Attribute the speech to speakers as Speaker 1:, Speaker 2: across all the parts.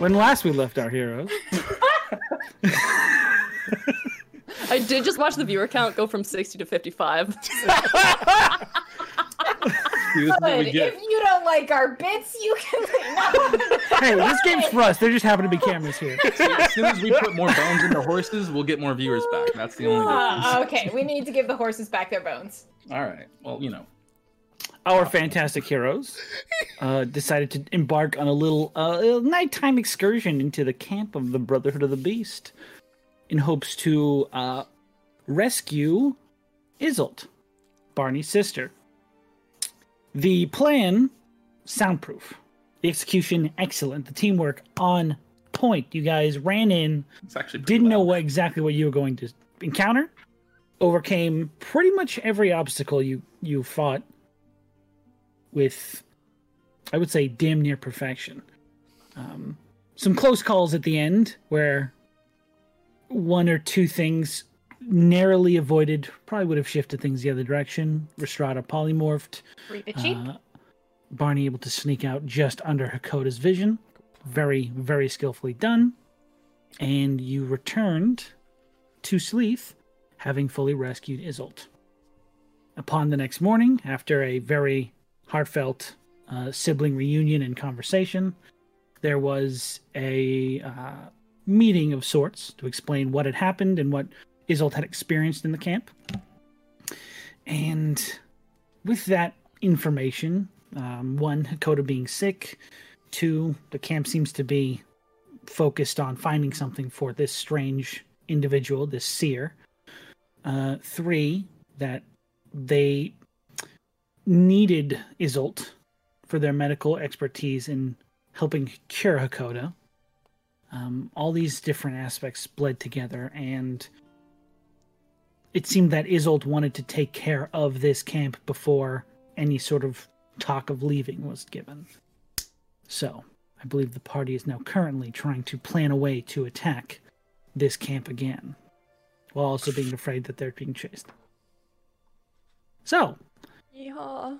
Speaker 1: When last we left our heroes.
Speaker 2: I did just watch the viewer count go from 60 to 55.
Speaker 3: See, this is what we
Speaker 4: Good.
Speaker 3: get.
Speaker 4: If you don't like our bits, you can. No.
Speaker 1: hey, this game's for us. There just happen to be cameras here.
Speaker 3: As soon as we put more bones into horses, we'll get more viewers back. That's the only difference.
Speaker 4: Uh, okay, we need to give the horses back their bones.
Speaker 3: All right. Well, you know.
Speaker 1: Our fantastic heroes uh, decided to embark on a little uh, nighttime excursion into the camp of the Brotherhood of the Beast in hopes to uh, rescue Isolt, Barney's sister. The plan, soundproof. The execution, excellent. The teamwork, on point. You guys ran in,
Speaker 3: It's actually pretty
Speaker 1: didn't know
Speaker 3: loud.
Speaker 1: what, exactly what you were going to encounter overcame pretty much every obstacle you you fought with i would say damn near perfection um, some close calls at the end where one or two things narrowly avoided probably would have shifted things the other direction restrada polymorphed
Speaker 4: Free the cheap.
Speaker 1: uh, Barney able to sneak out just under Hakoda's vision. Very, very skillfully done. And you returned to Sleeth, having fully rescued Isolt. Upon the next morning, after a very heartfelt uh, sibling reunion and conversation, there was a uh, meeting of sorts to explain what had happened and what Isolt had experienced in the camp. And with that information, um, one, Hakoda being sick, two, the camp seems to be focused on finding something for this strange individual, this seer, uh, three, that they needed Isolt for their medical expertise in helping cure Hakoda. Um, all these different aspects bled together, and it seemed that Isolt wanted to take care of this camp before any sort of talk of leaving was given. So, I believe the party is now currently trying to plan a way to attack this camp again, while also being afraid that they're being chased. So,
Speaker 2: yeah.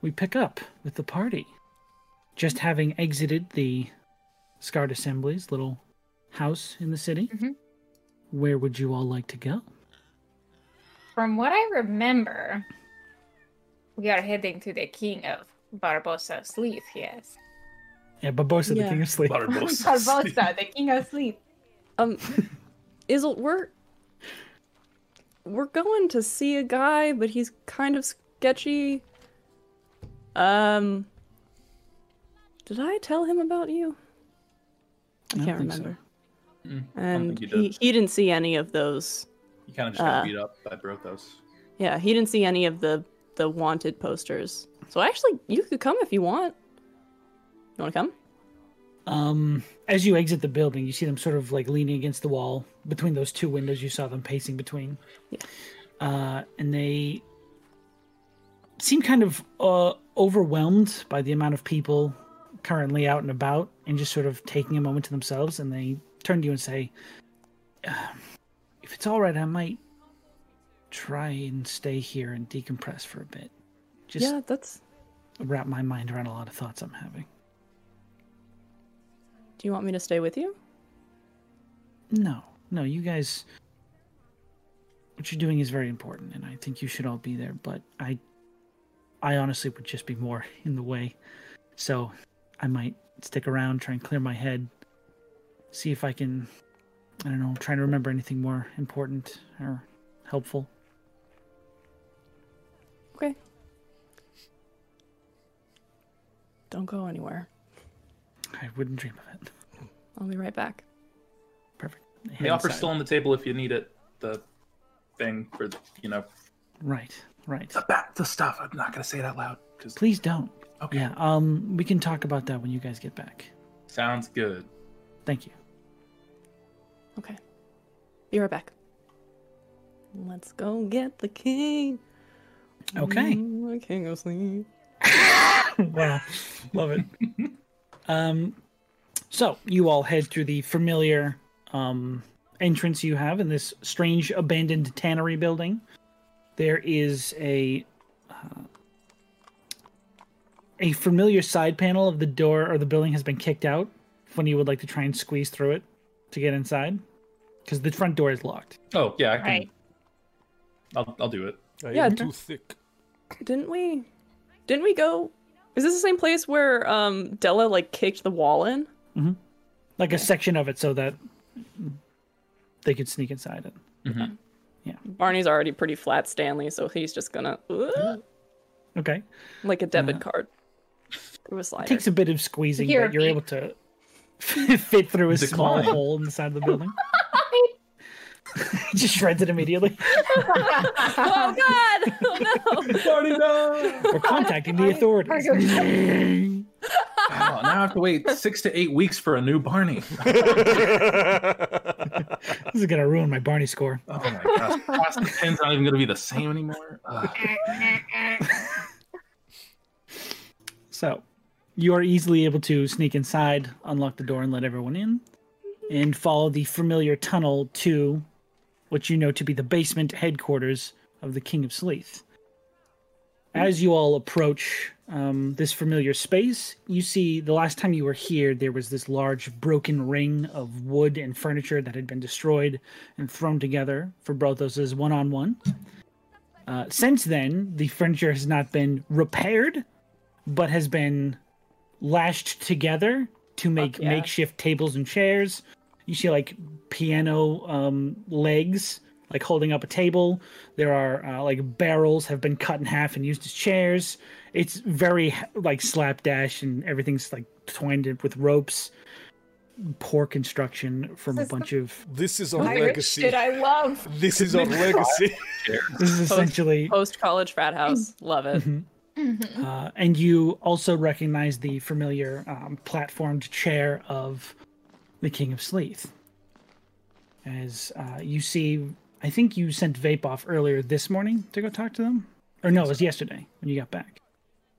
Speaker 1: we pick up with the party. Just having exited the Scard Assembly's little house in the city,
Speaker 4: Mhm.
Speaker 1: where would you all like to go?
Speaker 4: From what I remember, we are heading to the king of Barbosa Sleep, yes.
Speaker 1: Yeah, Barbosa, the
Speaker 2: Yeah.
Speaker 1: King of Oh, Sleep.
Speaker 4: Barbosa, the king of sleep.
Speaker 2: Um, Izzle, we're we're going to see a guy, but he's kind of sketchy. Um, did I tell him about you? I
Speaker 1: don't
Speaker 2: can't
Speaker 1: think so.
Speaker 2: remember.
Speaker 3: Hmm, think
Speaker 2: And
Speaker 3: you
Speaker 2: he,
Speaker 3: did.
Speaker 2: he didn't see any of those.
Speaker 3: You kind of just got
Speaker 2: Uh,
Speaker 3: beat up by Brothos.
Speaker 2: Yeah, he didn't see any of the the wanted posters. So actually, you could come if you want. You want to come?
Speaker 1: Um, as you exit the building, you see them sort of like leaning against the wall between those two windows you saw them pacing between.
Speaker 2: Yeah.
Speaker 1: Uh, and they seem kind of uh, overwhelmed by the amount of people currently out and about and just sort of taking a moment to themselves. And they turn to you and say, "Uh, If it's all right, I might try and stay here and decompress for a bit. Just
Speaker 2: yeah, that's.
Speaker 1: wrap my mind around a lot of thoughts I'm having.
Speaker 2: Do you want me to stay with you?
Speaker 1: No, no, you guys. What you're doing is very important, and I think you should all be there. But I, I honestly would just be more in the way, so I might stick around, try and clear my head, see if I can. I don't know. Try and remember anything more important or helpful.
Speaker 2: Okay. Don't go anywhere.
Speaker 1: I wouldn't dream of it.
Speaker 2: I'll be right back.
Speaker 1: Perfect.
Speaker 3: The
Speaker 1: Head
Speaker 3: offer's
Speaker 1: inside.
Speaker 3: still on the table if you need it. The thing for you know
Speaker 1: right, right.
Speaker 3: the bat, the stuff. I'm not gonna say it out loud because
Speaker 1: Please don't.
Speaker 3: okay,
Speaker 1: Yeah. Um. We can talk about that when you guys get back.
Speaker 3: sounds good.
Speaker 1: Thank you.
Speaker 2: Okay. Be right back. Let's go get the king.
Speaker 1: Okay.
Speaker 2: Mm, The king of sleep.
Speaker 1: wow, love it. um, so you all head through the familiar um, entrance you have in this strange abandoned tannery building. There is a uh, a familiar side panel of the door or the building has been kicked out when you would like to try and squeeze through it to get inside? Because the front door is locked.
Speaker 3: Oh yeah, I can.
Speaker 4: Right.
Speaker 3: I'll, I'll do it.
Speaker 5: I
Speaker 2: Yeah,
Speaker 5: am
Speaker 2: d-
Speaker 5: too thick.
Speaker 2: Didn't we? Didn't we go? Is this the same place where um Della like kicked the wall in?
Speaker 1: Like a section of it so that they could sneak inside it.
Speaker 2: Barney's already pretty flat, Stanley, so he's just gonna "Ugh,"
Speaker 1: Okay.
Speaker 2: like a debit card through a slider.
Speaker 1: takes a bit of squeezing,
Speaker 4: Here,
Speaker 1: but you're
Speaker 4: Pete.
Speaker 1: able to fit through a small
Speaker 3: Decline.
Speaker 1: hole in the side of the building. Just shreds it immediately.
Speaker 2: oh God! Oh no!
Speaker 1: We're contacting the authorities.
Speaker 3: Wow, now I have to wait six to eight weeks for a new Barney.
Speaker 1: This is gonna ruin my Barney score.
Speaker 3: Oh my gosh, class of ten's not even going to be the same anymore. Ugh.
Speaker 1: So, you are easily able to sneak inside, unlock the door, and let everyone in, and follow the familiar tunnel to what you know to be the basement headquarters of the King of Sleeth. As you all approach um, this familiar space, you see the last time you were here, there was this large broken ring of wood and furniture that had been destroyed and thrown together for Brothos' one on one. Since then, the furniture has not been repaired, but has been lashed together to make
Speaker 2: yeah.
Speaker 1: makeshift tables and chairs. You see, like, piano um, legs, like holding up a table. There are, uh, like, barrels have been cut in half and used as chairs. It's very, like, slapdash, and everything's, like, twined up with ropes. Poor construction from a
Speaker 4: This is the-
Speaker 1: bunch of
Speaker 5: this is our
Speaker 4: How rich
Speaker 5: legacy.
Speaker 4: did I love?
Speaker 5: This is our legacy.
Speaker 1: This is essentially, Mm-hmm.
Speaker 2: Post college frat house, love it.
Speaker 1: uh, and you also recognize the familiar um, platformed chair of the King of Sleeth. As uh, you see, I think you sent Vape off earlier this morning to go talk to them, or no, it was yesterday when you got back.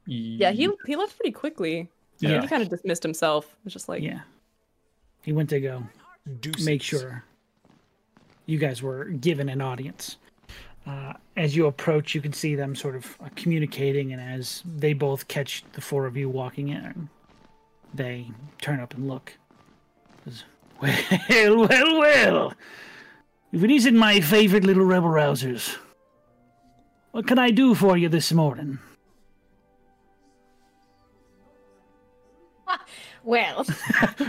Speaker 2: Yeah, he he left pretty quickly.
Speaker 3: Yeah.
Speaker 2: He kind of dismissed himself. It was just like,
Speaker 1: Yeah, he went to go
Speaker 5: Deuces.
Speaker 1: make sure you guys were given an audience. Uh, as you approach, you can see them sort of uh, communicating, and as they both catch the four of you walking in, they turn up and look. Says, Well, well, well! If it isn't my favorite little rebel rousers, what can I do for you this morning?
Speaker 4: Well,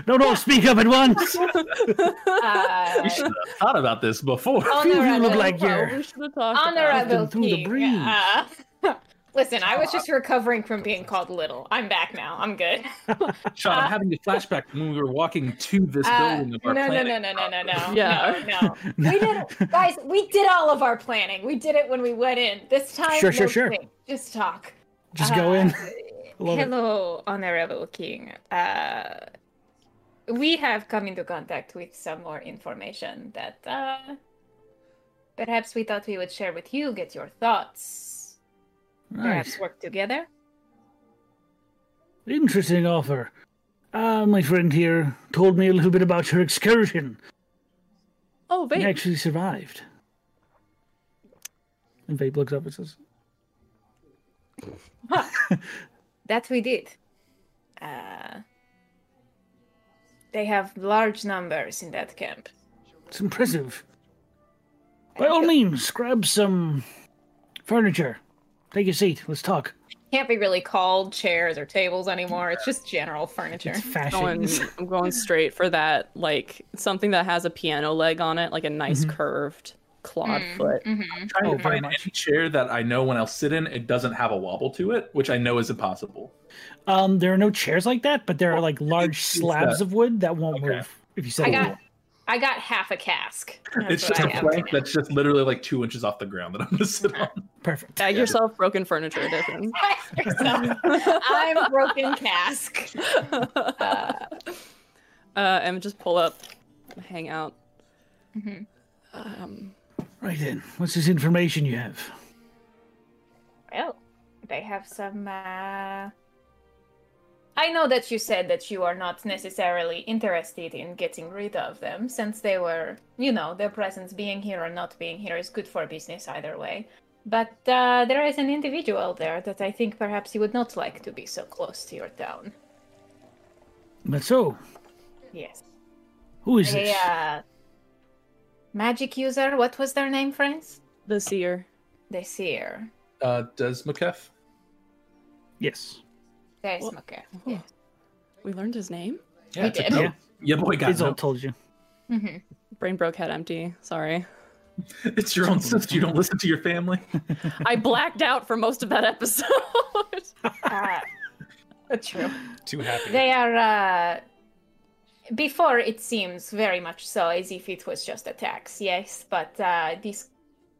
Speaker 1: Don't all speak up at once!
Speaker 3: We
Speaker 4: uh,
Speaker 3: should have thought about this before.
Speaker 4: Oh,
Speaker 1: you
Speaker 4: honorable,
Speaker 1: look like
Speaker 2: "Well,
Speaker 1: you're.
Speaker 2: we should have talked about it."
Speaker 4: honorable
Speaker 1: through the
Speaker 4: king.
Speaker 1: breeze.
Speaker 4: uh, listen, I was just recovering from being called little. I'm back now. I'm good.
Speaker 3: Sean, I'm having a flashback from when we were walking to this
Speaker 4: Uh,
Speaker 3: building of
Speaker 4: no,
Speaker 3: our
Speaker 4: no, no,
Speaker 3: planet.
Speaker 4: no, no, no, no,
Speaker 2: Yeah.
Speaker 4: no, no. We did, guys. We did all of our planning. We did it when we went in. This time,
Speaker 1: Sure, sure,
Speaker 4: no
Speaker 1: sure.
Speaker 4: think, Just talk.
Speaker 1: Just go
Speaker 4: Uh,
Speaker 1: in. Love it.
Speaker 4: Hello, Honorable King. Uh, we have come into contact with some more information that uh, perhaps we thought we would share with you, get your thoughts,
Speaker 1: Nice.
Speaker 4: perhaps work together.
Speaker 1: Interesting offer. Ah, my friend here told me a little bit about your excursion
Speaker 2: Oh,
Speaker 1: and
Speaker 2: wait.
Speaker 1: actually survived. And Vape looks up and says,
Speaker 4: That we did. Uh, they have large numbers in that camp.
Speaker 1: It's impressive.
Speaker 4: I
Speaker 1: By all
Speaker 4: feel-
Speaker 1: means, grab some furniture. Take a seat. Let's talk.
Speaker 4: Can't be really called chairs or tables anymore. It's just general furniture.
Speaker 1: It's fashion.
Speaker 2: Going, I'm going straight for that, like something that has a piano leg on it, like a nice
Speaker 3: Mm-hmm.
Speaker 2: curved clawed foot.
Speaker 4: Mhm.
Speaker 3: Trying
Speaker 1: Oh,
Speaker 3: to
Speaker 1: very
Speaker 3: find
Speaker 1: much.
Speaker 3: any chair that I know when I'll sit in, it doesn't have a wobble to it, which I know is impossible.
Speaker 1: Um, there are no chairs like that, but there are like large
Speaker 3: it's that-
Speaker 1: slabs of wood that won't
Speaker 3: Okay.
Speaker 1: move if you set
Speaker 4: I
Speaker 1: it
Speaker 4: got
Speaker 1: down.
Speaker 4: I got half a cask. That's
Speaker 3: it's
Speaker 4: what
Speaker 3: just
Speaker 4: I
Speaker 3: a
Speaker 4: have
Speaker 3: plank
Speaker 4: right now.
Speaker 3: that's just literally like two inches off the ground that I'm gonna sit on.
Speaker 1: Perfect.
Speaker 2: Bag
Speaker 3: Yeah.
Speaker 2: yourself broken furniture edition.
Speaker 4: Yourself. I'm broken cask.
Speaker 2: uh, and Uh, just pull up, hang out.
Speaker 4: Mhm.
Speaker 2: Um,
Speaker 1: Right then. What's this information you have?
Speaker 4: Well, they have some. Uh... I know that you said that you are not necessarily interested in getting rid of them, since they were, you know, their presence being here or not being here is good for business either way. But uh, there is an individual there that I think perhaps you would not like to be so close to your town.
Speaker 1: But so,
Speaker 4: Yes.
Speaker 1: Who is
Speaker 4: A
Speaker 1: this?
Speaker 4: uh, magic user. What was their name, friends?
Speaker 2: The seer.
Speaker 4: The seer.
Speaker 3: Uh, Desmakef?
Speaker 1: Yes.
Speaker 4: There's
Speaker 2: Well-
Speaker 4: Mokef.
Speaker 2: Oh. We learned his name.
Speaker 3: Yeah,
Speaker 4: We
Speaker 3: took
Speaker 4: did.
Speaker 3: note.
Speaker 1: Yeah.
Speaker 3: Your boy got
Speaker 1: Izzo
Speaker 3: note.
Speaker 1: told you.
Speaker 4: hmm
Speaker 2: Brain broke head empty. Sorry.
Speaker 3: It's your own sister. You don't listen to your family.
Speaker 2: I blacked out for most of that episode.
Speaker 4: Uh, true.
Speaker 5: Too happy.
Speaker 4: They are. Uh, before it seems very much so as if it was just a tax, yes, but uh, this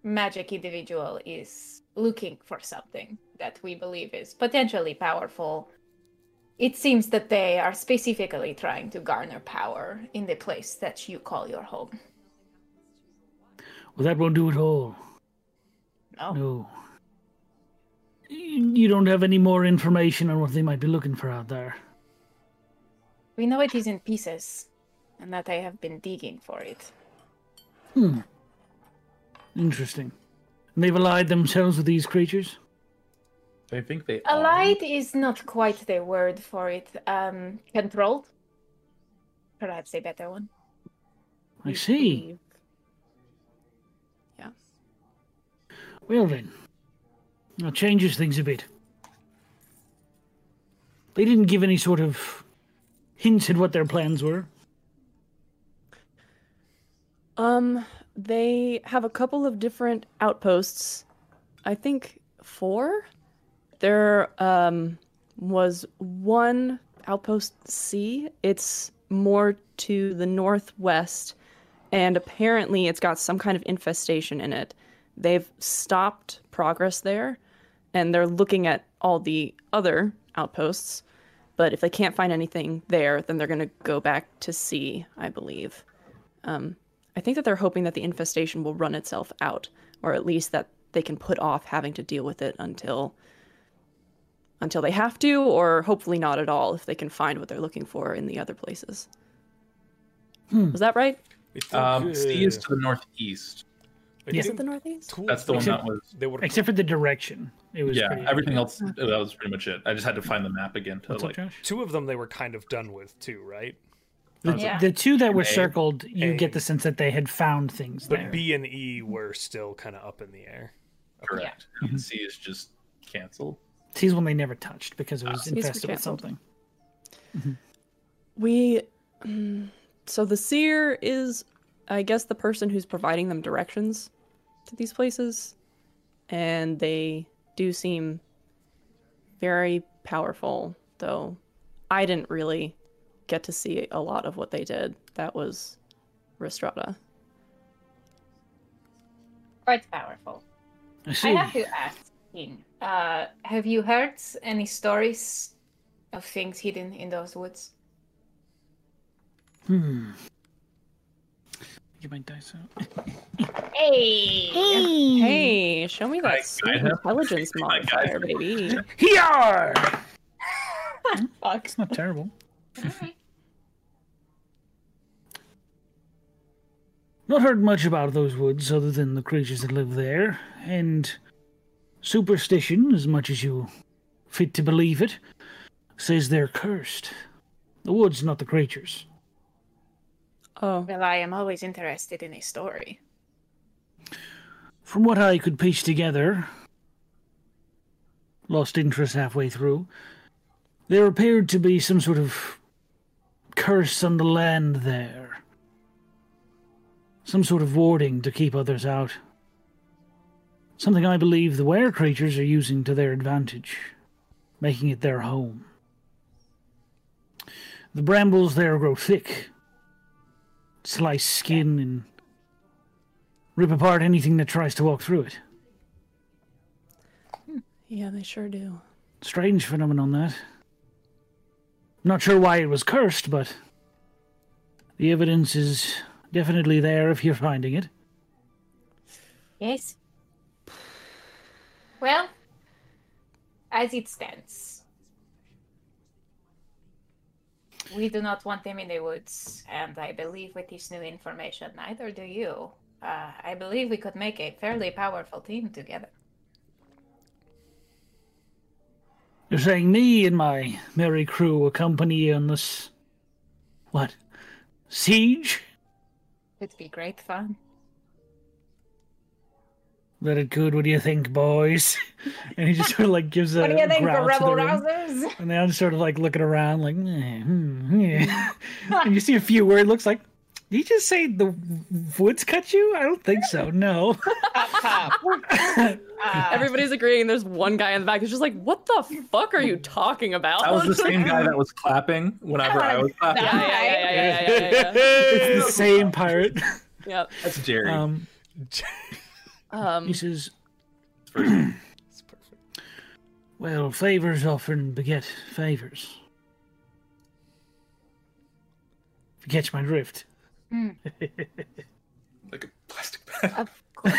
Speaker 4: magic individual is looking for something that we believe is potentially powerful. It seems that they are specifically trying to garner power in the place that you call your home.
Speaker 1: Well, that won't do at all.
Speaker 4: No.
Speaker 1: No. You you don't have any more information on what they might be looking for out there.
Speaker 4: We know it is in pieces, and that I have been digging for it.
Speaker 1: Hmm. Interesting. And they've allied themselves with these creatures?
Speaker 3: I think they
Speaker 6: Um,
Speaker 3: are.
Speaker 4: Allied is not quite the word for it. Um, controlled? Perhaps a better one.
Speaker 1: I see.
Speaker 2: Yeah.
Speaker 1: Well then. That changes things a bit. They didn't give any sort of hints at what their plans were.
Speaker 2: Um, they have a couple of different outposts. I think four. There um was one outpost C. It's more to the northwest, and apparently it's got some kind of infestation in it. They've stopped progress there, and they're looking at all the other outposts. But if they can't find anything there, then they're going to go back to C, I believe. Um, I think that they're hoping that the infestation will run itself out, or at least that they can put off having to deal with it until until they have to, or hopefully not at all if they can find what they're looking for in the other places.
Speaker 1: Hmm.
Speaker 2: Was that right?
Speaker 5: We still
Speaker 3: Um, C is
Speaker 5: could-
Speaker 3: to the northeast.
Speaker 5: like,
Speaker 1: Yeah.
Speaker 2: Is it the northeast?
Speaker 5: cool
Speaker 3: That's the one
Speaker 5: thing
Speaker 3: that was.
Speaker 5: They would
Speaker 1: Except for the direction. It was
Speaker 3: Yeah,
Speaker 1: pretty-
Speaker 3: everything else. That was pretty much it. I just had to find the map again to
Speaker 1: What's up,
Speaker 3: like.
Speaker 1: Josh?
Speaker 5: two of them they were kind of done with too, right?
Speaker 1: The,
Speaker 4: Yeah.
Speaker 1: the two that were
Speaker 3: A.
Speaker 1: circled, you
Speaker 5: A.
Speaker 1: get the sense that they had found things
Speaker 5: But
Speaker 1: there.
Speaker 5: B and E were still kind of up in the air.
Speaker 3: Correct.
Speaker 6: Mm-hmm.
Speaker 3: And C is just canceled.
Speaker 1: These one they never touched because it was
Speaker 2: were
Speaker 1: infested with
Speaker 2: canceled.
Speaker 1: something.
Speaker 2: We mm, so the seer is I guess the person who's providing them directions to these places and they do seem very powerful though I didn't really get to see a lot of what they did. That was Ristrata.
Speaker 4: Quite powerful.
Speaker 1: I
Speaker 4: I
Speaker 1: see.
Speaker 4: have to ask, King, uh, have you heard any stories of things hidden in those woods?
Speaker 1: Hmm. Get my dice out.
Speaker 4: Hey!
Speaker 2: Hey, show me
Speaker 3: I- I
Speaker 2: that sweet
Speaker 3: have-
Speaker 2: intelligence
Speaker 3: I got
Speaker 2: modifier,
Speaker 3: it.
Speaker 2: baby.
Speaker 1: Here!
Speaker 4: Fuck.
Speaker 1: It's not terrible. Not heard much about those woods other than the creatures that live there, and superstition, as much as you fit to believe it, says they're cursed. The woods, not the creatures.
Speaker 2: Oh,
Speaker 4: Well, I am always interested in a story.
Speaker 1: From what I could piece together, lost interest halfway through, there appeared to be some sort of curse on the land there. Some sort of warding to keep others out. Something I believe the were creatures are using to their advantage, making it their home. The brambles there grow thick, slice skin and rip apart anything that tries to walk through it.
Speaker 2: yeah, they sure do.
Speaker 1: Strange phenomenon that. Not sure why it was cursed, but the evidence is definitely there if you're finding it.
Speaker 4: Yes. Well, as it stands, we do not want them in the woods, and I believe with this new information, neither do you. Uh, I believe we could make a fairly powerful team together.
Speaker 1: You're saying me and my merry crew accompany you on this. What? siege.
Speaker 4: It'd be great fun.
Speaker 1: Very good. What do you think, boys? And he just sort of like gives a
Speaker 4: What do you think, the
Speaker 1: growl to
Speaker 4: rebel
Speaker 1: the room.
Speaker 4: rousers?
Speaker 1: And they're just sort of like looking around, like, "Eh, hmm, yeah." and you see a few where it looks like, did you just say the w- woods cut you? I don't think so. No.
Speaker 4: Up top. Uh,
Speaker 2: Everybody's agreeing. There's one guy in the back who's just like, "What the fuck are you talking about?"
Speaker 6: That was the same guy that was clapping whenever I was clapping.
Speaker 2: Oh, yeah, yeah, yeah, yeah, yeah, yeah, yeah, yeah.
Speaker 1: it's the same pirate.
Speaker 2: Yep.
Speaker 6: That's Jerry.
Speaker 1: Um,
Speaker 2: Um,
Speaker 4: Mm.
Speaker 1: he says,
Speaker 6: That's for sure.
Speaker 5: It's perfect.
Speaker 1: well, favors often beget favors. If you catch my drift.
Speaker 6: like a plastic bag.
Speaker 4: of course.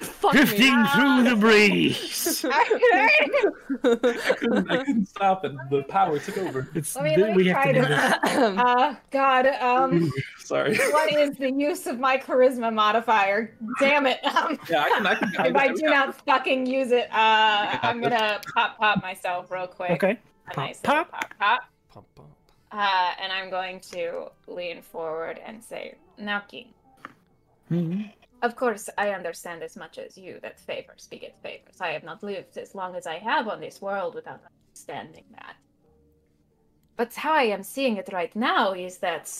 Speaker 2: fuck me.
Speaker 1: Drifting through the breeze.
Speaker 6: I couldn't, I couldn't stop it. The power took over.
Speaker 1: It's,
Speaker 4: Let me-
Speaker 1: th-
Speaker 4: let me
Speaker 1: we have
Speaker 4: try
Speaker 1: to do
Speaker 4: to-
Speaker 1: this.
Speaker 4: Uh, God, um,
Speaker 6: Sorry.
Speaker 4: what is the use of my charisma modifier? Damn it. Um,
Speaker 6: Yeah, I can. I can.
Speaker 4: if I do not fucking use it, uh, I'm gonna pop pop myself real quick.
Speaker 1: Okay.
Speaker 4: A
Speaker 1: Pop,
Speaker 4: nice little
Speaker 1: pop.
Speaker 4: pop pop.
Speaker 5: Pump pump.
Speaker 4: Uh, and I'm going to lean forward and say, Naoki,
Speaker 1: Hmm.
Speaker 4: of course I understand as much as you that favors beget favors. I have not lived as long as I have on this world without understanding that. But how I am seeing it right now is that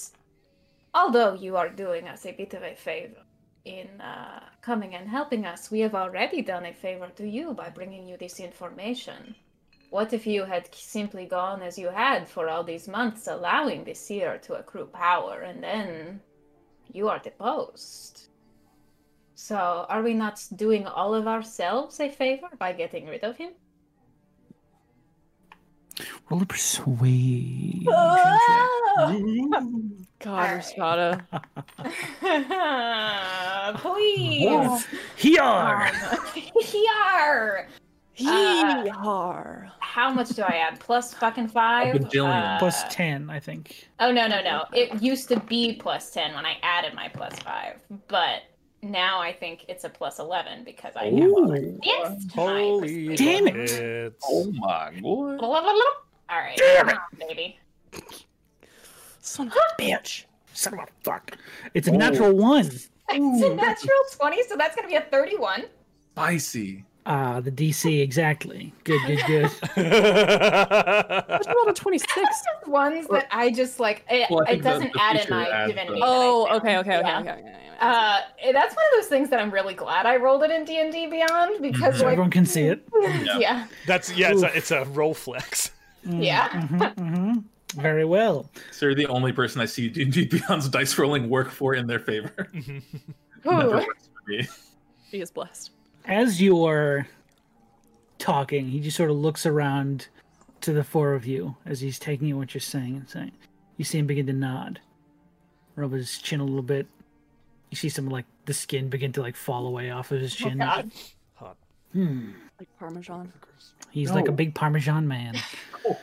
Speaker 4: although you are doing us a bit of a favor in uh, coming and helping us, we have already done a favor to you by bringing you this information. What if you had simply gone as you had for all these months, allowing the seer to accrue power, and then you are deposed? So, are we not doing all of ourselves a favor by getting rid of him?
Speaker 1: Roll a persuasion.
Speaker 4: Ah.
Speaker 2: God, Roscada.
Speaker 4: Please! Um,
Speaker 1: Here.
Speaker 4: Ah. Yar! Uh,
Speaker 2: Yee-haw.
Speaker 4: How much do I add? Plus fucking five?
Speaker 6: A bajillion.
Speaker 1: plus
Speaker 4: Uh,
Speaker 1: 10 i think
Speaker 4: Oh no no no! It used to be plus ten when I added my plus five, but now I think it's a plus eleven because I have already enhanced my
Speaker 5: Holy
Speaker 4: persuasion.
Speaker 1: Damn it.
Speaker 5: It's...
Speaker 6: Oh my god.
Speaker 4: Blah, blah, blah, blah. All right, Damn it. baby.
Speaker 2: Son of a bitch.
Speaker 1: son of a fuck it's a natural one
Speaker 4: It's a natural twenty, so that's gonna be a thirty-one.
Speaker 6: Spicy.
Speaker 1: ah the dc exactly good good good
Speaker 2: That's rolled a 26.
Speaker 4: Ones that I just like it,
Speaker 6: Well, I
Speaker 4: it
Speaker 6: think the-
Speaker 4: doesn't
Speaker 6: the
Speaker 4: add in
Speaker 6: feature
Speaker 4: my
Speaker 6: adds
Speaker 4: divinity.
Speaker 6: the-
Speaker 4: that I
Speaker 2: Oh,
Speaker 4: found.
Speaker 2: okay, okay, okay,
Speaker 4: Yeah.
Speaker 2: okay, okay, okay.
Speaker 4: Uh, that's one of those things that I'm really glad I rolled it in D and D Beyond because
Speaker 6: Mm-hmm.
Speaker 1: so everyone can see it
Speaker 4: like, yeah,
Speaker 5: That's yeah. It's a, it's a roll flex.
Speaker 4: yeah.
Speaker 1: Mhm, mhm. very well
Speaker 6: So you're the only person I see D&D Beyond's dice rolling work for in their favor. Never
Speaker 4: Ooh.
Speaker 6: works for me.
Speaker 2: she is blessed.
Speaker 1: as you're talking he just sort of looks around to the four of you as he's taking in what you're saying and saying you see him begin to nod rub his chin a little bit you see some like the skin begin to like fall away off of his chin
Speaker 4: Oh, God.
Speaker 5: Hot
Speaker 1: hmm.
Speaker 2: Like Parmesan.
Speaker 5: fuckers.
Speaker 1: he's like a
Speaker 6: No.
Speaker 1: big parmesan man
Speaker 6: Oh,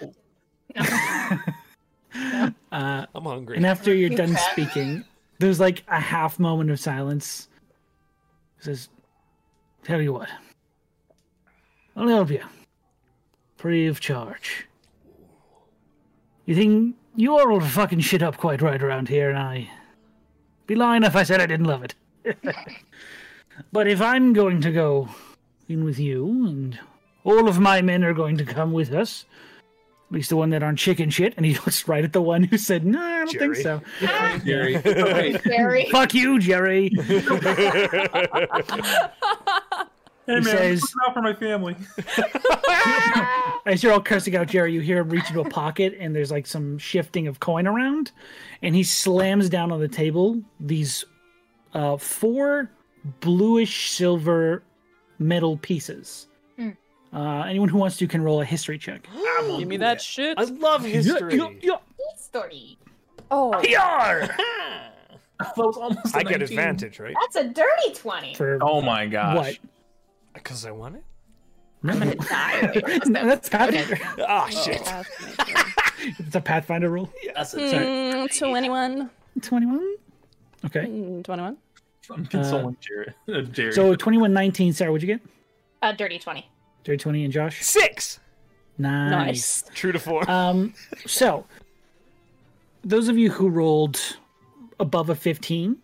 Speaker 1: uh
Speaker 5: I'm hungry.
Speaker 1: And after you're
Speaker 4: You
Speaker 1: done
Speaker 4: bet.
Speaker 1: speaking, there's like a half moment of silence. He says, Tell you what, I'll help you. Free of charge. You think you are all fucking shit up quite right around here, and I. Be lying if I said I didn't love it. but if I'm going to go in with you, and all of my men are going to come with us, at least the one that aren't chicken shit, and he looks right at the one who said, No, I don't think
Speaker 5: Jerry.
Speaker 1: so.
Speaker 6: Jerry.
Speaker 4: Ah,
Speaker 6: Wait,
Speaker 4: Very.
Speaker 1: Fuck you, Jerry.
Speaker 6: hey man,
Speaker 1: says-
Speaker 6: looking out for my family.
Speaker 1: As you're all cursing out Jerry, you hear him reach into a pocket and there's like some shifting of coin around. And he slams down on the table these uh, four bluish silver metal pieces.
Speaker 4: Hmm.
Speaker 1: Uh, anyone who wants to can roll a history check.
Speaker 2: Give me that shit.
Speaker 5: I love history.
Speaker 1: Yeah, yeah,
Speaker 4: Story.
Speaker 2: Oh,
Speaker 1: yeah. PR!
Speaker 6: That was almost a
Speaker 5: I get
Speaker 6: 19.
Speaker 5: advantage, right?
Speaker 4: That's a dirty twenty.
Speaker 1: For
Speaker 6: Oh my
Speaker 1: what?
Speaker 6: gosh.
Speaker 5: Because I want it.
Speaker 1: No, no,
Speaker 4: Die.
Speaker 1: that's Pathfinder.
Speaker 5: Ah
Speaker 4: Oh,
Speaker 5: shit.
Speaker 1: it's a Pathfinder rule.
Speaker 6: That's it.
Speaker 2: mm, 21.
Speaker 1: 21? Okay.
Speaker 2: Mm, 21.
Speaker 6: I'm consoling Jerry. Jerry.
Speaker 1: So 21, 19. Sarah, what'd you get?
Speaker 4: A dirty twenty.
Speaker 1: Jerry 20 and Josh?
Speaker 5: Six.
Speaker 1: Nice.
Speaker 2: Nice.
Speaker 5: True to form.
Speaker 1: Um, so, those of you who rolled above a 15.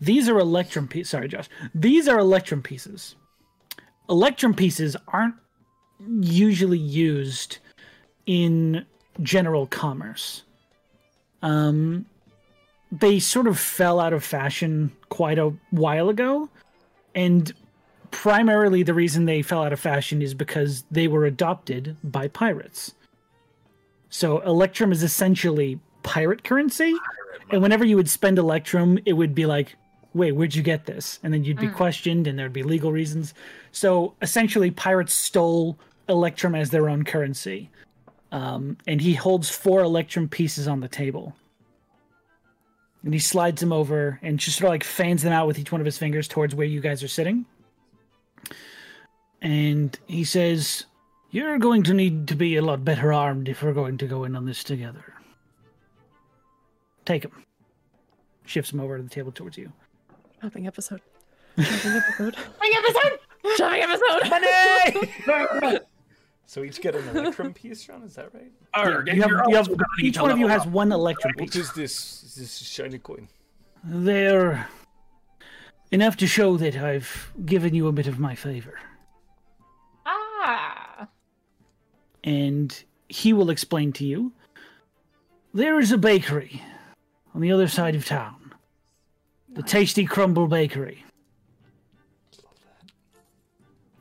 Speaker 1: These are electrum pieces. Sorry, Josh. These are electrum pieces. Electrum pieces aren't usually used in general commerce. Um, they sort of fell out of fashion quite a while ago, and primarily the reason they fell out of fashion is because they were adopted by pirates. So Electrum is essentially pirate currency, and whenever you would spend Electrum, it would be like, "Wait, where'd you get this?" And then you'd be questioned, and there'd be legal reasons. So essentially, pirates stole Electrum as their own currency, um, and he holds four Electrum pieces on the table. And he slides them over and just sort of like fans them out with each one of his fingers towards where you guys are sitting and he says, You're going to need to be a lot better armed if we're going to go in on this together. Take him. Shifts him over to the table towards you.
Speaker 2: Shopping episode. Shopping episode.
Speaker 4: Bring episode!
Speaker 2: Shopping episode.
Speaker 5: So each get an electrum piece, John. Is that right?
Speaker 6: Arg, and
Speaker 1: You have,
Speaker 6: you're
Speaker 1: you have,
Speaker 6: also gonna need
Speaker 1: each
Speaker 6: to
Speaker 1: one of you
Speaker 6: level
Speaker 1: has
Speaker 6: up.
Speaker 1: one electrum
Speaker 5: What
Speaker 1: piece.
Speaker 5: is this? Is this shiny coin?
Speaker 1: They're enough to show that I've given you a bit of my favor.
Speaker 4: Ah!
Speaker 1: and he will explain to you. There is a bakery on the other side of town. The Tasty Crumble Bakery.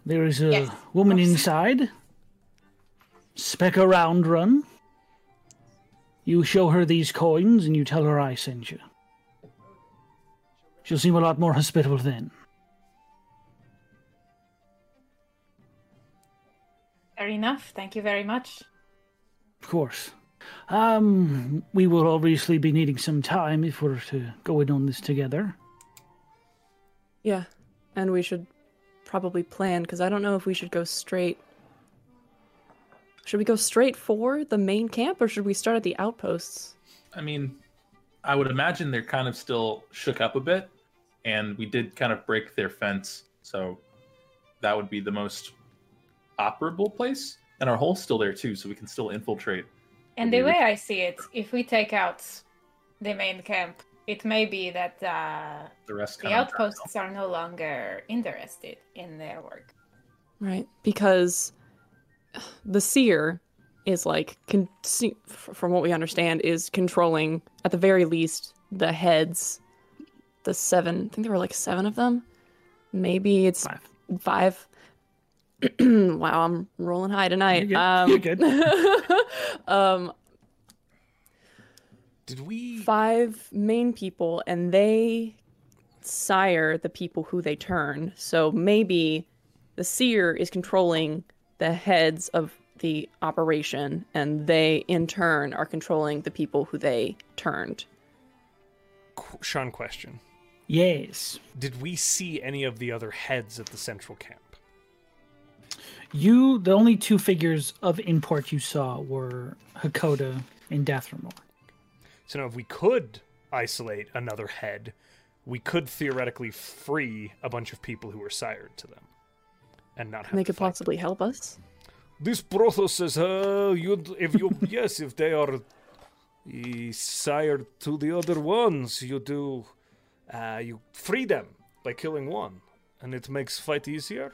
Speaker 1: There is a
Speaker 4: Yes.
Speaker 1: woman inside. Speck a round run. You show her these coins and you tell her I sent you. She'll seem a lot more hospitable then.
Speaker 4: Fair enough. Thank you very much.
Speaker 1: Of course. Um, we will obviously be needing some time if we're to go in on this together.
Speaker 2: Yeah, and we should probably plan because I don't know if we should go straight. Should we go straight for the main camp or should we start at the outposts?
Speaker 6: I mean, I would imagine they're kind of still shook up a bit, and we did kind of break their fence, so that would be the most operable place. And our hole's still there too, so we can still infiltrate.
Speaker 4: And the way I see it, if we take out the main camp, it may be that uh,
Speaker 6: The rest
Speaker 4: the
Speaker 6: kind of
Speaker 4: outposts are no longer interested in their work.
Speaker 2: Right, because the seer is like con- see- f- from what we understand is controlling at the very least the heads, the seven. I think there were like seven of them. Maybe it's
Speaker 1: Five.
Speaker 2: five. wow, I'm rolling high tonight.
Speaker 1: You're good.
Speaker 2: Um, um,
Speaker 5: Did we?
Speaker 2: five main people, and they sire the people who they turn. So maybe the seer is controlling the heads of the operation, and they in turn are controlling the people who they turned.
Speaker 5: Qu- Sean, question.
Speaker 1: Yes.
Speaker 5: Did we see any of the other heads at the central camp?
Speaker 1: You, the only two figures of import you saw were Hakoda and Dathramor.
Speaker 5: So now, if we could isolate another head, we could theoretically free a bunch of people who were sired to them, and not have.
Speaker 2: And they
Speaker 5: to
Speaker 2: could
Speaker 5: fight.
Speaker 2: possibly help us.
Speaker 5: This Prothos says, "Uh, you if you yes, if they are uh, sired to the other ones, you do, uh, you free them by killing one, and it makes fight easier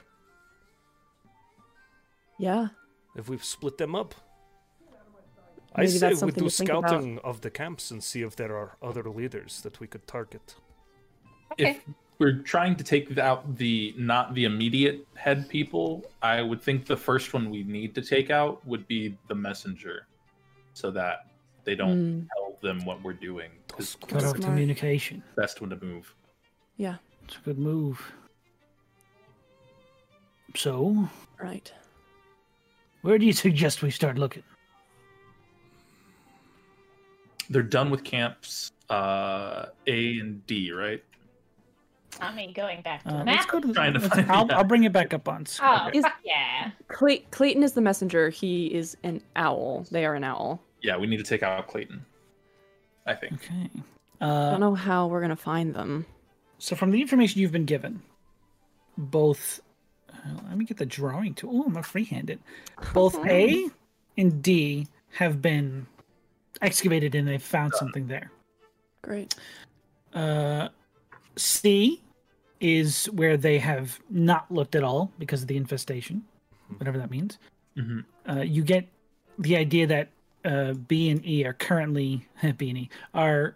Speaker 2: Yeah.
Speaker 5: if we split them up." I
Speaker 2: Maybe
Speaker 5: say
Speaker 2: that's
Speaker 5: we
Speaker 2: something
Speaker 5: do
Speaker 2: to think about.
Speaker 5: scouting of the camps and see if there are other leaders that we could target.
Speaker 6: if we're trying to take out the not the immediate head people, I would think the first one we need to take out would be the messenger, so that they don't tell them what we're doing. 'cause
Speaker 1: Cut off
Speaker 2: Smart.
Speaker 1: communication.
Speaker 6: best one to move.
Speaker 2: Yeah.
Speaker 1: It's a good move. So,
Speaker 2: Right.
Speaker 1: where do you suggest we start looking?
Speaker 6: They're done with camps uh, A and D, right?
Speaker 4: I mean, going back to
Speaker 1: Uh,
Speaker 4: the
Speaker 1: let's
Speaker 4: map.
Speaker 1: go to the.
Speaker 6: Trying to
Speaker 1: let's-
Speaker 6: find-
Speaker 1: I'll,
Speaker 6: yeah.
Speaker 1: I'll bring it back up on. sc-
Speaker 4: Oh,
Speaker 2: Okay.
Speaker 4: fuck yeah.
Speaker 2: Clay- Clayton is the messenger. He is an owl. They are an owl.
Speaker 6: Yeah, we need to take out Clayton. I think.
Speaker 1: Okay.
Speaker 2: I
Speaker 1: Uh,
Speaker 2: don't know how we're gonna find them.
Speaker 1: So, from the information you've been given, both. Uh, let me get the drawing tool. Oh, I'm a free-handed. Both A and D have been excavated, and they've found something there.
Speaker 2: Great.
Speaker 1: Uh, C is where they have not looked at all because of the infestation, whatever that means.
Speaker 6: Mhm.
Speaker 1: Uh, you get the idea that uh, B and E are currently B and E are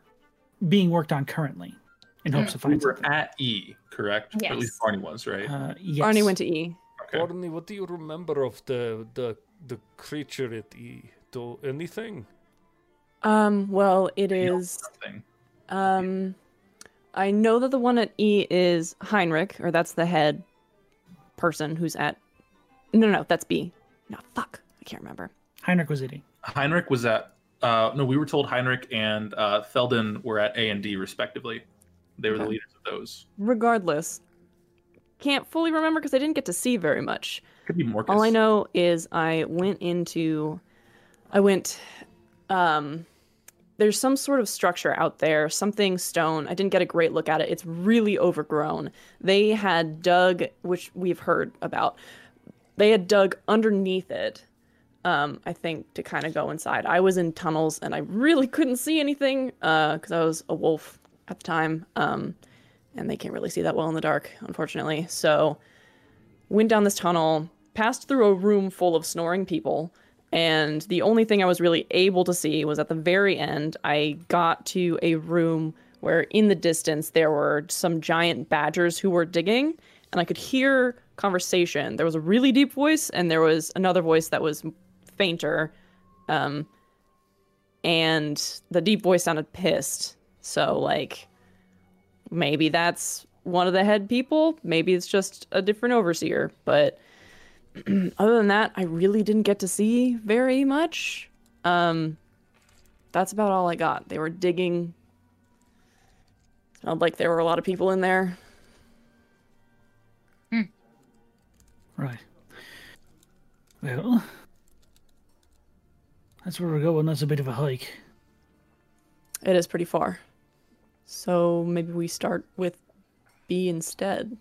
Speaker 1: being worked on currently in hopes of
Speaker 6: We
Speaker 1: finding
Speaker 6: were
Speaker 1: something.
Speaker 6: at E, correct? At least
Speaker 4: Yes.
Speaker 6: Barney was, right?
Speaker 1: Uh, yes.
Speaker 2: Arnie went to E.
Speaker 6: Okay.
Speaker 5: Barney, what do you remember of the the the creature at E? Do anything?
Speaker 2: Um, well, it
Speaker 6: You know
Speaker 2: is.
Speaker 6: something.
Speaker 2: Um, I know that the one at E is Heinrich, or that's the head person who's at. No, no, that's B. No, fuck. I can't remember.
Speaker 1: Heinrich was E. eating.
Speaker 6: Heinrich was at. Uh, no, we were told Heinrich and uh, Felden were at A and D respectively. They were the
Speaker 2: Okay.
Speaker 6: leaders of those.
Speaker 2: Regardless, can't fully remember because I didn't get to see very much.
Speaker 6: Could be Morcus.
Speaker 2: All I know is I went into I went um there's some sort of structure out there, something stone. I didn't get a great look at it. It's really overgrown. They had dug which we've heard about. They had dug underneath it. Um, I think to kind of go inside. I was in tunnels and I really couldn't see anything because I was a wolf at the time, um, and they can't really see that well in the dark, unfortunately. So went down this tunnel, passed through a room full of snoring people, and the only thing I was really able to see was at the very end, I got to a room where in the distance there were some giant badgers who were digging, and I could hear conversation. There was a really deep voice, and there was another voice that was fainter. Um, and the deep voice sounded pissed. So, like, maybe that's one of the head people maybe it's just a different overseer but other than that i really didn't get to see very much um that's about all i got they were digging smelled like there were a lot of people in there
Speaker 1: Right. Well, that's where we're going. That's a bit of a hike.
Speaker 2: it is pretty far so maybe we start with b instead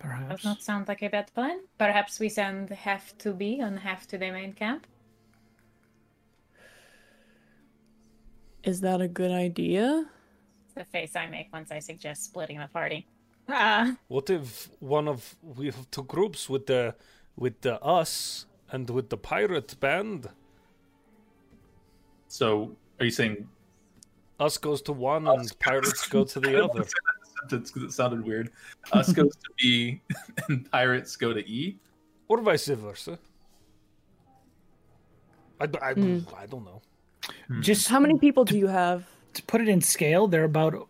Speaker 4: Does
Speaker 1: Perhaps.
Speaker 4: not sound like a bad plan. Perhaps we send half to B and half to the main camp.
Speaker 2: is that a good idea
Speaker 4: The face I make once I suggest splitting the party. Ah,
Speaker 5: What if one of we have two groups with the with the us and with the pirate band?
Speaker 6: So, are you saying
Speaker 5: Us goes to one and pirates go to
Speaker 6: I
Speaker 5: the
Speaker 6: don't wanna
Speaker 5: other.
Speaker 6: say that sentence 'cause it sounded weird. Us goes to B and pirates go to E.
Speaker 5: Or vice versa. I, d- I-
Speaker 4: Hmm.
Speaker 5: I don't know.
Speaker 6: Hmm.
Speaker 1: Just
Speaker 2: how many people do you have
Speaker 1: to put it in scale, they're about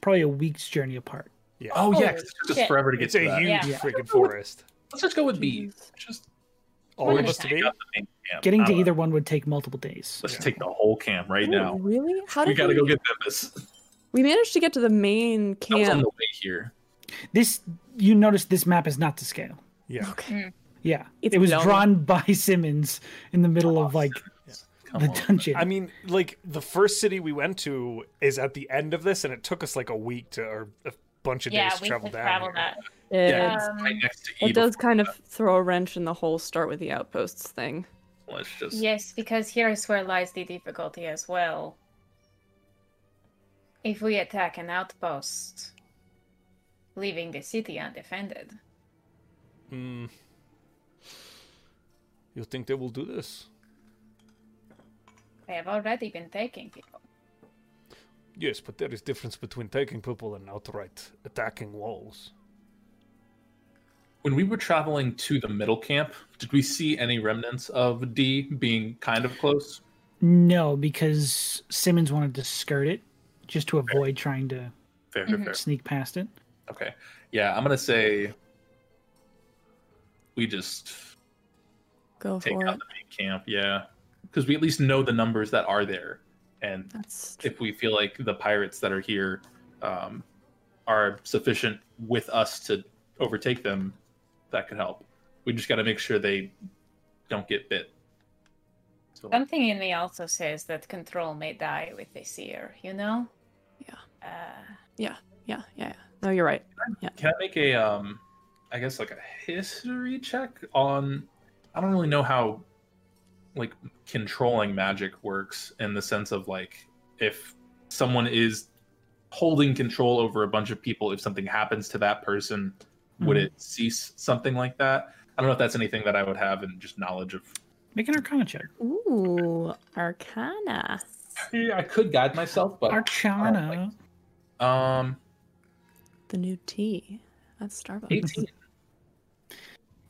Speaker 1: probably a week's journey apart.
Speaker 6: Oh yeah, 'cause
Speaker 4: Holy
Speaker 6: it took us
Speaker 4: shit.
Speaker 6: forever to get
Speaker 5: It's
Speaker 6: to
Speaker 5: a
Speaker 6: that.
Speaker 5: huge
Speaker 4: Yeah.
Speaker 5: freaking forest.
Speaker 6: Let's just go with B. Just
Speaker 5: All of
Speaker 4: Wanna
Speaker 5: us to
Speaker 4: check
Speaker 5: be.
Speaker 6: take out the main camp.
Speaker 1: Getting
Speaker 6: I
Speaker 1: to
Speaker 6: don't know.
Speaker 1: either one would take multiple days.
Speaker 6: Let's take the whole camp right now.
Speaker 2: Oh, really how did
Speaker 6: We
Speaker 2: we,
Speaker 6: got to go get Memphis.
Speaker 2: we managed to get to the main
Speaker 6: I was on
Speaker 2: camp
Speaker 6: the way here.
Speaker 1: This you notice this map is not to scale.
Speaker 5: Yeah.
Speaker 2: okay
Speaker 1: Yeah,
Speaker 2: It's
Speaker 1: it was
Speaker 2: long.
Speaker 1: drawn by Simmons in the middle of like
Speaker 6: Come
Speaker 1: the
Speaker 6: on.
Speaker 1: dungeon.
Speaker 5: I mean, like the first city we went to is at the end of this, and it took us like a week to or a bunch of
Speaker 4: yeah,
Speaker 5: days to
Speaker 4: we
Speaker 5: travel
Speaker 4: could
Speaker 5: down.
Speaker 4: travel
Speaker 5: here.
Speaker 4: that.
Speaker 6: Yeah,
Speaker 2: It's-
Speaker 6: it's right next to E.
Speaker 2: it does
Speaker 6: before-
Speaker 2: kind of throw a wrench in the whole start with the outposts thing.
Speaker 6: Let's just.
Speaker 4: Yes, because here is where lies the difficulty as well. If we attack an outpost, leaving the city undefended.
Speaker 5: Mm. You think they will do this?
Speaker 4: They have already been taking people.
Speaker 5: Yes, but there is difference between taking people and outright attacking walls.
Speaker 6: When we were traveling to the middle camp, did we see any remnants of D being kind of close?
Speaker 1: no, because Simmons wanted to skirt it just to avoid trying to
Speaker 6: Fair,
Speaker 2: Mm-hmm.
Speaker 6: fair, fair.
Speaker 1: sneak past it.
Speaker 6: Okay. Yeah, I'm gonna say we just
Speaker 2: Go
Speaker 6: take
Speaker 2: for
Speaker 6: out
Speaker 2: it.
Speaker 6: the main camp. Yeah, because we at least know the numbers that are there, and
Speaker 2: That's
Speaker 6: if we feel like the pirates that are here um, are sufficient with us to overtake them, that could help. We just got to make sure they don't get bit. So,
Speaker 4: Something in me also says that control may die with this year, you know?
Speaker 2: Yeah.
Speaker 4: Uh,
Speaker 2: yeah, yeah, yeah. No, you're right.
Speaker 6: can I make a, um, I guess like a history check on? I don't really know how like controlling magic works in the sense of like if someone is holding control over a bunch of people, if something happens to that person, would it cease something like that? I don't know if that's anything that I would have in just knowledge of.
Speaker 1: Make an Arcana check.
Speaker 2: Ooh, Arcana.
Speaker 6: Yeah, I could guide myself, but
Speaker 1: Arcana.
Speaker 6: um,
Speaker 2: The new tea. That's Starbucks.
Speaker 6: 18.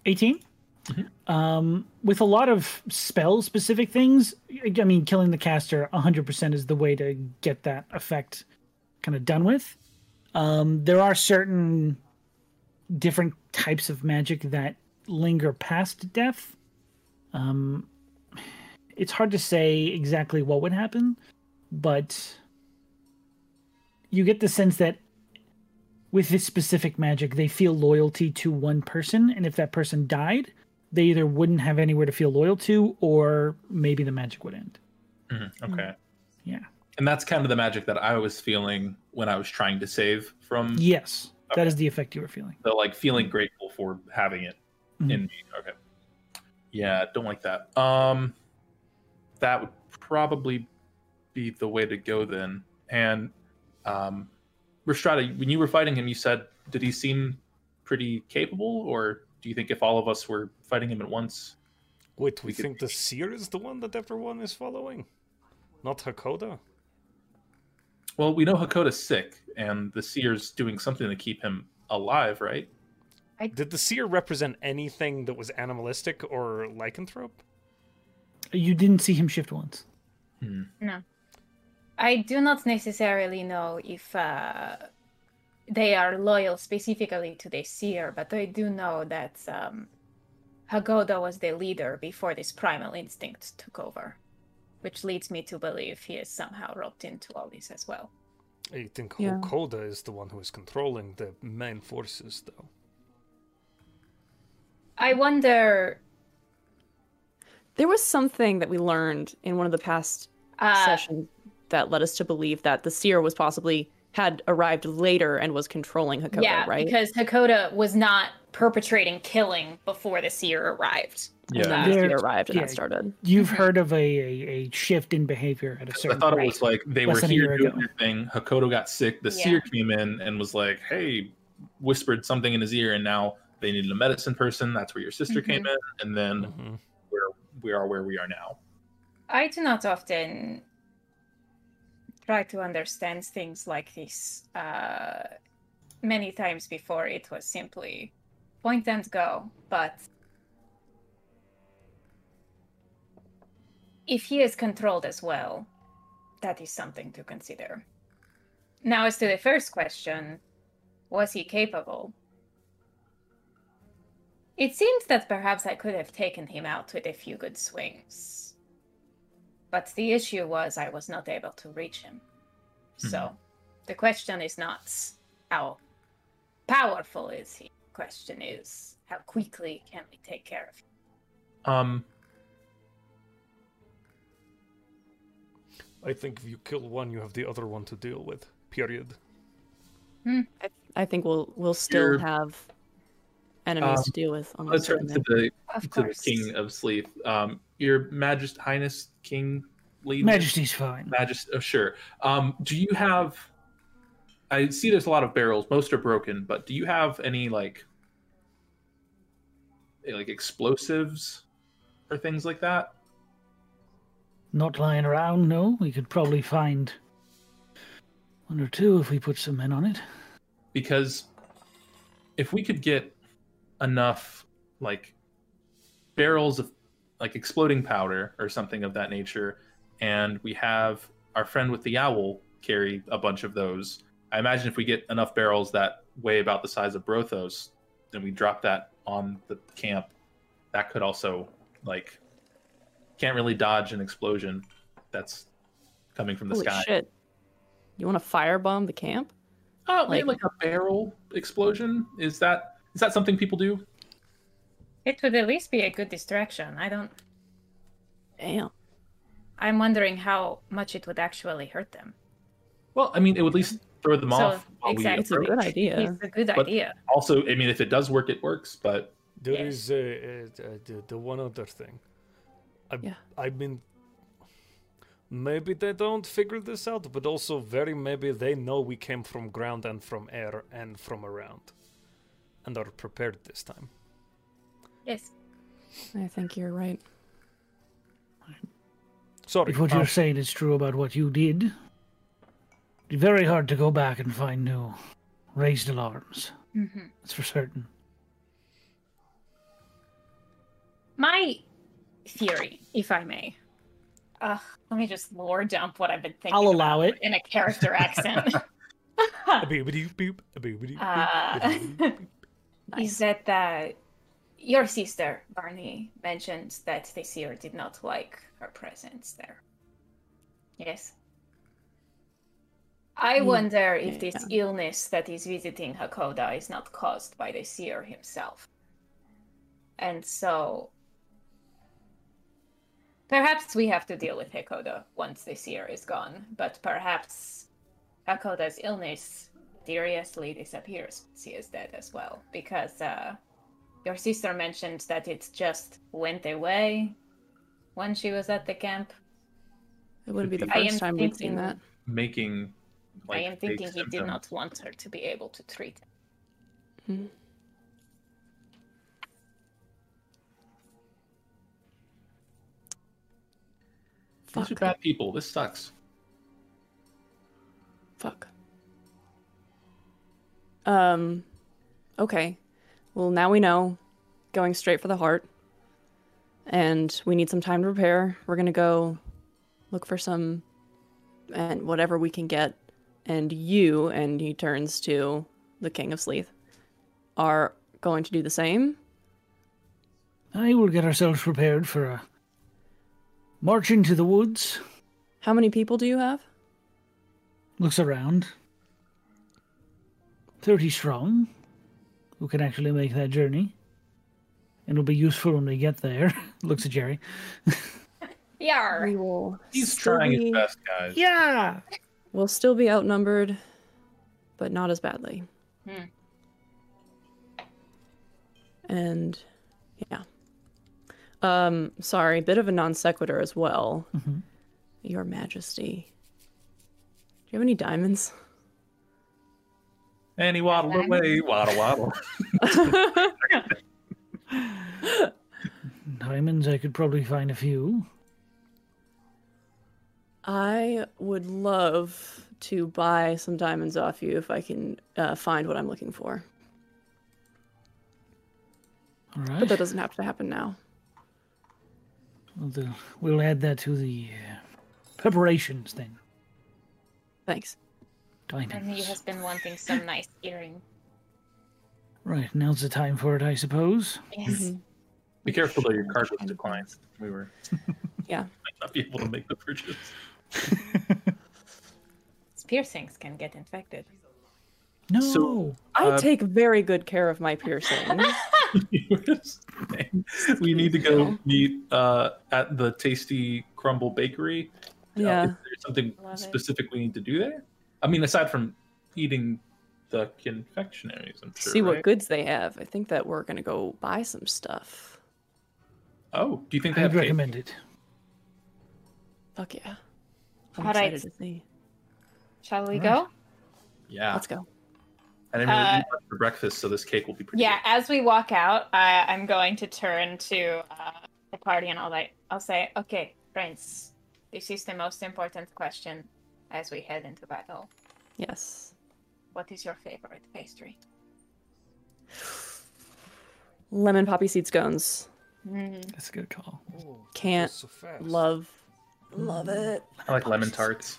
Speaker 1: 18 um, with a lot of spell specific things i mean killing the caster 100% is the way to get that effect kind of done with um, there are certain different types of magic that linger past death um, it's hard to say exactly what would happen but you get the sense that with this specific magic, they feel loyalty to one person, and if that person died, they either wouldn't have anywhere to feel loyal to, or maybe the magic would end.
Speaker 6: Mhm, okay.
Speaker 1: Yeah.
Speaker 6: And that's kind of the magic that I was feeling when I was trying to save from
Speaker 1: Yes, that is the effect you were feeling.
Speaker 6: the like feeling grateful for having it in me. Okay. Yeah, don't like that. Um that would probably be the way to go then. And um Restrada, when you were fighting him, you said did he seem pretty capable or do you think if all of us were fighting him at once?
Speaker 5: Wait, we
Speaker 6: We could-
Speaker 5: think the seer is the one that everyone is following, not Hakoda.
Speaker 6: Well, we know Hakoda's sick and the seer's doing something to keep him alive, right?
Speaker 5: Did the seer represent anything that was animalistic or lycanthrope?
Speaker 1: You didn't see him shift once.
Speaker 4: I do not necessarily know if uh, they are loyal specifically to the seer, but I do know that um, Hagoda was the leader before this primal instinct took over, which leads me to believe he is somehow roped into all this as well.
Speaker 5: I think
Speaker 2: Yeah.
Speaker 5: Hakoda is the one who is controlling the main forces, though.
Speaker 4: I wonder.
Speaker 2: There was something that we learned in one of the past
Speaker 4: Uh,
Speaker 2: sessions that led us to believe that the seer was possibly had arrived later and was controlling Hakoda,
Speaker 4: yeah,
Speaker 2: right?
Speaker 4: because Hakoda was not perpetrating killing before the seer arrived.
Speaker 2: and
Speaker 6: Yeah.
Speaker 2: then the
Speaker 1: There-
Speaker 2: seer arrived and
Speaker 1: yeah.
Speaker 2: that started.
Speaker 1: You've heard of a, a, a shift in behavior at a
Speaker 6: I
Speaker 1: certain
Speaker 6: thought
Speaker 1: point.
Speaker 6: it was like they
Speaker 1: Less
Speaker 6: were
Speaker 1: than a
Speaker 6: here
Speaker 1: year
Speaker 6: doing
Speaker 1: ago.
Speaker 6: their thing. Hakoto got sick. The seer came in and was like, "Hey," whispered something in his ear, and now they needed a medicine person. That's where your sister came in,
Speaker 1: Mm-hmm.
Speaker 6: and then
Speaker 5: Mhm.
Speaker 6: we're we are where we are now.
Speaker 4: I do not often try to understand things like this. Uh, many times before, it was simply point and go. But if he is controlled as well, that is something to consider. Now, as to the first question was he capable? It seems that perhaps I could have taken him out with a few good swings. But the issue was I was not able to reach him.
Speaker 6: Mm-hmm.
Speaker 4: So the question is not how powerful is he? The question is how quickly can we take care of him?
Speaker 6: Um,
Speaker 5: I think if you kill one, you have the other one to deal with. Period.
Speaker 2: I, I think we'll we'll still
Speaker 6: You're-
Speaker 2: have enemies to deal with on
Speaker 6: let's
Speaker 2: this
Speaker 6: turn to the
Speaker 4: Of
Speaker 6: to the
Speaker 4: course.
Speaker 6: king of sleep. Um, your Majesty Highness King Lee
Speaker 1: Majesty's fine.
Speaker 6: Majesty. Oh, sure. Um, do you have? I see there's a lot of barrels. Most are broken, but do you have any like eh, like explosives or things like that?
Speaker 1: Not lying around, no. We could probably find one or two if we put some men on it.
Speaker 6: because if we could get enough like barrels of like exploding powder or something of that nature and we have our friend with the owl carry a bunch of those i imagine if we get enough barrels that weigh about the size of brothos then we drop that on the camp that could also like can't really dodge an explosion that's coming from the
Speaker 2: Holy
Speaker 6: sky
Speaker 2: shit! You want to firebomb the camp?
Speaker 6: Oh, like,
Speaker 2: Like-
Speaker 6: like a barrel explosion? Is that is that something people do?
Speaker 4: It would at least be a good distraction. I don't
Speaker 2: Damn.
Speaker 4: I'm wondering how much it would actually hurt them.
Speaker 6: Well, I mean, it would at least throw them
Speaker 4: So,
Speaker 6: off. while we
Speaker 4: exactly.
Speaker 2: It's a good
Speaker 6: approach.
Speaker 2: idea.
Speaker 4: It's a good
Speaker 6: But-
Speaker 4: idea.
Speaker 6: Also, I mean, if it does work, it works. But
Speaker 5: There
Speaker 4: Yeah.
Speaker 5: is uh, uh, uh, the, the one other thing. I,
Speaker 2: Yeah.
Speaker 5: I mean, maybe they don't figure this out, but also very maybe they know we came from ground and from air and from around, and are prepared this time.
Speaker 4: Yes.
Speaker 2: I think you're right.
Speaker 5: Sorry.
Speaker 1: If what
Speaker 5: uh,
Speaker 1: you're saying is true about what you did, it'd be very hard to go back and find new raised alarms.
Speaker 4: Mhm.
Speaker 1: That's for certain.
Speaker 4: My theory, if I may. Ugh, let me just lore dump what I've been thinking.
Speaker 1: I'll allow
Speaker 4: about
Speaker 1: it.
Speaker 4: in a character accent.
Speaker 5: Uh, boop-a-doop-boop, boop-a-doop-boop,
Speaker 4: Uh,
Speaker 5: boop-a-doop-boop.
Speaker 4: Is that uh, your sister Barney mentioned that the seer did not like her presence there? Yes. I
Speaker 2: Hmm.
Speaker 4: wonder if this illness that is visiting Hakoda is not caused by the seer himself. And so perhaps we have to deal with Hakoda once the seer is gone, but perhaps Hakoda's illness mysteriously disappears once he is dead as well because uh, your sister mentioned that it just went away when she was at the camp
Speaker 2: It wouldn't be the
Speaker 6: I
Speaker 4: am
Speaker 2: first time we've seen
Speaker 4: thinking-
Speaker 2: that.
Speaker 6: making. Like,
Speaker 4: i am
Speaker 6: fake
Speaker 4: thinking he did
Speaker 6: symptoms.
Speaker 4: not want her to be able to treat him
Speaker 6: These are
Speaker 2: Fuck.
Speaker 6: bad people. This sucks.
Speaker 2: Fuck. Um, okay. Well, now we know. Going straight for the heart. And we need some time to prepare. We're going to go look for some and whatever we can get. And you, and he turns to the King of Sleeth, are going to do the same.
Speaker 1: I will get ourselves prepared for a march into the woods.
Speaker 2: How many people do you have?
Speaker 1: Looks around. Thirty strong, who can actually make that journey, and will be useful when we get there. Looks at Jerry.
Speaker 4: yeah
Speaker 2: We will.
Speaker 6: He's
Speaker 2: still
Speaker 6: trying
Speaker 2: be-
Speaker 6: his best, guys.
Speaker 1: Yeah.
Speaker 2: We'll still be outnumbered, but not as badly.
Speaker 4: Hmm.
Speaker 2: And yeah. Um, sorry, bit of a non sequitur as well.
Speaker 1: Mhm.
Speaker 2: Your Majesty. Do you have any diamonds?
Speaker 6: And he waddled away, waddle waddle.
Speaker 1: Diamonds, I could probably find a few.
Speaker 2: I would love to buy some diamonds off you if I can uh, find what I'm looking for.
Speaker 1: All
Speaker 2: But
Speaker 1: right.
Speaker 2: that doesn't have to happen now.
Speaker 1: We'll, do- we'll add that to the uh, preparations then.
Speaker 2: Thanks.
Speaker 4: and he
Speaker 1: Diamonds.
Speaker 4: has been wanting some nice earring
Speaker 1: Right, now's the time for it, I suppose.
Speaker 4: yes
Speaker 6: Be careful though, your card was declined. We were
Speaker 2: Yeah.
Speaker 6: might not be able to make the purchase.
Speaker 4: His piercings can get infected
Speaker 1: No.
Speaker 6: So-
Speaker 2: I
Speaker 6: Uh,
Speaker 2: take very good care of my piercings.
Speaker 6: we need to go meet uh, at the Tasty Crumble Bakery. Uh, is
Speaker 2: yeah.
Speaker 6: there something
Speaker 4: Love it.
Speaker 6: specific we need to do there? I mean, aside from eating the confectionaries, I'm sure.
Speaker 2: see what
Speaker 6: right?
Speaker 2: goods they have. I think that we're gonna go buy some stuff.
Speaker 6: Oh, do you think they
Speaker 1: I'd
Speaker 6: have cake?
Speaker 1: recommend it.
Speaker 2: Fuck yeah! I'm
Speaker 4: All right.
Speaker 2: excited to see.
Speaker 4: shall we
Speaker 1: Right.
Speaker 4: go
Speaker 6: Yeah,
Speaker 2: Let's go.
Speaker 6: I didn't really
Speaker 4: Uh,
Speaker 6: eat much for breakfast, so this cake will be pretty.
Speaker 4: yeah
Speaker 6: good.
Speaker 4: as we walk out I, i'm going to turn to uh, the party and all that i'll say okay friends this is the most important question as we head into battle
Speaker 2: Yes.
Speaker 4: What is your favorite pastry?
Speaker 2: Lemon poppy seed scones.
Speaker 4: Mm-hmm.
Speaker 1: That's a good call.
Speaker 5: Oh,
Speaker 2: Can't
Speaker 5: so fast.
Speaker 2: love. Love it.
Speaker 6: I like lemon tarts.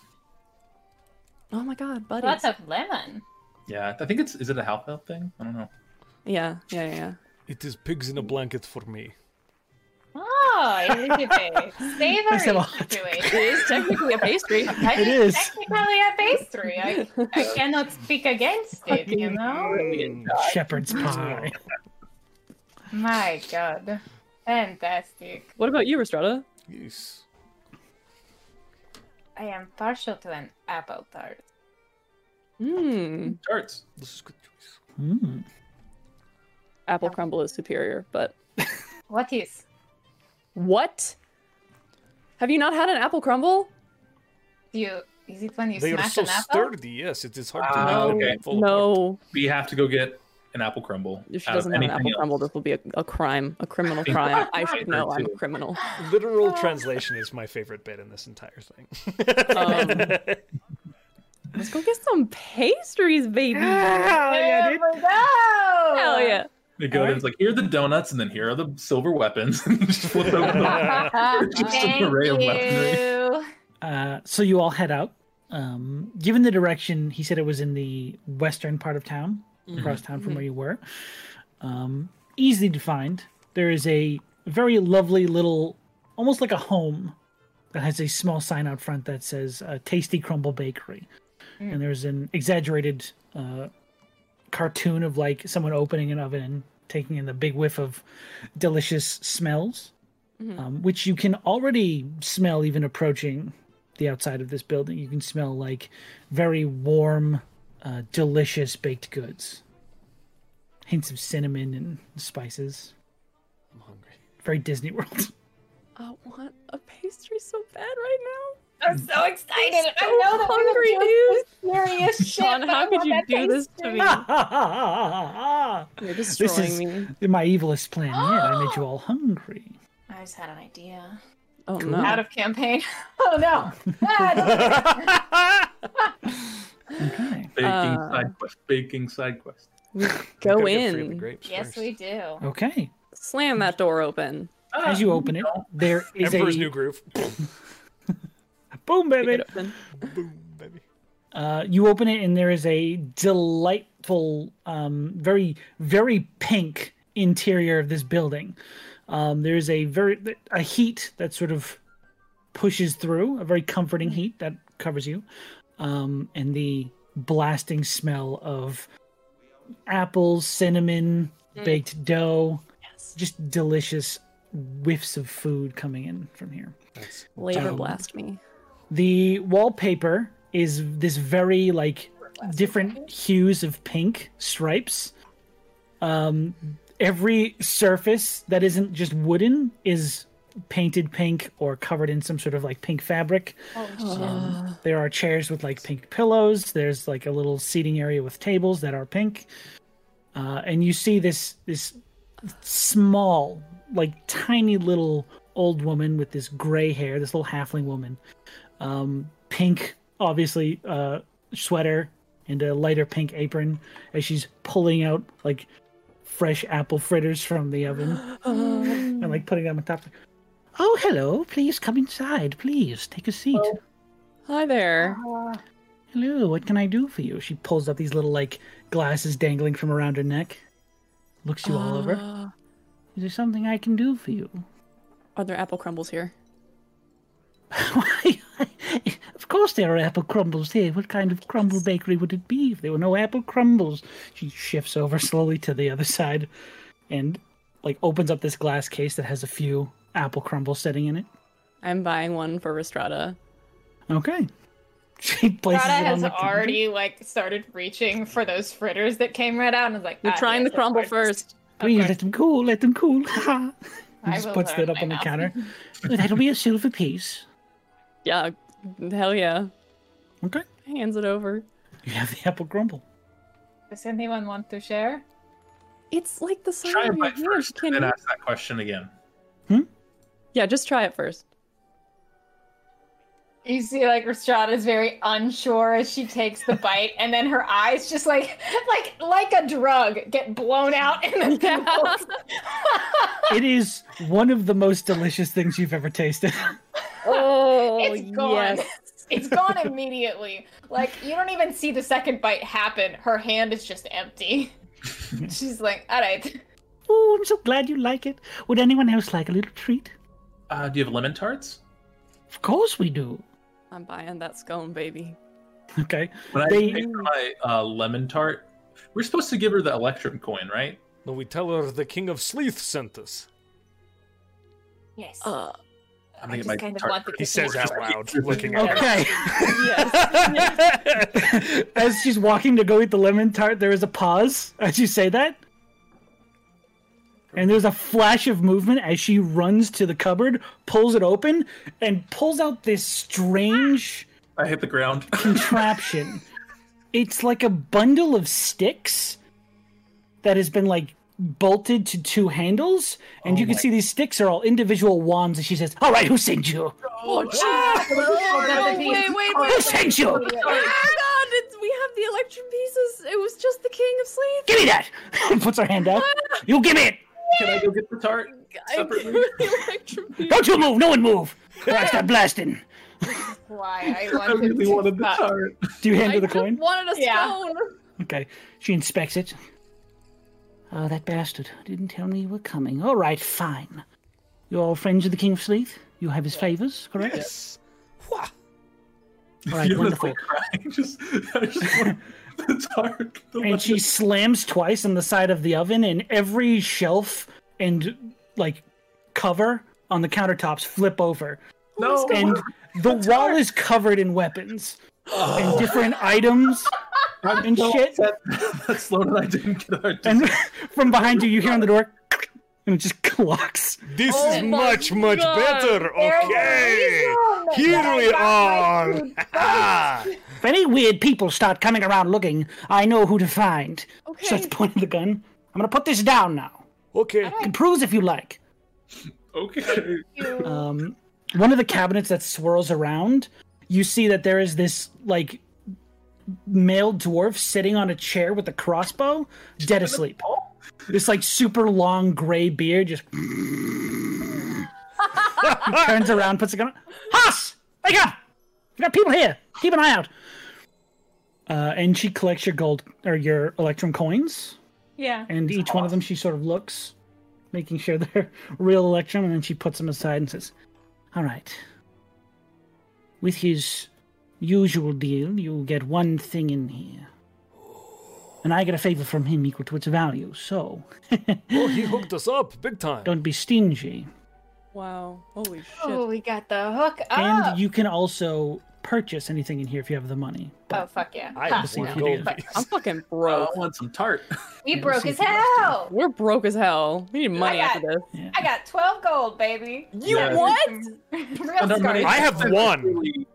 Speaker 2: Oh my god, buddy.
Speaker 4: Lots of lemon.
Speaker 6: Yeah, I think it's is it a Halpel thing? I don't know.
Speaker 2: Yeah, yeah, yeah.
Speaker 5: It is pigs in a blanket for me.
Speaker 4: Oh, it is a
Speaker 1: That's a
Speaker 4: savory
Speaker 1: lot.
Speaker 4: situation.
Speaker 2: It is technically a pastry.
Speaker 4: It
Speaker 1: is.
Speaker 4: technically a pastry. I, I cannot speak against it, you know?
Speaker 5: Mm,
Speaker 1: Shepherd's pie.
Speaker 4: My god. Fantastic.
Speaker 2: What about you, Restrada?
Speaker 5: Yes.
Speaker 4: I am partial to an apple tart.
Speaker 2: Hmm.
Speaker 6: Tarts.
Speaker 5: This is good choice.
Speaker 1: Mm.
Speaker 2: Apple crumble is superior, but
Speaker 4: What is?
Speaker 2: what? Have you not had an apple crumble?
Speaker 4: You is it when you
Speaker 5: they are
Speaker 4: smash
Speaker 5: so
Speaker 4: an apple?
Speaker 5: sturdy. Yes, it is hard
Speaker 6: Ah,
Speaker 5: to make
Speaker 6: okay.
Speaker 5: them fall apart.
Speaker 2: no.
Speaker 6: We have to go get an apple crumble.
Speaker 2: If she
Speaker 6: out of
Speaker 2: doesn't have an
Speaker 6: anything
Speaker 2: apple
Speaker 6: else.
Speaker 2: crumble, this will be a, a crime, a criminal
Speaker 6: think
Speaker 2: crime.
Speaker 6: that's
Speaker 2: I should know I'm a
Speaker 6: too.
Speaker 2: criminal.
Speaker 5: Literal translation is my favorite bit in this entire thing.
Speaker 2: Um, Let's go get some pastries, baby. Hell
Speaker 1: Hell yeah, dude.
Speaker 4: There we go!
Speaker 2: yeah.
Speaker 6: They go and it's like, here are the donuts, and then here are the silver weapons. Just flip over the- It's just an
Speaker 4: Thank
Speaker 6: array of
Speaker 4: you.
Speaker 6: weaponry.
Speaker 1: Uh, so you all head out. Um, given the direction, he said it was in the western part of town, across town from where you were. Um, easily to find. There is a very lovely little, almost like a home, that has a small sign out front that says uh, "Tasty Crumble Bakery," and there's an exaggerated uh, cartoon of like someone opening an oven and taking in the big whiff of delicious smells, um, which you can already smell even approaching the outside of this building. You can smell like very warm, uh, delicious baked goods, hints of cinnamon and spices.
Speaker 5: I'm hungry.
Speaker 1: Very Disney World.
Speaker 2: I want a pastry so bad right
Speaker 4: I'm so excited. I
Speaker 2: so
Speaker 4: know that
Speaker 2: hungry,
Speaker 4: we were doing this furious shit.
Speaker 2: Sean,
Speaker 4: but I
Speaker 2: how could
Speaker 4: want
Speaker 2: you
Speaker 4: that
Speaker 2: do this to
Speaker 4: pastry.
Speaker 2: me? now. You're destroying
Speaker 1: is-
Speaker 2: me.
Speaker 1: My evilest plan. Yeah, I made you all hungry.
Speaker 4: I just had an idea.
Speaker 2: Oh no.
Speaker 4: Out of campaign. Oh no. Ah, don't-
Speaker 1: Okay.
Speaker 6: Baking
Speaker 2: Uh,
Speaker 6: side quest. Baking side quest.
Speaker 2: we go
Speaker 5: Gotta get free of the
Speaker 2: in.
Speaker 5: grapes
Speaker 4: yes,
Speaker 5: first.
Speaker 4: we do.
Speaker 1: Okay.
Speaker 2: Slam that door open.
Speaker 1: As you open it, there is
Speaker 5: Ah. Emperor's
Speaker 1: a
Speaker 5: New Groove.
Speaker 1: boom,
Speaker 2: Get
Speaker 1: baby.
Speaker 2: it open.
Speaker 5: Boom, baby.
Speaker 1: Uh, you open it, and there is a delightful, um, very, very pink interior of this building. Um, there is a very a heat that sort of pushes through, a very comforting heat that covers you, um, and the blasting smell of apples, cinnamon, baked dough, just delicious whiffs of food coming in from here.
Speaker 5: That's
Speaker 2: Labor
Speaker 1: Down.
Speaker 2: blast me.
Speaker 1: The wallpaper is this very like different hues of pink stripes. Um, every surface that isn't just wooden is painted pink or covered in some sort of like pink fabric. Um, there are chairs with like pink pillows. There's like a little seating area with tables that are pink. Uh, and you see this this small, like tiny little old woman with this gray hair, this little halfling woman, um, pink, obviously uh, sweater and a lighter pink apron as she's pulling out like fresh apple fritters from the oven and like putting them on top. Oh, hello! Please come inside. Please take a seat.
Speaker 2: Hi there.
Speaker 1: Hello, what can I do for you? She pulls up these little like glasses dangling from around her neck. Looks you all over.
Speaker 2: Uh,
Speaker 1: Is there something I can do for you?
Speaker 2: Are there apple crumbles here?
Speaker 1: Why? of course there are apple crumbles here. What kind of crumble bakery would it be if there were no apple crumbles? She shifts over slowly to the other side and like opens up this glass case that has a few apple crumbles sitting in it.
Speaker 2: I'm buying one for Restrada.
Speaker 1: Okay. She places
Speaker 4: Prada
Speaker 1: it on
Speaker 4: has
Speaker 1: the counter.
Speaker 4: already like started reaching for those fritters that came right out and was like,
Speaker 2: You're
Speaker 4: "Ah,
Speaker 2: trying
Speaker 4: yes,
Speaker 2: the
Speaker 4: of
Speaker 2: crumble
Speaker 4: course."
Speaker 2: first.
Speaker 1: Please
Speaker 4: Okay.
Speaker 1: let them cool, let them cool. Ha
Speaker 4: I
Speaker 1: Just
Speaker 4: will
Speaker 1: puts
Speaker 4: learn
Speaker 1: that up
Speaker 4: my
Speaker 1: on the
Speaker 4: mouth.
Speaker 1: counter. That'll be a silver piece.
Speaker 2: Yeah. Hell yeah.
Speaker 1: Okay.
Speaker 2: Hands it over.
Speaker 1: You have the apple crumble.
Speaker 4: Does anyone want to share?
Speaker 2: It's like the size
Speaker 6: Try
Speaker 2: of
Speaker 6: it
Speaker 2: your
Speaker 6: by
Speaker 2: hand.
Speaker 6: first,
Speaker 2: Can
Speaker 6: and then
Speaker 2: you-
Speaker 6: ask that question again.
Speaker 2: Yeah, just try it first.
Speaker 4: You see, like Restrada is very unsure as she takes the bite, and then her eyes just like, like, like a drug get blown out in the
Speaker 2: Yeah.
Speaker 4: pupils.
Speaker 1: It is one of the most delicious things you've ever tasted.
Speaker 2: Oh,
Speaker 4: It's gone. It's gone immediately. Like you don't even see the second bite happen. Her hand is just empty. She's like, all right.
Speaker 1: Oh, I'm so glad you like it. Would anyone else like a little treat?
Speaker 6: Uh, do you have lemon tarts?
Speaker 1: Of course we do.
Speaker 2: I'm buying that scone, baby.
Speaker 1: Okay.
Speaker 6: When I
Speaker 1: They-
Speaker 6: pay for my uh, lemon tart, we're supposed to give her the Electrum coin, right?
Speaker 5: No, we tell her the King of Sleeth sent us.
Speaker 4: Yes.
Speaker 2: Uh,
Speaker 6: I'm gonna get
Speaker 4: I just
Speaker 6: my
Speaker 4: kind of
Speaker 6: tart
Speaker 4: want the
Speaker 6: first.
Speaker 5: He says out loud, looking at her.
Speaker 1: Okay.
Speaker 2: yes.
Speaker 1: As she's walking to go eat the lemon tart, there is a pause as you say that. And there's a flash of movement as she runs to the cupboard, pulls it open, and pulls out this strange
Speaker 6: I hit the ground.
Speaker 1: contraption. It's like a bundle of sticks that has been like bolted to two handles, and you can see these sticks are all individual wands. And she says, "All right, who sent you?
Speaker 2: Oh,
Speaker 4: oh,
Speaker 2: wait,
Speaker 4: Another
Speaker 2: wait,
Speaker 4: piece.
Speaker 2: wait,
Speaker 1: Who
Speaker 2: wait.
Speaker 1: sent you?
Speaker 2: Hold on, Oh, it's, we have the electron pieces. It was just the king of sleep.
Speaker 1: Give me that!" And puts her hand out. "You give me it!
Speaker 6: Can I go get the tart?
Speaker 4: Oh,
Speaker 2: I
Speaker 6: Separately.
Speaker 2: the electron pieces.
Speaker 1: Don't you move! No one move! Or I start blasting."
Speaker 4: Why I
Speaker 6: I
Speaker 4: wanted
Speaker 6: really
Speaker 4: to
Speaker 6: wanted the
Speaker 4: fuck.
Speaker 6: tart.
Speaker 1: Do you hand
Speaker 2: I
Speaker 1: her the
Speaker 2: just
Speaker 1: coin?
Speaker 2: wanted a
Speaker 4: Yeah.
Speaker 2: stone.
Speaker 1: Okay. She inspects it. Oh, that bastard didn't tell me you were coming. All right, fine. You're all friends of the King of Sleeth. You have his favors, correct?
Speaker 6: Yes.
Speaker 5: Wha-
Speaker 1: All right,
Speaker 6: Fiona's,
Speaker 1: wonderful.
Speaker 6: like, crying. Just, I just want the tart. The
Speaker 1: And she slams twice on the side of the oven, and every shelf and like cover on the countertops flip over.
Speaker 6: no.
Speaker 1: And the wall is covered in weapons and different items
Speaker 6: I'm
Speaker 1: and
Speaker 6: so
Speaker 1: shit.
Speaker 6: upset that Sloan and I didn't get our
Speaker 1: And from behind you, you hear on the door, and it just clocks.
Speaker 5: This
Speaker 2: Oh
Speaker 5: is
Speaker 2: my
Speaker 5: much, much
Speaker 2: God.
Speaker 5: better.
Speaker 4: There was
Speaker 5: Okay.
Speaker 4: reason that
Speaker 5: Here
Speaker 4: I
Speaker 5: we
Speaker 4: got my
Speaker 5: are.
Speaker 4: food
Speaker 5: Ah.
Speaker 1: If any weird people start coming around looking, I know who to find.
Speaker 2: Okay.
Speaker 1: She starts pointing the gun. I'm gonna put this down now.
Speaker 5: Okay.
Speaker 1: You can prove if you like.
Speaker 6: Okay.
Speaker 4: You-
Speaker 1: Um, one of the cabinets that swirls around, you see that there is this like male dwarf sitting on a chair with a crossbow, dead asleep. This like super long gray beard just turns around, puts a gun. Haas, wake up! We got people here. Keep an eye out. Uh, and she collects your gold or your electrum coins,
Speaker 4: yeah.
Speaker 1: and each one of them she sort of looks, making sure they're real electrum, and then she puts them aside and says, "All right." With his usual deal, you get one thing in here, and I get a favor from him equal to its value. So,
Speaker 5: Oh, he hooked us up big time.
Speaker 1: don't be stingy.
Speaker 2: Wow. Holy shit.
Speaker 4: Oh, we got the hook up.
Speaker 1: And you can also purchase anything in here if you have the money.
Speaker 4: oh fuck yeah!
Speaker 5: I
Speaker 4: Ha.
Speaker 5: just
Speaker 1: see
Speaker 5: want
Speaker 1: if you
Speaker 5: gold.
Speaker 1: did.
Speaker 2: I'm fucking
Speaker 6: Bro,
Speaker 2: broke.
Speaker 6: I want some tart.
Speaker 4: We
Speaker 1: Yeah,
Speaker 4: broke
Speaker 1: see
Speaker 4: his
Speaker 1: if you lost
Speaker 4: hell.
Speaker 2: We're broke as hell. We need money
Speaker 4: got-
Speaker 2: after this.
Speaker 1: Yeah.
Speaker 4: I got twelve gold, baby.
Speaker 6: You
Speaker 4: Yeah.
Speaker 2: what?
Speaker 4: Real
Speaker 6: Under
Speaker 4: scars.
Speaker 6: my-
Speaker 5: I have one.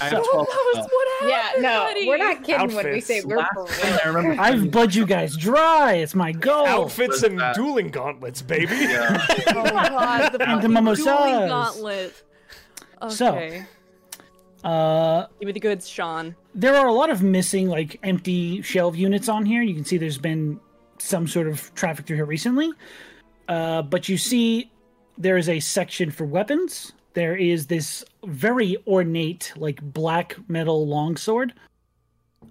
Speaker 6: I have
Speaker 2: Who
Speaker 6: 12.
Speaker 2: knows what
Speaker 4: Yeah,
Speaker 2: happened?
Speaker 4: no,
Speaker 2: buddy? Oh,
Speaker 4: we're not kidding when we say
Speaker 5: Outfits.
Speaker 4: we're broke.
Speaker 6: I remember.
Speaker 1: I've bled you guys dry. It's my goal.
Speaker 5: Outfits
Speaker 6: Was
Speaker 5: and
Speaker 6: that-
Speaker 5: dueling gauntlets, baby.
Speaker 6: Yeah.
Speaker 2: Oh god, the
Speaker 1: And the
Speaker 2: fucking
Speaker 1: mimosas.
Speaker 2: dueling gauntlet. Okay.
Speaker 1: So- Uh,
Speaker 2: give me the goods, Sean.
Speaker 1: there are a lot of missing, like empty shelf units on here. You can see there's been some sort of traffic through here recently. Uh, but you see, there is a section for weapons. There is this very ornate, like black metal longsword.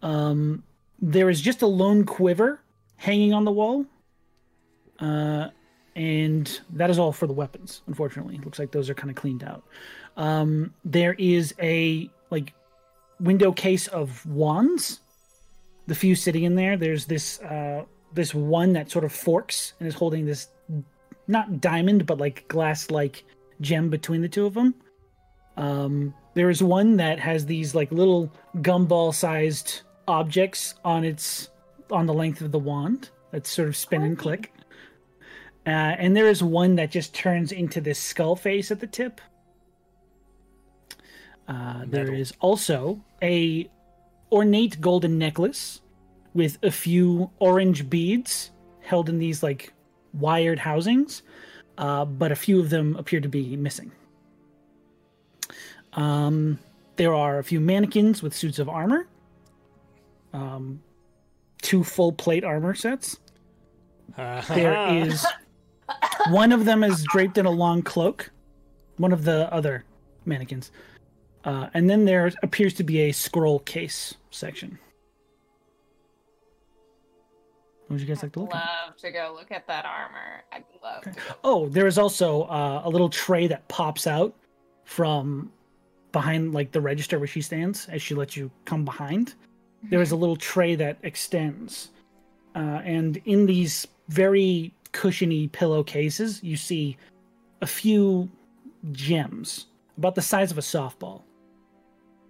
Speaker 1: Um, there is just a lone quiver hanging on the wall. Uh, and that is all for the weapons, unfortunately. Looks like those are kind of cleaned out. Um, there is a like window case of wands. The few sitting in there. There's this uh, this one that sort of forks and is holding this not diamond but like glass like gem between the two of them. Um, there is one that has these like little gumball sized objects on its on the length of the wand that sort of spin and click. Uh, and there is one that just turns into this skull face at the tip. Uh, there
Speaker 5: Metal.
Speaker 1: is also a ornate golden necklace with a few orange beads held in these like wired housings, uh, but a few of them appear to be missing. Um, there are a few mannequins with suits of armor, um, two full plate armor sets. There is one of them is draped in a long cloak, one of the other mannequins, uh, and then there appears to be a scroll case section. What would you guys like to look at?
Speaker 4: love to go look at that armor. I'd love to.
Speaker 1: Oh, there is also uh, a little tray that pops out from behind, like the register where she stands, as she lets you come behind. There is a little tray that extends, uh, and in these very cushiony pillowcases, you see a few gems about the size of a softball,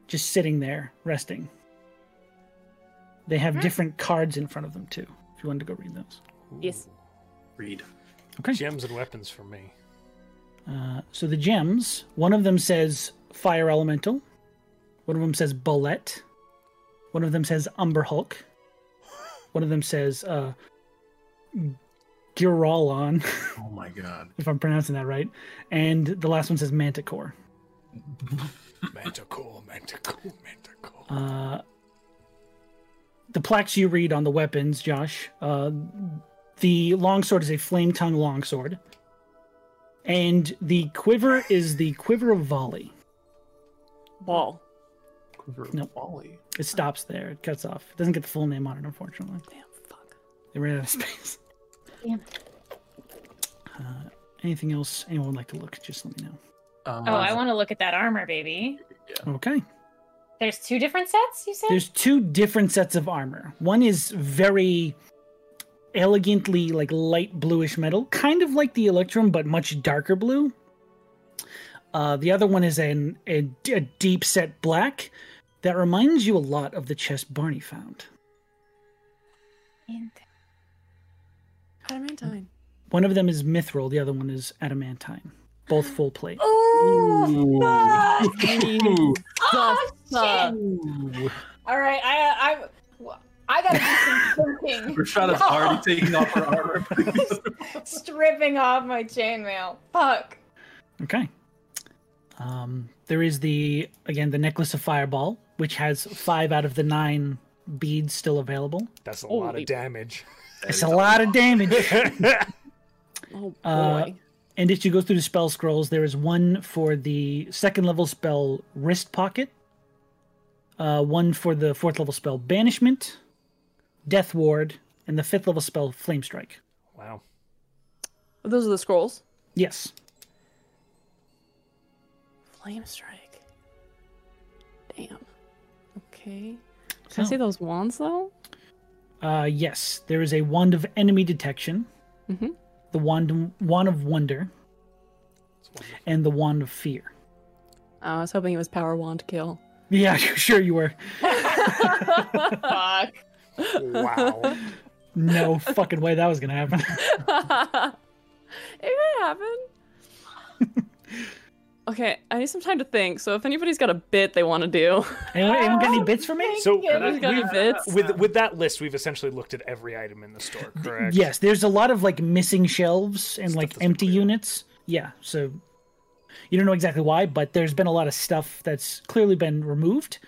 Speaker 1: just sitting there resting. They have different cards in front of them too. If you wanted to go read those.
Speaker 2: Yes.
Speaker 6: read.
Speaker 1: Okay.
Speaker 5: Gems and weapons for me.
Speaker 1: Uh, so the gems, one of them says fire elemental, one of them says bullet, one of them says umber hulk, one of them says uh, Giralon,
Speaker 6: Oh my god.
Speaker 1: if I'm pronouncing that right, and the last one says manticore.
Speaker 5: Manticore, manticore, manticore.
Speaker 1: Uh, the plaques you read on the weapons, Josh. Uh, the longsword is a flame tongue longsword, and the quiver is the quiver of volley.
Speaker 2: Ball.
Speaker 6: Quiver of
Speaker 1: Nope.
Speaker 6: Folly.
Speaker 1: It stops there. It cuts off. It doesn't get the full name on it, unfortunately.
Speaker 2: Damn, fuck.
Speaker 1: They ran out of space.
Speaker 4: Damn.
Speaker 1: Uh, anything else anyone would like to look? Just let me know.
Speaker 6: Um,
Speaker 4: Oh, I want to look at that armor, baby.
Speaker 1: Okay.
Speaker 4: There's two different sets, you said?
Speaker 1: There's two different sets of armor. One is very elegantly like light bluish metal, kind of like the Electrum, but much darker blue. Uh, the other one is an, a, a deep set black that reminds you a lot of the chest Barney found.
Speaker 4: Int-
Speaker 2: Adamantine.
Speaker 1: One of them is mithril, the other one is adamantine. Both full plate.
Speaker 4: Ooh, fuck!
Speaker 6: Ooh.
Speaker 4: Oh,
Speaker 2: fuck.
Speaker 4: shit! All right, I, I, I gotta do some thinking.
Speaker 6: Rashada's already taking off her armor.
Speaker 4: Stripping off my chainmail. Fuck.
Speaker 1: Okay. Um, there is the again the necklace of fireball, which has five out of the nine beads still available.
Speaker 5: That's a lot
Speaker 2: Holy-
Speaker 5: of damage.
Speaker 1: It's a lot of damage.
Speaker 2: Oh boy.
Speaker 1: Uh, and if you go through the spell scrolls, there is one for the second level spell Wrist Pocket, uh, one for the fourth level spell Banishment, Death Ward, and the fifth level spell Flame Strike.
Speaker 5: wow.
Speaker 2: Those are the scrolls.
Speaker 1: Yes.
Speaker 2: Flame strike. Damn. Okay. Can I see those wands though?
Speaker 1: Uh, yes, there is a wand of enemy detection,
Speaker 2: Mhm.
Speaker 1: the wand wand of wonder, and the wand of fear.
Speaker 2: I was hoping it was power wand kill.
Speaker 1: Yeah, sure you were.
Speaker 4: Fuck.
Speaker 5: Wow.
Speaker 1: No fucking way that was gonna happen.
Speaker 2: it could happen. okay, I need some time to think. So if anybody's got a bit they want to do,
Speaker 1: anyone, anyone
Speaker 4: Oh,
Speaker 1: got any bits for me?
Speaker 5: So
Speaker 2: anybody's got any bits?
Speaker 5: with with that list, we've essentially looked at every item in the store, correct?
Speaker 1: Yes, there's a lot of like missing shelves and
Speaker 5: Stuff
Speaker 1: like
Speaker 5: that's
Speaker 1: empty
Speaker 5: unclear.
Speaker 1: units. Yeah, so you don't know exactly why, but there's been a lot of stuff that's clearly been removed.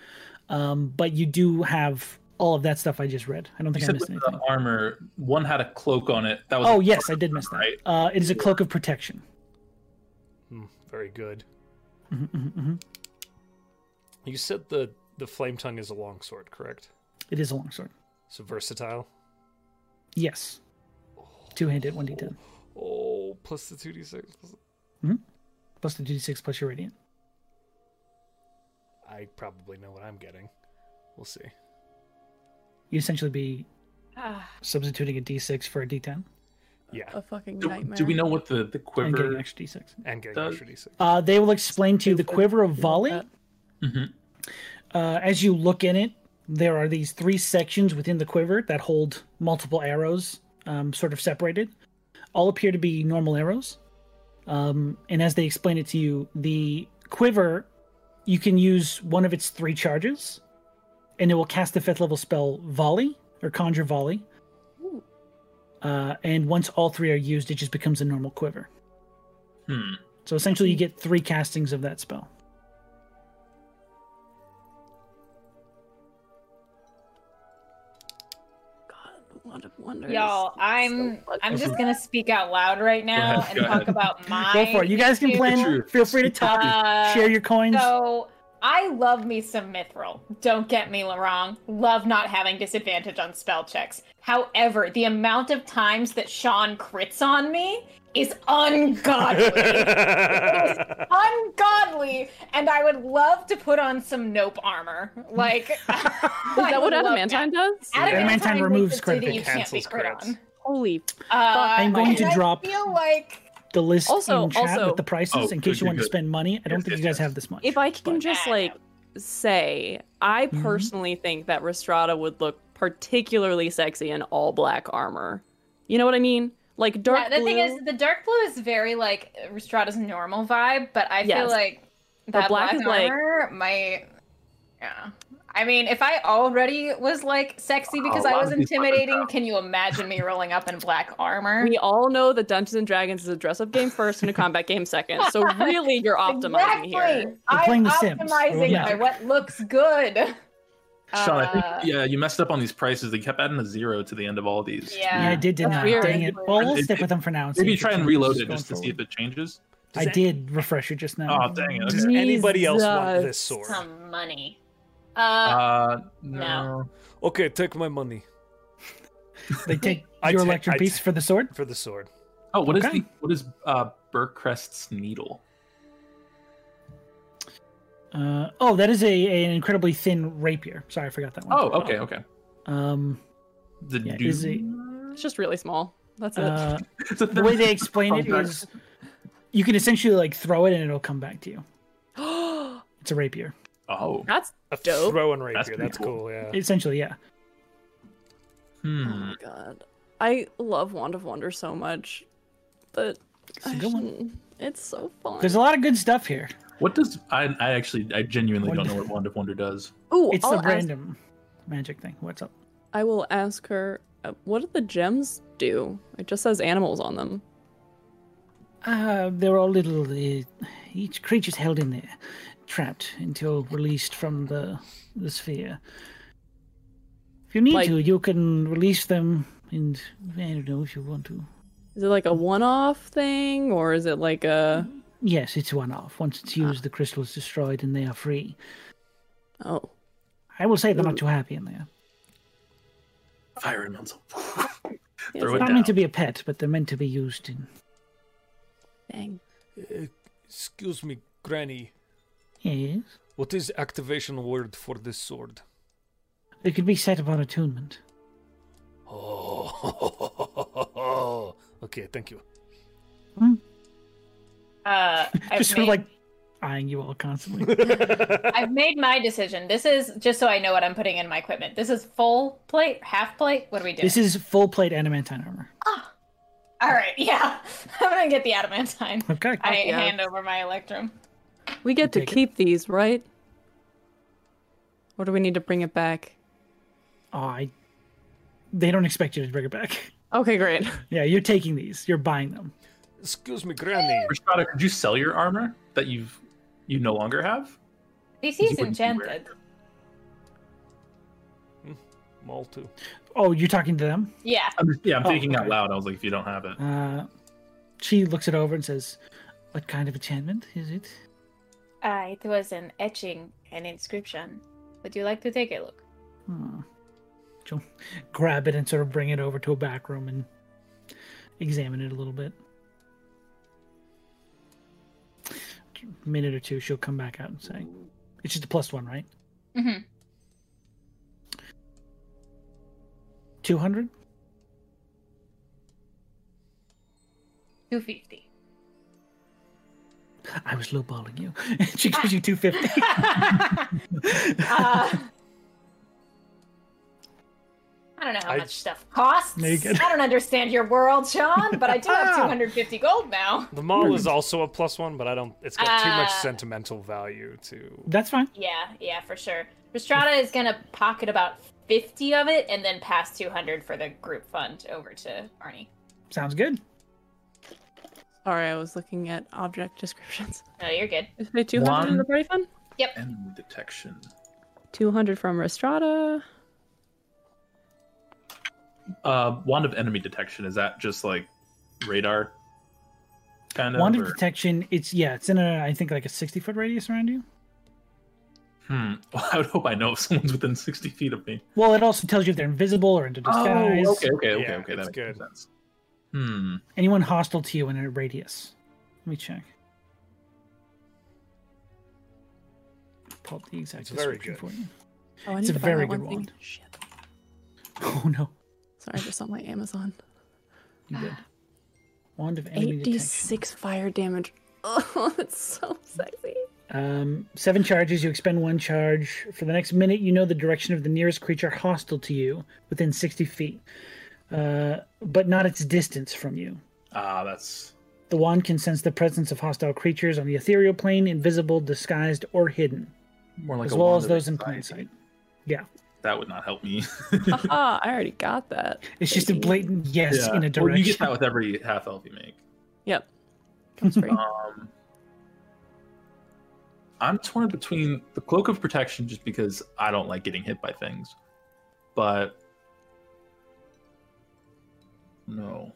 Speaker 1: Um, but you do have all of that stuff I just read. I don't
Speaker 6: You
Speaker 1: think I
Speaker 6: said
Speaker 1: missed
Speaker 6: with
Speaker 1: anything.
Speaker 6: the armor, one had a cloak on it. That was
Speaker 1: Oh
Speaker 6: a
Speaker 1: yes, I
Speaker 6: cloak,
Speaker 1: did miss that.
Speaker 6: Right?
Speaker 1: Uh, it is a cloak of protection.
Speaker 5: Hmm, very good.
Speaker 1: Mhm, mhm, mhm.
Speaker 5: You said the the flame tongue is a long sword, correct?
Speaker 1: It is a longsword.
Speaker 5: So versatile.
Speaker 1: Yes, two-handed, one d10
Speaker 5: Oh, plus the two d six.
Speaker 1: plus the d6 plus your radiant.
Speaker 5: I probably know what I'm getting. We'll see.
Speaker 1: You essentially be
Speaker 4: Ah,
Speaker 1: substituting a d6 for a d10
Speaker 5: Yeah,
Speaker 2: a fucking
Speaker 6: Do,
Speaker 2: nightmare.
Speaker 6: do we know what the, the
Speaker 1: and get an
Speaker 6: quiver?
Speaker 1: extra d6.
Speaker 5: and getting
Speaker 6: Does-
Speaker 5: extra d six.
Speaker 1: Uh, they will explain to you the quiver of volley.
Speaker 6: Mhm.
Speaker 1: uh, as you look in it, there are these three sections within the quiver that hold multiple arrows, um, sort of separated. All appear to be normal arrows. Um, and as they explain it to you, the quiver, you can use one of its three charges, and it will cast the fifth level spell Volley or Conjure Volley.
Speaker 2: Ooh.
Speaker 1: Uh, and once all three are used, it just becomes a normal quiver.
Speaker 6: Hmm.
Speaker 1: So essentially, you get three castings of that spell.
Speaker 2: God, what a wonder. is
Speaker 4: y'all, I'm
Speaker 2: so
Speaker 4: I'm
Speaker 2: lucky.
Speaker 4: just gonna speak out loud right now
Speaker 6: ahead,
Speaker 4: and
Speaker 6: go
Speaker 4: talk
Speaker 6: ahead.
Speaker 4: about my.
Speaker 1: Go for it. You guys can
Speaker 4: issues.
Speaker 1: plan.
Speaker 6: Truth.
Speaker 1: Feel free to talk.
Speaker 4: Uh,
Speaker 1: share your coins.
Speaker 4: So I love me some mithril. Don't get me wrong. Love not having disadvantage on spell checks. However, the amount of times that Sean crits on me is ungodly. ungodly. And I would love to put on some nope armor. Like is
Speaker 2: Is that what adamantine does?
Speaker 1: Adamantine removes crit, it
Speaker 4: You can't be
Speaker 5: cancels
Speaker 4: crit
Speaker 5: crits.
Speaker 4: on.
Speaker 2: Holy
Speaker 4: Uh,
Speaker 1: I'm going
Speaker 4: and
Speaker 1: to
Speaker 4: I
Speaker 1: drop-
Speaker 4: feel like
Speaker 1: the list
Speaker 2: Also-
Speaker 1: in chat
Speaker 2: also-
Speaker 1: with the prices
Speaker 6: Oh,
Speaker 1: in
Speaker 6: good,
Speaker 1: case you
Speaker 6: good,
Speaker 1: want to
Speaker 6: good.
Speaker 1: spend money. I don't
Speaker 6: Yes,
Speaker 1: think you
Speaker 6: yes,
Speaker 1: guys
Speaker 6: yes.
Speaker 1: have this much.
Speaker 2: if I can
Speaker 1: But-
Speaker 2: just like say, I
Speaker 1: Mhm.
Speaker 2: personally think that Restrada would look particularly sexy in all black armor. You know what I mean? Like dark
Speaker 4: yeah, the
Speaker 2: blue.
Speaker 4: thing is, the dark blue is very like Restrada's normal vibe, but I feel
Speaker 2: Yes.
Speaker 4: like
Speaker 2: black
Speaker 4: that black,
Speaker 2: is, like-
Speaker 4: armor, my yeah. I mean, if I already was like sexy because
Speaker 6: a
Speaker 4: I
Speaker 6: lot
Speaker 4: was
Speaker 6: of these
Speaker 4: intimidating, can you imagine me rolling up in black armor?
Speaker 2: we all know that Dungeons and Dragons is a dress-up game first and a combat game second. So really, you're optimizing here.
Speaker 1: You're
Speaker 4: I'm
Speaker 1: playing The Sims.
Speaker 4: optimizing
Speaker 1: Yeah.
Speaker 4: by what looks good.
Speaker 6: Sean, I think
Speaker 4: Uh,
Speaker 6: yeah, you messed up on these prices. They kept adding a zero to the end of all these.
Speaker 1: Yeah,
Speaker 4: yeah.
Speaker 1: I did, didn't I?
Speaker 2: Weird.
Speaker 1: Dang it. Well, we'll
Speaker 6: It-
Speaker 1: stick
Speaker 6: it-
Speaker 1: with them for now. and see
Speaker 6: Maybe
Speaker 1: if
Speaker 6: try and
Speaker 1: changes
Speaker 6: reload it
Speaker 1: going
Speaker 6: just to see if
Speaker 1: forward.
Speaker 6: it changes.
Speaker 1: I did refresh it just now.
Speaker 6: Oh dang it!
Speaker 5: Does
Speaker 6: Okay.
Speaker 5: anybody else want this
Speaker 2: Jesus.
Speaker 5: sword?
Speaker 4: Some money. Uh,
Speaker 6: Uh,
Speaker 4: No.
Speaker 6: no.
Speaker 5: Okay, take my money
Speaker 1: They take
Speaker 5: I
Speaker 1: your
Speaker 5: ta-
Speaker 1: electric
Speaker 5: I
Speaker 1: piece
Speaker 5: ta-
Speaker 1: for the sword.
Speaker 5: for the sword.
Speaker 6: Oh, what is
Speaker 1: Okay.
Speaker 6: the what is uh Burkrest's needle?
Speaker 1: Uh, oh, that is a, a- an incredibly thin rapier. Sorry, I forgot that one.
Speaker 6: Oh, okay, okay.
Speaker 1: Um,
Speaker 6: The
Speaker 1: yeah,
Speaker 6: dude.
Speaker 1: is a,
Speaker 2: It's just really small. That's it.
Speaker 1: uh,
Speaker 6: It's a
Speaker 1: the way they explain it
Speaker 6: Contact.
Speaker 1: is you can essentially like throw it and it'll come back to you.
Speaker 2: That's
Speaker 1: It's a rapier.
Speaker 6: Oh,
Speaker 5: A
Speaker 2: Dope.
Speaker 5: throwing rapier.
Speaker 6: That's
Speaker 5: That's,
Speaker 6: pretty cool.
Speaker 5: cool. Yeah.
Speaker 1: Essentially, yeah.
Speaker 2: oh
Speaker 6: hmm.
Speaker 2: my god. I love Wand of Wonder so much, but
Speaker 1: a
Speaker 2: I
Speaker 1: good one.
Speaker 2: shouldn't- It's so fun.
Speaker 1: There's a lot of good stuff here.
Speaker 6: What does I? I actually, I genuinely
Speaker 1: Wonder-
Speaker 6: don't know what Wand of Wonder does.
Speaker 2: Ooh,
Speaker 1: It's
Speaker 4: oh,
Speaker 2: I'll
Speaker 1: the
Speaker 2: ask-
Speaker 1: random magic thing. What's up?
Speaker 2: I will ask her. Uh, what did the gems do? It just says animals on them.
Speaker 1: Uh, they're all little. Uh, each creature's held in there, trapped until released from the the sphere. If you need
Speaker 2: Like-
Speaker 1: to, you can release them, and I don't know if you want to.
Speaker 2: Is it like a one-off thing, or is it like a
Speaker 1: Yes, it's one off. Once it's used, the crystal is destroyed and they are free.
Speaker 2: oh?
Speaker 1: I will say they're not too happy in there.
Speaker 6: Fire and mental.
Speaker 2: Yeah,
Speaker 6: Throw
Speaker 1: They're
Speaker 6: it
Speaker 1: not
Speaker 6: down.
Speaker 1: meant to be a pet, but they're meant to be used in.
Speaker 2: Dang.
Speaker 5: Uh, excuse me, Granny.
Speaker 1: Yes.
Speaker 5: What is activation word for this sword?
Speaker 1: It could be set upon attunement.
Speaker 5: Oh. okay. Thank you.
Speaker 4: uh, I've
Speaker 1: Just sort
Speaker 4: made-
Speaker 1: of like eyeing you all constantly.
Speaker 4: I've made my decision. This is just so I know what I'm putting in my equipment. This is full plate, half plate. What are we doing?
Speaker 1: this is full plate adamantine armor.
Speaker 4: all right. Yeah, I'm gonna get the adamantine.
Speaker 1: Okay.
Speaker 4: I
Speaker 2: yeah.
Speaker 4: hand over my electrum.
Speaker 2: We get to
Speaker 1: take it.
Speaker 2: keep these, right? Or do we need to bring it back?
Speaker 1: Oh, I. They don't expect you to bring it back.
Speaker 2: Okay, great.
Speaker 1: Yeah, you're taking these. You're buying them.
Speaker 5: excuse me, Granny.
Speaker 6: Rashada, could you sell your armor that you've you no longer have?
Speaker 4: DC's
Speaker 6: wouldn't be
Speaker 4: enchanted.
Speaker 5: Mall too.
Speaker 1: Oh, you're talking to them.
Speaker 4: Yeah.
Speaker 6: I'm just, yeah, I'm
Speaker 1: Oh,
Speaker 6: thinking out
Speaker 1: okay.
Speaker 6: loud. I was like, if you don't have it,
Speaker 1: Uh, she looks it over and says, "What kind of enchantment is it?"
Speaker 4: Uh, it was an etching, an inscription. Would you like to take a look?
Speaker 1: Hmm. She'll grab it and sort of bring it over to a back room and examine it a little bit. minute or two, she'll come back out and say, "It's just a plus one, right?
Speaker 4: Mm-hmm.
Speaker 1: Two hundred?
Speaker 4: 250.
Speaker 1: I was lowballing you. she gives you two fifty.
Speaker 4: uh, I don't know how
Speaker 5: I-
Speaker 4: much stuff costs.
Speaker 1: No, you're good.
Speaker 4: I don't understand your world, Sean, but I do have 250 gold now.
Speaker 5: The mall
Speaker 2: Mm.
Speaker 5: is also a plus one, but I don't. It's got too much
Speaker 4: Uh,
Speaker 2: Ah.
Speaker 5: sentimental value to.
Speaker 1: That's fine.
Speaker 4: Yeah, yeah, for sure. Restrada is gonna pocket about 50 of it and then pass 200 for the group fund over to Arnie.
Speaker 1: Sounds good.
Speaker 2: Sorry, I was looking at object descriptions.
Speaker 4: No, you're good.
Speaker 2: Is it 200 in
Speaker 6: One.
Speaker 2: the party fund?
Speaker 6: enemy detection.
Speaker 2: 200 from Restrada.
Speaker 6: Uh, wand of enemy detection is that just like radar? Kind of.
Speaker 1: Wand
Speaker 6: or-
Speaker 1: of detection. It's yeah. It's in a I think like a sixty foot radius around you.
Speaker 6: Hmm. Well, I would hope I know if someone's within sixty feet of me. Oh,
Speaker 1: Well, it also tells you if they're invisible or into disguise.
Speaker 6: okay, okay, okay,
Speaker 5: Yeah,
Speaker 6: okay. That
Speaker 5: that's
Speaker 6: makes
Speaker 5: good.
Speaker 6: sense. Hmm.
Speaker 1: Anyone hostile to you in a radius. Let me check. Pull up the exact
Speaker 5: It's very
Speaker 1: description for
Speaker 5: good.
Speaker 1: you.
Speaker 2: Oh, I
Speaker 1: It's
Speaker 2: need
Speaker 1: a
Speaker 2: to buy that
Speaker 1: very
Speaker 2: one
Speaker 1: good
Speaker 2: thing.
Speaker 1: wand.
Speaker 2: Shit.
Speaker 1: Oh no,
Speaker 2: Sorry, I just saw my Amazon.
Speaker 1: you did. Wand of enemy detection.
Speaker 2: 86 fire damage. Oh, it's so sexy.
Speaker 1: Um, seven charges. You expend one charge. For the next minute, you know the direction of the nearest creature hostile to you within sixty feet. uh, but not its distance from you.
Speaker 6: Ah, that's
Speaker 1: The wand can sense the presence of hostile creatures on the ethereal plane, invisible, disguised, or hidden,
Speaker 6: more like
Speaker 1: as
Speaker 6: a
Speaker 1: well
Speaker 6: wand
Speaker 1: as
Speaker 6: of
Speaker 1: those in plain
Speaker 6: anxiety.
Speaker 1: sight. Yeah,
Speaker 6: That would not help me.
Speaker 2: Haha, I already got that.
Speaker 1: it's just a
Speaker 2: Maybe.
Speaker 1: blatant yes
Speaker 6: Yeah.
Speaker 1: in a
Speaker 6: Well, you get
Speaker 1: direction.
Speaker 6: that with every half elf you make.
Speaker 2: Yep. Comes free.
Speaker 6: Um, I'm torn between the cloak of protection just because I don't like getting hit by things, but no,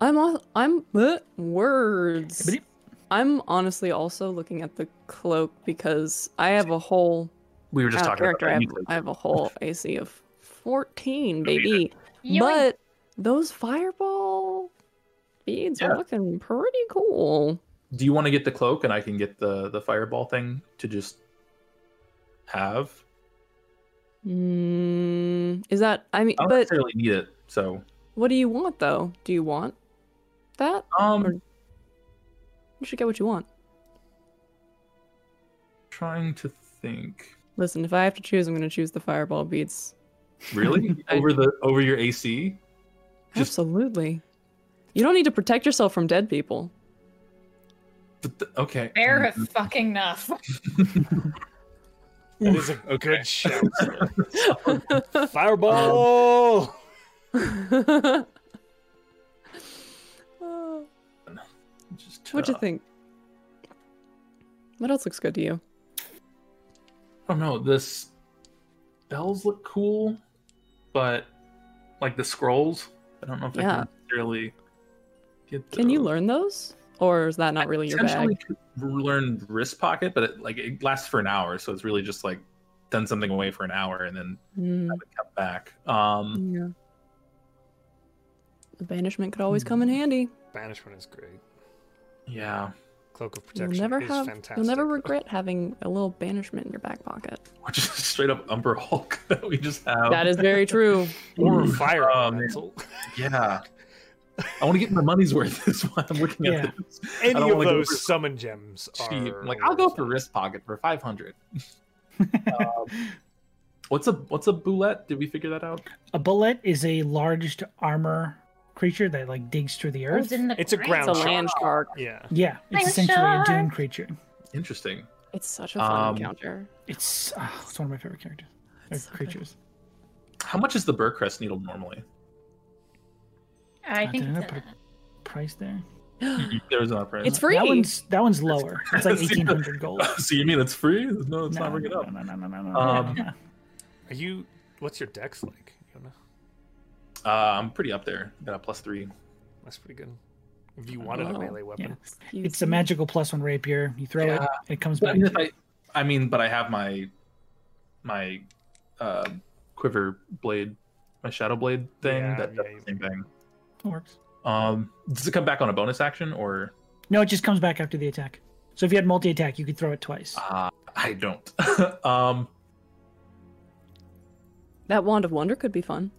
Speaker 2: I'm all, I'm uh, words.
Speaker 1: Bleep.
Speaker 2: I'm honestly also looking at the cloak because I have a whole
Speaker 6: we were just
Speaker 2: out
Speaker 6: talking about
Speaker 2: Oh, character. I have,
Speaker 6: that. anyway.
Speaker 2: I have a whole AC of 14,
Speaker 6: Amazing.
Speaker 2: baby.
Speaker 4: Yoink.
Speaker 2: But those fireball beads
Speaker 6: Yeah.
Speaker 2: are looking pretty cool.
Speaker 6: Do you want to get the cloak and I can get the the fireball thing to just have?
Speaker 2: Mm, is that? I mean,
Speaker 6: I don't
Speaker 2: but
Speaker 6: necessarily need it, so
Speaker 2: what do you want though? Do you want that?
Speaker 6: um,
Speaker 2: You should get what you want.
Speaker 6: trying to think.
Speaker 2: Listen, if I have to choose, I'm going to choose the fireball beads.
Speaker 6: Really,
Speaker 2: I-
Speaker 6: over the over your AC? Just-
Speaker 2: Absolutely. You don't need to protect yourself from dead people.
Speaker 6: But th- okay.
Speaker 4: Fair fucking enough.
Speaker 5: That is a
Speaker 6: Okay.
Speaker 5: good shout. Fireball!
Speaker 6: Um,
Speaker 2: What'd
Speaker 6: Just,
Speaker 2: you
Speaker 6: uh,
Speaker 2: think? What else looks good to you?
Speaker 6: I don't know. The spells look cool, but like the scrolls, I don't know if I
Speaker 2: Yeah.
Speaker 6: can really get.
Speaker 2: Can you
Speaker 6: those.
Speaker 2: learn those, or is that not really your bag?
Speaker 6: Oh. Potentially could learn wrist pocket, but it, like it lasts for an hour, so it's really just like done something away for an hour and then
Speaker 2: Mm,
Speaker 6: have it come back. Um,
Speaker 2: yeah. The banishment could always come in handy.
Speaker 5: Banishment is great.
Speaker 6: yeah.
Speaker 5: Cloak of
Speaker 2: You'll
Speaker 5: protection
Speaker 2: never
Speaker 5: is
Speaker 2: have.
Speaker 5: fantastic.
Speaker 2: You'll never regret having a little banishment in your back pocket.
Speaker 6: Or just straight up Umber Hulk that we just have.
Speaker 2: That is Mm. very true.
Speaker 5: Or fire
Speaker 6: Oh, man.
Speaker 5: elemental.
Speaker 6: yeah. I want to get my money's worth. Is why I'm looking
Speaker 1: Yeah.
Speaker 6: at this. I
Speaker 5: Any
Speaker 6: don't
Speaker 5: of
Speaker 6: wanna go
Speaker 5: those
Speaker 6: for-
Speaker 5: summon gems
Speaker 6: cheap.
Speaker 5: are.
Speaker 6: I'm like I'll go for wrist pocket for 500. Um, what's a what's a boulette? Did we figure that out?
Speaker 1: A bullet is a large armor creature that like digs through
Speaker 2: Oh,
Speaker 1: the earth.
Speaker 5: It's a
Speaker 2: It's
Speaker 5: ground
Speaker 2: a
Speaker 5: shark.
Speaker 2: land shark.
Speaker 5: Yeah.
Speaker 1: Yeah, it's
Speaker 4: I'm
Speaker 1: essentially a dune
Speaker 4: shocked.
Speaker 1: creature.
Speaker 6: Interesting.
Speaker 2: It's such a fun
Speaker 6: Um,
Speaker 2: encounter.
Speaker 1: It's ah, it's one of my favorite characters or
Speaker 2: It's so good.
Speaker 1: creatures.
Speaker 6: How much is the burcrest needle normally?
Speaker 4: I think
Speaker 1: don't know,
Speaker 4: it's in
Speaker 1: put- Price there.
Speaker 6: There was an upper.
Speaker 2: It's free.
Speaker 1: That one's that one's lower. It's like
Speaker 6: See,
Speaker 1: eighteen hundred gold.
Speaker 6: so you mean it's free? No, it's
Speaker 1: No,
Speaker 6: not bringing it
Speaker 1: no,
Speaker 6: up.
Speaker 1: No, no, no, no, no,
Speaker 6: Um,
Speaker 1: no.
Speaker 5: Are you. What's your dex like? You know,
Speaker 6: Uh, I'm pretty up there. Got a plus three.
Speaker 5: that's pretty good. If you wanted a
Speaker 2: Wow.
Speaker 5: melee weapon.
Speaker 2: Excuse
Speaker 1: It's a
Speaker 2: me.
Speaker 1: magical plus one rapier. You throw
Speaker 6: Yeah.
Speaker 1: it, it comes
Speaker 6: But
Speaker 1: back.
Speaker 6: even if
Speaker 1: to you.
Speaker 6: I, I mean, but I have my my uh, quiver blade, my shadow blade thing.
Speaker 5: Yeah,
Speaker 6: that,
Speaker 5: yeah,
Speaker 6: that's
Speaker 5: you-
Speaker 6: the same thing.
Speaker 1: It works.
Speaker 6: Um, does it come back on a bonus action or?
Speaker 1: No, it just comes back after the attack. So if you had multi attack, you could throw it twice.
Speaker 6: Uh, I don't. um,
Speaker 2: That wand of wonder could be fun.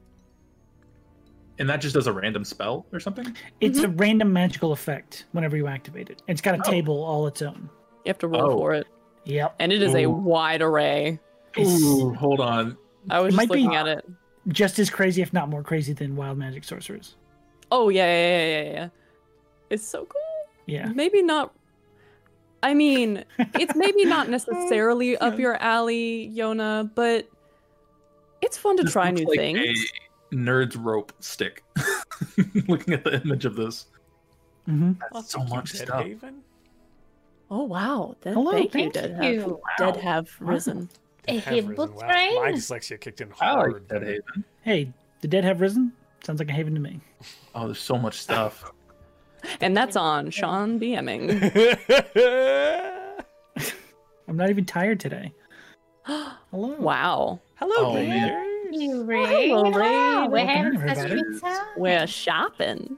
Speaker 6: and that just does a random spell or something.
Speaker 1: It's a random magical effect whenever you activate it. It's got a
Speaker 6: Oh.
Speaker 1: table all its own.
Speaker 2: You have to roll
Speaker 6: Oh.
Speaker 2: for it,
Speaker 1: Yep.
Speaker 2: and it is a
Speaker 6: Ooh.
Speaker 2: wide array.
Speaker 1: It's
Speaker 6: Ooh, hold on.
Speaker 2: I was
Speaker 1: It
Speaker 2: just
Speaker 1: might be-
Speaker 2: looking at it.
Speaker 1: just as crazy, if not more crazy, than wild magic sorcerers.
Speaker 2: Oh yeah, yeah, yeah, yeah, yeah. It's so cool.
Speaker 1: Yeah.
Speaker 2: Maybe not. I mean, it's maybe not necessarily up your alley, Yona, but it's fun to
Speaker 6: This
Speaker 2: try
Speaker 6: looks
Speaker 2: new
Speaker 6: like
Speaker 2: things.
Speaker 6: a nerd's rope stick. Looking at the image of this,
Speaker 1: Mm-hmm.
Speaker 6: that's so
Speaker 5: Thank you,
Speaker 6: much
Speaker 5: Dead
Speaker 6: stuff.
Speaker 5: Haven?
Speaker 2: Oh wow! Th-
Speaker 1: Hello,
Speaker 2: thank,
Speaker 4: thank
Speaker 2: you, Dead Have.
Speaker 4: you.
Speaker 2: Dead
Speaker 6: Wow.
Speaker 2: Have
Speaker 1: Wow.
Speaker 2: risen.
Speaker 4: A
Speaker 5: Have
Speaker 4: hip
Speaker 5: risen.
Speaker 4: book
Speaker 5: Wow,
Speaker 4: train?
Speaker 5: My dyslexia kicked in
Speaker 6: I
Speaker 5: hard.
Speaker 6: like Dead Haven.
Speaker 1: Hey, the dead have risen. Sounds like a haven to me.
Speaker 6: Oh, there's so much stuff.
Speaker 2: and that's on Sean DMing.
Speaker 1: I'm not even tired today. Hello.
Speaker 2: wow,
Speaker 5: Hello,
Speaker 6: Oh, man.
Speaker 4: You
Speaker 5: readers.
Speaker 4: Ray.
Speaker 2: hello,
Speaker 4: Wow,
Speaker 2: Ray.
Speaker 4: we're having
Speaker 1: Welcome in,
Speaker 4: such a
Speaker 1: everybody.
Speaker 4: good time.
Speaker 2: we're shopping.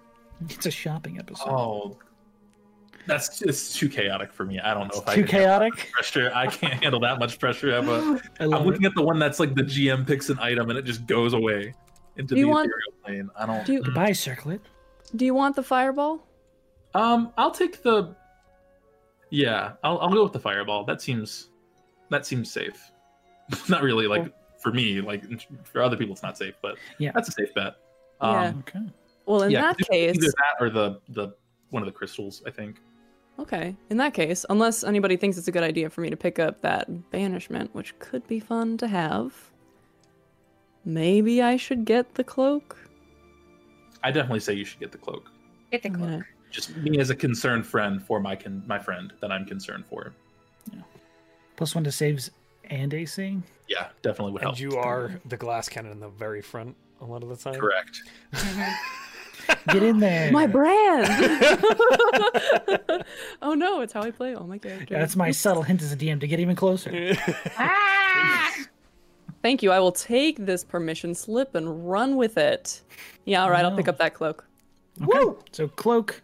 Speaker 1: It's a shopping episode.
Speaker 6: Oh, that's it's too chaotic for me. I don't know if I
Speaker 1: Too
Speaker 6: can handle
Speaker 1: chaotic.
Speaker 6: pressure. I can't handle that much pressure. I'm, a,
Speaker 1: I
Speaker 6: I'm
Speaker 1: love it.
Speaker 6: looking at the one that's like the GM picks an item and it just goes away into
Speaker 2: Do you
Speaker 6: the
Speaker 2: want-
Speaker 6: ethereal plane. I don't.
Speaker 2: Do you,
Speaker 1: Goodbye, circlet.
Speaker 2: do you want the fireball?
Speaker 6: Um, I'll take the. Yeah, I'll, I'll go with the fireball. That seems, that seems safe. Not really like for me. Like for other people, it's not safe, but
Speaker 1: Yeah.
Speaker 6: that's a safe bet.
Speaker 2: Yeah.
Speaker 6: Um,
Speaker 1: Okay.
Speaker 2: Well, in
Speaker 6: yeah,
Speaker 2: that case,
Speaker 6: either that or the the one of the crystals, I think.
Speaker 2: okay. In that case, unless anybody thinks it's a good idea for me to pick up that banishment, which could be fun to have, maybe I should get the cloak.
Speaker 6: I definitely say you should get the cloak.
Speaker 4: Get the
Speaker 2: I'm gonna-
Speaker 4: cloak.
Speaker 6: Just me as a concerned friend for my con- my friend that I'm concerned for.
Speaker 1: Plus one to saves and AC.
Speaker 6: Yeah, definitely would help.
Speaker 5: And you are the glass cannon in the very front a lot of the time.
Speaker 6: correct.
Speaker 1: Get in there.
Speaker 2: My brand. oh no, it's how I play all my characters.
Speaker 1: Yeah, that's my subtle hint as a DM to get even closer.
Speaker 4: Ah!
Speaker 2: Thank you. I will take this permission slip and run with it. Yeah, all right. I'll pick
Speaker 1: Wow.
Speaker 2: up that cloak.
Speaker 1: Woo! So cloak,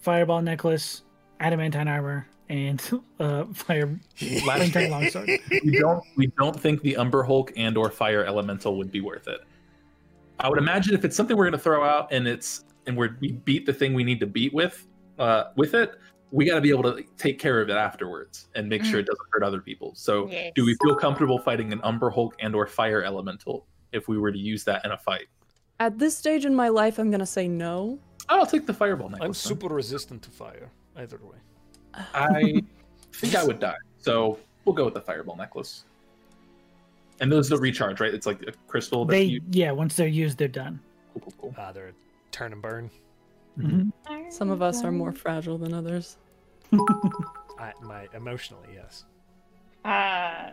Speaker 1: fireball necklace, adamantine armor, and uh, fire
Speaker 6: Last
Speaker 1: flamethrower longsword.
Speaker 6: we don't we don't think the Umber Hulk and or Fire Elemental would be worth it. I would imagine if it's something we're gonna throw out and it's and we're, we beat the thing we need to beat with uh, with it, we got to be able to take care of it afterwards and make sure it doesn't hurt other people. So,
Speaker 4: Yes.
Speaker 6: do we feel comfortable fighting an Umber Hulk and or Fire Elemental if we were to use that in a fight?
Speaker 2: At this stage in my life, I'm gonna say no.
Speaker 6: I'll take the Fireball necklace.
Speaker 5: I'm
Speaker 6: then.
Speaker 5: super resistant to fire, either way.
Speaker 6: I think I would die. So we'll go with the fireball necklace. And those the recharge, right? It's like a crystal. That
Speaker 1: They
Speaker 6: you...
Speaker 1: yeah, once they're used, they're done.
Speaker 6: cool, cool, cool.
Speaker 5: Ah, they're turn and burn.
Speaker 1: Mhm.
Speaker 2: Some of us are more fragile than others.
Speaker 5: I, my emotionally, yes.
Speaker 4: Uh,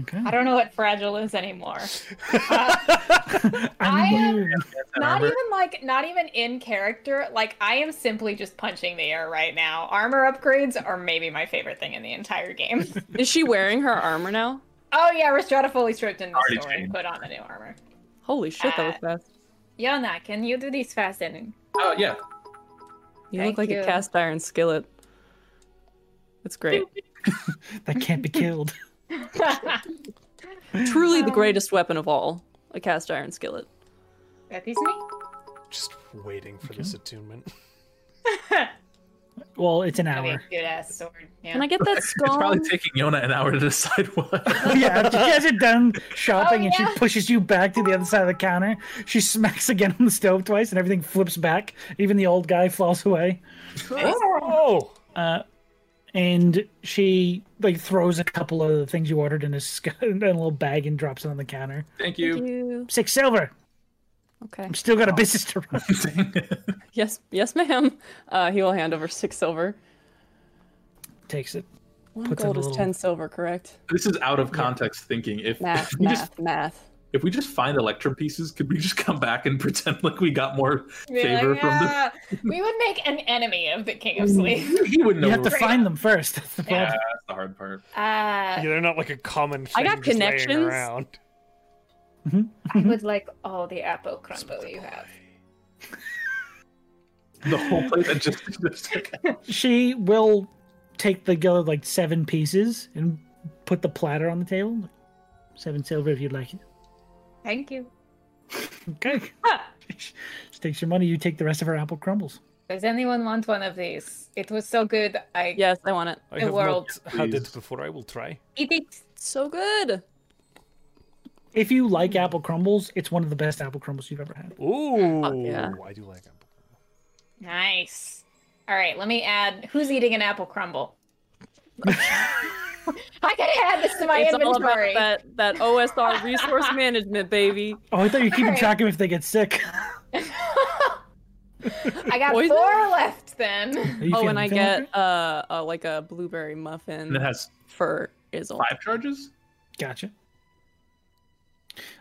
Speaker 1: Okay.
Speaker 4: I don't know what fragile is anymore. I
Speaker 1: I'm
Speaker 4: am-
Speaker 1: weird.
Speaker 4: Not
Speaker 6: Armor.
Speaker 4: even like, not even in character. Like, I am simply just punching the air right now. Armor upgrades are maybe my favorite thing in the entire game.
Speaker 2: Is she wearing her armor now?
Speaker 4: oh yeah, Restrata fully stripped in the
Speaker 6: Already
Speaker 4: store and
Speaker 6: changed.
Speaker 4: put on the new armor.
Speaker 2: Holy shit,
Speaker 1: Uh,
Speaker 2: that was fast.
Speaker 4: Yona, can you do these fast and
Speaker 6: Oh yeah.
Speaker 2: You look
Speaker 4: thank
Speaker 2: like
Speaker 4: you.
Speaker 2: a cast iron skillet. It's great.
Speaker 1: That can't be killed.
Speaker 2: Truly
Speaker 4: Um,
Speaker 2: the greatest weapon of all, a cast iron skillet.
Speaker 4: That is me.
Speaker 5: Just waiting for this attunement.
Speaker 1: Well, it's an
Speaker 4: I mean,
Speaker 1: hour.
Speaker 4: good ass sword. Yeah.
Speaker 2: Can I get that
Speaker 6: It's probably
Speaker 2: scone?
Speaker 6: taking Yona an hour to decide what.
Speaker 1: yeah, after you guys are done shopping
Speaker 4: Oh,
Speaker 1: and she
Speaker 4: yeah.
Speaker 1: pushes you back to the other side of the counter. She smacks again on the stove twice and everything flips back. Even the old guy falls away.
Speaker 5: oh!
Speaker 1: And she like throws a couple of the things you ordered in a, sc- in a little bag and drops it on the counter.
Speaker 6: Thank
Speaker 2: Thank
Speaker 6: you.
Speaker 2: you.
Speaker 1: Six silver.
Speaker 2: Okay.
Speaker 1: I'm still got a business to run.
Speaker 2: Yes, yes, ma'am. Uh, he will hand over six silver.
Speaker 1: Takes it.
Speaker 2: One
Speaker 1: Puts in
Speaker 2: gold
Speaker 1: a
Speaker 2: is
Speaker 1: little-
Speaker 2: ten silver, correct?
Speaker 6: this is out of context thinking. If,
Speaker 2: Math,
Speaker 6: if we just
Speaker 2: math, math.
Speaker 6: if we just find electrum pieces, could we just come back and pretend like we got more
Speaker 4: Be like,
Speaker 6: favor from the?
Speaker 4: "Ah, we would make an enemy of the King of Sleep.
Speaker 6: He wouldn't know.
Speaker 1: You have to
Speaker 6: where-
Speaker 1: find them first. That's the
Speaker 6: yeah,
Speaker 1: problem.
Speaker 6: that's the hard part.
Speaker 5: Yeah,
Speaker 4: Uh,
Speaker 5: they're not like a common thing
Speaker 2: I got
Speaker 5: just laying
Speaker 2: connections.
Speaker 5: around.
Speaker 4: I would like all the apple crumble you have.
Speaker 6: The whole place. I just, just like,
Speaker 1: She will take the go like seven pieces and put the platter on the table. Seven silver if you'd like it.
Speaker 4: Thank you.
Speaker 1: Okay.
Speaker 4: Ah,
Speaker 1: She takes your money, you take the rest of her apple crumbles.
Speaker 4: does anyone want one of these? It was so good. I
Speaker 2: Yes, I want it.
Speaker 5: I
Speaker 4: The
Speaker 5: have
Speaker 4: world.
Speaker 5: not had it
Speaker 6: Please.
Speaker 5: before. I will try.
Speaker 4: eat it.
Speaker 2: So good.
Speaker 1: If you like apple crumbles, it's one of the best apple crumbles you've ever had.
Speaker 5: Ooh,
Speaker 2: yeah.
Speaker 5: I do like apple.
Speaker 4: Nice. All right, let me add. Who's eating an apple crumble? I gotta add this to my
Speaker 2: it's all about
Speaker 4: inventory.
Speaker 2: that that OSR resource management, baby.
Speaker 1: Oh, I thought you were keeping
Speaker 4: Alright.
Speaker 1: track of if they get sick.
Speaker 4: I got
Speaker 2: Poison?
Speaker 4: four left then.
Speaker 1: Are you
Speaker 2: oh,
Speaker 1: feeling-
Speaker 2: and I
Speaker 1: feeling
Speaker 2: get
Speaker 1: okay?
Speaker 2: uh, uh like a blueberry muffin
Speaker 6: and it has
Speaker 2: for Izzle.
Speaker 6: five charges.
Speaker 1: Gotcha.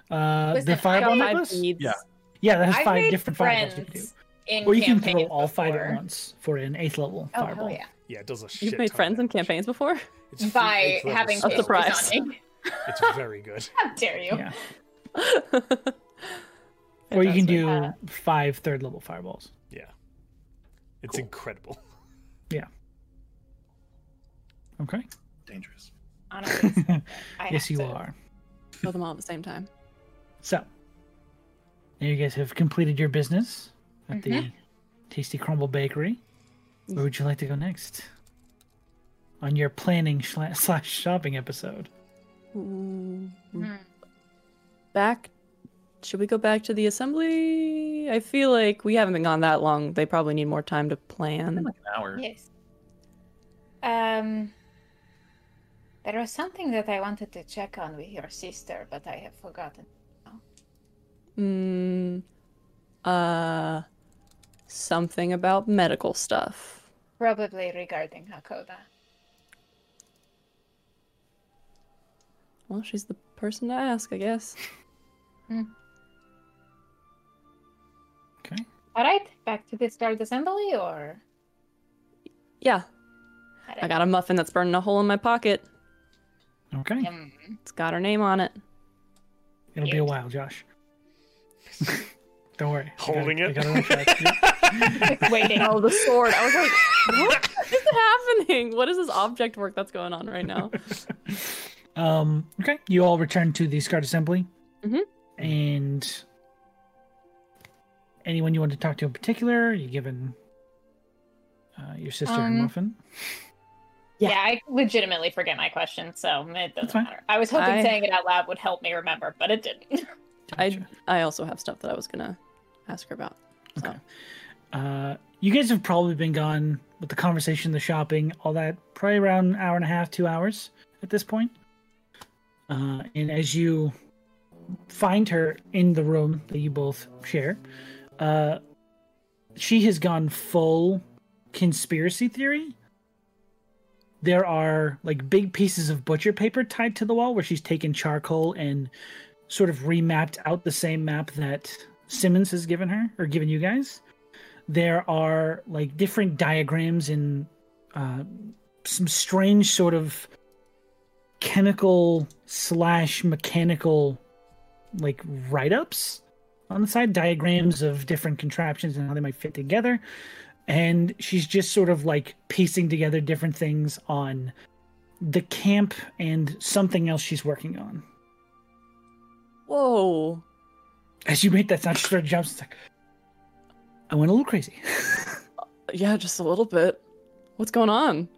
Speaker 1: Uh,
Speaker 4: Listen,
Speaker 1: the fireball
Speaker 4: I-
Speaker 1: necklace?
Speaker 2: beads.
Speaker 6: Yeah.
Speaker 1: Yeah, that has
Speaker 4: I've
Speaker 1: five
Speaker 4: made
Speaker 1: different fireballs you can do.
Speaker 4: friends in
Speaker 1: Or you can
Speaker 4: campaigns
Speaker 1: throw all five at
Speaker 4: before.
Speaker 1: once for an eighth level
Speaker 4: Oh
Speaker 1: fireball.
Speaker 4: hell yeah!
Speaker 5: Yeah, it does a shit.
Speaker 2: You've made
Speaker 5: ton of
Speaker 2: friends in
Speaker 5: damage.
Speaker 2: campaigns before?
Speaker 5: It's free
Speaker 4: By
Speaker 5: eighth level
Speaker 4: having
Speaker 2: A
Speaker 5: spell.
Speaker 4: pictures
Speaker 2: surprise.
Speaker 4: on me.
Speaker 5: It's very good.
Speaker 4: How dare you?
Speaker 1: Yeah. Or you can do five third level fireballs.
Speaker 5: Yeah, it's
Speaker 6: Cool.
Speaker 5: incredible.
Speaker 1: Okay.
Speaker 6: Dangerous.
Speaker 4: Honestly, I
Speaker 1: yes,
Speaker 4: have
Speaker 1: you
Speaker 4: to.
Speaker 1: are.
Speaker 2: Kill them all at the same time.
Speaker 1: So, now you guys have completed your business at
Speaker 4: Mm-hmm.
Speaker 1: the Tasty Crumble Bakery. Where would you like to go next? On
Speaker 4: Mm-hmm.
Speaker 1: your planning shla- slash shopping episode.
Speaker 2: Mm. back. Should we go back to the assembly? I feel like we haven't been gone that long. They probably need more time to plan.
Speaker 6: Like an hour.
Speaker 4: Yes. Um, there was something that I wanted to check on with your sister, but I have forgotten.
Speaker 2: Mm, uh, something about medical stuff.
Speaker 4: Probably regarding Hakoda.
Speaker 2: Well, she's the person to ask, I guess.
Speaker 1: Okay.
Speaker 4: All right, back to the start assembly, or
Speaker 2: Yeah, I got a muffin that's burning a hole in my pocket.
Speaker 1: Okay.
Speaker 4: Mm,
Speaker 2: It's got her name on it.
Speaker 1: It'll be a while, Josh. Don't worry. I gotta-
Speaker 5: Holding
Speaker 1: I
Speaker 5: it.
Speaker 1: gotta work that.
Speaker 4: waiting.
Speaker 2: Oh, the sword. I was like, what is happening? What is this object work that's going on right now?
Speaker 1: Um, okay, you all return to the Scout Assembly.
Speaker 2: Mhm.
Speaker 1: And anyone you want to talk to in particular, you given uh, your sister and
Speaker 4: Um,
Speaker 1: Muffin.
Speaker 4: Yeah. I legitimately forget my question, so it
Speaker 1: That's
Speaker 4: doesn't
Speaker 1: fine.
Speaker 4: matter. I was hoping
Speaker 2: I-
Speaker 4: saying it out loud would help me remember, but it didn't.
Speaker 2: I
Speaker 1: Gotcha.
Speaker 2: I also have stuff that I was gonna ask her about. So.
Speaker 1: Okay. Uh, you guys have probably been gone with the conversation, the shopping, all that, probably around an hour and a half, two hours at this point. Uh, and as you find her in the room that you both share, uh, she has gone full conspiracy theory. There are like big pieces of butcher paper tied to the wall where she's taken charcoal and sort of remapped out the same map that Simmons has given her or given you guys there are like different diagrams and uh, some strange sort of chemical slash mechanical like write-ups on the side diagrams of different contraptions and how they might fit together and she's just sort of like piecing together different things on the camp and something else she's working on
Speaker 2: Whoa.
Speaker 1: as you make that sound she sort of jumps it's like i went a little crazy
Speaker 2: Yeah, just a little bit. What's going on?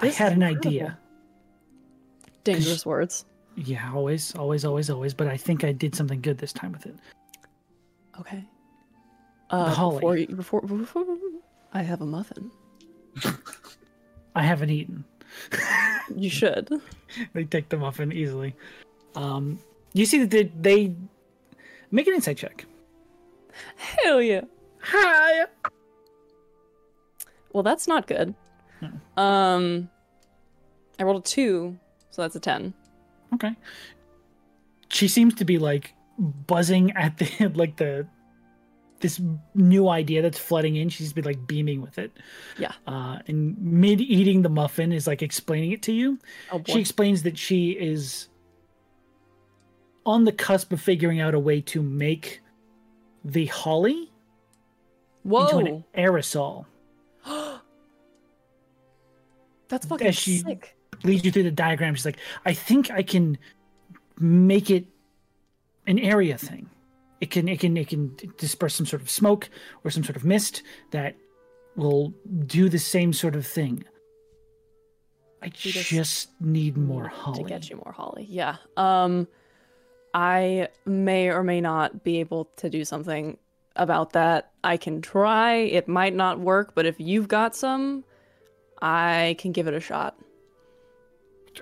Speaker 1: i
Speaker 2: This is
Speaker 1: had an
Speaker 2: incredible.
Speaker 1: idea
Speaker 2: Dangerous words.
Speaker 1: Yeah, always, always, always, always. But I think I did something good this time with it.
Speaker 2: Okay. Uh,
Speaker 1: Holly.
Speaker 2: Before, you, before, before I have a muffin.
Speaker 1: I haven't eaten.
Speaker 2: You should.
Speaker 1: They take the muffin easily. Um, you see that they, they make an insight check.
Speaker 2: Hell yeah.
Speaker 1: Hi.
Speaker 2: Well, that's not good. Um, I rolled a two, so that's a ten.
Speaker 1: Okay. She seems to be like buzzing at the like the this new idea that's flooding in. She's been like beaming with it.
Speaker 2: Yeah.
Speaker 1: Uh, and mid eating the muffin is like explaining it to you.
Speaker 2: Oh boy.
Speaker 1: She explains that she is on the cusp of figuring out a way to make the holly into an
Speaker 2: Whoa.
Speaker 1: aerosol.
Speaker 2: that's fucking
Speaker 1: As she-
Speaker 2: sick.
Speaker 1: Leads you through the diagram. She's like, I think I can make it an area thing. It can it can it can disperse some sort of smoke or some sort of mist that will do the same sort of thing. I
Speaker 2: She just
Speaker 1: just need more holly.
Speaker 2: To get you more holly. Yeah. Um, I may or may not be able to do something about that. I can try. It might not work, but if you've got some, I can give it a shot.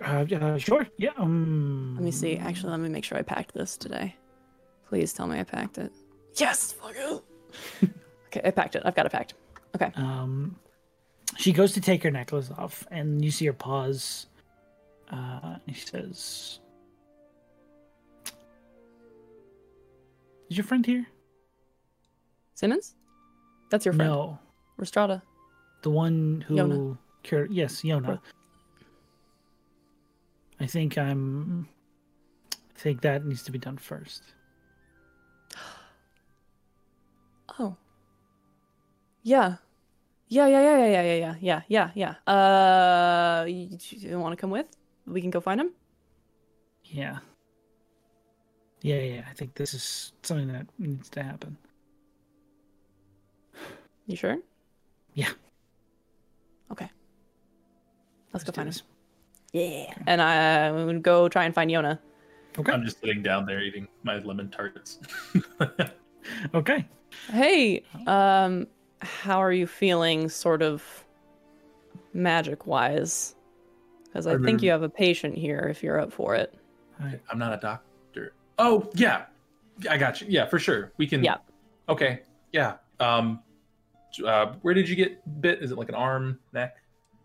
Speaker 1: Uh, uh, sure. Yeah. Um,
Speaker 2: Let me see. Actually, let me make sure I packed this today. Please tell me I packed it. Yes. Fuck it. okay, I packed it. I've got it packed. Okay.
Speaker 1: Um, she goes to take her necklace off, and you see her pause. Uh, and she says, "Is your friend here?"
Speaker 2: Simmons? That's your friend.
Speaker 1: No,
Speaker 2: Restrada.
Speaker 1: the one who
Speaker 2: Yona.
Speaker 1: cured. Yes, Yona. I think I'm. I think that needs to be done first.
Speaker 2: Oh. Yeah. Yeah, yeah, yeah, yeah, yeah, yeah, yeah, yeah, yeah, yeah. Uh, you, you want to come with? We can go find him?
Speaker 1: Yeah. Yeah, yeah. I think this is something that needs to happen.
Speaker 2: You sure?
Speaker 1: Yeah.
Speaker 2: Okay. Let's go
Speaker 1: do
Speaker 2: find him. uh,
Speaker 1: this.
Speaker 2: Yeah. And I would go try and find Yona.
Speaker 1: Okay.
Speaker 6: I'm just sitting down there eating my lemon tarts.
Speaker 1: Okay.
Speaker 2: Hey,
Speaker 1: Oh.
Speaker 2: um, how are you feeling, sort of magic wise? Because I think you have a patient here if you're up for it.
Speaker 6: I'm not a doctor. Oh yeah, I got you. Yeah, for sure. We can.
Speaker 2: Yeah.
Speaker 6: Okay. Yeah. Um, uh, where did you get bit? Is it like an arm, neck,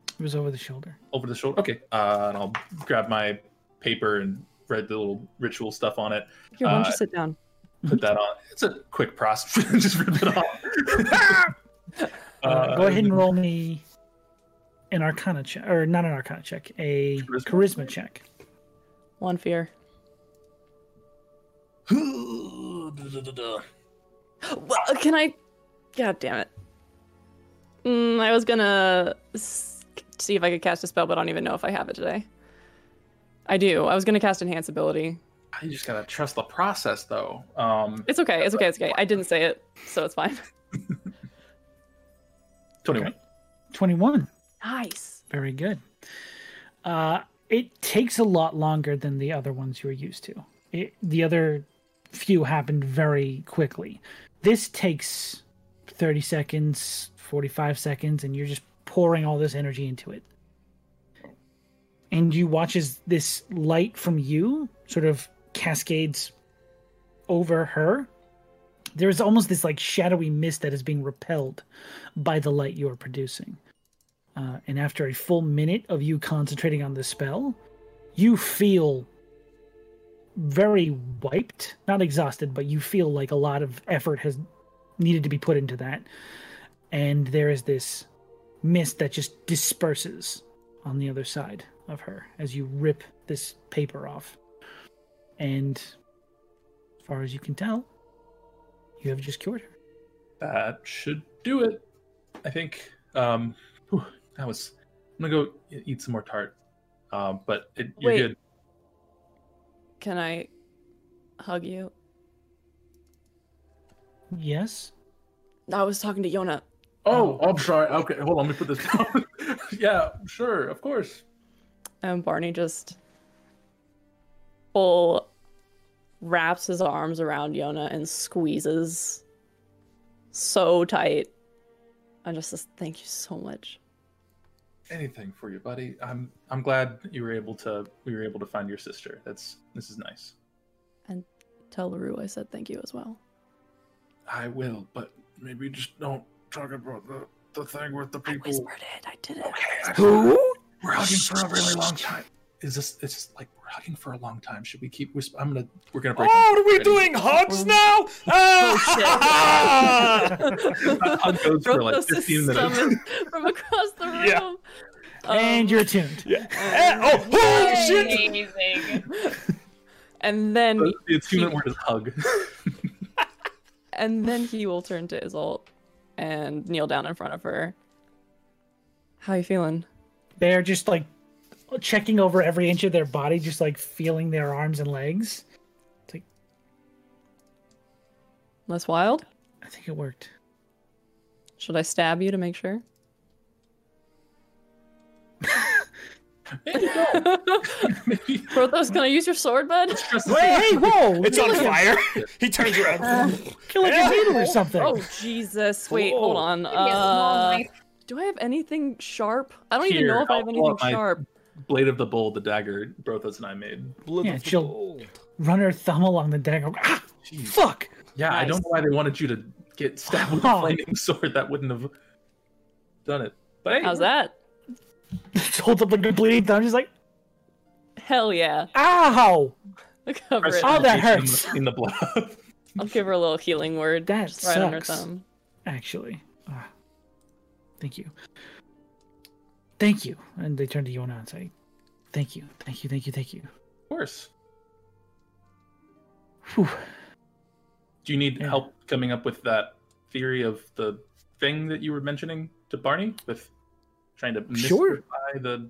Speaker 1: It was over the shoulder.
Speaker 6: over the shoulder? Okay. Uh, and I'll grab my paper and read the little ritual stuff on it.
Speaker 2: Here, why don't
Speaker 6: Uh,
Speaker 2: you sit down?
Speaker 6: Put that on. It's a quick process. Just rip it off.
Speaker 1: Uh, go ahead and roll me an arcana check, or not an arcana check, a
Speaker 6: Charisma?
Speaker 1: charisma check.
Speaker 2: One fear.
Speaker 6: roll.
Speaker 2: Well, can I? God damn it. Mm, I was gonna s- see if I could cast a spell, but I don't even know if I have it today. I do. I was gonna cast enhance ability.
Speaker 6: I just gotta trust the process, though. Um,
Speaker 2: It's okay. It's okay. It's okay. I didn't say it, so it's fine.
Speaker 6: twenty-one.
Speaker 1: 21.
Speaker 2: Nice.
Speaker 1: Very good. Uh, it takes a lot longer than the other ones you were used to. It, the other few happened very quickly. This takes 30 seconds, 45 seconds, and you're just pouring all this energy into it. And you watch as this light from you sort of cascades over her. There is almost this like shadowy mist that is being repelled by the light you are producing. Uh, and after a full minute of you concentrating on the spell, you feel very wiped. Not exhausted, but you feel like a lot of effort has needed to be put into that. And there is this mist that just disperses on the other side of her as you rip this paper off. And as far as you can tell, you have just cured her.
Speaker 6: That should do it. I think um, whew, that was. I'm gonna go e- eat some more tart. Um, but it, you're
Speaker 2: Wait.
Speaker 6: good.
Speaker 2: Can I hug you?
Speaker 1: Yes?
Speaker 2: I was talking to Yona.
Speaker 6: Oh, I'm sorry. Okay, hold on. Let me put this down. yeah, sure, of course.
Speaker 2: And Barney just full wraps his arms around Yona and squeezes so tight. And just says, Thank you so much.
Speaker 6: Anything for you, buddy. I'm I'm glad you were able to. We were able to find your sister. That's this is nice.
Speaker 2: Tell LaRue I said thank you as well.
Speaker 6: I will, but maybe just don't talk about the the thing with the
Speaker 2: I whispered it. I did it.
Speaker 6: Who? We're hugging for a really long time. Is this? It's just like we're hugging for a long time. Should we keep? Whisp- I'm gonna. We're gonna break.
Speaker 5: Oh, are we doing hugs now?
Speaker 1: Oh,
Speaker 5: Ah!
Speaker 6: That hug goes for like
Speaker 2: Brothos is
Speaker 6: 15 minutes.
Speaker 2: summoned from across the room.
Speaker 5: Yeah.
Speaker 1: and
Speaker 2: Um,
Speaker 1: you're tuned.
Speaker 5: yeah. Eh, oh, oh, shit!
Speaker 4: Amazing.
Speaker 2: and then
Speaker 6: The attunement word is hug.
Speaker 2: and then he will turn to Isolt and kneel down in front of her. How you feeling?
Speaker 1: they're just like checking over every inch of their body, just like feeling their arms and legs.
Speaker 2: Less wild?
Speaker 1: I think it worked.
Speaker 2: Should I stab you to make sure?
Speaker 6: Maybe
Speaker 2: Prothos, can I use your sword, bud?
Speaker 6: just
Speaker 1: Wait, hey, whoa!
Speaker 5: It's on fire. he turns
Speaker 1: Uh,
Speaker 5: around.
Speaker 1: Kill like a needle or something.
Speaker 2: Oh Jesus! Wait, hold
Speaker 5: Whoa.
Speaker 2: on.
Speaker 4: Give me a small
Speaker 2: Uh,
Speaker 4: knife.
Speaker 2: do I have anything sharp? I don't even
Speaker 6: Here,
Speaker 2: know if I have
Speaker 6: I'll pull
Speaker 2: anything
Speaker 6: out my-
Speaker 2: sharp.
Speaker 6: blade of the bull, the dagger Brothos and I made.
Speaker 5: Blood
Speaker 1: Yeah,
Speaker 5: of the
Speaker 1: she'll-
Speaker 5: gold.
Speaker 1: Run her thumb along the dagger. Ah, fuck!
Speaker 6: Yeah, I don't
Speaker 2: Nice.
Speaker 6: know why they wanted you to get stabbed with a
Speaker 1: Oh.
Speaker 6: flaming sword. That wouldn't have done it. But hey,
Speaker 2: How's that?
Speaker 1: Holds up like a bleeding thumb. She's like,
Speaker 2: Hell yeah!
Speaker 1: ow!
Speaker 2: Cover
Speaker 6: press
Speaker 2: it.
Speaker 1: Oh, that
Speaker 6: in the-
Speaker 1: hurts.
Speaker 6: In the blood.
Speaker 2: I'll give her a little healing word.
Speaker 1: That
Speaker 2: just right on her
Speaker 1: sucks.
Speaker 2: thumb.
Speaker 1: Actually, ah, thank you, thank you. And they turn to Yona and say, "Thank you, thank you, thank you, thank you."
Speaker 6: of course.
Speaker 1: Whew.
Speaker 6: Do you need
Speaker 1: Yeah.
Speaker 6: help coming up with that theory of the thing that you were mentioning to Barney with trying to
Speaker 1: Sure.
Speaker 6: mystify the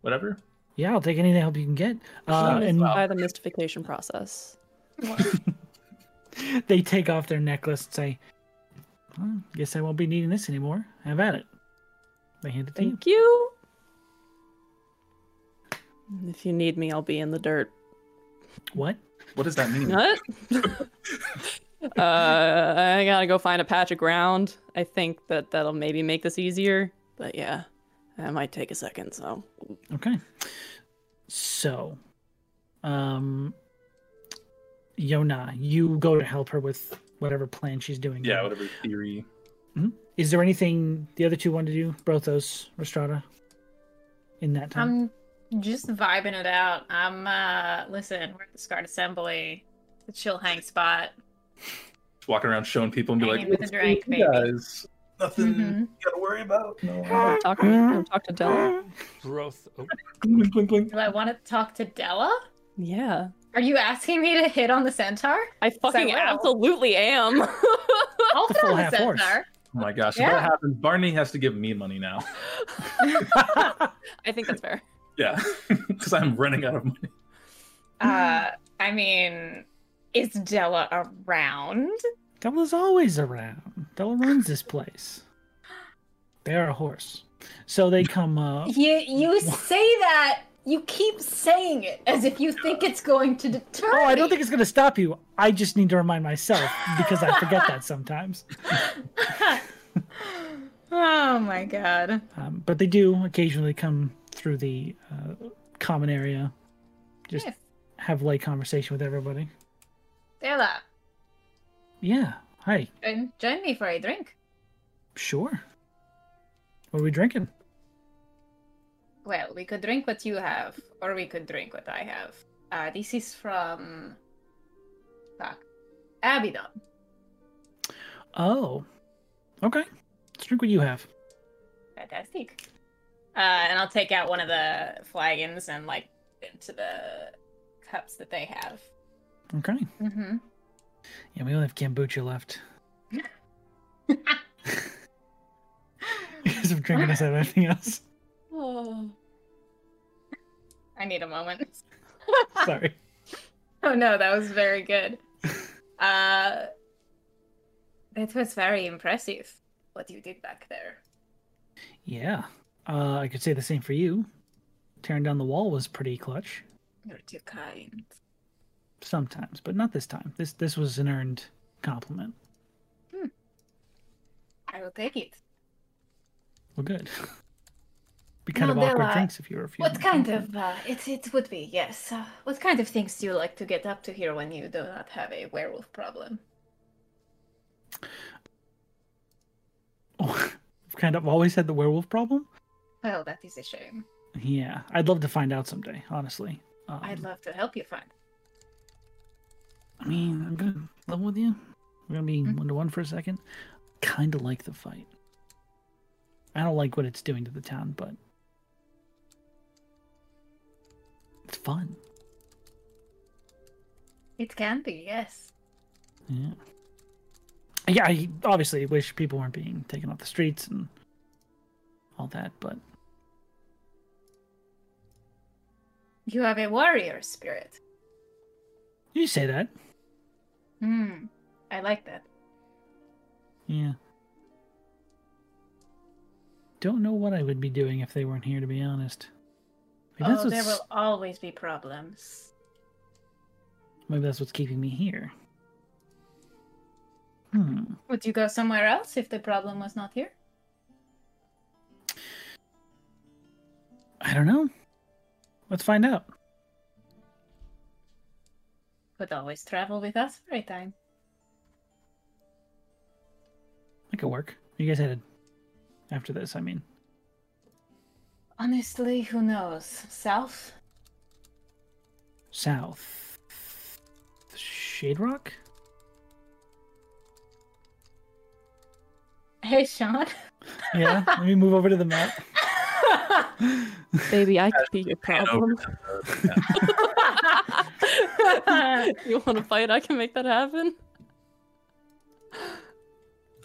Speaker 6: whatever?
Speaker 1: Yeah, I'll take any help you can get. Uh,
Speaker 2: She
Speaker 1: and
Speaker 2: must by the mystification process.
Speaker 1: they take off their necklace and say, well, "Guess I won't be needing this anymore. Have at it." They hand it to you.
Speaker 2: Thank you. If you need me, I'll be in the dirt.
Speaker 1: What?
Speaker 6: What does that mean?
Speaker 2: What? uh, I gotta go find a patch of ground. I think that that'll maybe make this easier. But yeah, that might take a second. So
Speaker 1: Okay. So, um, Yona, you go to help her with whatever plan she's doing.
Speaker 6: Yeah, whatever theory.
Speaker 1: Is there anything the other two want to do, Brothos, Restrada, in that time?
Speaker 2: Um,
Speaker 4: I'm just vibing it out. I'm uh listen, we're at the Scarred Assembly, the chill hang spot.
Speaker 6: Just walking around showing people and be
Speaker 4: Hanging
Speaker 6: like,
Speaker 4: with
Speaker 6: "What's
Speaker 4: a drink,
Speaker 6: with you
Speaker 4: baby."
Speaker 6: guys? Nothing
Speaker 4: Mhm.
Speaker 1: Mm-hmm.
Speaker 6: you gotta worry about. No.
Speaker 2: go talk, go talk to Della.
Speaker 5: Broth. Oh,
Speaker 6: Blink, blink, blink.
Speaker 4: Do I want to talk to Della?
Speaker 2: Yeah,
Speaker 4: Are you asking me to hit on the centaur?
Speaker 2: I fucking
Speaker 4: will.
Speaker 2: absolutely am.
Speaker 4: I'll
Speaker 1: The
Speaker 4: hit
Speaker 1: full
Speaker 4: on the
Speaker 1: half horse.
Speaker 4: centaur.
Speaker 6: Oh my gosh,
Speaker 4: Yeah.
Speaker 6: if that happens, Barney has to give me money now.
Speaker 2: I think that's fair.
Speaker 6: Yeah, because I'm running out of money.
Speaker 1: Mm-hmm.
Speaker 4: Uh, I mean, is Della around?
Speaker 1: Devil's always around. Devil runs this place. They're a horse. So they come up.
Speaker 4: You you say that. You keep saying it as if you think it's going to deter.
Speaker 1: Oh, I don't think it's going to stop you. I just need to remind myself because I forget that sometimes.
Speaker 4: oh my god.
Speaker 1: Um, but they do occasionally come through the uh, common area, Just-
Speaker 4: Yes,
Speaker 1: have light conversation with everybody.
Speaker 4: Della,
Speaker 1: Yeah. Hi.
Speaker 4: join, join me for a drink.
Speaker 1: Sure. What are we drinking?
Speaker 4: Well, we could drink what you have, or we could drink what I have. Uh, this is from. Fuck. Abaddon.
Speaker 1: Oh. Okay. Let's drink what you have.
Speaker 4: Fantastic. Uh, and I'll take out one of the flagons and like into the cups that they have.
Speaker 1: Okay.
Speaker 4: Mm-hmm.
Speaker 1: Yeah, we only have kombucha left. Because of drinking instead of anything else.
Speaker 2: Oh.
Speaker 4: I need a moment.
Speaker 1: Sorry.
Speaker 4: oh no, that was very good. Uh, that was very impressive. What you did back there.
Speaker 1: Yeah. Uh, I could say the same for you. Tearing down the wall was pretty clutch.
Speaker 4: You're too kind.
Speaker 1: Sometimes, but not this time. This this was an earned compliment.
Speaker 4: I will take it.
Speaker 1: Well, good. Be kind
Speaker 4: No,
Speaker 1: of awkward
Speaker 4: Bella,
Speaker 1: drinks if you were refusing.
Speaker 4: What kind of uh, it it would be? Yes. Uh, what kind of things do you like to get up to here when you do not have a werewolf problem?
Speaker 1: Oh, I've kind of always had the werewolf problem.
Speaker 4: Well, that is a shame.
Speaker 1: Yeah, I'd love to find out someday. Honestly, um,
Speaker 4: I'd love to help you find.
Speaker 1: I mean, I'm gonna level with you. We're gonna be one to one for a second. Kind of like the fight. I don't like what it's doing to the town, but it's fun.
Speaker 4: It can be, yes.
Speaker 1: Yeah. Yeah, I obviously wish people weren't being taken off the streets and all that, but
Speaker 4: You have a warrior spirit.
Speaker 1: you say that.
Speaker 4: Hmm. I like that.
Speaker 1: Yeah. Don't know what I would be doing if they weren't here, to be honest. Maybe that's,
Speaker 4: oh, there
Speaker 1: what's,
Speaker 4: will always be problems.
Speaker 1: maybe that's what's keeping me here. Hmm.
Speaker 4: Would you go somewhere else if the problem was not here?
Speaker 1: I don't know. Let's find out.
Speaker 4: Could always travel with us for a time.
Speaker 1: That could work. Where you guys headed? After this, I mean.
Speaker 4: Honestly, who knows? South?
Speaker 1: South. Shade Rock?
Speaker 4: Hey, Sean.
Speaker 1: Yeah, let me move over to the map.
Speaker 2: Baby, I could be your
Speaker 6: hand
Speaker 2: problem. you want to fight? I can make that happen.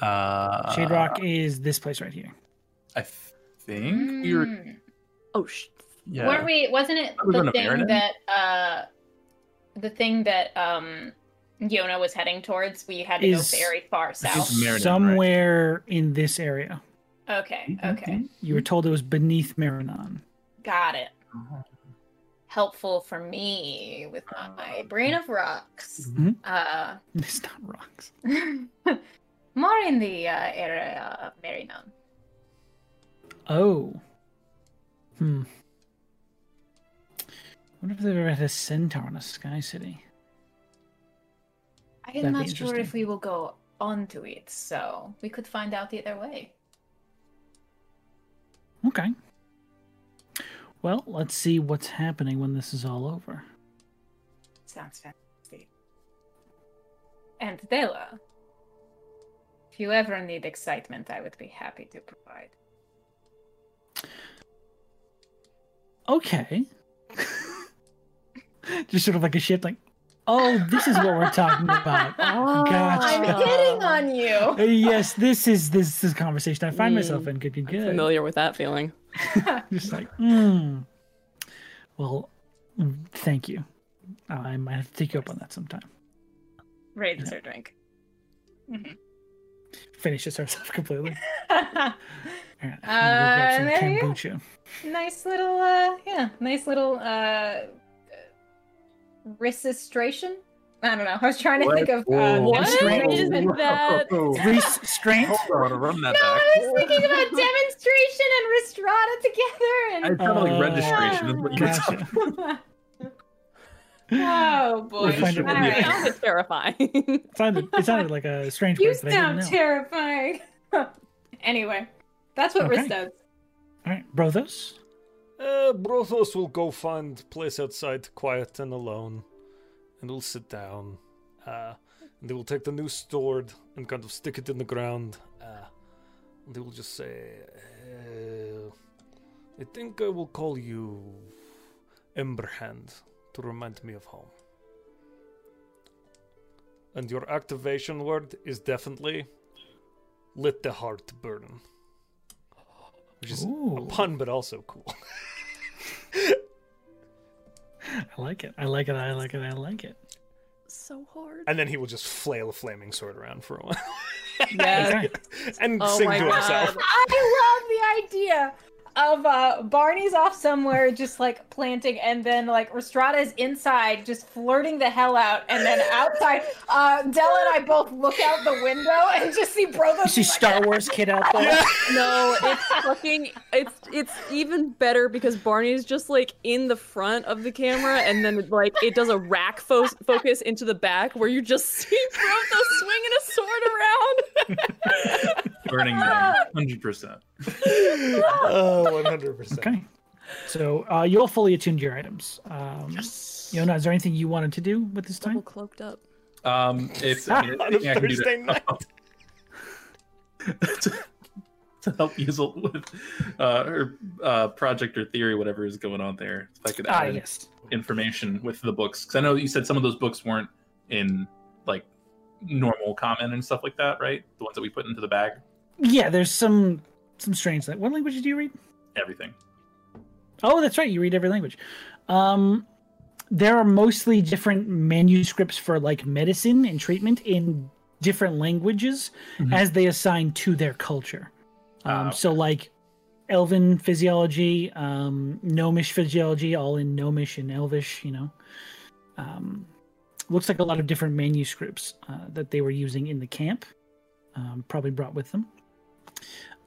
Speaker 6: Uh,
Speaker 1: Shade Rock is this place right here.
Speaker 6: I think we were.
Speaker 4: Hmm.
Speaker 2: Oh sh.
Speaker 6: Yeah.
Speaker 4: Were we? Wasn't it
Speaker 6: That was
Speaker 4: the
Speaker 6: on a
Speaker 4: thing
Speaker 6: Baronet.
Speaker 4: that uh, the thing that um, Yona was heading towards? We had to
Speaker 1: Is-
Speaker 4: go very far south.
Speaker 6: Meriden, right?
Speaker 1: Somewhere in this area.
Speaker 4: Okay, okay, Mm.
Speaker 1: You were told it was beneath Marinon.
Speaker 4: got it. helpful for me with my brain of rocks.
Speaker 1: Mhm.
Speaker 4: Uh,
Speaker 1: It's not rocks.
Speaker 4: more in the uh, area of Merrymountain.
Speaker 1: Oh. Hmm. wonder if they've ever had a centaur in a sky city.
Speaker 4: I
Speaker 1: That'd
Speaker 4: am
Speaker 1: be
Speaker 4: not sure if
Speaker 1: interesting.
Speaker 4: we will go onto it, so we could find out either way.
Speaker 1: Okay. Well, let's see what's happening when this is all over.
Speaker 4: Sounds fantastic. And Della, if you ever need excitement, I would be happy to provide.
Speaker 1: Okay. Just sort of like a ship, like, oh, this is what we're talking about. Oh,
Speaker 4: Oh, I'm
Speaker 1: Gotcha.
Speaker 4: hitting on you.
Speaker 1: Uh, yes, this is this is the conversation I find myself in. Good, good,
Speaker 2: I'm
Speaker 1: good.
Speaker 2: familiar with that feeling.
Speaker 1: Just like, mm. well, mm, thank you. I might have to take you up on that sometime.
Speaker 4: Raid is her drink.
Speaker 1: Finishes herself completely. All right,
Speaker 4: Uh,
Speaker 1: I'm gonna
Speaker 4: there you
Speaker 1: go
Speaker 4: go.
Speaker 1: grab some kombucha.
Speaker 4: nice little, uh, yeah, nice little uh, uh, registration. I don't know. I was trying to
Speaker 6: What?
Speaker 4: think of. Uh,
Speaker 6: Whoa.
Speaker 4: what
Speaker 2: What is that?
Speaker 1: Reese Strength.
Speaker 6: Hold on, run that
Speaker 4: No,
Speaker 6: back.
Speaker 4: I was thinking about demonstration and Restrada together,
Speaker 6: I
Speaker 4: and
Speaker 6: sounded like
Speaker 1: Uh,
Speaker 6: registration. That's what you were
Speaker 1: Gotcha.
Speaker 4: oh boy!
Speaker 1: find it
Speaker 4: All
Speaker 1: weird.
Speaker 4: right.
Speaker 2: Sounds terrifying.
Speaker 1: It sounded, it sounded like a strange
Speaker 4: You
Speaker 1: word, but I didn't
Speaker 4: sound
Speaker 1: know.
Speaker 4: terrifying. anyway, that's what
Speaker 1: Okay.
Speaker 4: Riz does.
Speaker 1: All right, Brothos.
Speaker 5: Uh, Brothos will go find place outside, quiet and alone, and we'll sit down. Uh, and they will take the new sword and kind of stick it in the ground. Uh, and they will just say, uh, "I think I will call you Emberhand to remind me of home." And your activation word is definitely "Let the heart burn," which is a
Speaker 1: Ooh.
Speaker 5: pun, but also cool.
Speaker 1: I like it. I like it. I like it. I like it.
Speaker 2: so hard.
Speaker 5: And then he will just flail a flaming sword around for a while
Speaker 2: Yes.
Speaker 1: Okay.
Speaker 5: and
Speaker 2: Oh
Speaker 5: sing
Speaker 2: my
Speaker 5: to
Speaker 2: God.
Speaker 5: himself.
Speaker 4: I love the idea of uh, Barney's off somewhere, just like planting, and then like Restrada's inside, just flirting the hell out, and then outside, uh, Della and I both look out the window and just see Brother.
Speaker 1: You see Star Wars kid out there.
Speaker 2: No, it's fucking it's it's even better because Barney's just like in the front of the camera and then like it does a rack fo- focus into the back where you just see Proto swinging a sword around.
Speaker 4: Oh.
Speaker 6: Burning Man, hundred percent.
Speaker 5: Oh, 100 percent.
Speaker 1: Okay. So uh, you all fully attuned your items. Um, yes. Yona, is there anything you wanted to do with this
Speaker 2: Double
Speaker 1: time?
Speaker 2: cloaked up.
Speaker 6: Um, it's I mean,
Speaker 5: On a
Speaker 6: anything I can do
Speaker 5: Thursday
Speaker 6: to,
Speaker 5: night.
Speaker 6: to, to help Yuzel with uh, her uh, project or theory, whatever is going on there. If I could
Speaker 1: Ah,
Speaker 6: add
Speaker 1: yes.
Speaker 6: information with the books, because I know you said some of those books weren't in like normal comment and stuff like that, right? The ones that we put into the bag,
Speaker 1: Yeah, there's some some strange. Like, what language do you read?
Speaker 6: everything.
Speaker 1: Oh, that's right. You read every language. Um, there are mostly different manuscripts for like medicine and treatment in different languages
Speaker 6: Mhm.
Speaker 1: as they assign to their culture. Um,
Speaker 6: Ah,
Speaker 1: So, like Elven physiology, um, Gnomish physiology, all in Gnomish and Elvish, you know. Um, looks like a lot of different manuscripts uh, that they were using in the camp, um, probably brought with them.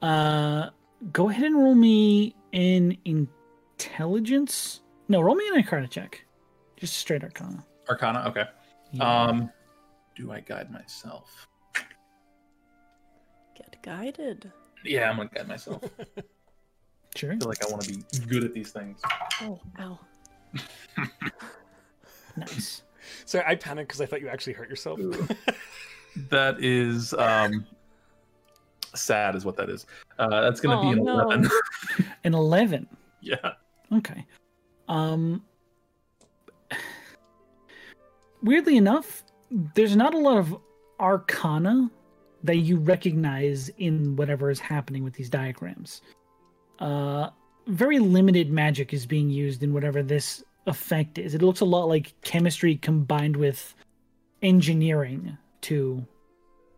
Speaker 1: Uh, go ahead and roll me an intelligence. No, roll me an arcana check. Just straight arcana.
Speaker 6: Arcana, okay.
Speaker 1: Yeah.
Speaker 6: Um, do I guide myself?
Speaker 2: Get guided.
Speaker 6: Yeah, I'm gonna guide myself. I
Speaker 1: sure.
Speaker 6: feel like I want to be good at these things.
Speaker 2: Oh, ow.
Speaker 1: Nice.
Speaker 5: Sorry, I panicked because I thought you actually hurt yourself.
Speaker 6: That is um sad is what that is. Uh that's gonna
Speaker 2: Oh,
Speaker 6: be an
Speaker 2: no.
Speaker 6: eleven.
Speaker 1: An 11.
Speaker 6: yeah.
Speaker 1: Okay. Um Weirdly enough, there's not a lot of arcana that you recognize in whatever is happening with these diagrams. Uh very limited magic is being used in whatever this effect is. It looks a lot like chemistry combined with engineering to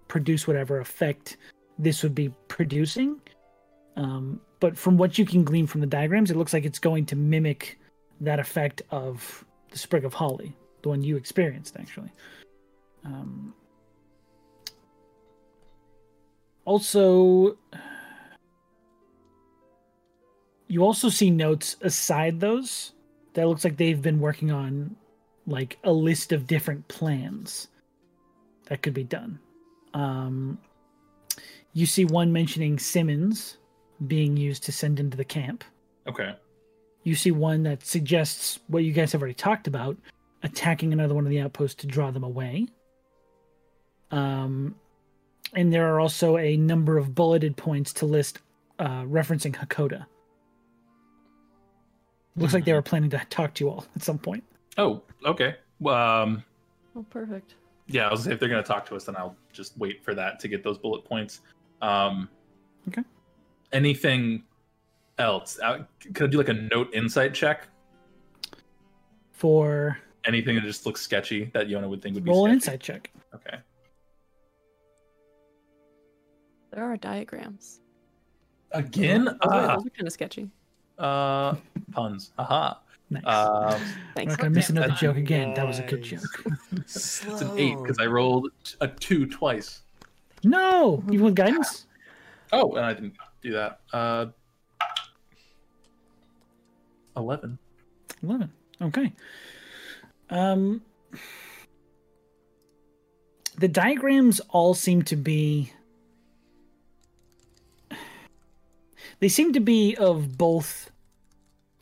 Speaker 1: produce whatever effect this would be producing. Um, but from what you can glean from the diagrams, it looks like it's going to mimic that effect of the sprig of holly, the one you experienced actually. Um, also, you also see notes aside those that looks like they've been working on like a list of different plans that could be done. Um, you see one mentioning Simmons being used to send into the camp.
Speaker 6: Okay.
Speaker 1: You see one that suggests what you guys have already talked about attacking another one of the outposts to draw them away. Um, and there are also a number of bulleted points to list uh, referencing Hakoda. Looks like they
Speaker 6: Hmm.
Speaker 1: were planning to talk to you all at some point.
Speaker 6: Oh, okay. Um,
Speaker 2: Oh, perfect.
Speaker 6: yeah, I was gonna say if they're gonna talk to us, then I'll just wait for that to get those bullet points. Um,
Speaker 1: Okay.
Speaker 6: Anything else? Uh, could I do like a note insight check?
Speaker 1: For
Speaker 6: Anything that just looks sketchy that Yona would think would be
Speaker 1: roll an
Speaker 6: sketchy?
Speaker 1: insight check.
Speaker 6: Okay.
Speaker 2: There are diagrams.
Speaker 6: Again,
Speaker 2: Those are-
Speaker 6: Ah,
Speaker 2: those are kind of sketchy.
Speaker 6: uh, puns. Aha.
Speaker 1: Nice.
Speaker 6: Um,
Speaker 1: I'm
Speaker 2: Thanks.
Speaker 1: not gonna miss another
Speaker 6: Nice.
Speaker 1: joke again. That was a good joke.
Speaker 6: it's an eight because I rolled a two twice.
Speaker 1: No, you want guidance?
Speaker 6: Oh, and I didn't do that. Uh, Eleven.
Speaker 1: Eleven. Okay. Um, the diagrams all seem to be. They seem to be of both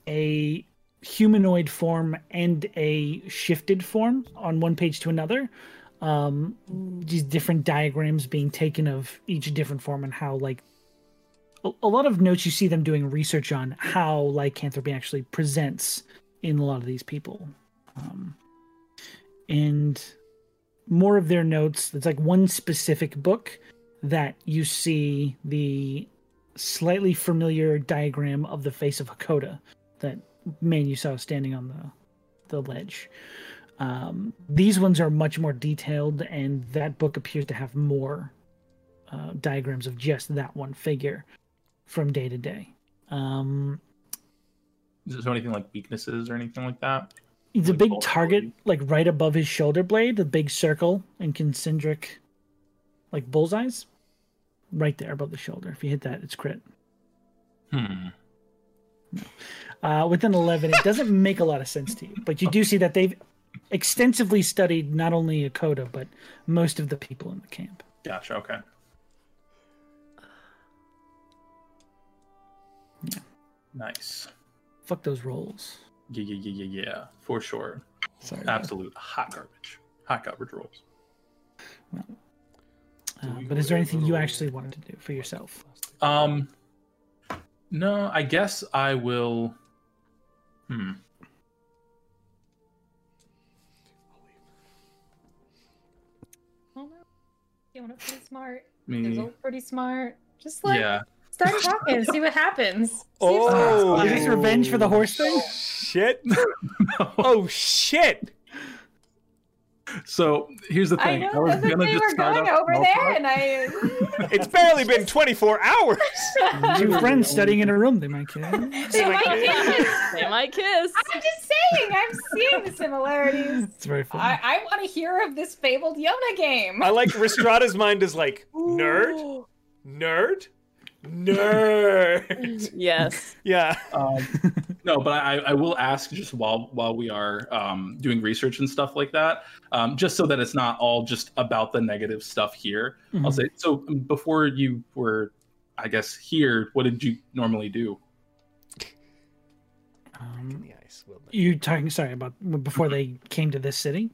Speaker 1: a humanoid form and a shifted form on one page to another. Um, these different diagrams being taken of each different form and how like a, a lot of notes you see them doing research on how lycanthropy actually presents in a lot of these people um, and more of their notes there's like one specific book that you see the slightly familiar diagram of the face of hakoda that man you saw standing on the the ledge um, these ones are much more detailed, and that book appears to have more uh, diagrams of just that one figure from day to day. Um,
Speaker 6: Is there anything like weaknesses or anything like that?
Speaker 1: it's a
Speaker 6: Like
Speaker 1: big
Speaker 6: vulnerability.
Speaker 1: target, like right above his shoulder blade, a big circle and concentric, like bullseyes, right there above the shoulder. If you hit that, it's crit.
Speaker 6: Hmm.
Speaker 1: uh, with an 11 it doesn't make a lot of sense to you but you do see that they've extensively studied not only akoda but most of the people in the camp
Speaker 6: Gotcha. Okay. Nice.
Speaker 1: fuck those rolls
Speaker 6: Yeah, yeah, yeah, yeah, yeah. For sure.
Speaker 1: sorry
Speaker 6: Absolute hot garbage. Hot garbage rolls.
Speaker 1: Uh, but is there anything you actually wanted to do for yourself
Speaker 6: Um. No, I guess I will. Hmm.
Speaker 4: Oh no. You want to pretty smart. He's
Speaker 6: Me.
Speaker 4: all
Speaker 1: Mm.
Speaker 4: pretty smart. Just like
Speaker 6: Yeah.
Speaker 4: start talking, see what happens. See if
Speaker 5: Oh,
Speaker 1: is this revenge for the horse thing
Speaker 5: Shit. Oh shit.
Speaker 6: So here's the
Speaker 4: I
Speaker 6: thing.
Speaker 4: know that's what they were
Speaker 6: start
Speaker 4: going
Speaker 6: off-
Speaker 4: over
Speaker 6: No,
Speaker 4: there,
Speaker 6: sorry.
Speaker 4: and I.
Speaker 5: It's barely been 24 hours.
Speaker 1: two friends studying in a room they might kill
Speaker 4: They might kill us.
Speaker 2: They might kiss.
Speaker 4: I'm just saying, I'm seeing the similarities.
Speaker 1: it's very funny
Speaker 4: I, I want to hear of this fabled Yona game.
Speaker 5: I like Restrada's mind is like nerd,
Speaker 2: Ooh.
Speaker 5: nerd, nerd.
Speaker 2: Yes.
Speaker 5: Yeah.
Speaker 1: uh,
Speaker 6: Um, no, but I, I will ask just while while we are um, doing research and stuff like that, um, just so that it's not all just about the negative stuff here. I'll
Speaker 1: Mhm.
Speaker 6: say so. um, Before you were, I guess, here, what did you normally do?
Speaker 1: um,
Speaker 5: the ice
Speaker 1: you talking sorry about before they came to this city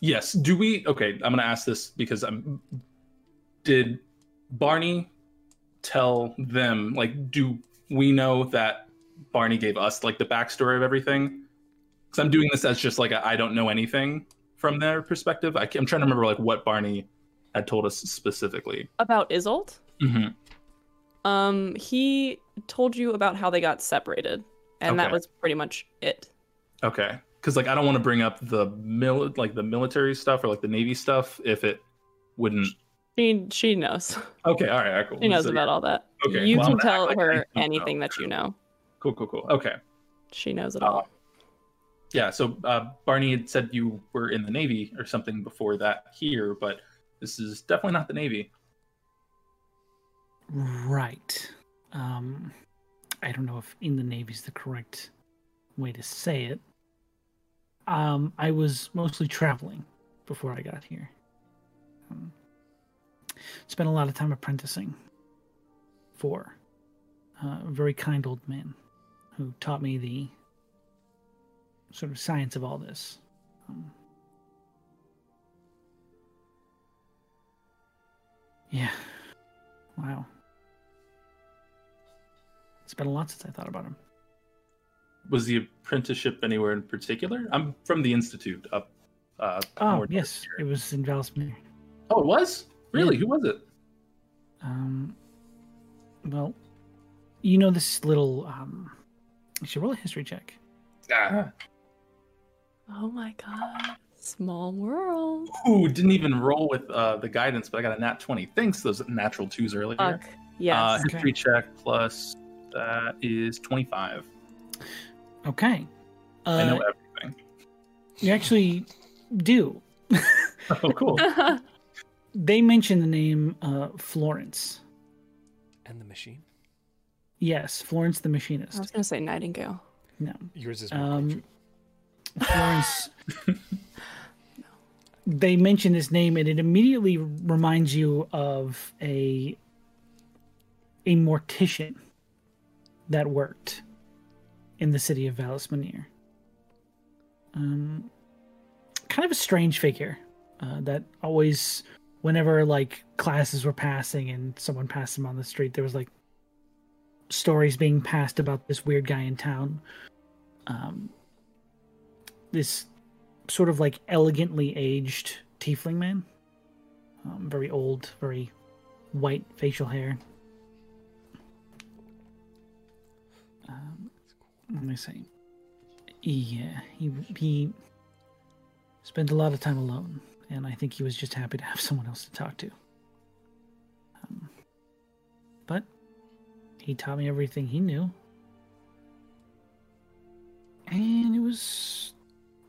Speaker 6: Yes, do we? Okay, I'm gonna ask this because I'm. Did Barney tell them? Like, do we know that Barney gave us like the backstory of everything? Because I'm doing this as just like I I don't know anything from their perspective. I can, I'm trying to remember like what Barney had told us specifically.
Speaker 2: About Isolt?
Speaker 6: Mm-hmm.
Speaker 2: Um, he told you about how they got separated, and that
Speaker 6: Okay.
Speaker 2: was pretty much it.
Speaker 6: Okay, because like I don't want to bring up the mil like the military stuff or like the navy stuff if it wouldn't.
Speaker 2: She she knows.
Speaker 6: Okay, all right, all right cool.
Speaker 2: She knows
Speaker 6: So-
Speaker 2: about all that.
Speaker 6: Okay,
Speaker 2: You
Speaker 6: well,
Speaker 2: can
Speaker 6: I'm gonna act
Speaker 2: tell
Speaker 6: like I
Speaker 2: her
Speaker 6: don't know.
Speaker 2: anything that you know.
Speaker 6: Cool, cool, cool. Okay.
Speaker 2: She knows it
Speaker 6: Uh,
Speaker 2: all.
Speaker 6: Yeah, so uh, Barney had said you were in the Navy or something before that here, but this is definitely not the Navy.
Speaker 1: Right. Um, I don't know if in the Navy is the correct way to say it. Um, I was mostly traveling before I got here. Um, spent a lot of time apprenticing for uh, a very kind old man who taught me the sort of science of all this. Um, yeah. Wow. It's been a lot since I thought about him.
Speaker 6: Was the apprenticeship anywhere in particular? I'm from the Institute up. Uh,
Speaker 1: Oh,
Speaker 6: north.
Speaker 1: yes, it was in Valsmere.
Speaker 6: Oh, it was? Really? Who was it?
Speaker 1: Um, well, you know this little. Um, you should roll a history check.
Speaker 6: Ah.
Speaker 2: Oh my god. Small world.
Speaker 6: Ah, Ooh, didn't even roll with uh, the guidance, but I got a nat 20. Thanks, those natural twos earlier.
Speaker 2: Fuck. Yes.
Speaker 6: uh,
Speaker 1: okay.
Speaker 6: history check plus that is 25.
Speaker 1: Okay. Uh,
Speaker 6: I know
Speaker 1: You actually do.
Speaker 6: everything. Oh, cool.
Speaker 1: They mention the name uh, Florence.
Speaker 5: And the machine.
Speaker 1: Yes, Florence the
Speaker 2: I was
Speaker 1: Machinist.
Speaker 2: gonna say Nightingale.
Speaker 1: No,
Speaker 5: Yours is more
Speaker 1: Um,
Speaker 5: cultured.
Speaker 1: Florence. they mention his name, and it immediately reminds you of a a mortician that worked in the city of Valismanir. Um, kind of a strange figure uh, that always, whenever like classes were passing and someone passed him on the street, there was like stories being passed about this weird guy in town. Um, this sort of like elegantly aged tiefling man. Um, very old, very white facial hair. Um, let me see. Yeah, he he spent a lot of time alone, and I think he was just happy to have someone else to talk to. Um, but he taught me everything he knew, and it was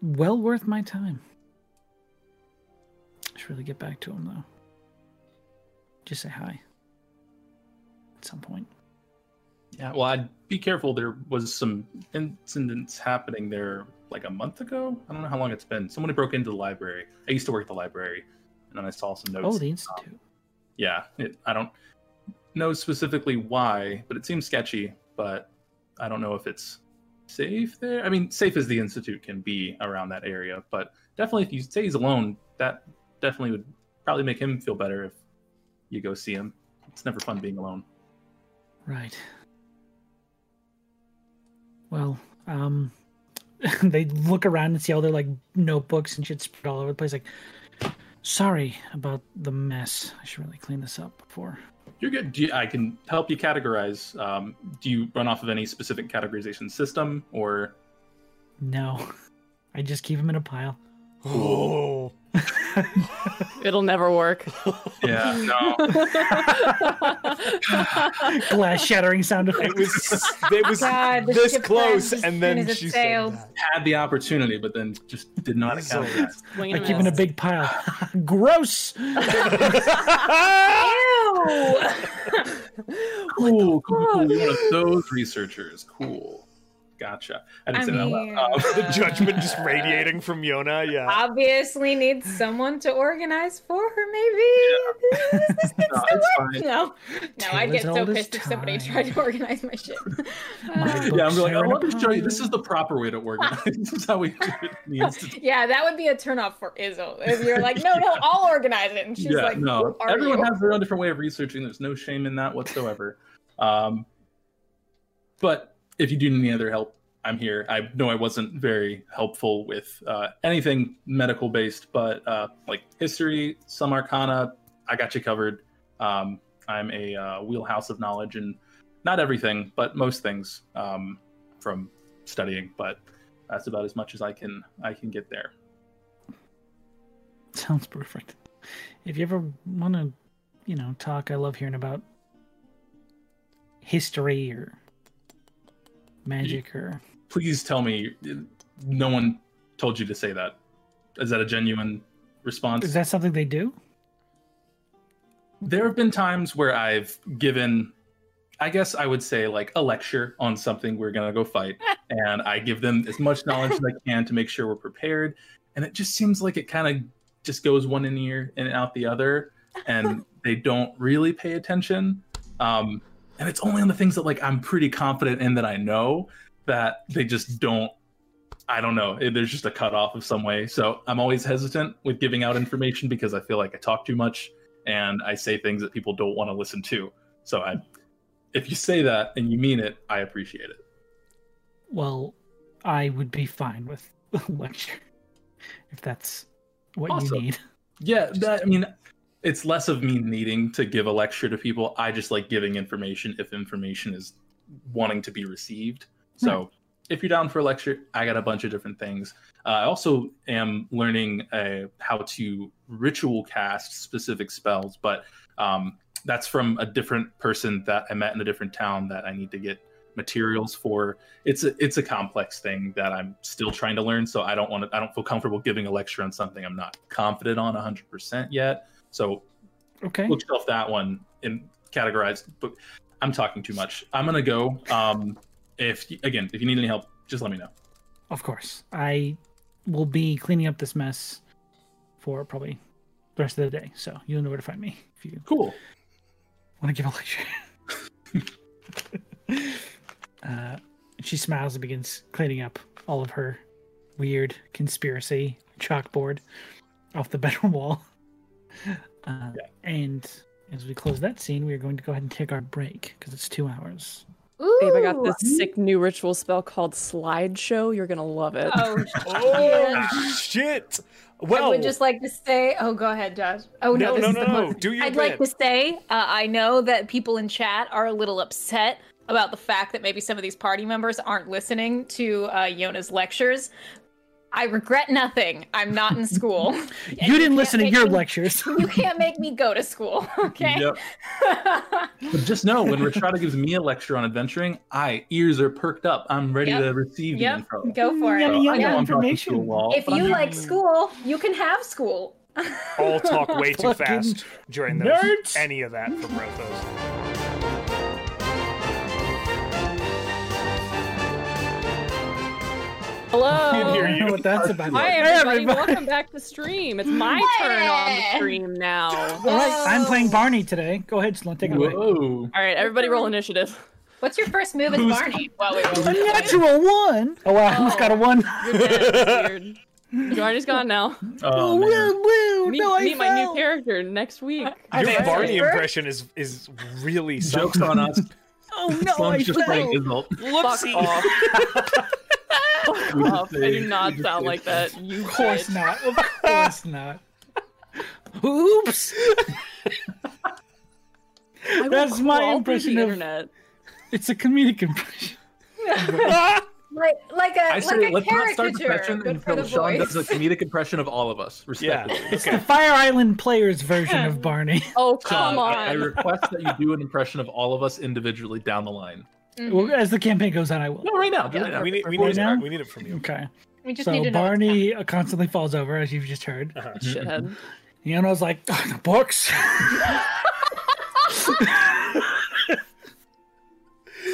Speaker 1: well worth my time. I should really get back to him though. Just say hi. At some point.
Speaker 6: yeah, well, I'd be careful. There was some incidents happening there like a month ago. I don't know how long it's been. Somebody broke into the library. I used to work at the library, and then I saw some notes.
Speaker 1: Oh, the Institute.
Speaker 6: yeah, it, I don't know specifically why, but it seems sketchy. But I don't know if it's safe there. I mean, safe as the institute can be around that area, but definitely if you say he's alone, that definitely would probably make him feel better if you go see him. It's never fun being alone.
Speaker 1: Right. Well, um, they look around and see all their like notebooks and shit spread all over the place. Like, sorry about the mess. I should really clean this up before.
Speaker 6: You're good. Do you, I can help you categorize. Um, do you run off of any specific categorization system, or
Speaker 1: No, I just keep them in a pile.
Speaker 5: Oh.
Speaker 2: It'll never work.
Speaker 6: yeah, no,
Speaker 1: Glass shattering sound effect.
Speaker 5: It was it was
Speaker 4: God, the
Speaker 5: this
Speaker 4: ship
Speaker 5: close,
Speaker 4: lands
Speaker 5: and
Speaker 4: as
Speaker 5: then
Speaker 4: soon as it
Speaker 5: she
Speaker 4: sailed.
Speaker 5: said
Speaker 6: had the opportunity, but then just did not
Speaker 5: So-
Speaker 6: account. for that.
Speaker 2: Swing
Speaker 1: I
Speaker 2: and
Speaker 1: keep in a
Speaker 2: miss.
Speaker 1: big pile. Gross.
Speaker 5: that.
Speaker 6: cool, cool, cool. You're one of those researchers. Cool. Gotcha. I didn't
Speaker 4: I
Speaker 6: say that out
Speaker 4: mean, uh,
Speaker 6: loud. Um,
Speaker 5: uh, the judgment just radiating from Yona. Yeah.
Speaker 4: Obviously needs someone to organize for her, maybe. This is
Speaker 6: no,
Speaker 4: so
Speaker 6: it's
Speaker 4: much-
Speaker 6: fine.
Speaker 4: No, no, I'd get
Speaker 1: Tale as
Speaker 4: so
Speaker 1: old as
Speaker 4: pissed if somebody
Speaker 1: time.
Speaker 4: tried to organize my shit.
Speaker 1: My
Speaker 4: Uh,
Speaker 6: Yeah, I'm
Speaker 1: books
Speaker 6: like,
Speaker 1: are
Speaker 6: I
Speaker 1: in a
Speaker 6: want to show you. This
Speaker 1: pile.
Speaker 6: is the proper way to organize. this is how we do it in the Institute.
Speaker 4: yeah, that would be a turnoff for Izzo. If you're like, no, no, I'll organize it, and she's
Speaker 6: yeah,
Speaker 4: like,
Speaker 6: no.
Speaker 4: "Who are
Speaker 6: Everyone
Speaker 4: you?"
Speaker 6: has their own different way of researching. There's no shame in that whatsoever. Um, but if you do need any other help, I'm here. I know I wasn't very helpful with uh, anything medical based, but uh, like history, some arcana, I got you covered. Um, I'm a uh, wheelhouse of knowledge and not everything, but most things um, from studying. But that's about as much as I can I can get there.
Speaker 1: Sounds perfect. If you ever want to, you know, talk, I love hearing about history or magic or
Speaker 6: please tell me no one told you to say that. Is that a genuine response?
Speaker 1: Is that something they do?
Speaker 6: there have been times where I've given, I guess I would say, like a lecture on something we're going to go fight. and I give them as much knowledge as I can to make sure we're prepared. And it just seems like it kind of just goes one in ear and out the other. And they don't really pay attention. Um, and it's only on the things that like I'm pretty confident in that I know that they just don't. I don't know. It- There's just a cutoff of some way. So I'm always hesitant with giving out information because I feel like I talk too much and I say things that people don't want to listen to. So I, if you say that and you mean it, I appreciate it.
Speaker 1: Well, I would be fine with a lecture if that's what
Speaker 6: Awesome.
Speaker 1: you need.
Speaker 6: Yeah, that, I mean, it's less of me needing to give a lecture to people. I just like giving information if information is wanting to be received. So if you're down for a lecture, I got a bunch of different things. Uh, I also am learning uh, how to ritual cast specific spells, but um, that's from a different person that I met in a different town that I need to get materials for. It's a it's a complex thing that I'm still trying to learn, so I don't want to I don't feel comfortable giving a lecture on something I'm not confident on 100% yet. So
Speaker 1: Okay.
Speaker 6: bookshelf that one and categorize but i'm talking too much i'm gonna go um if again if you need any help just let me know
Speaker 1: Of course. I will be cleaning up this mess for probably the rest of the day. So you'll know where to find me if you
Speaker 6: cool
Speaker 1: want to give a lecture. uh, she smiles and begins cleaning up all of her weird conspiracy chalkboard off the bedroom wall. Uh, And as we close that scene, we are going to go ahead and take our break because it's two hours.
Speaker 4: Ooh.
Speaker 2: Babe, I got this sick new ritual spell called Slideshow. You're gonna love it.
Speaker 4: Oh, yeah.
Speaker 5: Oh shit! Well,
Speaker 4: I would just like to say. Oh, go ahead, Josh. Oh no,
Speaker 5: no,
Speaker 4: this
Speaker 5: no,
Speaker 4: is
Speaker 5: no,
Speaker 4: the
Speaker 5: no.
Speaker 4: closing.
Speaker 5: Do your
Speaker 4: I'd
Speaker 5: bit.
Speaker 4: like to say uh, I know that people in chat are a little upset about the fact that maybe some of these party members aren't listening to uh, Yona's lectures. I regret nothing. I'm not in school. And
Speaker 1: you didn't
Speaker 4: can't
Speaker 1: listen to
Speaker 4: make
Speaker 1: your
Speaker 4: me-
Speaker 1: lectures.
Speaker 4: You can't make me go to school, okay?
Speaker 6: Yep. but just know when Rashada gives me a lecture on adventuring i ears are perked up i'm ready
Speaker 4: Yep.
Speaker 6: to receive the
Speaker 4: Yep.
Speaker 6: info
Speaker 4: go for
Speaker 1: Yummy,
Speaker 6: So I
Speaker 4: it.
Speaker 1: yummy
Speaker 6: know
Speaker 4: Yeah.
Speaker 6: I'm talking to a
Speaker 1: information.
Speaker 6: wall,
Speaker 4: If
Speaker 6: but I'm
Speaker 4: you
Speaker 6: not-
Speaker 4: like school, you can have school.
Speaker 5: all talk way too
Speaker 1: Fucking
Speaker 5: fast during those,
Speaker 1: nerds.
Speaker 5: any of that for Brothos.
Speaker 1: I
Speaker 2: Hello.
Speaker 1: don't know what that's about.
Speaker 2: Hi
Speaker 1: Hey,
Speaker 2: everybody. Welcome back to stream. It's my turn on
Speaker 4: Yeah.
Speaker 2: the stream now.
Speaker 1: All right, I'm
Speaker 2: Oh.
Speaker 1: playing Barney today. Go ahead, Sloan, take it away.
Speaker 6: whoa
Speaker 2: All right, everybody, roll initivative.
Speaker 4: What's your first move as
Speaker 6: Who's-
Speaker 4: Barney? While we
Speaker 1: A
Speaker 4: roll?
Speaker 1: natural one. Oh, wow, I almost got a one.
Speaker 2: Weird. Barney's gone now.
Speaker 1: Oh,
Speaker 6: oh, man.
Speaker 1: woo, woo.
Speaker 2: Meet,
Speaker 1: no, I
Speaker 2: meet my
Speaker 1: fell.
Speaker 2: new character next week.
Speaker 1: I
Speaker 5: Your
Speaker 1: fell.
Speaker 5: Barney
Speaker 4: Right.
Speaker 5: impression is is really
Speaker 6: jokes on us
Speaker 1: Oh no, I
Speaker 6: Sloan's just playing
Speaker 1: fell.
Speaker 6: Isolt.
Speaker 2: Fuck off. Fuck
Speaker 6: We just
Speaker 2: off. I
Speaker 6: saved-
Speaker 2: do
Speaker 6: we
Speaker 2: not
Speaker 6: just
Speaker 2: sound
Speaker 6: saved
Speaker 2: like that. You
Speaker 1: Of course not. Of course not. Oops.
Speaker 2: I will
Speaker 1: That's my
Speaker 2: crawl through
Speaker 1: impression
Speaker 2: the
Speaker 1: of-
Speaker 2: internet.
Speaker 1: It's a comedic impression.
Speaker 4: Like, like a
Speaker 6: I
Speaker 4: like
Speaker 6: say,
Speaker 4: a
Speaker 6: let's not start
Speaker 4: caricature.
Speaker 6: depression
Speaker 4: Good for the
Speaker 6: until Sean
Speaker 4: voice.
Speaker 6: does a comedic impression of all of us,
Speaker 5: Yeah.
Speaker 6: respectively.
Speaker 5: Okay.
Speaker 1: Fire Island players version of Barney.
Speaker 2: Oh
Speaker 6: John,
Speaker 2: come on.
Speaker 6: I, I request that you do an impression of all of us individually down the line.
Speaker 4: Mhm.
Speaker 1: Well, as the campaign goes on, I will.
Speaker 6: No, right now. do
Speaker 4: Yeah,
Speaker 6: it now.
Speaker 5: We need we
Speaker 1: Right
Speaker 5: need
Speaker 1: now?
Speaker 5: it, we need it from you.
Speaker 1: Okay.
Speaker 4: we just need
Speaker 1: So
Speaker 4: to know.
Speaker 1: Barney uh, constantly falls over, as you've just heard.
Speaker 5: Uh-huh.
Speaker 2: Shithead.
Speaker 1: Yona's like, "Ugh, the books.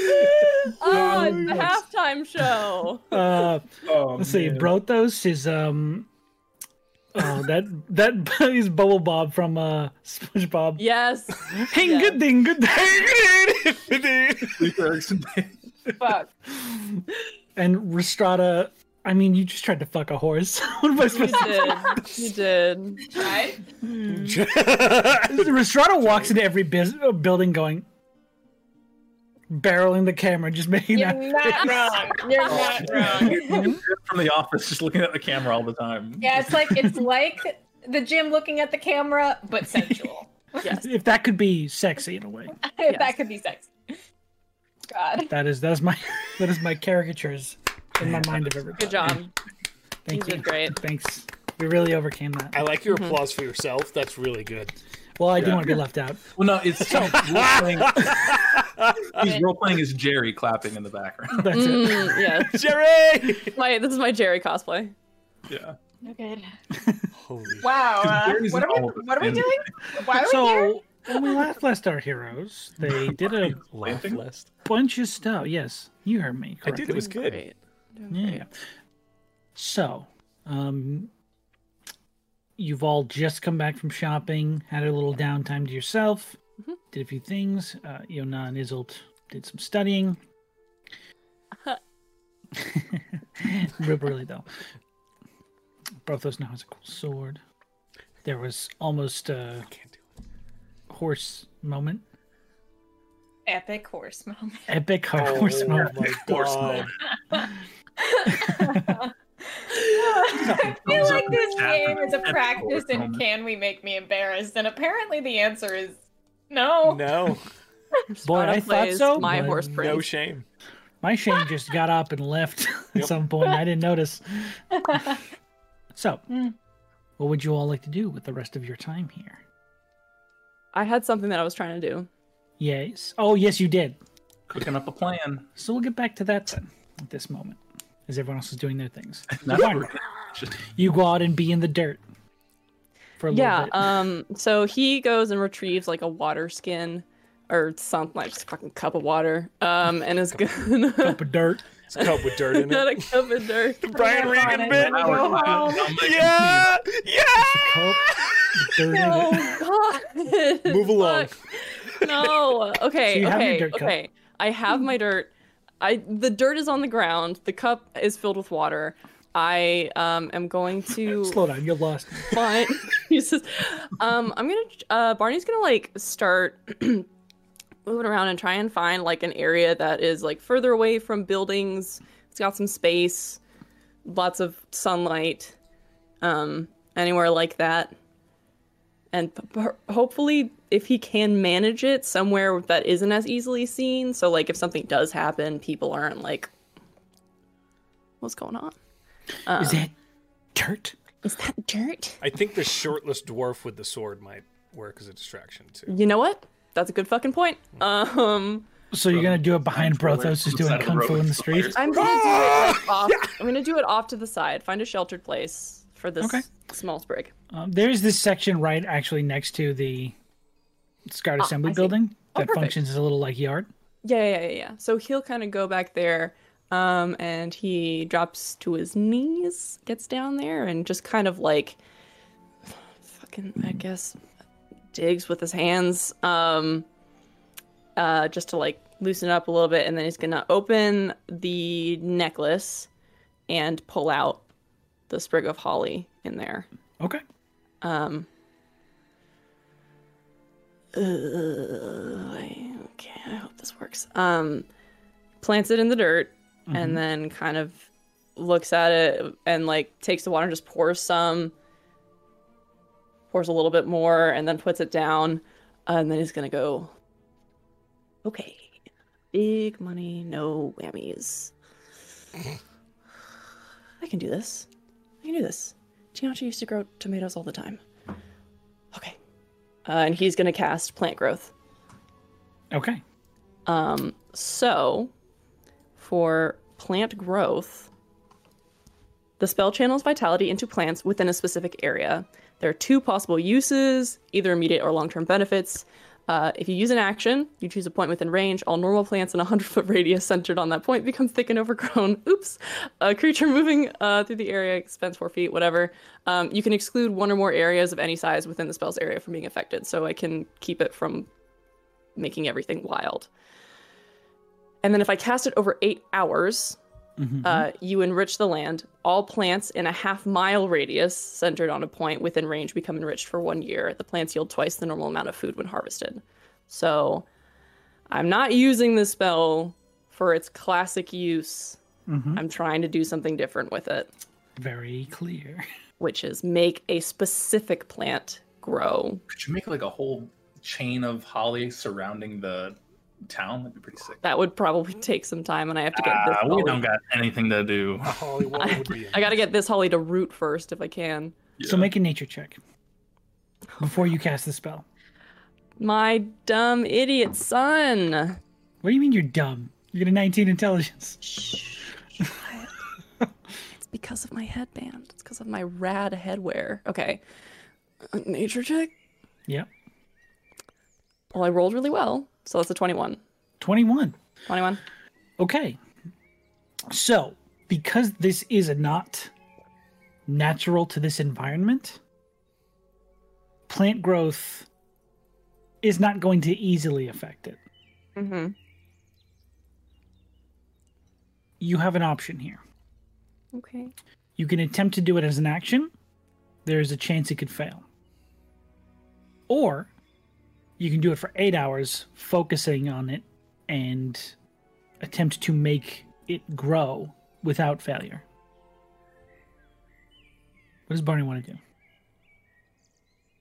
Speaker 2: Oh, it's the
Speaker 1: Nice.
Speaker 2: halftime show.
Speaker 1: Uh,
Speaker 6: Oh,
Speaker 1: Let's see,
Speaker 6: man.
Speaker 1: Brothos is um oh that that is Bubble Bob from uh SpongeBob.
Speaker 2: Yes.
Speaker 1: Hing
Speaker 2: yeah.
Speaker 1: good ding good ding.
Speaker 6: Lisa Erickson.
Speaker 4: Fuck.
Speaker 1: and Restrada, I mean you just tried to fuck a horse. what am I
Speaker 2: You
Speaker 1: supposed to
Speaker 2: did. You did.
Speaker 4: Right?
Speaker 1: Restrada walks into every bus- uh, building going barreling the camera, just making
Speaker 4: You're
Speaker 1: that
Speaker 4: not wrong. You're
Speaker 6: Oh.
Speaker 4: not wrong.
Speaker 6: from the office, just looking at the camera all the time.
Speaker 4: Yeah, it's like it's like the gym looking at the camera, but sensual.
Speaker 2: Yes.
Speaker 1: if that could be sexy in a way.
Speaker 4: If That could be sexy. God.
Speaker 1: That is that is my that is my caricatures in my mind of everybody.
Speaker 2: Good job.
Speaker 1: Thank you.
Speaker 2: You did great.
Speaker 1: Thanks. We really overcame that.
Speaker 5: I like
Speaker 4: Mm-hmm.
Speaker 5: your applause for yourself. That's really good.
Speaker 1: Well, I do
Speaker 6: Yeah.
Speaker 1: want to be left out.
Speaker 6: Well, no, it's so He's role playing as Jerry clapping in the background.
Speaker 1: That's it.
Speaker 2: Mm, yeah.
Speaker 5: Jerry!
Speaker 2: My, this is my Jerry cosplay.
Speaker 6: Yeah.
Speaker 4: Okay.
Speaker 5: Holy
Speaker 4: Wow.
Speaker 6: Because
Speaker 4: Uh,
Speaker 6: Jerry's
Speaker 4: what,
Speaker 6: in
Speaker 4: are we,
Speaker 6: all of us,
Speaker 4: what are we
Speaker 6: and-
Speaker 4: doing? Why are we here?
Speaker 1: So when we last left our heroes, they did a
Speaker 5: laugh
Speaker 6: Laughing?
Speaker 5: list.
Speaker 1: bunch of stuff. Yes, you heard me.
Speaker 5: I
Speaker 1: Correctly.
Speaker 5: did. It was good.
Speaker 2: Great.
Speaker 1: Yeah. So, um, you've all just come back from shopping, had a little downtime to yourself,
Speaker 4: Mm-hmm.
Speaker 2: Mhm.
Speaker 1: did a few things. Uh, Yona and Isolt did some studying. Real Really, though. Brothos now has a cool sword. There was almost a
Speaker 5: Can't do it.
Speaker 1: horse moment,
Speaker 4: Epic horse moment.
Speaker 1: epic
Speaker 5: Oh,
Speaker 1: horse moment.
Speaker 5: my
Speaker 6: Horse
Speaker 5: God.
Speaker 4: I feel
Speaker 6: Thumbs up
Speaker 4: like
Speaker 6: in
Speaker 4: this
Speaker 6: the chat
Speaker 4: game
Speaker 6: for
Speaker 4: is a
Speaker 6: epic
Speaker 4: practice
Speaker 6: horse
Speaker 4: and
Speaker 6: moment.
Speaker 4: can we make me embarrassed? And apparently the answer is
Speaker 2: Oh,
Speaker 4: no.
Speaker 5: No,
Speaker 1: Boy, I
Speaker 2: Spotify
Speaker 1: thought
Speaker 2: is
Speaker 1: so.
Speaker 2: My
Speaker 1: but
Speaker 2: horse prince.
Speaker 5: no shame.
Speaker 1: My Shane just got up and left at
Speaker 5: Yep.
Speaker 1: some point. I didn't notice. so, hmm.
Speaker 4: Mm.
Speaker 1: what would you all like to do with the rest of your time here?
Speaker 2: I had something that I was trying to do.
Speaker 1: Yes. Oh, yes, you did.
Speaker 6: Cooking up a plan.
Speaker 1: So we'll get back to that then at this moment, as everyone else is doing their things.
Speaker 6: That's
Speaker 1: Fine.
Speaker 6: what we're-
Speaker 1: You go out and be in the dirt for a
Speaker 2: Yeah.
Speaker 1: little bit.
Speaker 2: Um. So he goes and retrieves like a water skin, or something like just a fucking cup of water. Um. And is gonna
Speaker 1: Cup of dirt.
Speaker 5: It's a cup with dirt in
Speaker 2: not
Speaker 5: it.
Speaker 2: a cup of dirt.
Speaker 5: Brian
Speaker 4: Bring up on
Speaker 5: Regan
Speaker 4: it. Let
Speaker 5: bit.
Speaker 4: me go home.
Speaker 6: I'm making
Speaker 5: Yeah, yeah.
Speaker 1: Cup of dirt. in it.
Speaker 2: Oh God!
Speaker 5: Move along.
Speaker 2: Fuck. No. Okay.
Speaker 1: So you have your
Speaker 2: okay.
Speaker 1: dirt cup.
Speaker 2: okay. I have my dirt. I the dirt is on the ground. The cup is filled with water. I um am going to
Speaker 1: Slow down. You're lost.
Speaker 2: fun. He's just, um, I'm gonna. Uh, Barney's gonna like start moving around and try and find like an area that is like further away from buildings. It's got some space, lots of sunlight, um, anywhere like that. And p- p- hopefully, if he can manage it somewhere that isn't as easily seen, so like if something does happen, people aren't like, "What's going on?
Speaker 1: is that dirt?
Speaker 2: Is that dirt?"
Speaker 5: I think the shirtless dwarf with the sword might work as a distraction too.
Speaker 2: You know what? That's a good fucking point. Um,
Speaker 1: So you're gonna do it behind Brothos, just doing
Speaker 6: Side of the
Speaker 1: kung
Speaker 6: road
Speaker 1: fu in
Speaker 6: with
Speaker 1: the street.
Speaker 6: fires.
Speaker 2: I'm gonna do it like, off. I'm gonna do it off to the side. Find a sheltered place for this
Speaker 1: Okay.
Speaker 2: small sprig.
Speaker 1: Um, there's this section right actually next to the Scout
Speaker 2: Ah,
Speaker 1: Assembly
Speaker 2: I see.
Speaker 1: building
Speaker 2: Oh,
Speaker 1: that
Speaker 2: perfect.
Speaker 1: functions as a little like yard.
Speaker 2: Yeah, yeah, yeah, yeah. So he'll kind of go back there, um, and he drops to his knees, gets down there, and just kind of like, fucking, I guess, digs with his hands, um, uh, just to like loosen up a little bit, and then he's gonna open the necklace and pull out the sprig of holly in there.
Speaker 1: Okay.
Speaker 2: Um. uh, I- okay, I hope this works. Um, plants it in the dirt
Speaker 1: Mm-hmm.
Speaker 2: and then kind of looks at it and like takes the water and just pours some, pours a little bit more, and then puts it down. And then he's gonna go, okay, big money, no whammies. I can do this. I can do this. Tianchi used to grow tomatoes all the time. Okay. Uh, and he's going to cast plant growth.
Speaker 1: Mm-hmm. Okay.
Speaker 2: Um, so, for plant growth, the spell channels vitality into plants within a specific area. There are two possible uses, either immediate or long term benefits. Uh, if you use an action, you choose a point within range. All normal plants in a 100 foot radius centered on that point become thick and overgrown. Oops. A creature moving uh, through the area spends four feet, whatever. Um, you can exclude one or more areas of any size within the spell's area from being affected, so I can keep it from making everything wild. And then if I cast it over eight hours,
Speaker 6: Mm-hmm.
Speaker 1: Mhm.
Speaker 2: uh, you enrich the land. All plants in a half mile radius centered on a point within range become enriched for one year. The plants yield twice the normal amount of food when harvested. So I'm not using this spell for its classic use.
Speaker 1: Mhm.
Speaker 2: I'm trying to do something different with it,
Speaker 1: Very clear.
Speaker 2: which is make a specific plant grow.
Speaker 6: Could you make like a whole chain of holly surrounding the town? That'd be pretty sick.
Speaker 2: That would probably take some time, and I have to get this.
Speaker 6: Ah, we
Speaker 2: holly-
Speaker 6: don't got anything to do.
Speaker 5: Holly Wall would be.
Speaker 2: I gotta get this holly to root first if I can. Oh,
Speaker 1: So make a nature check before you cast the spell.
Speaker 2: My dumb idiot son.
Speaker 1: What do you mean you're dumb? You get a 19 intelligence.
Speaker 2: It's because of my headband. It's because of my rad headwear. Okay. Uh, Nature check.
Speaker 1: Yep.
Speaker 2: Well, I rolled really well, so that's a 21.
Speaker 1: 21.
Speaker 2: 21.
Speaker 1: Okay. So, because this is a not natural to this environment, plant growth is not going to easily affect it.
Speaker 2: Mm-hmm.
Speaker 1: You have an option here.
Speaker 2: Okay.
Speaker 1: You can attempt to do it as an action. There is a chance it could fail. Or you can do it for eight hours, focusing on it and attempt to make it grow without failure. What does Barney want to do?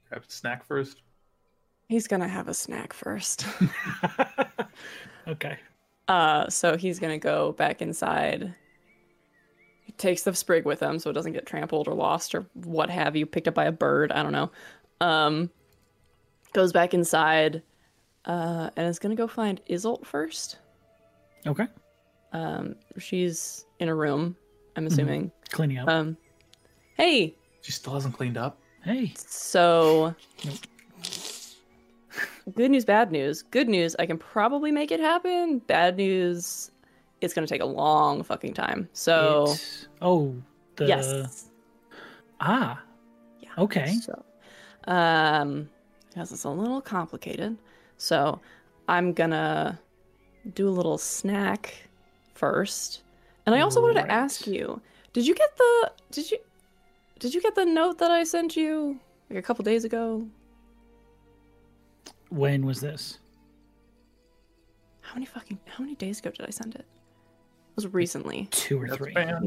Speaker 6: Grab a snack first.
Speaker 2: He's gonna have a snack first.
Speaker 1: Okay.
Speaker 2: uh, so he's gonna go back inside. He takes the sprig with him so it doesn't get trampled or lost or what have you, picked up by a bird. I don't know. Um, goes back inside, uh, and is gonna go find Isolt first.
Speaker 1: Okay.
Speaker 2: Um, she's in a room, I'm assuming.
Speaker 1: Cleaning up.
Speaker 2: Um, hey,
Speaker 6: She still hasn't cleaned up.
Speaker 1: hey.
Speaker 2: so good news, bad news. Good news, I can probably make it happen. Bad news, it's gonna take a long fucking time. So
Speaker 1: It's- oh, the.
Speaker 2: yes,
Speaker 1: Ah.
Speaker 2: Yeah,
Speaker 1: Okay.
Speaker 2: So, um, because it's a little complicated, so I'm gonna do a little snack first. And I also wanted
Speaker 1: Right.
Speaker 2: to ask you: Did you get the did you did you get the note that I sent you like a couple days ago?
Speaker 1: When was this?
Speaker 2: How many fucking how many days ago did I send it? It was recently.
Speaker 1: Two or
Speaker 6: That's
Speaker 1: three.
Speaker 6: bad.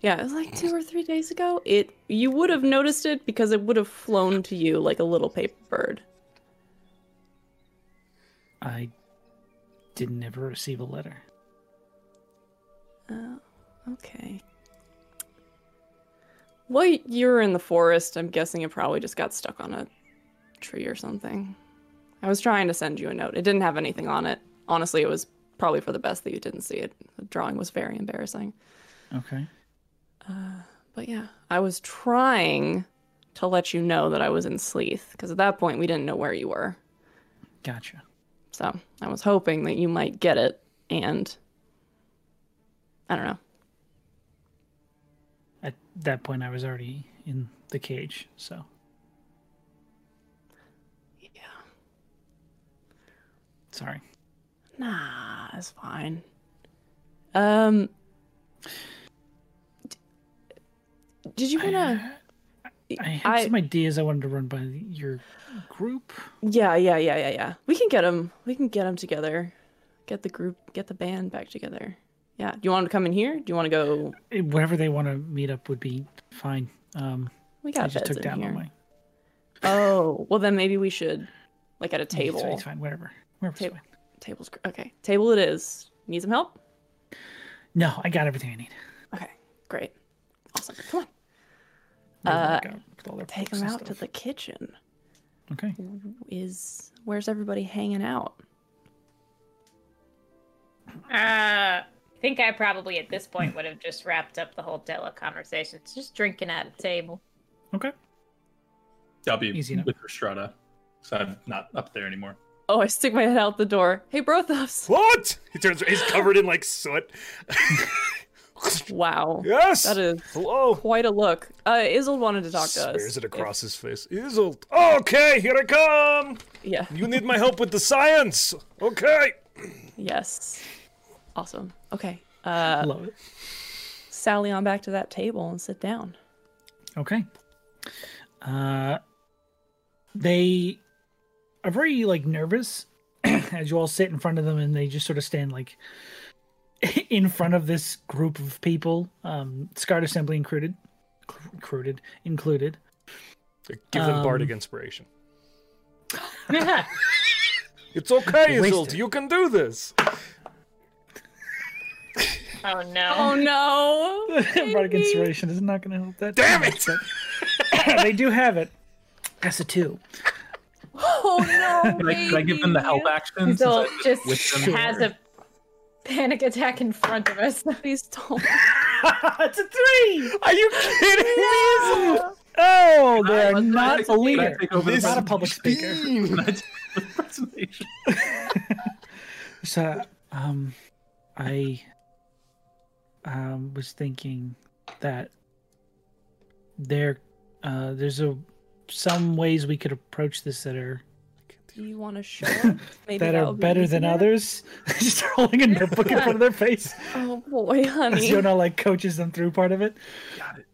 Speaker 2: Yeah, it was like two or three days ago. It you would have noticed it because it would have flown to you like a little paper bird.
Speaker 1: I didn't ever receive a letter.
Speaker 2: Oh, okay. Well, y- you're in the forest. I'm guessing it probably just got stuck on a tree or something. I was trying to send you a note. It didn't have anything on it. Honestly, it was probably for the best that you didn't see it. The drawing was very embarrassing.
Speaker 1: Okay.
Speaker 2: But yeah, I was trying to let you know that I was in Sleeth because at that point we didn't know where you were.
Speaker 1: Gotcha.
Speaker 2: So I was hoping that you might get it, and I don't know.
Speaker 1: At that point, I was already in the cage, so.
Speaker 2: Yeah.
Speaker 1: Sorry.
Speaker 2: Nah, it's fine. Um, d- did you wanna?
Speaker 1: I had
Speaker 2: I-
Speaker 1: some ideas I wanted to run by your group.
Speaker 2: Yeah, yeah, yeah, yeah, yeah. We can get them. We can get them together. Get the group, get the band back together. Yeah. Do you want 'em to come in here? Do you want to go?
Speaker 1: Eh, Wherever they want to meet up would be fine. Um,
Speaker 2: We
Speaker 1: I
Speaker 2: got
Speaker 1: just
Speaker 2: beds
Speaker 1: took
Speaker 2: in
Speaker 1: down all
Speaker 2: here.
Speaker 1: my.
Speaker 2: Oh, well then maybe we should, like, at a
Speaker 1: It's-
Speaker 2: table.
Speaker 1: It's fine. Whatever. Wherever's
Speaker 2: Table.
Speaker 1: fine.
Speaker 2: Table's gr- okay. Table it is. Need some help?
Speaker 1: No, I got everything I need.
Speaker 2: Okay, great, awesome. Come on,
Speaker 1: I
Speaker 2: Uh,
Speaker 1: got with all their
Speaker 2: take
Speaker 1: books
Speaker 2: them
Speaker 1: and
Speaker 2: out to
Speaker 1: stuff.
Speaker 2: the kitchen.
Speaker 1: Okay.
Speaker 2: Is where's everybody hanging out?
Speaker 4: Uh, I think I probably at this point would have just wrapped up the whole Della conversation. It's just drinking at a table.
Speaker 1: Okay.
Speaker 6: I'll be
Speaker 1: Easy enough.
Speaker 6: with Restrada. So I'm not up there anymore.
Speaker 2: Oh, I stick my head out the door. Hey, Brothos.
Speaker 5: What? He turns. He's covered in like soot.
Speaker 2: Wow,
Speaker 5: yes.
Speaker 2: that is
Speaker 5: Hello.
Speaker 2: quite a look. Uh, Isold wanted to talk to us.
Speaker 5: Smears it across his face. Isolt. Okay, here I come.
Speaker 2: If- yeah.
Speaker 5: You need my help with the science. Okay.
Speaker 2: Yes. Awesome. Okay. Uh,
Speaker 1: Love it.
Speaker 2: Sally on back to that table and sit down.
Speaker 1: Okay. Uh, they are very like nervous as you all sit in front of them, and they just sort of stand like in front of this group of people, um, Scarred Assembly included, cl- included, included.
Speaker 5: Give them
Speaker 1: Um,
Speaker 5: bardic inspiration.
Speaker 4: I
Speaker 5: It's okay,
Speaker 1: Waste
Speaker 5: Isolt.
Speaker 1: it.
Speaker 5: You can do this.
Speaker 4: Oh no.
Speaker 2: Oh no!
Speaker 1: Bardic Inspiration is not going to help that.
Speaker 5: Damn it!
Speaker 1: they do have it. That's a two.
Speaker 4: Oh no!
Speaker 6: Can I, can I give them the help action?
Speaker 4: So
Speaker 6: since I
Speaker 4: just
Speaker 6: whipped them
Speaker 4: has
Speaker 6: over?
Speaker 4: a panic attack in front of us.
Speaker 2: Please don't.
Speaker 1: it's a three.
Speaker 7: Are you kidding me?
Speaker 1: Oh,
Speaker 6: Can I-
Speaker 1: they're
Speaker 6: can I
Speaker 1: not
Speaker 6: take-
Speaker 1: a
Speaker 6: can I
Speaker 1: leader.
Speaker 6: take over the
Speaker 1: They're not a
Speaker 6: presentation?
Speaker 1: public speaker.
Speaker 7: Dean!
Speaker 6: Can I take over the presentation?
Speaker 1: So, um, I um was thinking that there, uh, there's a some ways we could approach this that are
Speaker 2: Do you want to show? up? Maybe
Speaker 1: that are
Speaker 2: that'll be
Speaker 1: better than
Speaker 2: easier.
Speaker 1: others. Just holding a notebook in front of their face.
Speaker 2: Oh boy, honey.
Speaker 1: Jonah like coaches them through part of it.
Speaker 6: Got it.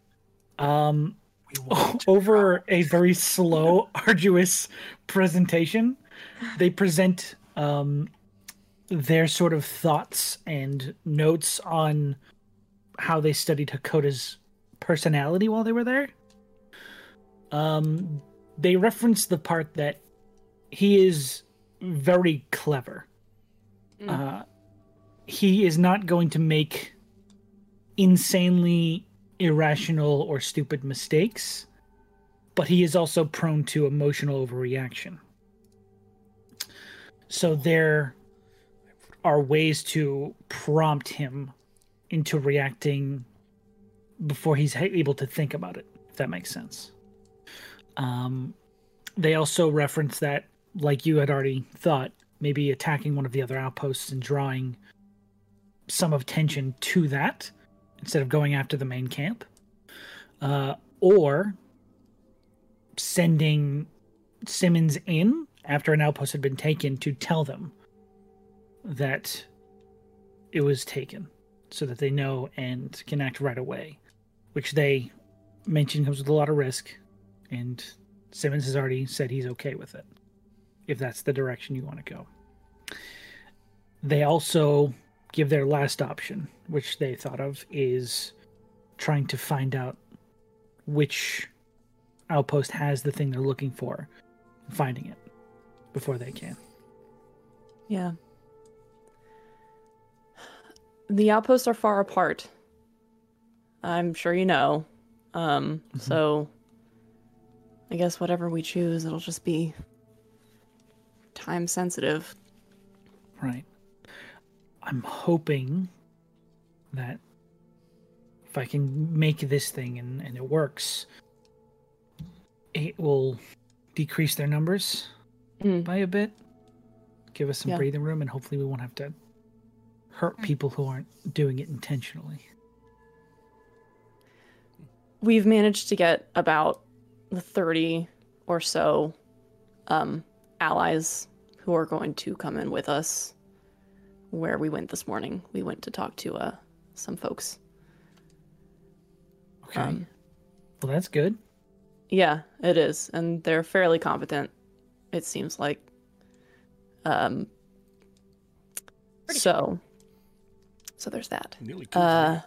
Speaker 1: Um,
Speaker 6: We want to
Speaker 1: over a very slow, arduous presentation, they present um, their sort of thoughts and notes on how they studied Hakoda's personality while they were there. Um, they reference the part that he is very clever. Uh, he is not going to make insanely irrational or stupid mistakes, but he is also prone to emotional overreaction. So there are ways to prompt him into reacting before he's ha- able to think about it, if that makes sense. Um, they also reference that, like you had already thought, maybe attacking one of the other outposts and drawing some of tension to that instead of going after the main camp, uh, or sending Simmons in after an outpost had been taken to tell them that it was taken so that they know and can act right away, which they mention comes with a lot of risk. And Simmons has already said he's okay with it if that's the direction you want to go. They also give their last option, which they thought of is trying to find out which outpost has the thing they're looking for, and finding it before they can.
Speaker 2: Yeah. The outposts are far apart. I'm sure you know. Um, so I guess whatever we choose, it'll just be time sensitive.
Speaker 1: Right. I'm hoping that if I can make this thing and, and it works, it will decrease their numbers
Speaker 2: Mm.
Speaker 1: by a bit, give us some
Speaker 2: Yeah.
Speaker 1: breathing room, and hopefully we won't have to hurt people who aren't doing it intentionally.
Speaker 2: We've managed to get about the 30 or so um, allies who are going to come in with us where we went this morning. We went to talk to uh, some folks.
Speaker 1: Okay.
Speaker 2: Um,
Speaker 1: well, that's good.
Speaker 2: Yeah, it is, and they're fairly competent. It seems like. Um. so. So there's that.
Speaker 5: Nearly killed
Speaker 2: Uh,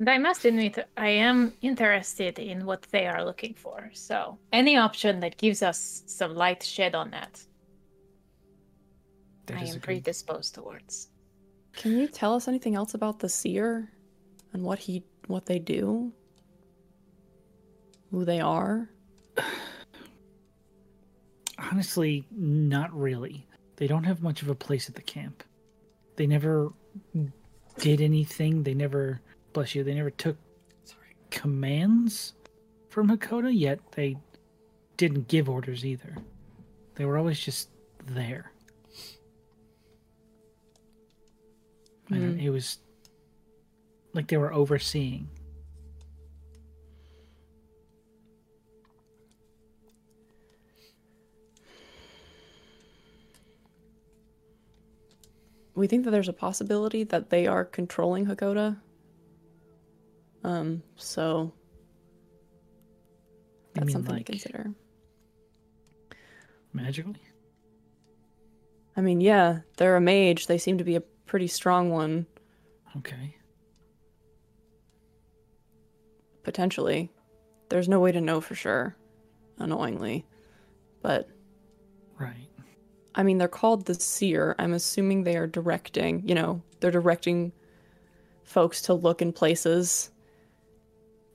Speaker 4: And I must admit, I am interested in what they are looking for. So any option that gives us some light shed on that,
Speaker 1: That
Speaker 4: I
Speaker 1: is
Speaker 4: am
Speaker 1: a good.
Speaker 4: predisposed towards.
Speaker 2: can you tell us anything else about the seer, and what he, what they do, who they are?
Speaker 1: Honestly, not really. They don't have much of a place at the camp. They never did anything. They never, bless you, they never took commands from Hakoda, yet they didn't give orders either. They were always just there. And it was like they were overseeing.
Speaker 2: We think that there's a possibility that they are controlling Hakoda. Um. So
Speaker 1: I
Speaker 2: that's
Speaker 1: mean,
Speaker 2: something
Speaker 1: like,
Speaker 2: to consider.
Speaker 1: magically?
Speaker 2: I mean, yeah, they're a mage. They seem to be a pretty strong one,
Speaker 1: Okay.
Speaker 2: potentially. There's no way to know for sure, annoyingly. But,
Speaker 1: Right.
Speaker 2: I mean, they're called the seer. I'm assuming they are directing, you know, they're directing folks to look in places.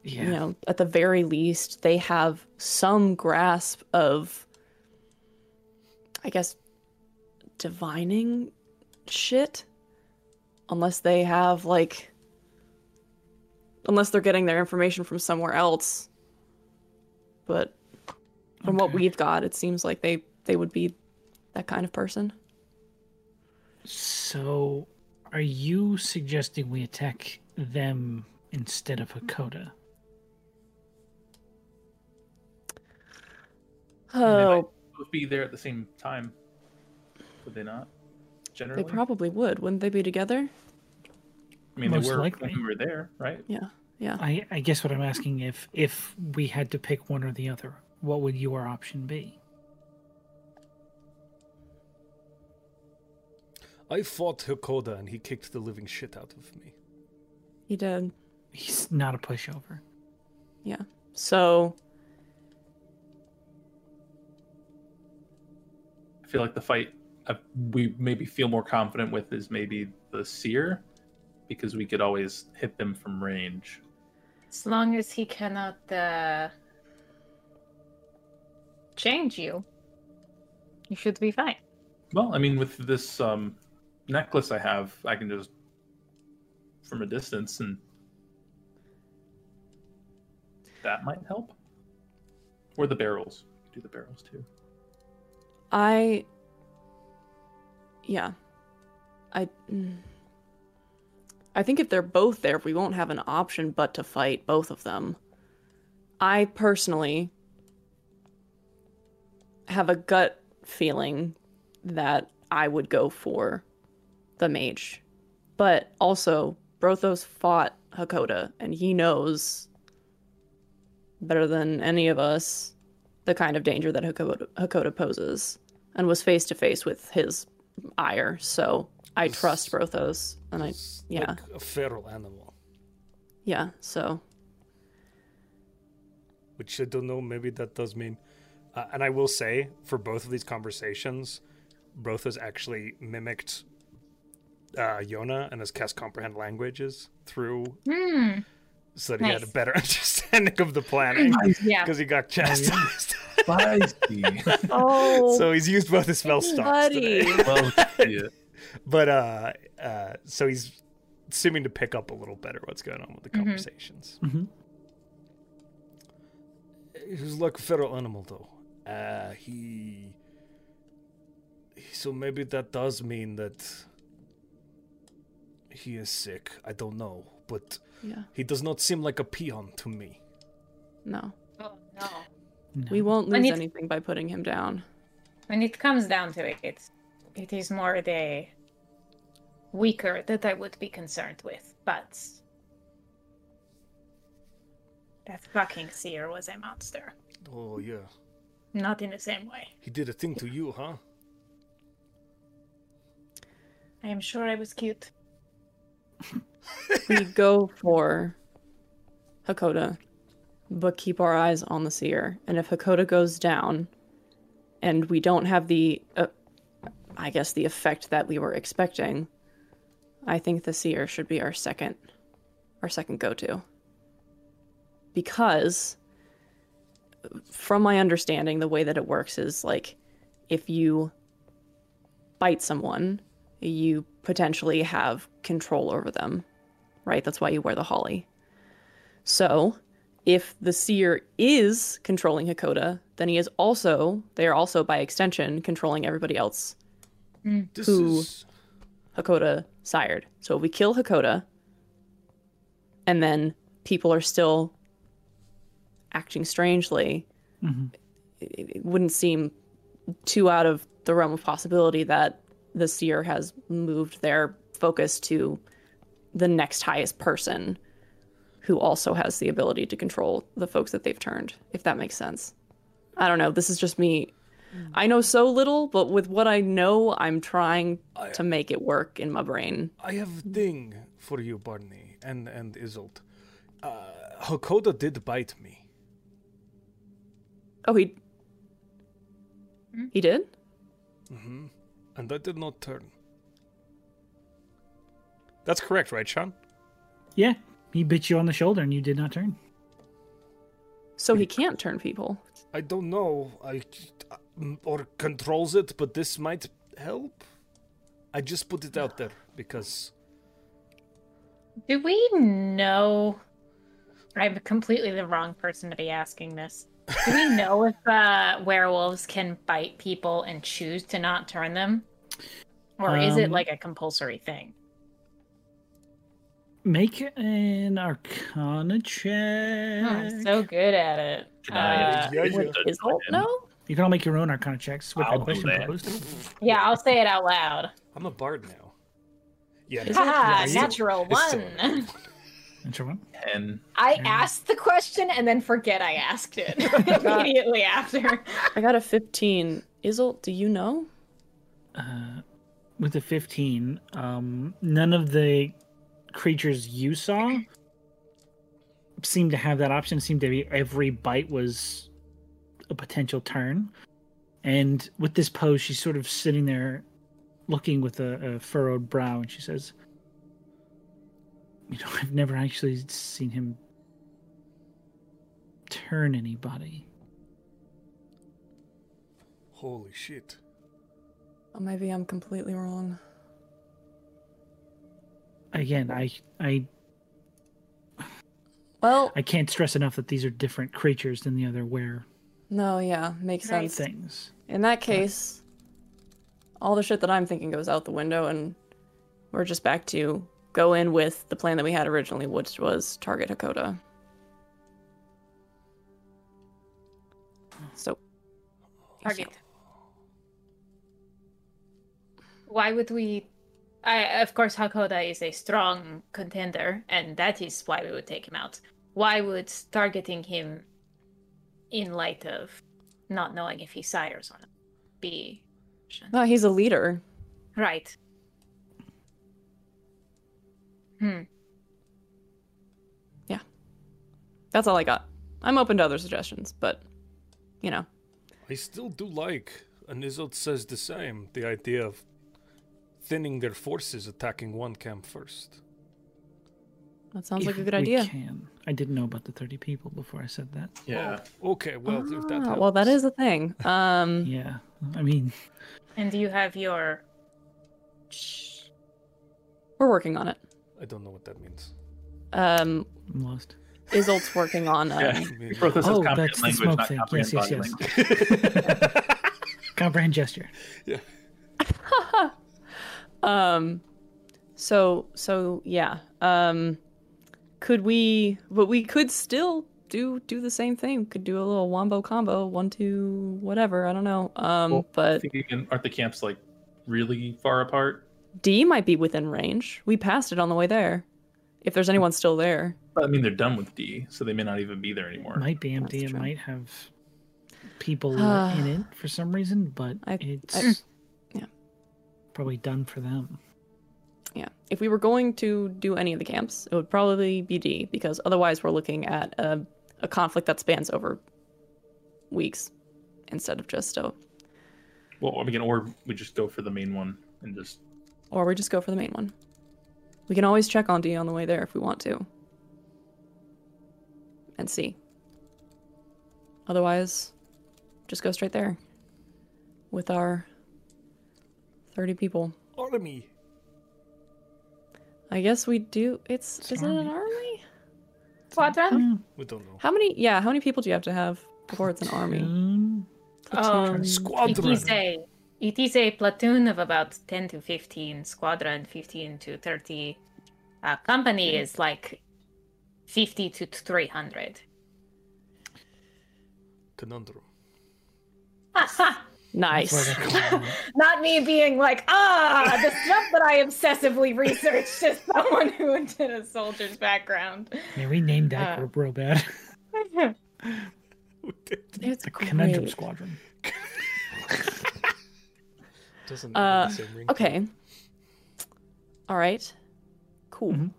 Speaker 1: Yeah.
Speaker 2: You know, at the very least, they have some grasp of I guess, divining shit. Unless they have, like, unless they're getting their information from somewhere else. But from what
Speaker 1: Okay.
Speaker 2: we've got, it seems like they, they would be that kind of person.
Speaker 1: So, are you suggesting we attack them instead of Hakoda?
Speaker 6: they
Speaker 2: Oh,
Speaker 6: might both be there at the same time. Would they not? Generally,
Speaker 2: they probably would. Wouldn't they be together?
Speaker 6: I mean, they
Speaker 1: most
Speaker 6: were
Speaker 1: likely.
Speaker 6: when we were there, right?
Speaker 2: Yeah. Yeah.
Speaker 1: I, I guess what I'm asking if if we had to pick one or the other, what would your option be?
Speaker 5: I fought Hakoda and he kicked the living shit out of me.
Speaker 2: He did.
Speaker 1: He's not a pushover.
Speaker 2: Yeah. So
Speaker 6: I feel like the fight uh, we maybe feel more confident with is maybe the seer, because we could always hit them from range.
Speaker 4: As long as he cannot uh, change you, you should be fine.
Speaker 6: Well, I mean, with this um, necklace I have, I can just from a distance, and that might help. Or the barrels. Do the barrels too.
Speaker 2: I. Yeah. I. mm. I think if they're both there, we won't have an option but to fight both of them. I personally have a gut feeling that I would go for the mage. But also, Brothos fought Hakoda, and he knows better than any of us the kind of danger that Hakoda, Hakoda poses and was face to face with his ire. So I
Speaker 5: This-
Speaker 2: trust Brothos and I
Speaker 5: It's
Speaker 2: yeah.
Speaker 5: Like a feral animal,
Speaker 2: yeah, so
Speaker 5: which I don't know, maybe that does mean. Uh, and I will say, for both of these conversations, Broth has actually mimicked uh, Yona and has cast Comprehend Languages through
Speaker 4: Hmm.
Speaker 5: so that he had a
Speaker 4: Nice.
Speaker 5: better understanding of the planning
Speaker 4: Yeah.
Speaker 5: because he got chastised.
Speaker 6: Feisty.
Speaker 2: Oh
Speaker 5: so he's used both his spell stocks. today.
Speaker 2: buddy.
Speaker 6: well, yeah.
Speaker 5: But uh, uh, so he's seeming to pick up a little better what's going on with the conversations.
Speaker 6: Mm-hmm.
Speaker 1: Mhm.
Speaker 5: He was like a feral animal, though. Uh, he. So maybe that does mean that he is sick. I don't know, but
Speaker 2: Yeah.
Speaker 5: he does not seem like a peon to me.
Speaker 2: No.
Speaker 4: Oh, no.
Speaker 2: We won't
Speaker 4: I
Speaker 2: lose
Speaker 4: need-
Speaker 2: anything by putting him down.
Speaker 4: When it comes down to it, it is more the weaker that I would be concerned with, but that fucking seer was a monster.
Speaker 5: Oh yeah,
Speaker 4: Not in the same way.
Speaker 5: he did a thing to you, huh?
Speaker 4: I am sure I was cute.
Speaker 2: We go for Hakoda, but keep our eyes on the seer. And if Hakoda goes down and we don't have the uh, I guess the effect that we were expecting, I think the seer should be our second our second go-to. Because from my understanding, the way that it works is like if you bite someone, you potentially have control over them, right? That's why you wear the holly. So, if the seer is controlling Hakoda, then he is also, they are also by extension controlling everybody else
Speaker 5: This
Speaker 2: Who-
Speaker 5: is
Speaker 2: Hakoda sired. So, if we kill Hakoda, and then people are still acting strangely, it, it wouldn't seem too out of the realm of possibility that the seer has moved their focus to the next highest person who also has the ability to control the folks that they've turned if that makes sense i don't know this is just me i know so little but with what i know i'm trying
Speaker 5: I-
Speaker 2: to make it work in my brain
Speaker 5: I have a thing for you, Barney and and Isolt. Uh, Hakoda did bite me.
Speaker 2: oh he he did
Speaker 5: Mm-hmm. And I did not turn. That's correct, right, Sean?
Speaker 1: Yeah, he bit you on the shoulder and you did not turn.
Speaker 2: so he can't turn people
Speaker 5: I don't know. I m- or controls it, but this might help. I just put it out there because
Speaker 4: Do we know? I'm completely the wrong person to be asking this. Do we know if uh, werewolves can bite people and choose to not turn them? Or is it
Speaker 1: Um,
Speaker 4: like a compulsory thing?
Speaker 1: Make an Arcana check.
Speaker 4: I'm so good at it.
Speaker 6: Can
Speaker 4: Uh,
Speaker 6: I-
Speaker 5: yeah, yeah.
Speaker 2: With his ult? No?
Speaker 1: You can all make your own Arcana checks with
Speaker 6: I'll
Speaker 1: that
Speaker 6: do
Speaker 1: question
Speaker 6: that.
Speaker 1: posed.
Speaker 4: yeah, I'll say it out loud.
Speaker 5: I'm a bard now. Yeah.
Speaker 2: Is it-
Speaker 4: Haha,
Speaker 5: yeah, you-
Speaker 4: natural
Speaker 5: it's still
Speaker 4: one.
Speaker 1: Natural one.
Speaker 6: and
Speaker 4: I
Speaker 1: Yeah.
Speaker 4: asked the question and then forget I asked it immediately after.
Speaker 2: I got a 15. Isolt, do you know?
Speaker 1: Uh, with a 15, um, none of the creatures you saw seemed to have that option. It seemed to be every bite was a potential turn. And with this pose, she's sort of sitting there looking with a, a furrowed brow, and she says, You know, I've never actually seen him turn anybody.
Speaker 5: Holy shit.
Speaker 2: Oh, maybe I'm completely wrong.
Speaker 1: Again, I, I
Speaker 2: Well,
Speaker 1: I can't stress enough that these are different creatures than the other were
Speaker 2: no, yeah, makes
Speaker 4: Right.
Speaker 2: sense.
Speaker 1: things.
Speaker 2: In that case, all the shit that I'm thinking goes out the window, and we're just back to go in with the plan that we had originally, which was target Hakoda. So,
Speaker 4: Target. Why would we? I of course Hakoda is a strong contender, and that is why we would take him out. Why would targeting him, in light of not knowing if he sires or not, be
Speaker 2: no, he's a leader.
Speaker 4: right? Hmm.
Speaker 2: That's all I got. I'm open to other suggestions, but you know,
Speaker 5: I still do like, and Isolt says the same, the idea of thinning their forces, attacking one camp first.
Speaker 2: that sounds like
Speaker 1: If
Speaker 2: a good
Speaker 1: we
Speaker 2: idea.
Speaker 1: Can. I didn't know about the 30 people before I said that.
Speaker 6: yeah,
Speaker 5: Okay, well, if that
Speaker 2: Ah,
Speaker 5: helps.
Speaker 2: well, that is a thing. Um,
Speaker 1: Yeah. I mean,
Speaker 4: And you have your
Speaker 2: we're working on it.
Speaker 5: I don't know what that means.
Speaker 2: Um,
Speaker 1: I'm lost.
Speaker 2: Isolt's working on. Um,
Speaker 6: yeah.
Speaker 5: Maybe-
Speaker 6: Wrote this as
Speaker 1: Oh,
Speaker 6: comprehend
Speaker 1: that's the
Speaker 6: language,
Speaker 1: smoke
Speaker 6: not
Speaker 1: thing.
Speaker 6: comprehend
Speaker 1: Yes, yes,
Speaker 6: body
Speaker 1: yes.
Speaker 6: language.
Speaker 1: Comprehend gesture.
Speaker 2: Um, so so yeah. Um, could we? But we could still do do the same thing. Could do a little wombo combo, one two whatever. I don't know. Um,
Speaker 6: Well, I
Speaker 2: but
Speaker 6: think again, aren't the camps like really far apart?
Speaker 2: D might be within range. We passed it on the way there. If there's anyone still there,
Speaker 6: But I mean, they're done with D, so they may not even be there anymore.
Speaker 1: It might be empty.
Speaker 2: That's
Speaker 1: It
Speaker 2: true.
Speaker 1: might have people
Speaker 2: Ah.
Speaker 1: in it for some reason, but
Speaker 2: I- I-
Speaker 1: it's
Speaker 2: yeah.
Speaker 1: probably done for them.
Speaker 2: yeah. If we were going to do any of the camps, it would probably be D because otherwise we're looking at a, a conflict that spans over weeks instead of just a
Speaker 6: Well, I mean, or we just go for the main one and just
Speaker 2: Or we just go for the main one. We can always check on D on the way there if we want to. And see. Otherwise, just go straight there. With our 30 people.
Speaker 5: Army.
Speaker 2: I guess we do. It's. Isn't it an army?
Speaker 4: quadrant.
Speaker 5: We don't know.
Speaker 2: How many. Yeah, how many people do you have to have before it's an army?
Speaker 1: Um,
Speaker 4: Um, it
Speaker 5: Squadron.
Speaker 4: is a it is a platoon of about ten to fifteen, squadron fifteen to thirty. Uh, company is like fifty to three hundred.
Speaker 5: Conundrum.
Speaker 2: Nice.
Speaker 4: Not me being like, ah, the stuff that I obsessively researched as someone who did a soldier's background.
Speaker 1: man, we named that
Speaker 4: Uh,
Speaker 1: group real bad.
Speaker 2: It's
Speaker 1: the Conundrum
Speaker 2: great.
Speaker 1: Squadron.
Speaker 5: Doesn't
Speaker 2: Uh,
Speaker 5: have the same ring.
Speaker 2: Okay. All right. Cool.
Speaker 5: Mm-hmm.
Speaker 1: Mhm.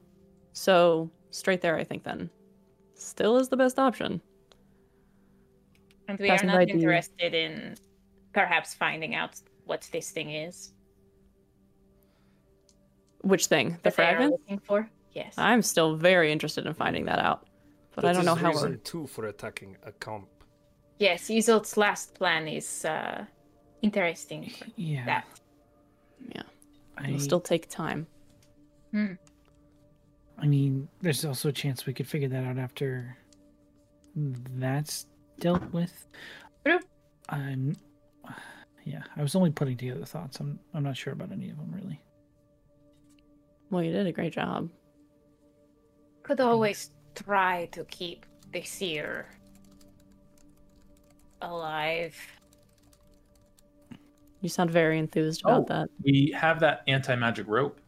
Speaker 2: So straight there, I think then. Still is the best option.
Speaker 4: And we
Speaker 2: Passing
Speaker 4: are
Speaker 2: by the-
Speaker 4: not interested in perhaps finding out what this thing is
Speaker 2: Which thing? The
Speaker 4: that they are
Speaker 2: fragment?
Speaker 4: looking for. Yes.
Speaker 2: I'm still very interested in finding that out. But I
Speaker 5: That
Speaker 2: don't
Speaker 5: is
Speaker 2: know how
Speaker 5: reason
Speaker 2: we're
Speaker 5: two for attacking a camp.
Speaker 4: Yes, Isolt's last plan is uh, interesting. for
Speaker 1: Yeah.
Speaker 4: That.
Speaker 1: I,
Speaker 2: It'll still take time.
Speaker 1: I mean, there's also a chance we could figure that out after that's dealt with.
Speaker 4: True.
Speaker 1: I'm. Yeah, I was only putting together thoughts. I'm. I'm not sure about any of them really.
Speaker 2: Well, you did a great job.
Speaker 4: Could always try to keep the seer alive.
Speaker 2: You sound very enthused
Speaker 5: Oh.
Speaker 2: about that.
Speaker 6: We have that anti magic rope.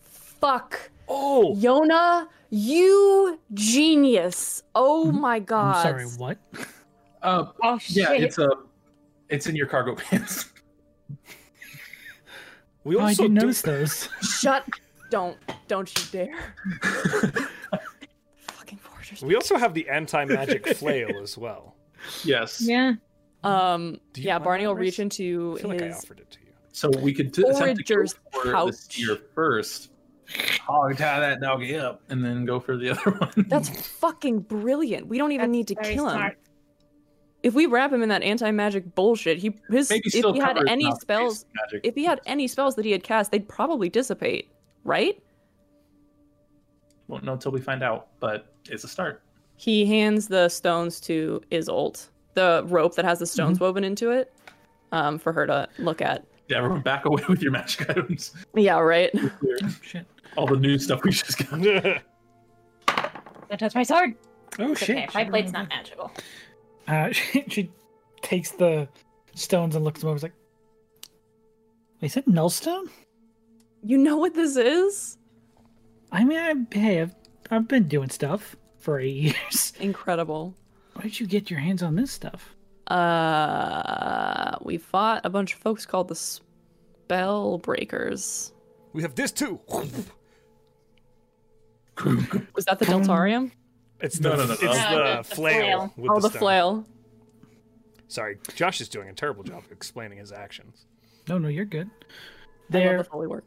Speaker 2: Fuck.
Speaker 5: Oh,
Speaker 2: Yona, you genius. Oh
Speaker 5: Mm-hmm.
Speaker 2: my god.
Speaker 1: I'm sorry. What?
Speaker 6: Uh,
Speaker 4: Oh
Speaker 6: yeah,
Speaker 4: shit!
Speaker 6: it's um, a, it's in your cargo pants.
Speaker 5: we
Speaker 1: Oh, I
Speaker 5: also
Speaker 1: didn't
Speaker 5: do-
Speaker 1: notice those.
Speaker 2: Shut. Don't. Don't you dare. Fucking fortress.
Speaker 5: We also have the anti-magic flail as well.
Speaker 6: yes.
Speaker 4: yeah.
Speaker 2: Um.
Speaker 5: Do you
Speaker 2: Yeah.
Speaker 5: want
Speaker 2: Barney will
Speaker 5: ours?
Speaker 2: reach into
Speaker 5: I feel like I
Speaker 2: his.
Speaker 5: offered it to you.
Speaker 6: So we could t- attempt to go
Speaker 2: Forager's
Speaker 6: for the
Speaker 2: pouch.
Speaker 6: steer first. Hog Oh, tie that doggy up, and then go for the other one.
Speaker 2: That's fucking brilliant. We don't even
Speaker 4: That's
Speaker 2: need to
Speaker 4: very
Speaker 2: kill him.
Speaker 4: smart.
Speaker 2: If we wrap him in that anti-magic bullshit, he his
Speaker 6: maybe
Speaker 2: if
Speaker 6: still
Speaker 2: he had
Speaker 6: cover his
Speaker 2: any
Speaker 6: mouth with
Speaker 2: spells,
Speaker 6: basic magic.
Speaker 2: if he had any spells that he had cast, they'd probably dissipate, right?
Speaker 6: won't know until we find out, but it's a start.
Speaker 2: He hands the stones to Isolt, the rope that has the stones woven into it, um, for her to look at.
Speaker 6: Yeah, everyone, back away with your magic items.
Speaker 2: Yeah, right.
Speaker 1: Oh, Shit.
Speaker 6: All the new stuff we just got.
Speaker 4: Don't touch my sword.
Speaker 1: Oh
Speaker 4: It's
Speaker 1: shit.
Speaker 4: okay.
Speaker 1: she
Speaker 4: My
Speaker 1: don't
Speaker 4: blade's
Speaker 1: have
Speaker 4: not magical.
Speaker 1: that. Uh, she, she takes the stones and looks them over. It's like, wait, is it Nullstone?
Speaker 2: You know what this is?
Speaker 1: I mean, I, hey, I've I've been doing stuff for eight years.
Speaker 2: Incredible.
Speaker 1: Where'd you get your hands on this stuff?
Speaker 2: Uh, we fought a bunch of folks called the Spell Breakers.
Speaker 5: we have this too.
Speaker 2: Was that the Deltarium?
Speaker 5: It's the
Speaker 6: No, no, no,
Speaker 5: it's
Speaker 6: no.
Speaker 5: the,
Speaker 4: No, the- the
Speaker 5: flail.
Speaker 4: flail.
Speaker 5: With
Speaker 2: Oh, the
Speaker 5: stone.
Speaker 2: flail.
Speaker 5: Sorry, Josh is doing a terrible job of explaining his actions.
Speaker 1: No, no, you're good.
Speaker 2: I
Speaker 1: There,
Speaker 2: love the Holy Work.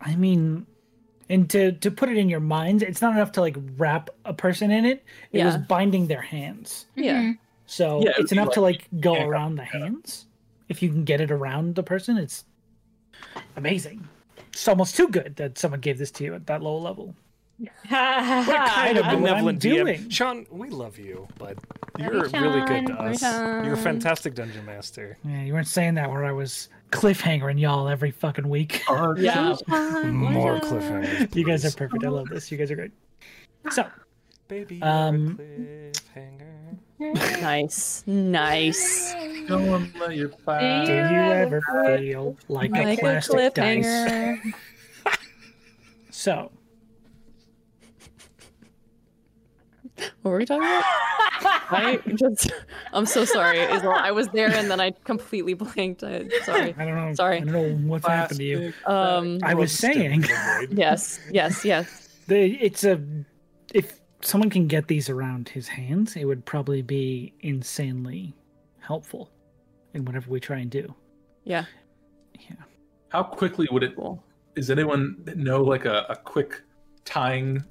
Speaker 1: I mean, and to to put it in your minds, it's not enough to like wrap a person in it. It was
Speaker 2: Yeah.
Speaker 1: binding their hands,
Speaker 2: Yeah.
Speaker 1: so
Speaker 6: Yeah, it would
Speaker 1: it's
Speaker 6: be
Speaker 1: enough to
Speaker 6: like-
Speaker 1: like go
Speaker 6: yeah,
Speaker 1: around the hands. If you can get it around the person, it's amazing. It's almost too good that someone gave this to you at that low level.
Speaker 5: What a kind of
Speaker 1: know what
Speaker 5: benevolent
Speaker 1: I'm
Speaker 5: DM.
Speaker 1: doing.
Speaker 5: Sean, we love you, but
Speaker 4: Love
Speaker 5: you're
Speaker 4: you,
Speaker 5: really
Speaker 4: Sean.
Speaker 5: good to
Speaker 2: Love you,
Speaker 5: us. You're a
Speaker 2: Sean.
Speaker 5: fantastic dungeon master.
Speaker 1: Yeah, you weren't saying that where I was cliffhangering y'all every fucking week.
Speaker 2: Yeah.
Speaker 5: More cliffhangers.
Speaker 1: you guys are
Speaker 5: please.
Speaker 1: perfect. I love this. You guys are great. So,
Speaker 5: baby. you're a
Speaker 1: um,
Speaker 5: cliffhanger.
Speaker 2: Nice. Nice.
Speaker 6: Don't let your
Speaker 4: Do
Speaker 1: do you
Speaker 4: you
Speaker 1: ever feel like a
Speaker 2: Like a
Speaker 1: plastic dice?
Speaker 2: cliffhanger.
Speaker 1: So,
Speaker 2: What were we talking about? I just, I'm so sorry. Isla. I was there and then I completely blanked. I, sorry.
Speaker 1: I don't know.
Speaker 2: Sorry.
Speaker 1: I don't know what's happened to you.
Speaker 2: Um.
Speaker 1: I was saying
Speaker 2: Yes. Yes. Yes.
Speaker 1: the, it's a if someone can get these around his hands, it would probably be insanely helpful in whatever we try and do.
Speaker 2: Yeah.
Speaker 6: How quickly would it?
Speaker 2: Cool.
Speaker 6: Does anyone know like a, a quick tying?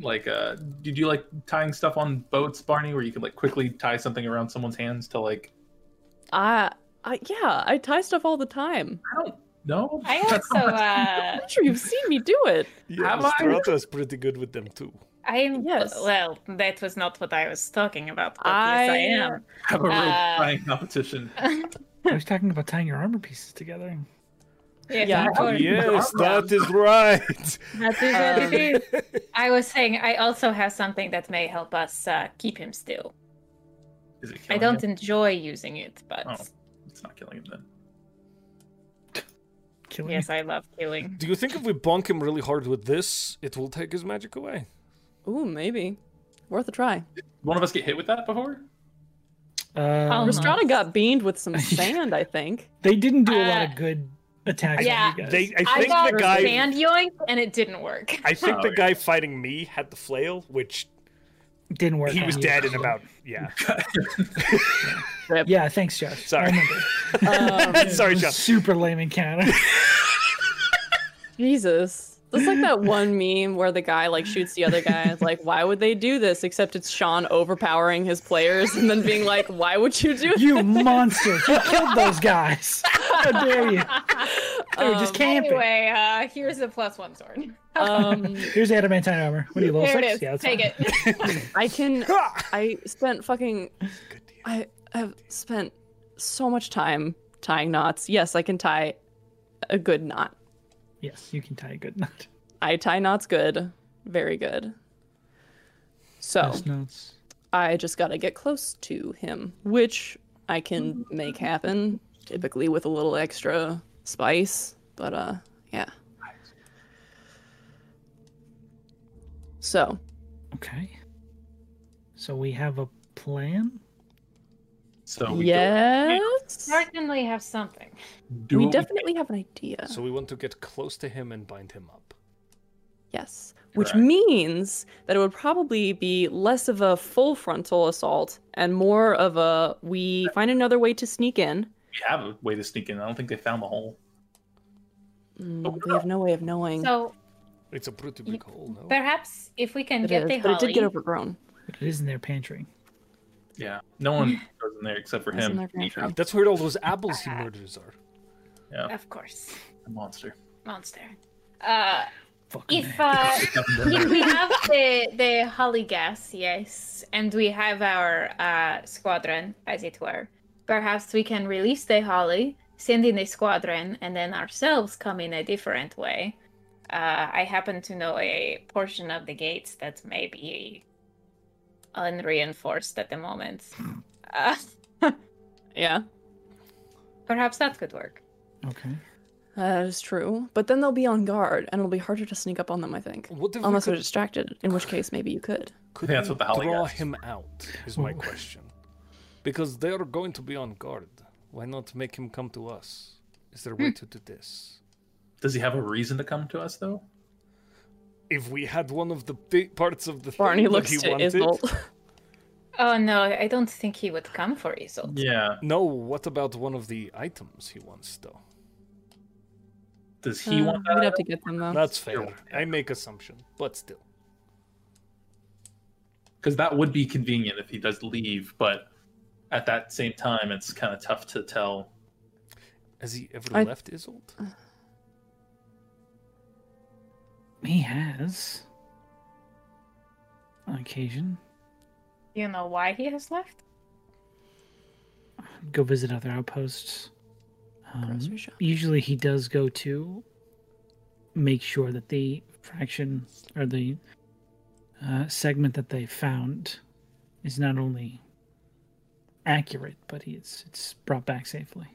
Speaker 6: Like, uh, did you like tying stuff on boats, Barney, where you could like quickly tie something around someone's hands to like?
Speaker 2: I. I. Yeah. I tie stuff all the time.
Speaker 6: I don't know.
Speaker 4: I also uh,
Speaker 2: I'm sure you've seen me do it.
Speaker 5: Yeah,
Speaker 6: Am I-
Speaker 5: Strata's pretty good with them too.
Speaker 4: I am
Speaker 2: Yes.
Speaker 4: well. That was not what I was talking about. But
Speaker 2: I-
Speaker 4: yes,
Speaker 6: have a rope
Speaker 4: uh,
Speaker 6: tying competition.
Speaker 4: I am.
Speaker 1: I was talking about tying your armor pieces together.
Speaker 4: yes,
Speaker 2: Yeah.
Speaker 4: of course.
Speaker 5: Yes, that is right.
Speaker 4: That is what
Speaker 2: Um,
Speaker 4: it is. I was saying I also have something that may help us uh, keep him still.
Speaker 6: Is it
Speaker 4: I
Speaker 6: killing
Speaker 4: don't
Speaker 6: him?
Speaker 4: enjoy using it, but
Speaker 6: Oh. It's not killing him then.
Speaker 1: Killing
Speaker 4: yes, I love killing.
Speaker 5: Do you think if we bonk him really hard with this, it will take his magic away?
Speaker 2: Ooh, maybe. Worth a try.
Speaker 6: One of us get hit with that before?
Speaker 1: Um,
Speaker 4: Almost.
Speaker 2: Restrada got beamed with some sand, I think.
Speaker 1: they didn't do a lot
Speaker 4: Uh,
Speaker 1: of good attacks.
Speaker 4: yeah.
Speaker 1: on you guys.
Speaker 5: They, I
Speaker 4: I
Speaker 5: think
Speaker 4: got
Speaker 5: the guy,
Speaker 4: sand yoink and it didn't work.
Speaker 5: I think
Speaker 6: Oh,
Speaker 5: the
Speaker 6: yeah.
Speaker 5: guy fighting me had the flail, which
Speaker 1: didn't work.
Speaker 5: he
Speaker 1: on
Speaker 5: was
Speaker 1: you.
Speaker 5: dead in about yeah.
Speaker 1: Yeah, thanks, Josh.
Speaker 5: Sorry.
Speaker 1: I remember.
Speaker 2: Um,
Speaker 5: Sorry,
Speaker 1: It was
Speaker 5: Josh.
Speaker 1: Super lame encounter.
Speaker 2: Jesus. That's like that one meme where the guy like shoots the other guy. It's like, why would they do this? Except it's Sean overpowering his players and then being like, why would you do
Speaker 1: You monster! You killed those guys. How dare you? They were just camping.
Speaker 4: Um, Anyway, uh, here's a plus one sword.
Speaker 2: Um,
Speaker 1: Here's adamantine armor. What are you level
Speaker 4: There it
Speaker 1: six?
Speaker 4: is. Take
Speaker 1: fine.
Speaker 4: it.
Speaker 2: I can. I spent fucking. I have spent so much time tying knots. Yes, I can tie a good knot.
Speaker 1: Yes, you can tie a good knot.
Speaker 2: I tie knots good, very good. So
Speaker 3: notes.
Speaker 2: I just gotta get close to him, which I can make happen, typically with a little extra spice. But uh, yeah. So
Speaker 1: Okay. So we have a plan.
Speaker 6: So we
Speaker 2: yes,
Speaker 4: Certainly have something.
Speaker 6: do
Speaker 2: we
Speaker 6: what
Speaker 2: definitely have an idea.
Speaker 5: So we want to get close to him and bind him up.
Speaker 2: Yes. Which
Speaker 6: Correct.
Speaker 2: means that it would probably be less of a full frontal assault and more of a we find another way to sneak in.
Speaker 6: we have a way to sneak in. I don't think they found the hole.
Speaker 2: Mm, we have no way of knowing.
Speaker 4: So
Speaker 5: It's a pretty big hole, no?
Speaker 4: perhaps if we can
Speaker 2: It
Speaker 4: get
Speaker 2: is,
Speaker 4: the
Speaker 2: but it
Speaker 4: holly,
Speaker 2: did get overgrown.
Speaker 1: But it is in their pantry.
Speaker 6: Yeah, no one goes in there except for
Speaker 2: It's in
Speaker 6: him.
Speaker 2: their pantry.
Speaker 5: That's where all those apples he murders are.
Speaker 6: Yeah,
Speaker 4: of course,
Speaker 6: a monster.
Speaker 4: monster. Uh,
Speaker 1: Fucking
Speaker 4: if
Speaker 1: A.
Speaker 4: uh, if we have the the holly gas, yes, and we have our uh, squadron, as it were, perhaps we can release the holly, send in a squadron, and then ourselves come in a different way. Uh, I happen to know a portion of the gates that may be unreinforced at the moment. Uh,
Speaker 2: Yeah,
Speaker 4: perhaps that could work.
Speaker 1: Okay.
Speaker 2: that is true. But then they'll be on guard and it'll be harder to sneak up on them, I think.
Speaker 5: What if we
Speaker 2: Unless
Speaker 5: could,
Speaker 2: we're distracted, in which case maybe you could.
Speaker 5: could
Speaker 6: Yeah, that's
Speaker 5: we
Speaker 6: what the hell I
Speaker 5: draw
Speaker 6: got.
Speaker 5: him out? Is my question. Because they are going to be on guard. Why not make him come to us? Is there a way
Speaker 2: Hmm.
Speaker 5: to do this?
Speaker 6: Does he have a reason to come to us though?
Speaker 5: If we had one of the big parts of the
Speaker 2: Barney
Speaker 5: thing
Speaker 2: looks
Speaker 5: that he
Speaker 2: to
Speaker 5: wanted.
Speaker 2: Isolt.
Speaker 4: Oh no, I don't think he would come for Isolt.
Speaker 6: Yeah.
Speaker 5: No, what about one of the items he wants though?
Speaker 6: Does he
Speaker 2: Uh,
Speaker 6: want
Speaker 2: We'd
Speaker 6: that?
Speaker 2: have to get them though.
Speaker 5: That's
Speaker 6: Sure.
Speaker 5: fair. I make assumption, but still.
Speaker 6: Because that would be convenient if he does leave, but at that same time, it's kind of tough to tell.
Speaker 5: Has he ever
Speaker 2: I-
Speaker 5: left Isolt?
Speaker 1: He has. On occasion,
Speaker 4: You know why he has left?
Speaker 1: go visit other outposts. Um,
Speaker 2: Grocery shop.
Speaker 1: usually, he does go to make sure that the fraction or the uh, segment that they found is not only accurate, but it's it's brought back safely.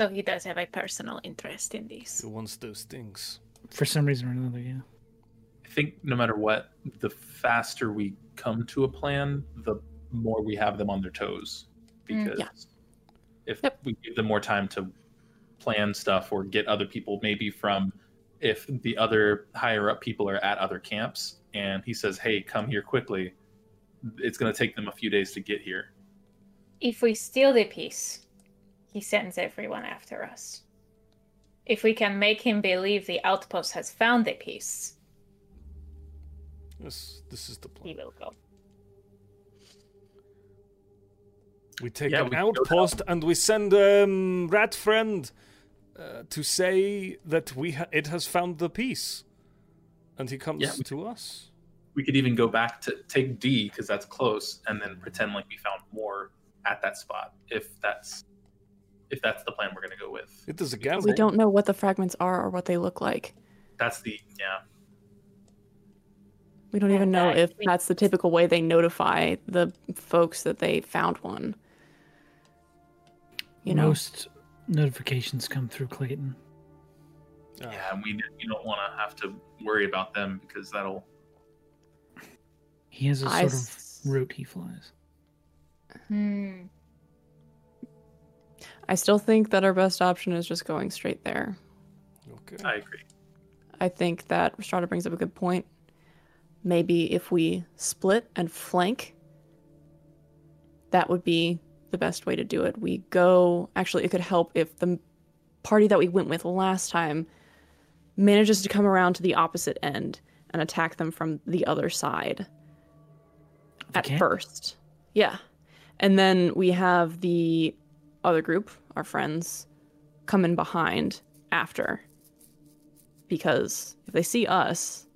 Speaker 4: So he does have a personal interest in these.
Speaker 5: He wants those things.
Speaker 1: For some reason or another, yeah.
Speaker 6: I think no matter what, the faster we come to a plan, the more we have them on their toes.
Speaker 2: Mm,
Speaker 6: Because
Speaker 2: yeah.
Speaker 6: if
Speaker 2: Yep.
Speaker 6: we give them more time to plan stuff or get other people, maybe from if the other higher up people are at other camps and he says, hey, come here quickly, it's going to take them a few days to get here.
Speaker 4: If we steal the piece, he sends everyone after us. If we can make him believe the outpost has found the piece,
Speaker 5: Yes, this is the
Speaker 4: he
Speaker 5: plan.
Speaker 4: will go.
Speaker 5: We take
Speaker 6: Yeah,
Speaker 5: an
Speaker 6: we can go down.
Speaker 5: outpost and we send um, rat friend uh, to say that we ha- it has found the peace, and he comes
Speaker 6: Yeah, we-
Speaker 5: to us.
Speaker 6: we could even go back to take D because that's close, and then pretend like we found more at that spot. If that's if that's the plan we're gonna go with,
Speaker 5: It is a gamble.
Speaker 2: We don't know what the fragments are or what they look like.
Speaker 6: that's the yeah.
Speaker 2: We don't
Speaker 4: Yeah,
Speaker 2: even know
Speaker 4: that
Speaker 2: if
Speaker 4: we-
Speaker 2: that's the typical way they notify the folks that they found one. You know,
Speaker 1: Most notifications come through Clayton.
Speaker 5: Ah,
Speaker 6: Yeah, and we we don't want to have to worry about them because that'll
Speaker 1: He has a
Speaker 2: I
Speaker 1: sort of
Speaker 2: s-
Speaker 1: route he flies.
Speaker 4: Hmm.
Speaker 2: I still think that our best option is just going straight there.
Speaker 5: Okay.
Speaker 6: I agree.
Speaker 2: I think that Strada brings up a good point. Maybe if we split and flank, that would be the best way to do it. We go, actually, it could help if the party that we went with last time manages to come around to the opposite end and attack them from the other side at
Speaker 1: camp?
Speaker 2: first. Yeah. And then we have the other group, our friends, come in behind after. Because if they see us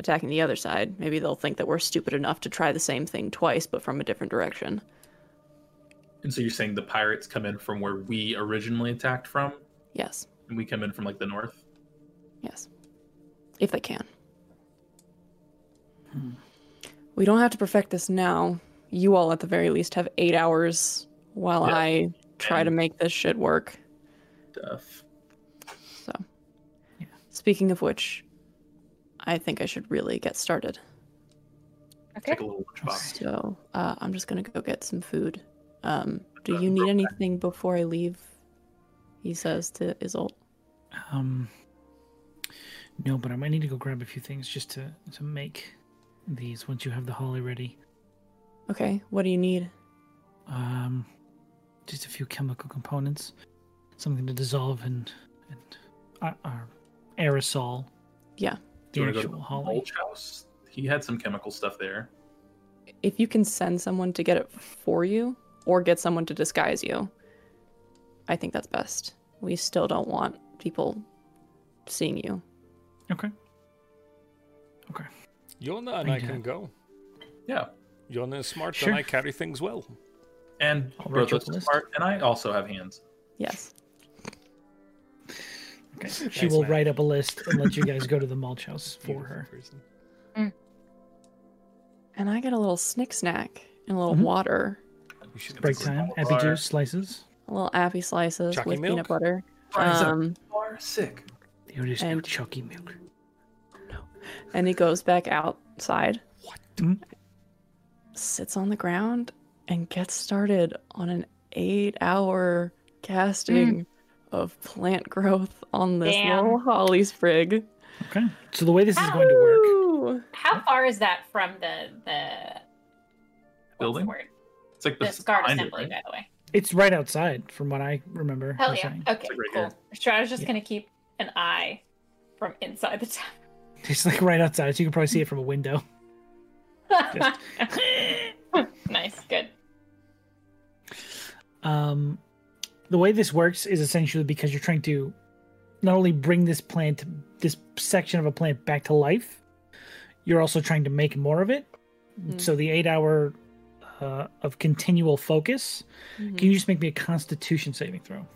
Speaker 2: attacking the other side, maybe they'll think that we're stupid enough to try the same thing twice, but from a different direction.
Speaker 6: And so you're saying the pirates come in from where we originally attacked from,
Speaker 2: Yes.
Speaker 6: and we come in from like the north.
Speaker 2: Yes. If they can. We don't have to perfect this now. You all, at the very least, have eight hours while
Speaker 6: Yeah.
Speaker 2: I try to
Speaker 6: And-
Speaker 2: make this shit work.
Speaker 6: Stuff.
Speaker 2: So, speaking of which, I think I should really get started.
Speaker 4: Okay.
Speaker 6: Take a little lunchbox.
Speaker 2: So, uh, I'm just gonna go get some food. Um, do you need anything before I leave? He says to Isolt.
Speaker 1: Um, no, but I might need to go grab a few things just to, to make these once you have the holly ready.
Speaker 2: Okay, what do you need?
Speaker 1: Um, just a few chemical components, something to dissolve and and uh, our aerosol.
Speaker 2: Yeah.
Speaker 1: The
Speaker 6: Do you want to go to
Speaker 1: actual
Speaker 6: the
Speaker 1: holly.
Speaker 6: Mulch house? He had some chemical stuff there.
Speaker 2: If you can send someone to get it for you, or get someone to disguise you, I think that's best. We still don't want people seeing you.
Speaker 1: Okay. Okay.
Speaker 5: Yona and
Speaker 1: I
Speaker 5: I
Speaker 1: do.
Speaker 5: can go.
Speaker 6: Yeah.
Speaker 5: Yona is smart
Speaker 1: Sure.
Speaker 5: and I carry things well.
Speaker 6: And
Speaker 1: I'll write
Speaker 6: both
Speaker 1: you
Speaker 6: of
Speaker 1: up a
Speaker 6: us
Speaker 1: list.
Speaker 6: smart, and I also have hands.
Speaker 2: Yes.
Speaker 1: Okay. She
Speaker 5: Thanks,
Speaker 1: will
Speaker 5: man.
Speaker 1: write up a list and let you guys go to the mulch house for
Speaker 5: Beautiful
Speaker 1: her.
Speaker 5: person.
Speaker 2: And I get a little snick snack and a little
Speaker 1: Mhm.
Speaker 2: water,
Speaker 5: We should
Speaker 1: Break
Speaker 5: go
Speaker 1: time.
Speaker 6: Bar.
Speaker 1: Happy juice slices.
Speaker 2: a little appy slices
Speaker 5: Chucky
Speaker 2: with
Speaker 5: milk?
Speaker 2: peanut butter.
Speaker 6: Rise up.
Speaker 2: Um,
Speaker 6: Bar, sick.
Speaker 1: You just
Speaker 2: And-
Speaker 1: chucky milk.
Speaker 2: and he goes back outside.
Speaker 5: What?
Speaker 1: Mhm.
Speaker 2: Sits on the ground and gets started on an eight-hour casting of plant growth on this
Speaker 4: Damn.
Speaker 2: little holly sprig.
Speaker 1: Okay. So the way this is going to work,
Speaker 2: Woo!
Speaker 4: How far is that from the the what's the
Speaker 6: Building?
Speaker 4: word?
Speaker 6: It's like
Speaker 4: The
Speaker 6: this
Speaker 4: scarred
Speaker 6: behind it,
Speaker 4: assembly,
Speaker 6: right?
Speaker 4: by the way.
Speaker 1: it's right outside from what I remember.
Speaker 4: Hell
Speaker 1: her
Speaker 4: yeah.
Speaker 1: saying.
Speaker 4: Okay,
Speaker 6: It's like right
Speaker 4: cool.
Speaker 6: here.
Speaker 4: So I was just
Speaker 1: Yeah.
Speaker 4: gonna keep an eye from inside the tower.
Speaker 1: It's like right outside, so you can probably see it from a window.
Speaker 4: nice, good.
Speaker 1: Um, the way this works is essentially because you're trying to not only bring this plant, this section of a plant back to life, you're also trying to make more of it.
Speaker 4: Hmm.
Speaker 2: Mm.
Speaker 1: So the eight hour uh, of continual focus.
Speaker 2: Mhm.
Speaker 4: Hmm.
Speaker 1: Can you just make me a Constitution saving throw?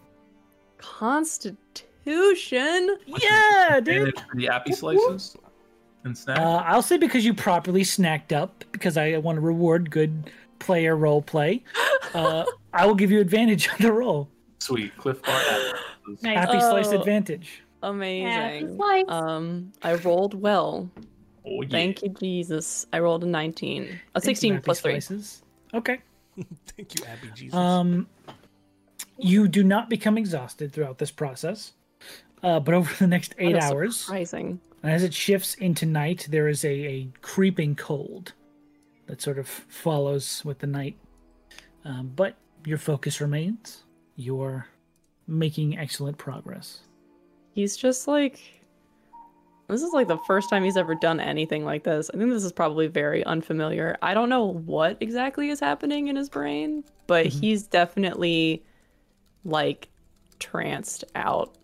Speaker 2: Constitution.
Speaker 1: Yeah, dude.
Speaker 6: Advantage for the appy slices and snack.
Speaker 1: Uh, I'll say because you properly snacked up, because I want to reward good player role play. Uh, I will give you advantage on the roll.
Speaker 6: Sweet. Cliff Bar. appy slices.
Speaker 4: Nice.
Speaker 1: Happy sliced
Speaker 2: Oh.
Speaker 1: advantage.
Speaker 2: Amazing.
Speaker 4: slice.
Speaker 2: Um, I rolled well.
Speaker 6: Oh, yeah.
Speaker 2: Thank you, Jesus. I rolled a 19, a
Speaker 1: Thank you,
Speaker 2: 16
Speaker 1: Happy
Speaker 2: plus three.
Speaker 1: Slices. Okay.
Speaker 5: Thank you, Abby Jesus.
Speaker 1: Um, you do not become exhausted throughout this process, uh, but over the next eight
Speaker 2: That's
Speaker 1: hours,
Speaker 2: Surprising.
Speaker 1: and as it shifts into night, there is a, a creeping cold that sort of follows with the night. Um, but your focus remains. You're making excellent progress.
Speaker 2: He's just like. This is like the first time he's ever done anything like this. I think this is probably very unfamiliar. I don't know what exactly is happening in his brain, but he's definitely like tranced out.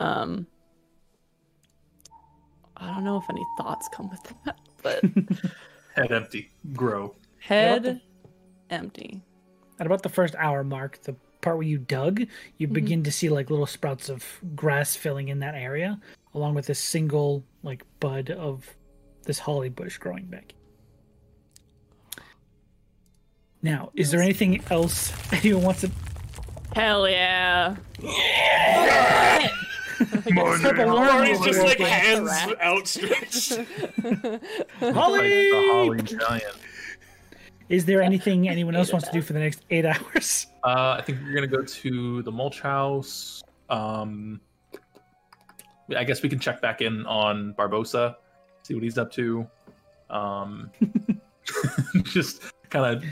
Speaker 2: Um I don't know if any thoughts come with that, but
Speaker 6: Head empty. Grow.
Speaker 2: head empty.
Speaker 1: At about the first hour mark, the part where you dug, you begin to see like little sprouts of grass filling in that area, along with a single like bud of this holly bush growing back. Now, is there anything else anyone wants to
Speaker 2: Hell yeah.
Speaker 1: Except a worm
Speaker 5: He's just like
Speaker 2: Like the
Speaker 5: hands
Speaker 2: rat.
Speaker 5: outstretched.
Speaker 6: Like
Speaker 1: Holly?
Speaker 6: the Holly giant.
Speaker 1: Is there anything anyone else wants to do for the next eight hours?
Speaker 6: Uh, I think we're gonna go to the mulch house. Um, I guess we can check back in on Barbosa, see what he's up to. Um, just kind of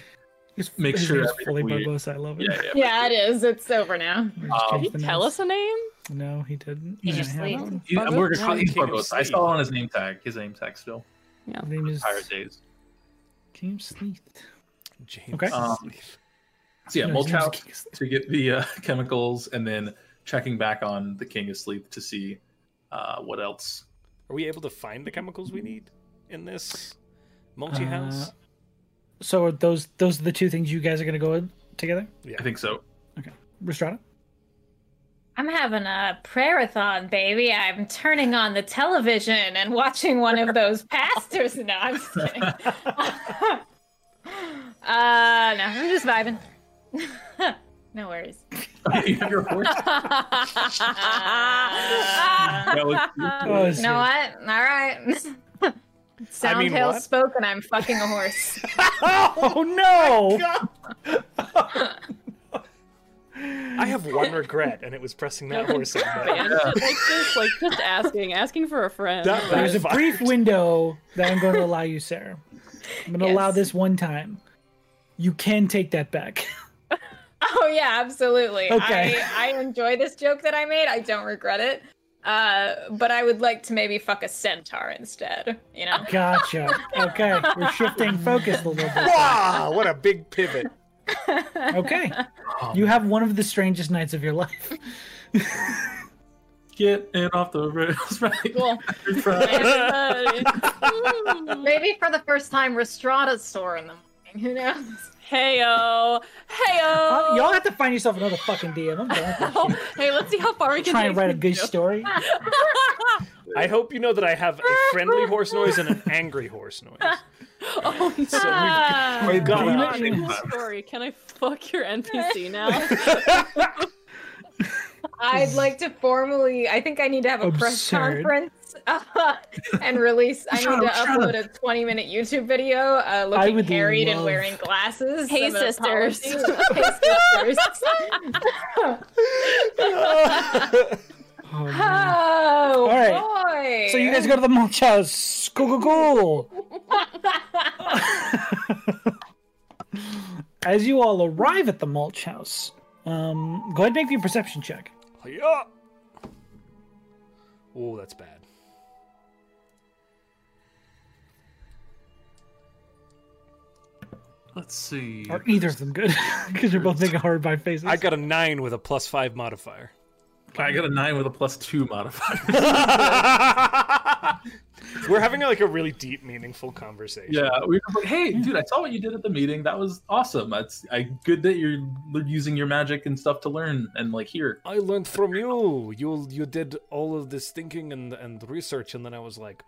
Speaker 1: Just
Speaker 6: Make
Speaker 1: his
Speaker 6: sure
Speaker 1: name's
Speaker 6: everything
Speaker 1: fully
Speaker 6: we-
Speaker 1: Barbosa. I love it.
Speaker 6: yeah, yeah.
Speaker 4: Yeah, it is. It's over now.
Speaker 1: We just
Speaker 6: Um,
Speaker 1: changed the
Speaker 2: Tell
Speaker 1: names.
Speaker 2: us a name?
Speaker 1: No, he didn't.
Speaker 4: He
Speaker 1: Yeah, I
Speaker 4: just
Speaker 1: have
Speaker 4: leaves.
Speaker 1: it.
Speaker 6: He, and we're gonna call
Speaker 5: Barbo's
Speaker 6: he's Barbo's. I
Speaker 5: KFC.
Speaker 6: saw on his name tag. His name tag still.
Speaker 1: His name is
Speaker 6: Pirate days.
Speaker 1: James Sleeth.
Speaker 5: James.
Speaker 1: Okay.
Speaker 6: Um, So yeah,
Speaker 1: No, his name's
Speaker 6: Molchow to get the uh, chemicals, and then checking back on the King of Sleep to see uh, what else.
Speaker 5: Are we able to find the chemicals we need in this multi house?
Speaker 1: Uh, So are those those are the two things you guys are gonna go in together,
Speaker 5: yeah.
Speaker 6: I think so.
Speaker 1: Restrada.
Speaker 4: I'm having a prayer-a-thon, baby. I'm turning on the television and watching one of those pastors. No, I'm just kidding. uh, no, I'm just vibing. no worries.
Speaker 6: you have your horse. That was-
Speaker 1: Oh,
Speaker 4: you know what? All right. Sound
Speaker 5: mean,
Speaker 4: tale
Speaker 5: what?
Speaker 4: spoke, and I'm fucking a horse.
Speaker 1: Oh no!
Speaker 5: I have one regret, and it was pressing that horse. in, but-
Speaker 2: Man, like just like just asking, asking for a friend.
Speaker 5: That-
Speaker 1: There's a brief window that I'm going to allow you, Sarah. I'm going to allow
Speaker 4: Yes.
Speaker 1: this one time. You can take that back.
Speaker 4: Oh yeah, absolutely.
Speaker 1: Okay.
Speaker 4: I, I enjoy this joke that I made. I don't regret it. Uh, but I would like to maybe fuck a centaur instead. You know.
Speaker 1: Gotcha. Okay, we're shifting focus a little bit.
Speaker 5: Wow, what a big pivot.
Speaker 1: Okay, you have one of the strangest nights of your life.
Speaker 6: Get in off the rails, right?
Speaker 4: Cool.
Speaker 2: Everybody.
Speaker 4: Maybe for the first time, Restrada's store in the morning. Who knows?
Speaker 1: Uh,
Speaker 2: Heyo,
Speaker 1: y'all
Speaker 2: heyo.
Speaker 1: have to find yourself another fucking DM. I'm done with this shit.
Speaker 2: Hey, let's see how far we can
Speaker 1: Try and
Speaker 2: take
Speaker 1: write a
Speaker 2: this
Speaker 1: good
Speaker 2: joke.
Speaker 1: story.
Speaker 5: I hope you know that I have a friendly horse noise and an angry horse noise.
Speaker 2: Oh no.
Speaker 5: So
Speaker 4: Ah,
Speaker 5: we've got
Speaker 1: Damn
Speaker 5: an
Speaker 1: it.
Speaker 5: option.
Speaker 2: Story. Can I fuck your NPC now?
Speaker 4: I'd like to formally. I think I need to have a press
Speaker 1: Absurd.
Speaker 4: conference uh, and release. I need to upload a 20 minute YouTube video uh, looking
Speaker 1: would
Speaker 4: harried
Speaker 1: love-
Speaker 4: and wearing glasses.
Speaker 2: Hey,
Speaker 4: of an
Speaker 2: sisters.
Speaker 4: apology. hey, sisters.
Speaker 1: Oh, man.
Speaker 4: Oh,
Speaker 1: All
Speaker 4: boy.
Speaker 1: so you guys go to the mulch house. Go go go! As you all arrive at the mulch house, um, go ahead and make me a perception check.
Speaker 5: Yeah. Oh, that's bad.
Speaker 6: Let's see.
Speaker 1: Are either of them good? Because you're both making hard by faces.
Speaker 5: I got a nine with a plus five modifier.
Speaker 6: I got a nine with a plus two modifier.
Speaker 5: We're having like a really deep, meaningful conversation.
Speaker 6: yeah, we were just like, hey, dude, I saw what you did at the meeting. That was awesome. That's I good that you're using your magic and stuff to learn and like here.
Speaker 5: I learned from you. You you did all of this thinking and, and research, and then I was like,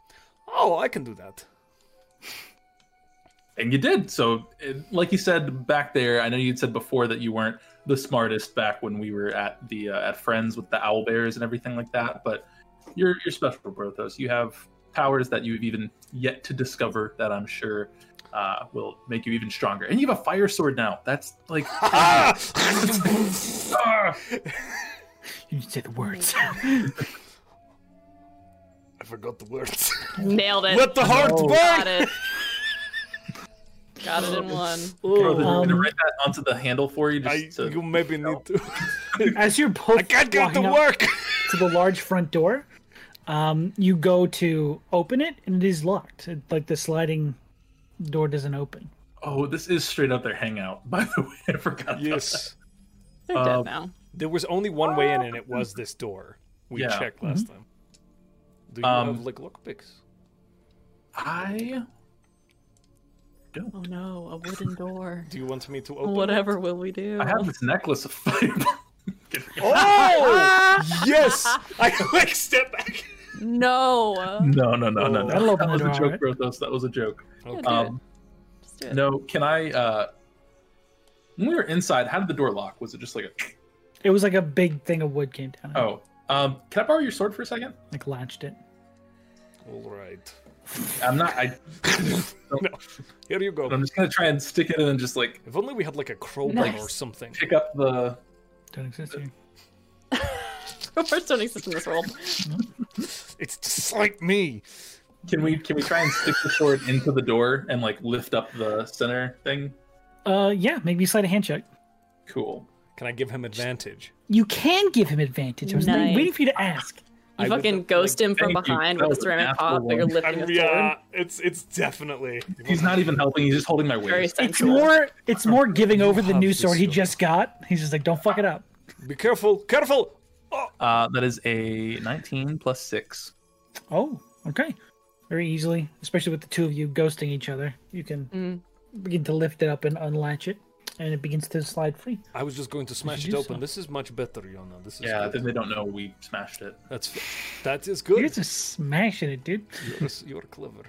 Speaker 5: oh, I can do that.
Speaker 6: And you did. So, it, like you said back there, I know you would said before that you weren't the smartest back when we were at the uh, at Friends with the owl bears and everything like that. But you're you're special, Brothos. You have powers that you've even yet to discover that I'm sure uh, will make you even stronger. And you have a fire sword now. That's like ah!
Speaker 1: You didn't say the words.
Speaker 5: I forgot the words.
Speaker 2: Nailed it.
Speaker 5: Let the heart
Speaker 2: Got
Speaker 5: burn.
Speaker 2: it. Got it in one.
Speaker 6: Bro, I'm gonna
Speaker 1: Um,
Speaker 6: write that onto the handle for you. Just
Speaker 5: I,
Speaker 6: to,
Speaker 5: you maybe need to.
Speaker 1: As you're both
Speaker 5: I can't get to
Speaker 1: walking up
Speaker 5: work.
Speaker 1: to the large front door, um, you go to open it, and it is locked. It, like the sliding door doesn't open.
Speaker 6: Oh, this is straight up their hangout. By the way, I forgot.
Speaker 5: yes.
Speaker 2: They're
Speaker 6: Uh,
Speaker 2: dead now.
Speaker 5: There was only one way in, and it was this door. We
Speaker 6: Yeah. Mm-hmm.
Speaker 5: checked last time. Do you
Speaker 6: Um,
Speaker 5: have like lockpicks?
Speaker 6: That. I
Speaker 2: Oh no, a wooden door.
Speaker 5: Do you want me to open?
Speaker 2: Whatever will we do?
Speaker 6: I have this necklace of fire.
Speaker 5: Oh yes! I like step back.
Speaker 2: No.
Speaker 6: No, no, no, no, no.
Speaker 1: That'll open
Speaker 6: that
Speaker 1: the
Speaker 6: was a
Speaker 1: door,
Speaker 6: joke,
Speaker 1: right?
Speaker 6: Brothos. That was a joke.
Speaker 2: Yeah, do
Speaker 6: Um,
Speaker 2: it. Just do it.
Speaker 6: no, can I? uh When we were inside, how did the door lock? Was it just like a?
Speaker 1: It was like a big thing of wood came down,
Speaker 6: Oh, um, can I borrow your sword for a second?
Speaker 1: like latched it.
Speaker 5: All right.
Speaker 6: I'm not. I,
Speaker 5: Here you go.
Speaker 6: but I'm just gonna try and stick it in and just like
Speaker 5: If only we had like a crowbar
Speaker 2: Nice.
Speaker 5: or something.
Speaker 6: pick up the.
Speaker 1: Don't exist here.
Speaker 2: Words don't exist in this world.
Speaker 5: It's just like me.
Speaker 6: Can we? Can we try and stick the sword into the door and like lift up the center thing?
Speaker 1: Uh, yeah, make me slide a hand check.
Speaker 6: Cool.
Speaker 5: Can I give him advantage?
Speaker 1: You can give him advantage. I was
Speaker 2: Nice.
Speaker 1: waiting for you to ask.
Speaker 5: I
Speaker 2: You
Speaker 5: would
Speaker 2: fucking
Speaker 5: like-
Speaker 2: ghost him from
Speaker 6: thank you.
Speaker 2: behind with
Speaker 6: That
Speaker 2: a
Speaker 6: was an
Speaker 2: ceramic pot,
Speaker 6: asshole
Speaker 2: but you're
Speaker 6: one.
Speaker 2: lifting a
Speaker 5: yeah,
Speaker 2: sword.
Speaker 5: it's it's definitely.
Speaker 6: He's not even helping. He's just holding my
Speaker 2: Very
Speaker 6: waist.
Speaker 1: It's
Speaker 2: sensual.
Speaker 1: more. It's more giving over the
Speaker 5: have
Speaker 1: new
Speaker 5: this
Speaker 1: sword he
Speaker 5: sword.
Speaker 1: just got. He's just like, don't fuck it up.
Speaker 5: Be careful! Careful!
Speaker 6: Uh, that is a 19 plus six.
Speaker 1: Oh, okay. Very easily, especially with the two of you ghosting each other, you can begin to lift it up and unlatch it, and it begins to slide free.
Speaker 5: I was just going to smash
Speaker 1: should
Speaker 5: it
Speaker 1: do
Speaker 5: open.
Speaker 1: so.
Speaker 5: This is much better, Yona. This is
Speaker 6: Yeah,
Speaker 5: good.
Speaker 6: then they don't know we smashed it.
Speaker 5: that's f- that is
Speaker 1: You're
Speaker 5: good.
Speaker 1: just smashing it, dude.
Speaker 5: You're, you're clever.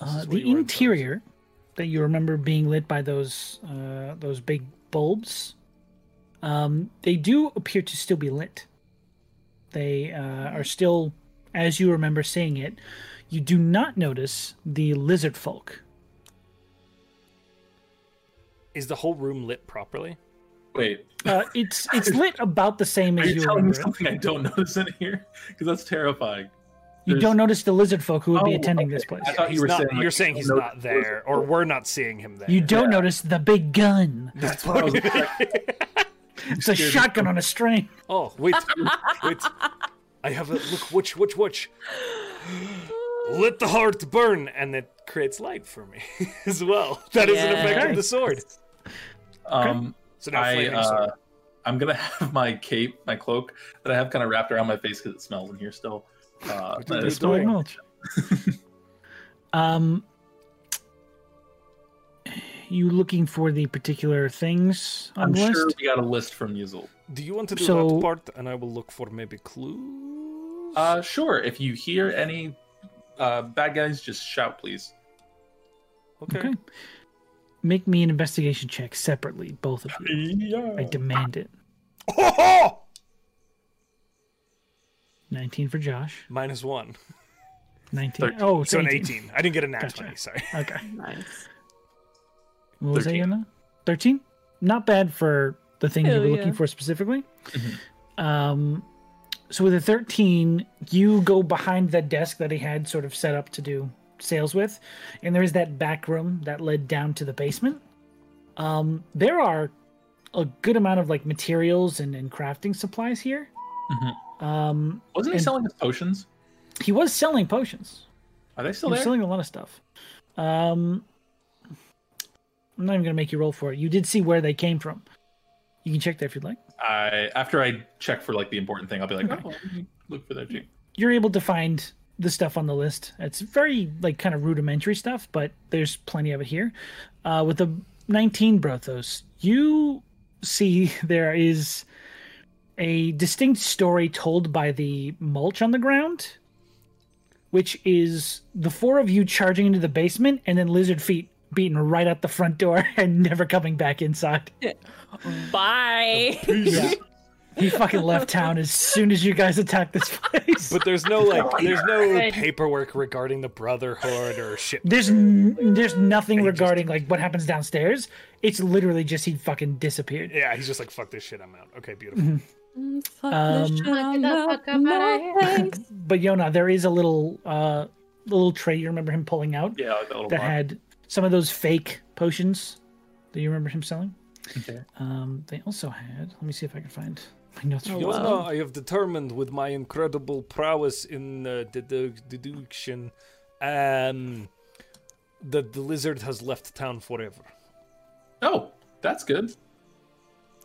Speaker 1: Uh,
Speaker 5: is what
Speaker 1: the
Speaker 5: you were in charge of.
Speaker 1: interior that you remember being lit by those uh, those big bulbs, um, they do appear to still be lit. They uh, are still, as you remember seeing it. You do not notice the lizard folk.
Speaker 5: Is the whole room lit properly?
Speaker 6: Wait,
Speaker 1: Uh, it's it's lit about the same
Speaker 6: are
Speaker 1: as
Speaker 6: you
Speaker 1: you
Speaker 6: telling me
Speaker 1: remember. it.
Speaker 6: something I don't notice in here? Because that's terrifying.
Speaker 1: You
Speaker 6: There's-
Speaker 1: don't notice the lizard folk who would be
Speaker 6: Oh,
Speaker 1: attending
Speaker 6: okay.
Speaker 1: this place.
Speaker 6: I thought you
Speaker 5: He's
Speaker 6: were
Speaker 5: not-
Speaker 6: saying like,
Speaker 5: you're saying
Speaker 6: I
Speaker 5: he's
Speaker 6: don't
Speaker 5: not
Speaker 6: notice-
Speaker 5: there, or we're not seeing him there.
Speaker 1: You don't notice the big gun.
Speaker 5: That's
Speaker 6: what I was
Speaker 1: It's a shotgun on a string.
Speaker 5: Oh wait, wait! I have a look. Watch, watch, watch! Let the heart burn, and it creates light for me as well. That is an effect of the
Speaker 2: Yes.
Speaker 5: sword.
Speaker 6: Um,
Speaker 5: So now
Speaker 6: I,
Speaker 5: flaming sword.
Speaker 6: uh, I'm gonna have my cape, my cloak that I have kind of wrapped around my face because it smells in here still. Uh,
Speaker 5: What
Speaker 6: that
Speaker 5: did
Speaker 6: is-
Speaker 5: you doing?
Speaker 1: mulch. um, you looking for the particular things on
Speaker 6: I'm
Speaker 1: the
Speaker 6: sure
Speaker 1: list?
Speaker 6: we got a list from Yuzel.
Speaker 5: Do you want to do
Speaker 1: So-
Speaker 5: that part, and I will look for maybe clues?
Speaker 6: Uh, sure. If you hear any uh, bad guys, just shout, please.
Speaker 5: okay.
Speaker 1: okay. Make me an investigation check separately, both of you. I demand it.
Speaker 5: Oh,
Speaker 1: 19 for Josh.
Speaker 5: minus one,
Speaker 1: 19.
Speaker 6: Thirteen.
Speaker 1: Oh, it's
Speaker 5: so an
Speaker 1: 18.
Speaker 5: eighteen. I didn't get a nat
Speaker 1: Gotcha.
Speaker 5: twenty. Sorry.
Speaker 1: Okay.
Speaker 2: Nice.
Speaker 1: What was that,
Speaker 6: 13.
Speaker 1: Yana? 13? Not bad for the thing you
Speaker 2: Hell
Speaker 1: were
Speaker 2: yeah.
Speaker 1: looking for specifically. Um, so with a 13, you go behind that desk that he had sort of set up to do sales with, and there is that back room that led down to the basement. Um, there are a good amount of like materials and, and crafting supplies here. Um,
Speaker 6: Wasn't he
Speaker 1: And-
Speaker 6: selling his potions?
Speaker 1: he was selling potions.
Speaker 6: Are they still
Speaker 1: We're
Speaker 6: there?
Speaker 1: selling a lot of stuff. Um, I'm not even gonna make you roll for it. You did see where they came from. You can check that if you'd like.
Speaker 6: I after I check for like the important thing, I'll be like, oh, let me look for that too.
Speaker 1: You're able to find the stuff on the list. It's very like kind of rudimentary stuff, but there's plenty of it here. Uh, with the 19 Brothos, you see there is a distinct story told by the mulch on the ground, which is the four of you charging into the basement and then lizard feet beaten right out the front door and never coming back inside.
Speaker 2: Bye.
Speaker 1: Yeah. he fucking left town as soon as you guys attacked this place.
Speaker 5: But there's no like, there's no
Speaker 4: Good.
Speaker 5: paperwork regarding the brotherhood or shit.
Speaker 1: There's n- there's nothing regarding like what happens downstairs. It's literally just he fucking disappeared.
Speaker 5: Yeah, he's just like, fuck this shit, I'm out. Okay, beautiful.
Speaker 2: Fuck
Speaker 1: Um,
Speaker 2: this shit, I'm
Speaker 4: Get the
Speaker 2: out.
Speaker 4: fuck up outta
Speaker 2: No
Speaker 4: here.
Speaker 2: thanks.
Speaker 1: But Yona, there is a little uh little tray you remember him pulling out
Speaker 6: Yeah, like that little
Speaker 1: that
Speaker 6: box.
Speaker 1: had some of those fake potions that you remember him selling.
Speaker 6: Okay.
Speaker 1: Um, they also had. Let me see if I can find my notes.
Speaker 2: Oh,
Speaker 1: for
Speaker 5: You
Speaker 1: this.
Speaker 2: wow.
Speaker 5: know, I have determined with my incredible prowess in uh, dedu- deduction um, that the lizard has left town forever.
Speaker 6: Oh, that's good.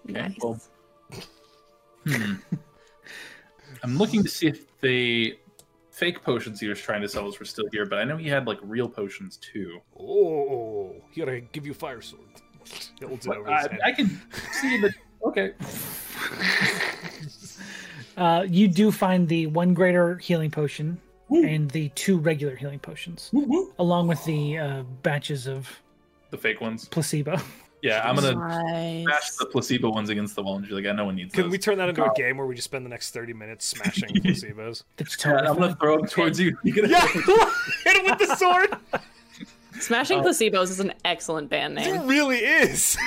Speaker 6: Okay.
Speaker 2: Nice.
Speaker 6: Well, hmm. I'm looking to see if the fake potions he was trying to sell us were still here, but I know he had like real potions too.
Speaker 5: Oh, here I give you fire sword. He holds it
Speaker 6: But
Speaker 5: over his
Speaker 6: I,
Speaker 5: head.
Speaker 6: I can see that. Okay.
Speaker 1: Uh, you do find the one greater healing potion and the two regular healing potions, along with the uh, batches of
Speaker 6: The fake ones.
Speaker 1: placebo.
Speaker 6: Yeah, I'm gonna smash
Speaker 2: Nice.
Speaker 6: the placebo ones against the wall and be like, I no one needs
Speaker 5: Can
Speaker 6: those.
Speaker 5: we turn that into a game where we just spend the next 30 minutes smashing placebos?
Speaker 1: That's
Speaker 6: Yeah,
Speaker 1: totally
Speaker 6: I'm gonna
Speaker 1: fine.
Speaker 6: throw them towards you. You gonna-
Speaker 5: Hit him with the sword!
Speaker 2: Smashing Placebos is an excellent band name.
Speaker 5: It really is!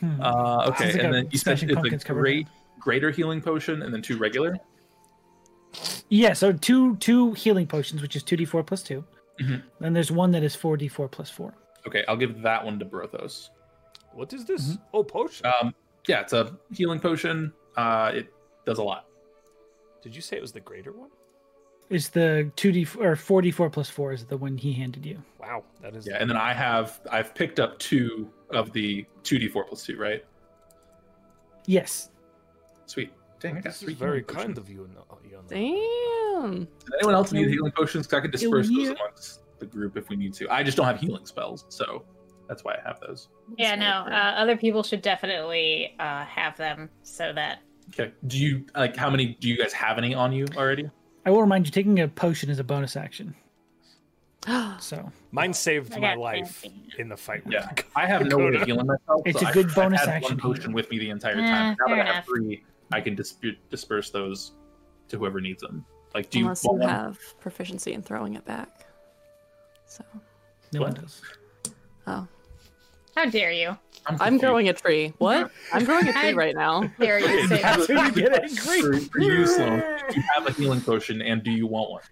Speaker 1: Hmm.
Speaker 6: Uh, okay,
Speaker 1: Sounds like
Speaker 6: and
Speaker 1: a
Speaker 6: then you said
Speaker 1: smashing
Speaker 6: it's
Speaker 1: pumpkins
Speaker 6: a
Speaker 1: cover
Speaker 6: great, greater healing potion, and then two regular.
Speaker 1: Yeah, so two two healing potions, which is two d four plus two.
Speaker 6: Mm-hmm.
Speaker 1: Then there's one that is four d four plus four.
Speaker 6: Okay, I'll give that one to Brothos.
Speaker 5: What is this? Oh,
Speaker 7: Uh,
Speaker 5: potion.
Speaker 6: Um, yeah, it's a healing potion. Uh, it does a lot.
Speaker 5: Did you say it was the greater one?
Speaker 1: It's the 2d or 4d4 plus 4 is the one he handed you.
Speaker 5: Wow, that is.
Speaker 6: Yeah, and then I have I've picked up two of the two d four plus two, right?
Speaker 1: Yes.
Speaker 6: Sweet. Dang, I got
Speaker 5: this
Speaker 6: three
Speaker 5: is very
Speaker 6: healing
Speaker 5: kind
Speaker 6: potions.
Speaker 5: of you. No, you know.
Speaker 2: Damn.
Speaker 6: Does anyone else need
Speaker 1: Ew.
Speaker 6: healing potions? 'Cause I could disperse those
Speaker 1: yeah.
Speaker 6: amongst the group if we need to. I just don't have healing spells, so that's why I have those.
Speaker 4: Yeah, no. Uh, other people should definitely uh, have them so that
Speaker 6: Okay. Do you like how many? Do you guys have any on you already?
Speaker 1: I will remind you taking a potion is a bonus action. So,
Speaker 5: Mine saved
Speaker 4: I
Speaker 5: my
Speaker 4: got
Speaker 5: life
Speaker 4: fancy.
Speaker 5: in the fight.
Speaker 6: Yeah, I have no way of healing myself.
Speaker 1: It's
Speaker 6: so
Speaker 1: a
Speaker 6: I-
Speaker 1: good
Speaker 6: I've
Speaker 1: bonus
Speaker 6: had
Speaker 1: action
Speaker 6: One
Speaker 1: here.
Speaker 6: potion with me the entire
Speaker 4: Eh,
Speaker 6: time. now
Speaker 4: fair
Speaker 6: that I have
Speaker 4: enough.
Speaker 6: three, I can disp- disperse those to whoever needs them. Like, do you
Speaker 2: Unless you
Speaker 6: want one?
Speaker 2: have proficiency in throwing it back. So,
Speaker 1: no one
Speaker 6: What?
Speaker 1: does.
Speaker 2: oh.
Speaker 4: how dare you?
Speaker 2: I'm
Speaker 6: confused.
Speaker 2: growing a tree. What? I'm growing a tree right now.
Speaker 4: Dare you say
Speaker 6: Have a-
Speaker 1: you get angry.
Speaker 6: For, for you, Sloan, do you have a healing potion, and do you want one?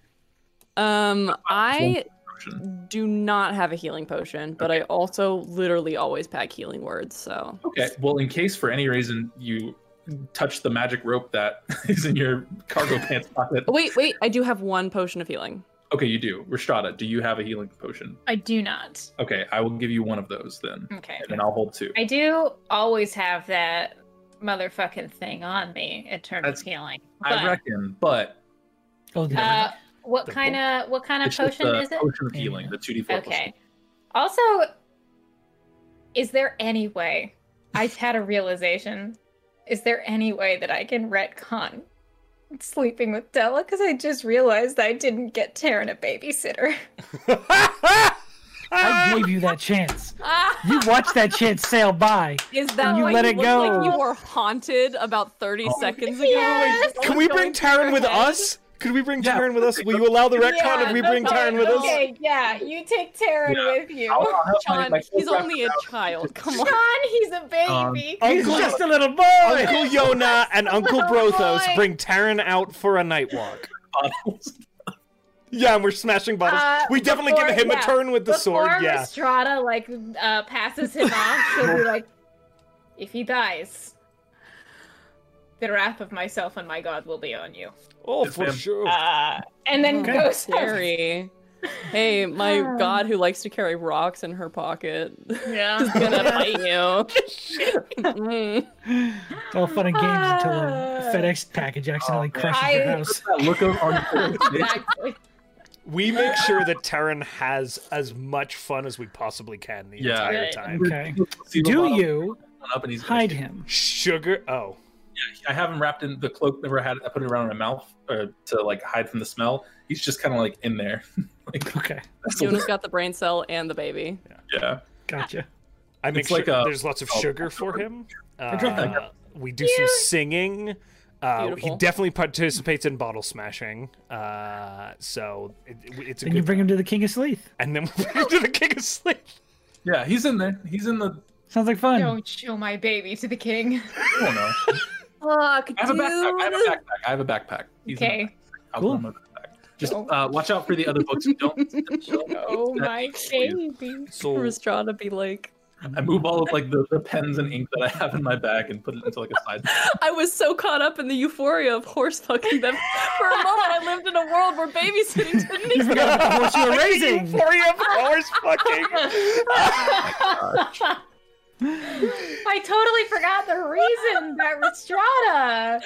Speaker 2: Um, I
Speaker 6: Potion?
Speaker 2: do not have a healing potion, but I also literally always pack healing words. So,
Speaker 6: Okay. Well, in case for any reason you touch the magic rope that is in your cargo pants pocket.
Speaker 2: Oh, wait, wait, I do have one potion of healing.
Speaker 6: Okay, you do. Restrada, do you have a healing potion?
Speaker 4: I do not.
Speaker 6: Okay, I will give you one of those then,
Speaker 4: Okay.
Speaker 6: and then I'll hold two.
Speaker 4: I do always have that motherfucking thing on me in terms
Speaker 6: That's-
Speaker 4: of healing. But,
Speaker 6: I reckon, but
Speaker 1: Oh, the
Speaker 4: uh, what
Speaker 5: The
Speaker 4: kind of what kind of
Speaker 6: it's just
Speaker 4: potion
Speaker 6: the
Speaker 4: is it?
Speaker 6: potion of healing, the two d four.
Speaker 4: Okay. Also, is there any way? I had a realization. Is there any way that I can retcon sleeping with Della? Because I just realized I didn't get Taryn a babysitter.
Speaker 1: I gave you that chance. You watched that chance sail by.
Speaker 2: Ah, Is
Speaker 1: And you
Speaker 2: why
Speaker 1: let it
Speaker 2: look Like
Speaker 1: go.
Speaker 2: you were haunted about 30 seconds ago.
Speaker 4: Yes!
Speaker 2: Like, what
Speaker 7: Can
Speaker 2: was
Speaker 7: we
Speaker 2: going
Speaker 7: bring
Speaker 2: through your
Speaker 7: Taryn with
Speaker 2: head?
Speaker 7: us? Could we bring Taryn with us? Will you allow the retcon if we bring
Speaker 4: that's
Speaker 7: Taryn
Speaker 4: fine.
Speaker 7: with us?
Speaker 4: Okay, yeah, you take Taryn
Speaker 6: Yeah.
Speaker 4: with you.
Speaker 6: I'll, I'll
Speaker 2: Sean,
Speaker 6: have my, my
Speaker 2: he's
Speaker 6: photograph
Speaker 2: only a
Speaker 6: out.
Speaker 2: child. Come on.
Speaker 4: Sean, he's a
Speaker 6: Um,
Speaker 4: baby.
Speaker 1: He's
Speaker 7: Uncle,
Speaker 1: just a little boy.
Speaker 7: Uncle Yona and Uncle
Speaker 4: little
Speaker 7: Brothos
Speaker 4: boy.
Speaker 7: bring Taryn out for a night walk.
Speaker 6: bottles.
Speaker 7: Yeah, and we're smashing bottles.
Speaker 4: Uh,
Speaker 7: we definitely
Speaker 4: before-
Speaker 7: give him
Speaker 4: yeah.
Speaker 7: a turn with the
Speaker 4: Before
Speaker 7: sword. Yeah.
Speaker 4: Estrada like uh, passes him off, she'll be like, "If he dies, the wrath of myself and my god will be on you."
Speaker 5: Oh,
Speaker 6: Yes,
Speaker 5: for
Speaker 6: ma'am.
Speaker 5: sure.
Speaker 4: Uh, and then
Speaker 1: Okay.
Speaker 4: goes out.
Speaker 2: Scary. Hey, my
Speaker 4: Ah.
Speaker 2: god, who likes to carry rocks in her pocket is
Speaker 4: Yeah.
Speaker 2: gonna fight you. Mm.
Speaker 1: It's all fun and games until a FedEx package accidentally
Speaker 6: Oh,
Speaker 1: crashes your
Speaker 4: I-
Speaker 1: house.
Speaker 6: That look on- on your face.
Speaker 4: Exactly.
Speaker 5: We make sure that Taryn has as much fun as we possibly can the
Speaker 6: Yeah.
Speaker 5: entire
Speaker 4: Right.
Speaker 5: time.
Speaker 1: Okay.
Speaker 6: See the
Speaker 1: Do
Speaker 6: bottle
Speaker 1: you
Speaker 6: going Up and he's gonna
Speaker 1: hide
Speaker 6: shoot.
Speaker 1: him?
Speaker 5: Sugar. Oh,
Speaker 6: I have him wrapped in the cloak. Never had. I put it around my mouth uh, to like hide from the smell. He's just kind of like in there. like
Speaker 1: Okay.
Speaker 6: that's a
Speaker 2: Yuna's got the brain cell and the baby.
Speaker 6: yeah.
Speaker 1: Gotcha.
Speaker 5: I make
Speaker 6: It's
Speaker 5: sure
Speaker 6: like a-
Speaker 5: there's lots of
Speaker 6: oh,
Speaker 5: sugar for him.
Speaker 6: dropped that.
Speaker 5: Uh, we do some singing. Uh, he
Speaker 2: Beautiful.
Speaker 5: definitely participates in bottle smashing. Uh, so it, it's a
Speaker 1: Then you
Speaker 5: good.
Speaker 1: bring him to the King of Sleeth.
Speaker 5: and then we bring him to the king of sleep.
Speaker 6: Yeah, he's in there. He's in the.
Speaker 1: Sounds like fun.
Speaker 4: Don't show my baby to the king.
Speaker 6: I don't know.
Speaker 2: Fuck,
Speaker 6: I have a backpack. I have a backpack. I have a backpack. He's in
Speaker 4: Okay.
Speaker 6: the backpack. I'll
Speaker 1: Cool.
Speaker 6: put him in the backpack. Just uh, watch out for the other books. Don't.
Speaker 4: Oh my baby.
Speaker 5: So
Speaker 2: Restrada be like,
Speaker 6: I move all of like the, the pens and ink that I have in my bag and put it into like a side.
Speaker 2: I was so caught up in the euphoria of horse fucking them. For a moment, I lived in a world where babysitting didn't
Speaker 1: You
Speaker 2: exist.
Speaker 1: forgot the horse you were raising.
Speaker 7: Euphoria of horse fucking.
Speaker 4: I totally forgot the reason that Restrada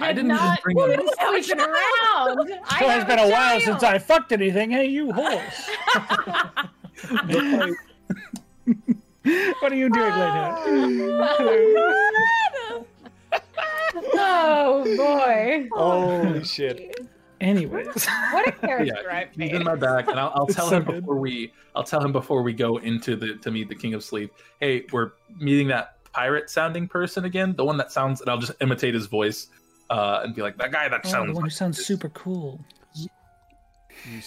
Speaker 6: I
Speaker 4: had
Speaker 6: didn't
Speaker 4: not
Speaker 6: just bring them.
Speaker 4: been sleeping around. I
Speaker 1: Well,
Speaker 4: have
Speaker 1: it's been a while
Speaker 4: child.
Speaker 1: since I fucked anything. Hey, you horse. what are you doing later?
Speaker 4: Oh boy!
Speaker 7: Holy shit.
Speaker 1: Anyways,
Speaker 4: What a character
Speaker 6: Yeah,
Speaker 4: I've
Speaker 6: he's in
Speaker 4: made.
Speaker 6: my back, and I'll, I'll
Speaker 1: It's
Speaker 6: tell
Speaker 1: so
Speaker 6: him
Speaker 1: good.
Speaker 6: before we. I'll tell him before we go into the to meet the King of Sleep. Hey, we're meeting that pirate sounding person again, the one that sounds, and I'll just imitate his voice uh, and be like that guy
Speaker 1: oh,
Speaker 6: that
Speaker 1: the
Speaker 6: sounds.
Speaker 1: one who
Speaker 6: like
Speaker 1: sounds
Speaker 6: this."
Speaker 1: super cool.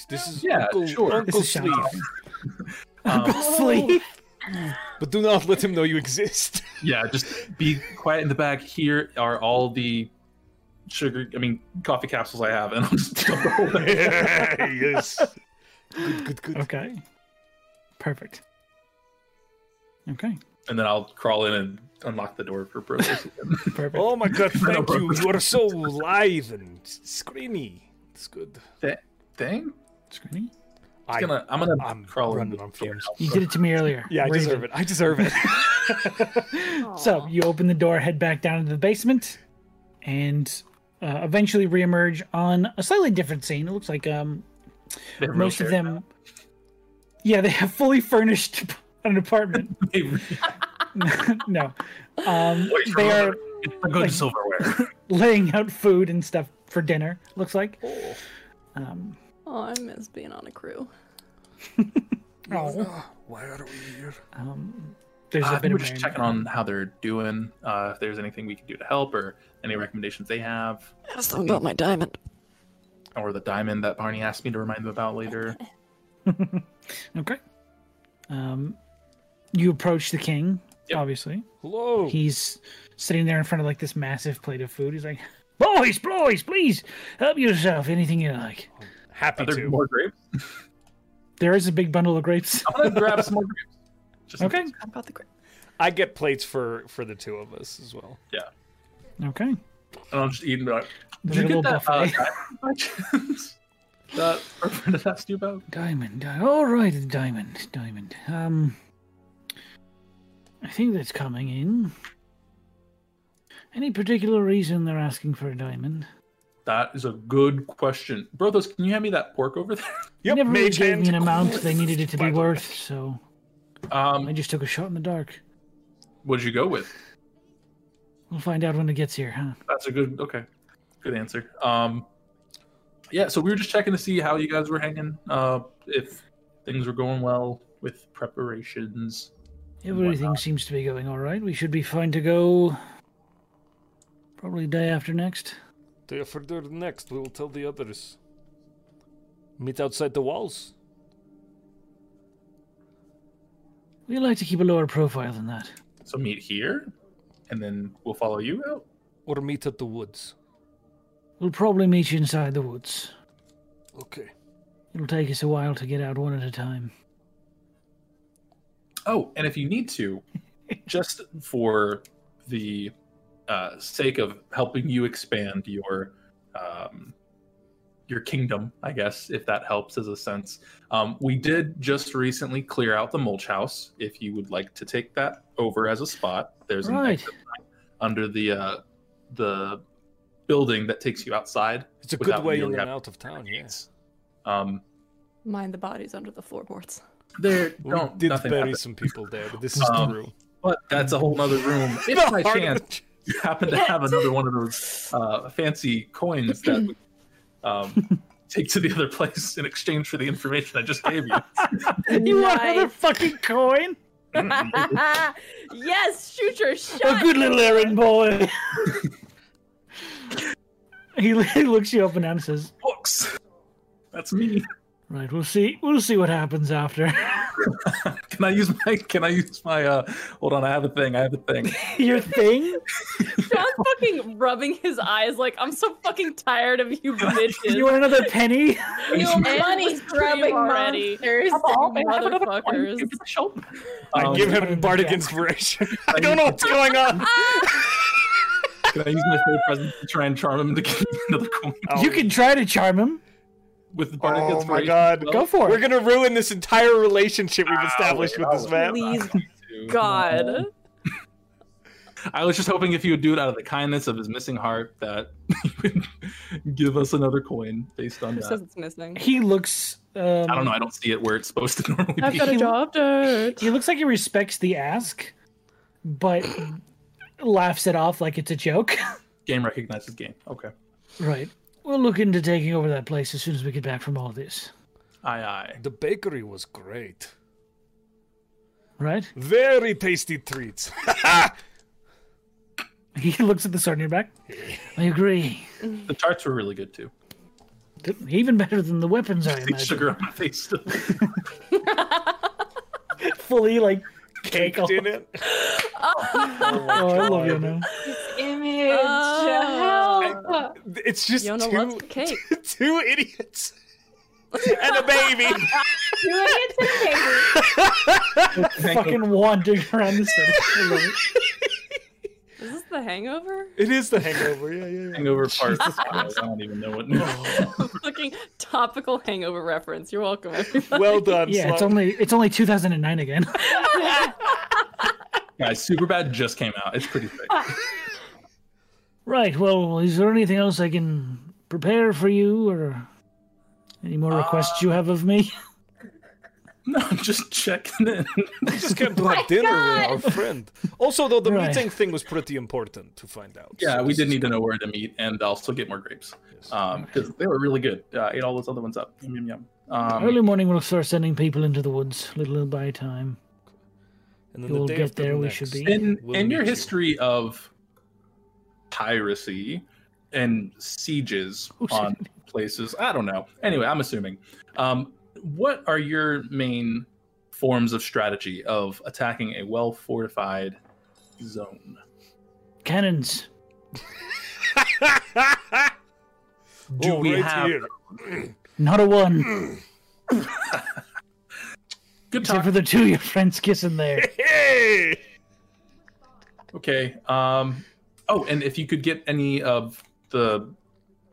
Speaker 5: this is
Speaker 6: Yeah,
Speaker 5: Uncle,
Speaker 6: sure.
Speaker 5: Uncle
Speaker 1: This is
Speaker 5: Sleep.
Speaker 1: Shonda.
Speaker 6: Um,
Speaker 5: Oh.
Speaker 1: Sleep.
Speaker 5: But do not let him know you exist.
Speaker 6: yeah, just be quiet in the back. Here are all the sugar. I mean, coffee capsules I have, and I'll just dump the whole thing.
Speaker 5: yes. Good, good, good.
Speaker 1: Okay. Perfect. Okay.
Speaker 6: and then I'll crawl in and unlock the door for Protos again.
Speaker 1: Perfect.
Speaker 5: Oh my god, thank
Speaker 6: No.
Speaker 5: you. You are so lithe and screamy. It's good.
Speaker 6: Th- Thing?
Speaker 1: Screeny?
Speaker 5: I,
Speaker 6: I'm gonna, I'm gonna
Speaker 5: I'm
Speaker 6: crawl in.
Speaker 5: running
Speaker 6: the
Speaker 5: on
Speaker 6: door.
Speaker 5: fumes.
Speaker 1: You did it to me earlier.
Speaker 5: Yeah, I
Speaker 1: Raven.
Speaker 5: deserve it. I deserve it.
Speaker 1: So you open the door, head back down into the basement, and uh, eventually reemerge on a slightly different scene. It looks like um,
Speaker 6: They have
Speaker 1: most
Speaker 6: no
Speaker 1: of
Speaker 6: chair.
Speaker 1: them, yeah, they have fully furnished an apartment.
Speaker 6: They really
Speaker 1: no, um,
Speaker 6: Wait,
Speaker 1: they
Speaker 6: remember.
Speaker 1: are
Speaker 6: It's the good
Speaker 1: Like-
Speaker 6: silverware.
Speaker 1: laying out food and stuff for dinner. Looks like.
Speaker 6: Oh.
Speaker 1: Um,
Speaker 2: Oh, I miss being on a crew.
Speaker 1: oh,
Speaker 5: Why are we here?
Speaker 1: um, there's
Speaker 6: Uh,
Speaker 1: a bit
Speaker 6: we're
Speaker 1: of
Speaker 6: just
Speaker 1: merriment.
Speaker 6: checking on how they're doing. Uh, if there's anything we can do to help, or any recommendations they have,
Speaker 2: Ask them about my diamond.
Speaker 6: or the diamond that Barney asked me to remind them about later.
Speaker 1: Okay. Um, you approach the king,
Speaker 6: Yep.
Speaker 1: obviously.
Speaker 5: Hello.
Speaker 1: He's sitting there in front of like this massive plate of food. He's like, "Boys, boys, please help yourself. Anything you like."
Speaker 5: Happy
Speaker 6: Are there
Speaker 5: to.
Speaker 6: more grapes?
Speaker 1: There is a big bundle of grapes.
Speaker 6: I'm gonna grab some more grapes. Just in
Speaker 1: Okay.
Speaker 6: case.
Speaker 2: How about the grape?
Speaker 5: I get plates for for the two of us as well.
Speaker 6: Yeah,
Speaker 1: Okay.
Speaker 6: and I'll just eat and be like,
Speaker 1: There's
Speaker 6: Did you
Speaker 1: like a
Speaker 6: Oh. get
Speaker 1: little buffet.
Speaker 6: that uh, diamond by chance? that our friend had asked you about?
Speaker 1: Diamond. Di- All right, diamond, diamond. Um, I think that's coming in. Any particular reason they're asking for a diamond?
Speaker 6: That is a good question, Brothos. Can you hand me that pork over there?
Speaker 1: They
Speaker 5: Yep,
Speaker 1: never really
Speaker 5: mage
Speaker 1: gave
Speaker 5: hand.
Speaker 1: me an amount they needed it to
Speaker 5: By
Speaker 1: be
Speaker 5: the way.
Speaker 1: worth, so I
Speaker 6: Um,
Speaker 1: just took a shot in the dark.
Speaker 6: what did you go with?
Speaker 1: We'll find out when it gets here, huh?
Speaker 6: That's a good okay. Good answer. Um yeah, so we were just checking to see how you guys were hanging, uh if things were going well with preparations. why
Speaker 1: Everything seems to be going all right. We should be fine to go. Probably day after next.
Speaker 5: They are further next. We will tell the others. Meet outside the walls.
Speaker 1: We like to keep a lower profile than that.
Speaker 6: So meet here and then we'll follow you out.
Speaker 5: Or meet at the woods.
Speaker 1: We'll probably meet you inside the woods.
Speaker 5: Okay.
Speaker 1: It'll take us a while to get out one at a time.
Speaker 6: Oh, and if you need to, just for the uh sake of helping you expand your um your kingdom, I guess, if that helps as a sense. Um, we did just recently clear out the mulch house. If you would like to take that over as a spot, there's an
Speaker 1: Right.
Speaker 6: exit line under the uh, the building that takes you outside.
Speaker 5: It's a
Speaker 6: Without
Speaker 5: good way
Speaker 6: really
Speaker 5: in and
Speaker 6: having
Speaker 5: out of town, yes.
Speaker 6: Um,
Speaker 2: Mind the bodies under the floorboards.
Speaker 6: there
Speaker 5: We
Speaker 6: don't
Speaker 5: did
Speaker 6: nothing
Speaker 5: bury
Speaker 6: happened,
Speaker 5: some people there, but this is
Speaker 6: Um,
Speaker 5: true.
Speaker 6: but that's a whole nother room. If by
Speaker 5: Part of
Speaker 6: chance
Speaker 5: it-
Speaker 6: you happen to have another one of those uh, fancy coins that we um, take to the other place in exchange for the information I just gave you.
Speaker 1: You want another
Speaker 2: Nice.
Speaker 1: fucking coin?
Speaker 2: yes, shoot your
Speaker 1: A
Speaker 2: shot.
Speaker 1: good little errand boy. he l- he looks you up and down and says,
Speaker 6: Books. That's me.
Speaker 1: "Right, we'll see. We'll see what happens after."
Speaker 6: Can I use my? Can I use my? Uh, hold on, I have a thing. I have a thing.
Speaker 1: Your thing?
Speaker 2: John's fucking rubbing his eyes like I'm so fucking tired of you bitches.
Speaker 1: You want another penny?
Speaker 4: You
Speaker 2: And
Speaker 4: money
Speaker 2: with
Speaker 4: grubbing
Speaker 2: cream already.
Speaker 4: monsters,
Speaker 2: on,
Speaker 4: you
Speaker 2: I have another
Speaker 4: motherfuckers.
Speaker 2: one.
Speaker 5: I
Speaker 6: Um,
Speaker 5: give
Speaker 1: Yeah.
Speaker 5: him bardic inspiration. I don't know what's going on.
Speaker 6: Can I use my fake presence to try and charm him to give me another coin
Speaker 1: You can try to charm him.
Speaker 6: with the bardic
Speaker 5: Oh my
Speaker 6: inspiration?
Speaker 5: god.
Speaker 1: Go for
Speaker 5: We're
Speaker 1: it.
Speaker 5: gonna ruin this entire relationship
Speaker 6: Ah,
Speaker 5: we've established with this man.
Speaker 2: Please,
Speaker 6: Two.
Speaker 2: God.
Speaker 6: I was just hoping if you would do it out of the kindness of his missing heart that he would give us another coin based on
Speaker 2: Who says
Speaker 6: that.
Speaker 2: it's missing?
Speaker 1: He looks. Um,
Speaker 6: I don't know. I don't see it where it's supposed to normally
Speaker 2: I've
Speaker 6: be.
Speaker 2: got a jaw of dirt.
Speaker 1: He looks like he respects the ask, but laughs it off like it's a joke.
Speaker 6: Game recognizes game. Okay.
Speaker 1: right. We'll look into taking over that place as soon as we get back from all this.
Speaker 6: Aye, aye.
Speaker 5: The bakery was great.
Speaker 1: Right?
Speaker 5: Very tasty treats.
Speaker 1: He looks at the sword in your back. I agree.
Speaker 6: The tarts were really good too.
Speaker 1: Even better than the weapons, I
Speaker 6: Take
Speaker 1: imagine.
Speaker 6: sugar on my face. still.
Speaker 1: Fully like.
Speaker 5: Caked in it.
Speaker 1: Oh, I love you now.
Speaker 4: Image.
Speaker 2: Oh.
Speaker 4: Help.
Speaker 5: It's just
Speaker 2: Yona loves
Speaker 5: two,
Speaker 2: the cake.
Speaker 5: two idiots.
Speaker 7: and a baby.
Speaker 4: Doing it to the baby.
Speaker 1: fucking wandering around the city. I love it.
Speaker 2: Is this the hangover?
Speaker 5: It is the hangover. Yeah, yeah, yeah.
Speaker 6: Hangover part. I don't even know what.
Speaker 2: Looking topical hangover reference. You're welcome. everybody.
Speaker 5: Well done,
Speaker 1: Yeah, it's
Speaker 5: Sloan.
Speaker 1: only it's only 2009 again.
Speaker 6: Guys, Superbad just came out. It's pretty sick.
Speaker 1: right. Well, is there anything else I can prepare for you, or any
Speaker 6: Uh,
Speaker 1: more requests you have of me?
Speaker 6: No, I'm just checking in.
Speaker 5: just came to have dinner with our friend. Also, though, the
Speaker 1: Right.
Speaker 5: meeting thing was pretty important to find out.
Speaker 6: Yeah,
Speaker 5: So
Speaker 6: we
Speaker 5: this
Speaker 6: did
Speaker 5: is
Speaker 6: need to
Speaker 5: good.
Speaker 6: know where to meet, and I'll still get more grapes because they were really good. Uh, ate all those other ones up. Yum yum yum. Um,
Speaker 1: Early morning, we'll start sending people into the woods, little by time.
Speaker 5: And
Speaker 1: You'll
Speaker 5: day
Speaker 1: get
Speaker 5: after
Speaker 1: there, we should
Speaker 5: next,
Speaker 1: be.
Speaker 6: in
Speaker 5: we'll
Speaker 6: in your
Speaker 5: meet you.
Speaker 6: history of piracy and sieges
Speaker 1: Who said
Speaker 6: on places, I don't know. Anyway, I'm assuming. Um, what are your main forms of strategy of attacking a well fortified zone?
Speaker 1: Cannons.
Speaker 6: Do
Speaker 5: Oh,
Speaker 6: we
Speaker 5: right
Speaker 6: have
Speaker 5: here.
Speaker 1: Not a
Speaker 6: Hmm.
Speaker 1: one,
Speaker 6: good
Speaker 1: except
Speaker 6: talk?
Speaker 1: for the two your friends kissing there.
Speaker 5: Hey!
Speaker 6: Okay. Um. Oh, and if you could get any of the,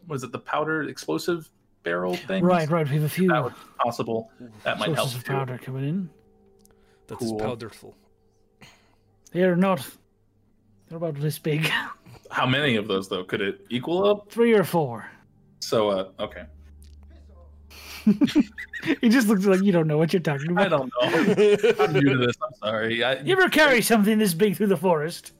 Speaker 6: was it the powdered explosive barrel thing?
Speaker 1: Right, right. We have a few
Speaker 6: That would be possible. That might help.
Speaker 1: sources of
Speaker 6: too.
Speaker 1: powder coming in.
Speaker 5: That's
Speaker 6: Cool.
Speaker 5: powderful.
Speaker 1: They are not. They're about this big.
Speaker 6: How many of those though? Could it equal up?
Speaker 1: Three or four.
Speaker 6: So, uh, okay.
Speaker 1: He just looks like you don't know what you're talking
Speaker 6: I
Speaker 1: about.
Speaker 6: don't know. I'm new to this. I'm sorry. I,
Speaker 1: You ever carry something this big through the forest?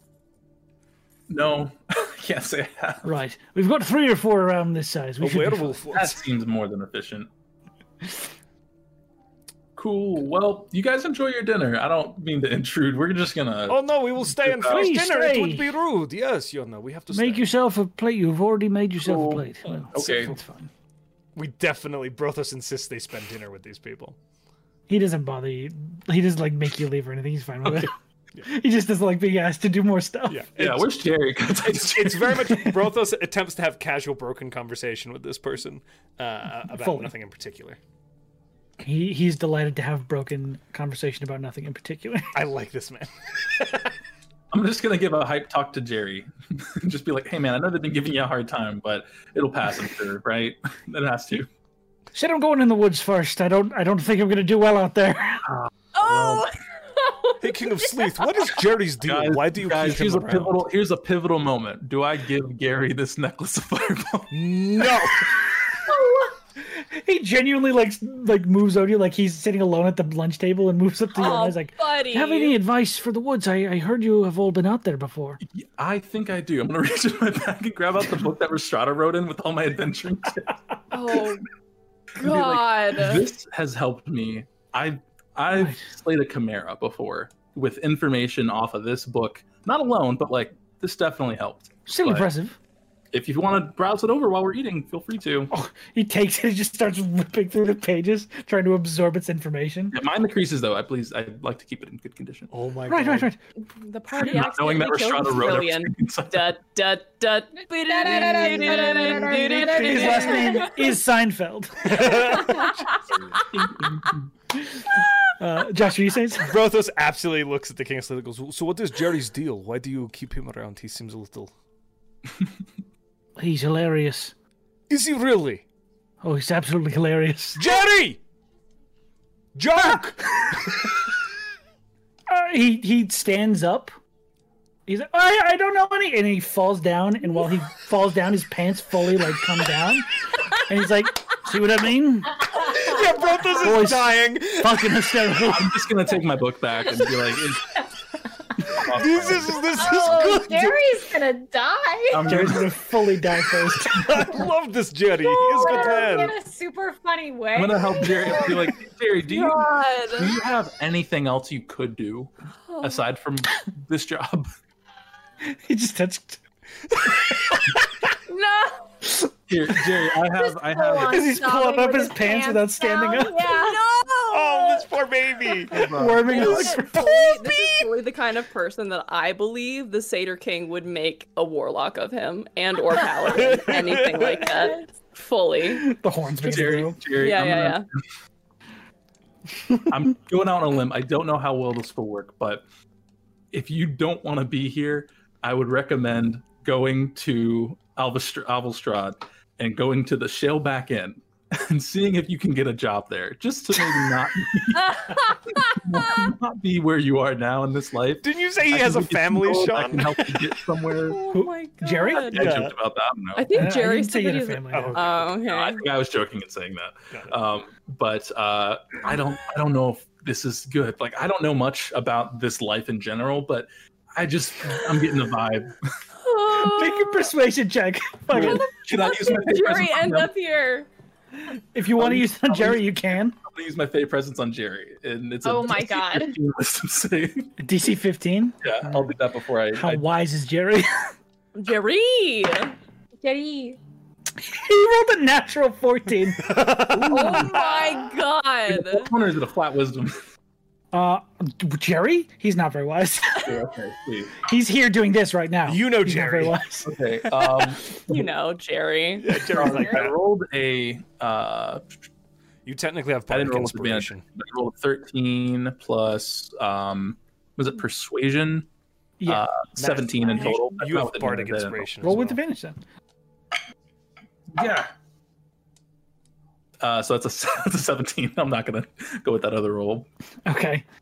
Speaker 6: no, can't say I have.
Speaker 1: Right. We've got three or four around this size. We
Speaker 5: A
Speaker 1: should be
Speaker 5: werewolf.
Speaker 6: That
Speaker 5: was-
Speaker 6: seems more than efficient. Cool. Well, you guys enjoy your dinner. I don't mean to intrude. We're just gonna.
Speaker 5: Oh no, we will stay and finish
Speaker 1: Please
Speaker 5: dinner. It would
Speaker 1: stay.
Speaker 5: be rude. Yes, Yona, we have to
Speaker 1: fine. Make
Speaker 5: stay.
Speaker 1: yourself a plate. You've already made yourself
Speaker 6: Cool.
Speaker 1: a plate. Well,
Speaker 6: Oh, Okay.
Speaker 1: That's fine.
Speaker 5: We definitely, Brothos insists they spend dinner with these people.
Speaker 1: He doesn't bother you. He doesn't like make you leave or anything. He's fine with it. He just doesn't like being asked to do more stuff.
Speaker 5: Yeah,
Speaker 6: yeah,
Speaker 5: it's,
Speaker 6: where's Jerry?
Speaker 5: it's, it's very much Brothos attempts to have casual, broken conversation with this person uh, about
Speaker 1: Fully.
Speaker 5: nothing in particular.
Speaker 1: He he's delighted to have broken conversation about nothing in particular.
Speaker 5: I like this man.
Speaker 6: I'm just gonna give a hype talk to Jerry. just be like, hey man, I know they've been giving you a hard time, but it'll pass, I'm sure, right? It has to.
Speaker 1: Said I'm going in the woods first. I don't I don't think I'm gonna do well out there.
Speaker 2: Oh,
Speaker 5: Hey, King of Sleeth, what is Jerry's deal?
Speaker 6: Guys,
Speaker 5: Why do you
Speaker 6: guys,
Speaker 5: keep
Speaker 6: here's
Speaker 5: him
Speaker 6: a
Speaker 5: around?
Speaker 6: pivotal here's a pivotal moment. Do I give Gary this necklace of fireball?
Speaker 5: No,
Speaker 1: he genuinely like s- like moves over to you like he's sitting alone at the lunch table and moves up to you and
Speaker 2: oh
Speaker 1: is like,
Speaker 2: buddy.
Speaker 1: "Do you have any advice for the woods? I, I heard you have all been out there before.
Speaker 6: I think I do. I'm gonna reach in my bag and grab out the book that Restrada wrote in with all my adventuring tips.
Speaker 2: Oh
Speaker 6: be like,
Speaker 2: God.
Speaker 6: This has helped me. I I've
Speaker 1: Right.
Speaker 6: played a chimera before with information off of this book. Not alone, but like this definitely helped.
Speaker 1: Still
Speaker 6: But-
Speaker 1: impressive.
Speaker 6: If you want to browse it over while we're eating, feel free to.
Speaker 1: Oh, He takes it and just starts ripping through the pages, trying to absorb its information.
Speaker 6: Yeah, mine decreases though. I please, I'd like to keep it in good condition.
Speaker 5: oh my
Speaker 1: Right, right, right.
Speaker 2: the party
Speaker 6: Not knowing that
Speaker 2: accidentally killed
Speaker 6: Restrada wrote
Speaker 2: Brilliant.
Speaker 6: everything. So,
Speaker 2: Da, da, da.
Speaker 1: His last name is Seinfeld. Uh, Josh, are you saying something?
Speaker 5: Brothos absolutely looks at the King of Sleeth and goes, "So what is Jerry's deal? Why do you keep him around? He seems a little.
Speaker 1: He's hilarious.
Speaker 5: Is he really
Speaker 1: Oh, he's absolutely hilarious.
Speaker 5: Jerry? Jerk!"
Speaker 1: Uh, he he stands up. He's like, "Oh, I, I don't know any, and he falls down. And while he falls down, his pants fully like come down, and he's like, "See what I mean?
Speaker 5: yeah, Brothos is
Speaker 1: Voice.
Speaker 5: dying.
Speaker 1: Fucking hysterical."
Speaker 6: I'm just gonna take my book back and be like,
Speaker 5: This is this is
Speaker 4: Oh,
Speaker 5: good.
Speaker 4: Jerry's gonna die.
Speaker 6: I'm
Speaker 1: Jerry's
Speaker 6: gonna,
Speaker 1: gonna fully die first.
Speaker 5: I love this Jerry. He's got
Speaker 4: in
Speaker 5: man.
Speaker 4: Oh, a super funny way.
Speaker 6: I'm gonna help Jerry. I'll be like, Jerry, do you do
Speaker 2: God.
Speaker 6: you have anything else you could do aside from this job?
Speaker 1: he just touched.
Speaker 4: no.
Speaker 6: Here, Jerry, I have, I have.
Speaker 1: Because he's pulling up his pants without standing up.
Speaker 4: Yeah.
Speaker 6: Uh,
Speaker 5: Oh, this poor baby.
Speaker 1: Warming up.
Speaker 2: This is fully- this is fully the kind of person that I believe the Satyr King would make a warlock of him and or paladin, anything like that. fully.
Speaker 1: The horns begin to
Speaker 6: Jerry,
Speaker 1: blow.
Speaker 6: Jerry,
Speaker 2: yeah,
Speaker 6: I'm
Speaker 2: yeah,
Speaker 6: gonna- I'm going out on a limb. I don't know how well this will work, but if you don't want to be here, I would recommend going to Alvestr- Alvestrad and going to the Shale back end and seeing if you can get a job there, just to maybe not not be where you are now in this life.
Speaker 7: Didn't you say he
Speaker 6: I can
Speaker 7: has a
Speaker 6: get you
Speaker 7: family,
Speaker 6: old, I can
Speaker 7: Sean?
Speaker 6: help you get somewhere.
Speaker 2: oh
Speaker 1: Who-
Speaker 2: my god.
Speaker 1: Jerry?
Speaker 6: I
Speaker 7: Yeah.
Speaker 6: joked about that. I don't know.
Speaker 2: I
Speaker 1: I- I
Speaker 2: think
Speaker 1: didn't
Speaker 2: Jerry's
Speaker 1: say you had a
Speaker 2: somebody's-
Speaker 1: family name.
Speaker 2: Oh, okay.
Speaker 6: No, I think I was joking in saying
Speaker 5: Got
Speaker 6: that.
Speaker 5: it.
Speaker 6: Um, but uh, I don't I don't know if this is good. Like I don't know much about this life in general, but I just I'm getting the vibe.
Speaker 2: Oh,
Speaker 1: Make a persuasion check. Fuck it.
Speaker 6: Should I
Speaker 2: how
Speaker 6: use my
Speaker 2: did
Speaker 6: fey
Speaker 2: Jerry
Speaker 6: presence? on
Speaker 2: end
Speaker 6: him?
Speaker 2: up here?
Speaker 1: If you want to
Speaker 6: Um,
Speaker 1: use on Jerry, you can.
Speaker 6: I'm gonna use my fey presence on Jerry, and it's a
Speaker 4: Oh my
Speaker 6: DC
Speaker 4: God.
Speaker 6: 15 wisdom save.
Speaker 1: DC 15.
Speaker 6: yeah, I'll do that before I.
Speaker 1: How
Speaker 6: I
Speaker 1: wise is Jerry?
Speaker 2: Jerry.
Speaker 4: Jerry.
Speaker 1: he rolled a natural 14.
Speaker 2: Oh my
Speaker 6: is it a
Speaker 2: god.
Speaker 6: flat one or is it a flat wisdom?
Speaker 1: Uh, Jerry? He's not very wise.
Speaker 6: okay, okay, sweet.
Speaker 1: He's here doing this right now.
Speaker 7: You know
Speaker 1: He's not
Speaker 7: Jerry.
Speaker 1: very wise.
Speaker 6: okay. Um,
Speaker 2: You know, Jerry.
Speaker 7: Yeah, Jerry's like
Speaker 6: I
Speaker 7: that.
Speaker 6: rolled a uh,
Speaker 5: You technically have
Speaker 6: I didn't
Speaker 5: bardic
Speaker 6: roll with advantage.
Speaker 5: inspiration.
Speaker 6: I rolled a 13 plus, um, was it persuasion?
Speaker 1: Yeah.
Speaker 6: Uh, 17 in total. That's
Speaker 5: You
Speaker 6: not
Speaker 5: have
Speaker 6: what it
Speaker 5: bardic
Speaker 6: means, I don't know.
Speaker 5: inspiration.
Speaker 1: roll
Speaker 5: as
Speaker 1: with
Speaker 5: well.
Speaker 1: advantage then.
Speaker 6: Yeah. Uh, so that's a, that's a 17. I'm not going to go with that other roll.
Speaker 1: Okay.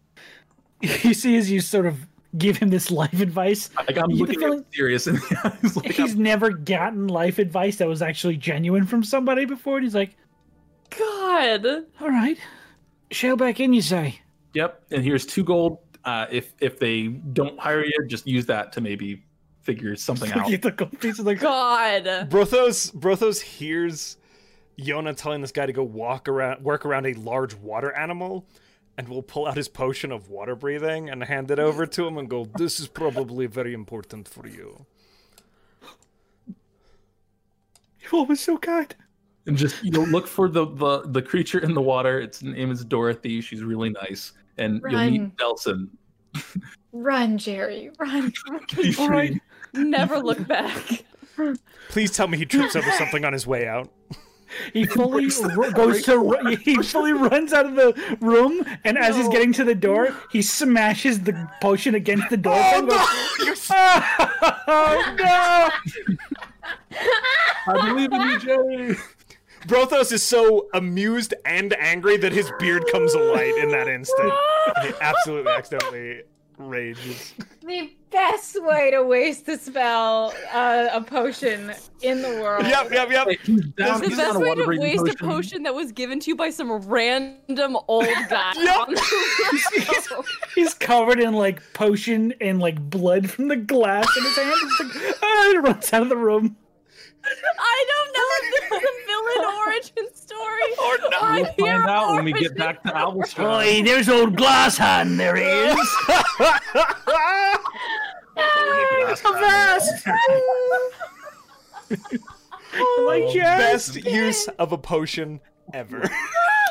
Speaker 1: You see, as you sort of give him this life advice,
Speaker 6: Like, I'm
Speaker 1: You get the
Speaker 6: looking at
Speaker 1: feeling-
Speaker 6: him serious in the eyes. Like,
Speaker 1: he's
Speaker 6: I'm,
Speaker 1: never gotten life advice that was actually genuine from somebody before. And he's like,
Speaker 2: God.
Speaker 1: all right, shale back in, you say.
Speaker 6: yep. And here's two gold. Uh, if, if they don't hire you, just use that to maybe figure something out.
Speaker 1: He took a piece of the-
Speaker 2: God.
Speaker 5: Brothos Brothos hears Yona telling this guy to go walk around work around a large water animal and will pull out his potion of water breathing and hand it over to him and go, This is probably very important for you.
Speaker 1: You all was so kind.
Speaker 6: and just you know look for the, the the creature in the water its name is dorothy she's really nice and you'll
Speaker 4: Run.
Speaker 6: meet nelson
Speaker 4: Run, Jerry. Run.
Speaker 1: All right.
Speaker 2: Never look back.
Speaker 5: Please tell me he trips over something on his way out.
Speaker 1: He fully ru- goes to ru- he fully runs out of the room, and as he's getting to the door, he smashes the potion against the door. frame, goes, "Oh,
Speaker 5: no!
Speaker 6: i believe in you jerry
Speaker 5: Brothos is so amused and angry that his beard comes alight in that instant. He absolutely accidentally rages.
Speaker 4: the best way to waste a spell, uh, a potion in the world.
Speaker 7: Yep, yep, yep.
Speaker 6: he's down,
Speaker 2: That's the
Speaker 6: he's on
Speaker 2: best
Speaker 6: a
Speaker 2: way
Speaker 6: water
Speaker 2: to
Speaker 6: breathing
Speaker 2: waste a potion that was given to you by some random old guy.
Speaker 7: Yup.
Speaker 6: Oh
Speaker 1: he's covered in like potion and like blood from the glass in his hand. It's like, ah, he runs out of the room.
Speaker 2: I don't know if this is a villain origin story or
Speaker 7: not.
Speaker 2: a
Speaker 6: we'll
Speaker 2: hero
Speaker 6: find out when we
Speaker 2: origin.
Speaker 6: get back to albatross
Speaker 1: there's old glass hand. There he is.
Speaker 6: Oh,
Speaker 5: like best use of a potion ever.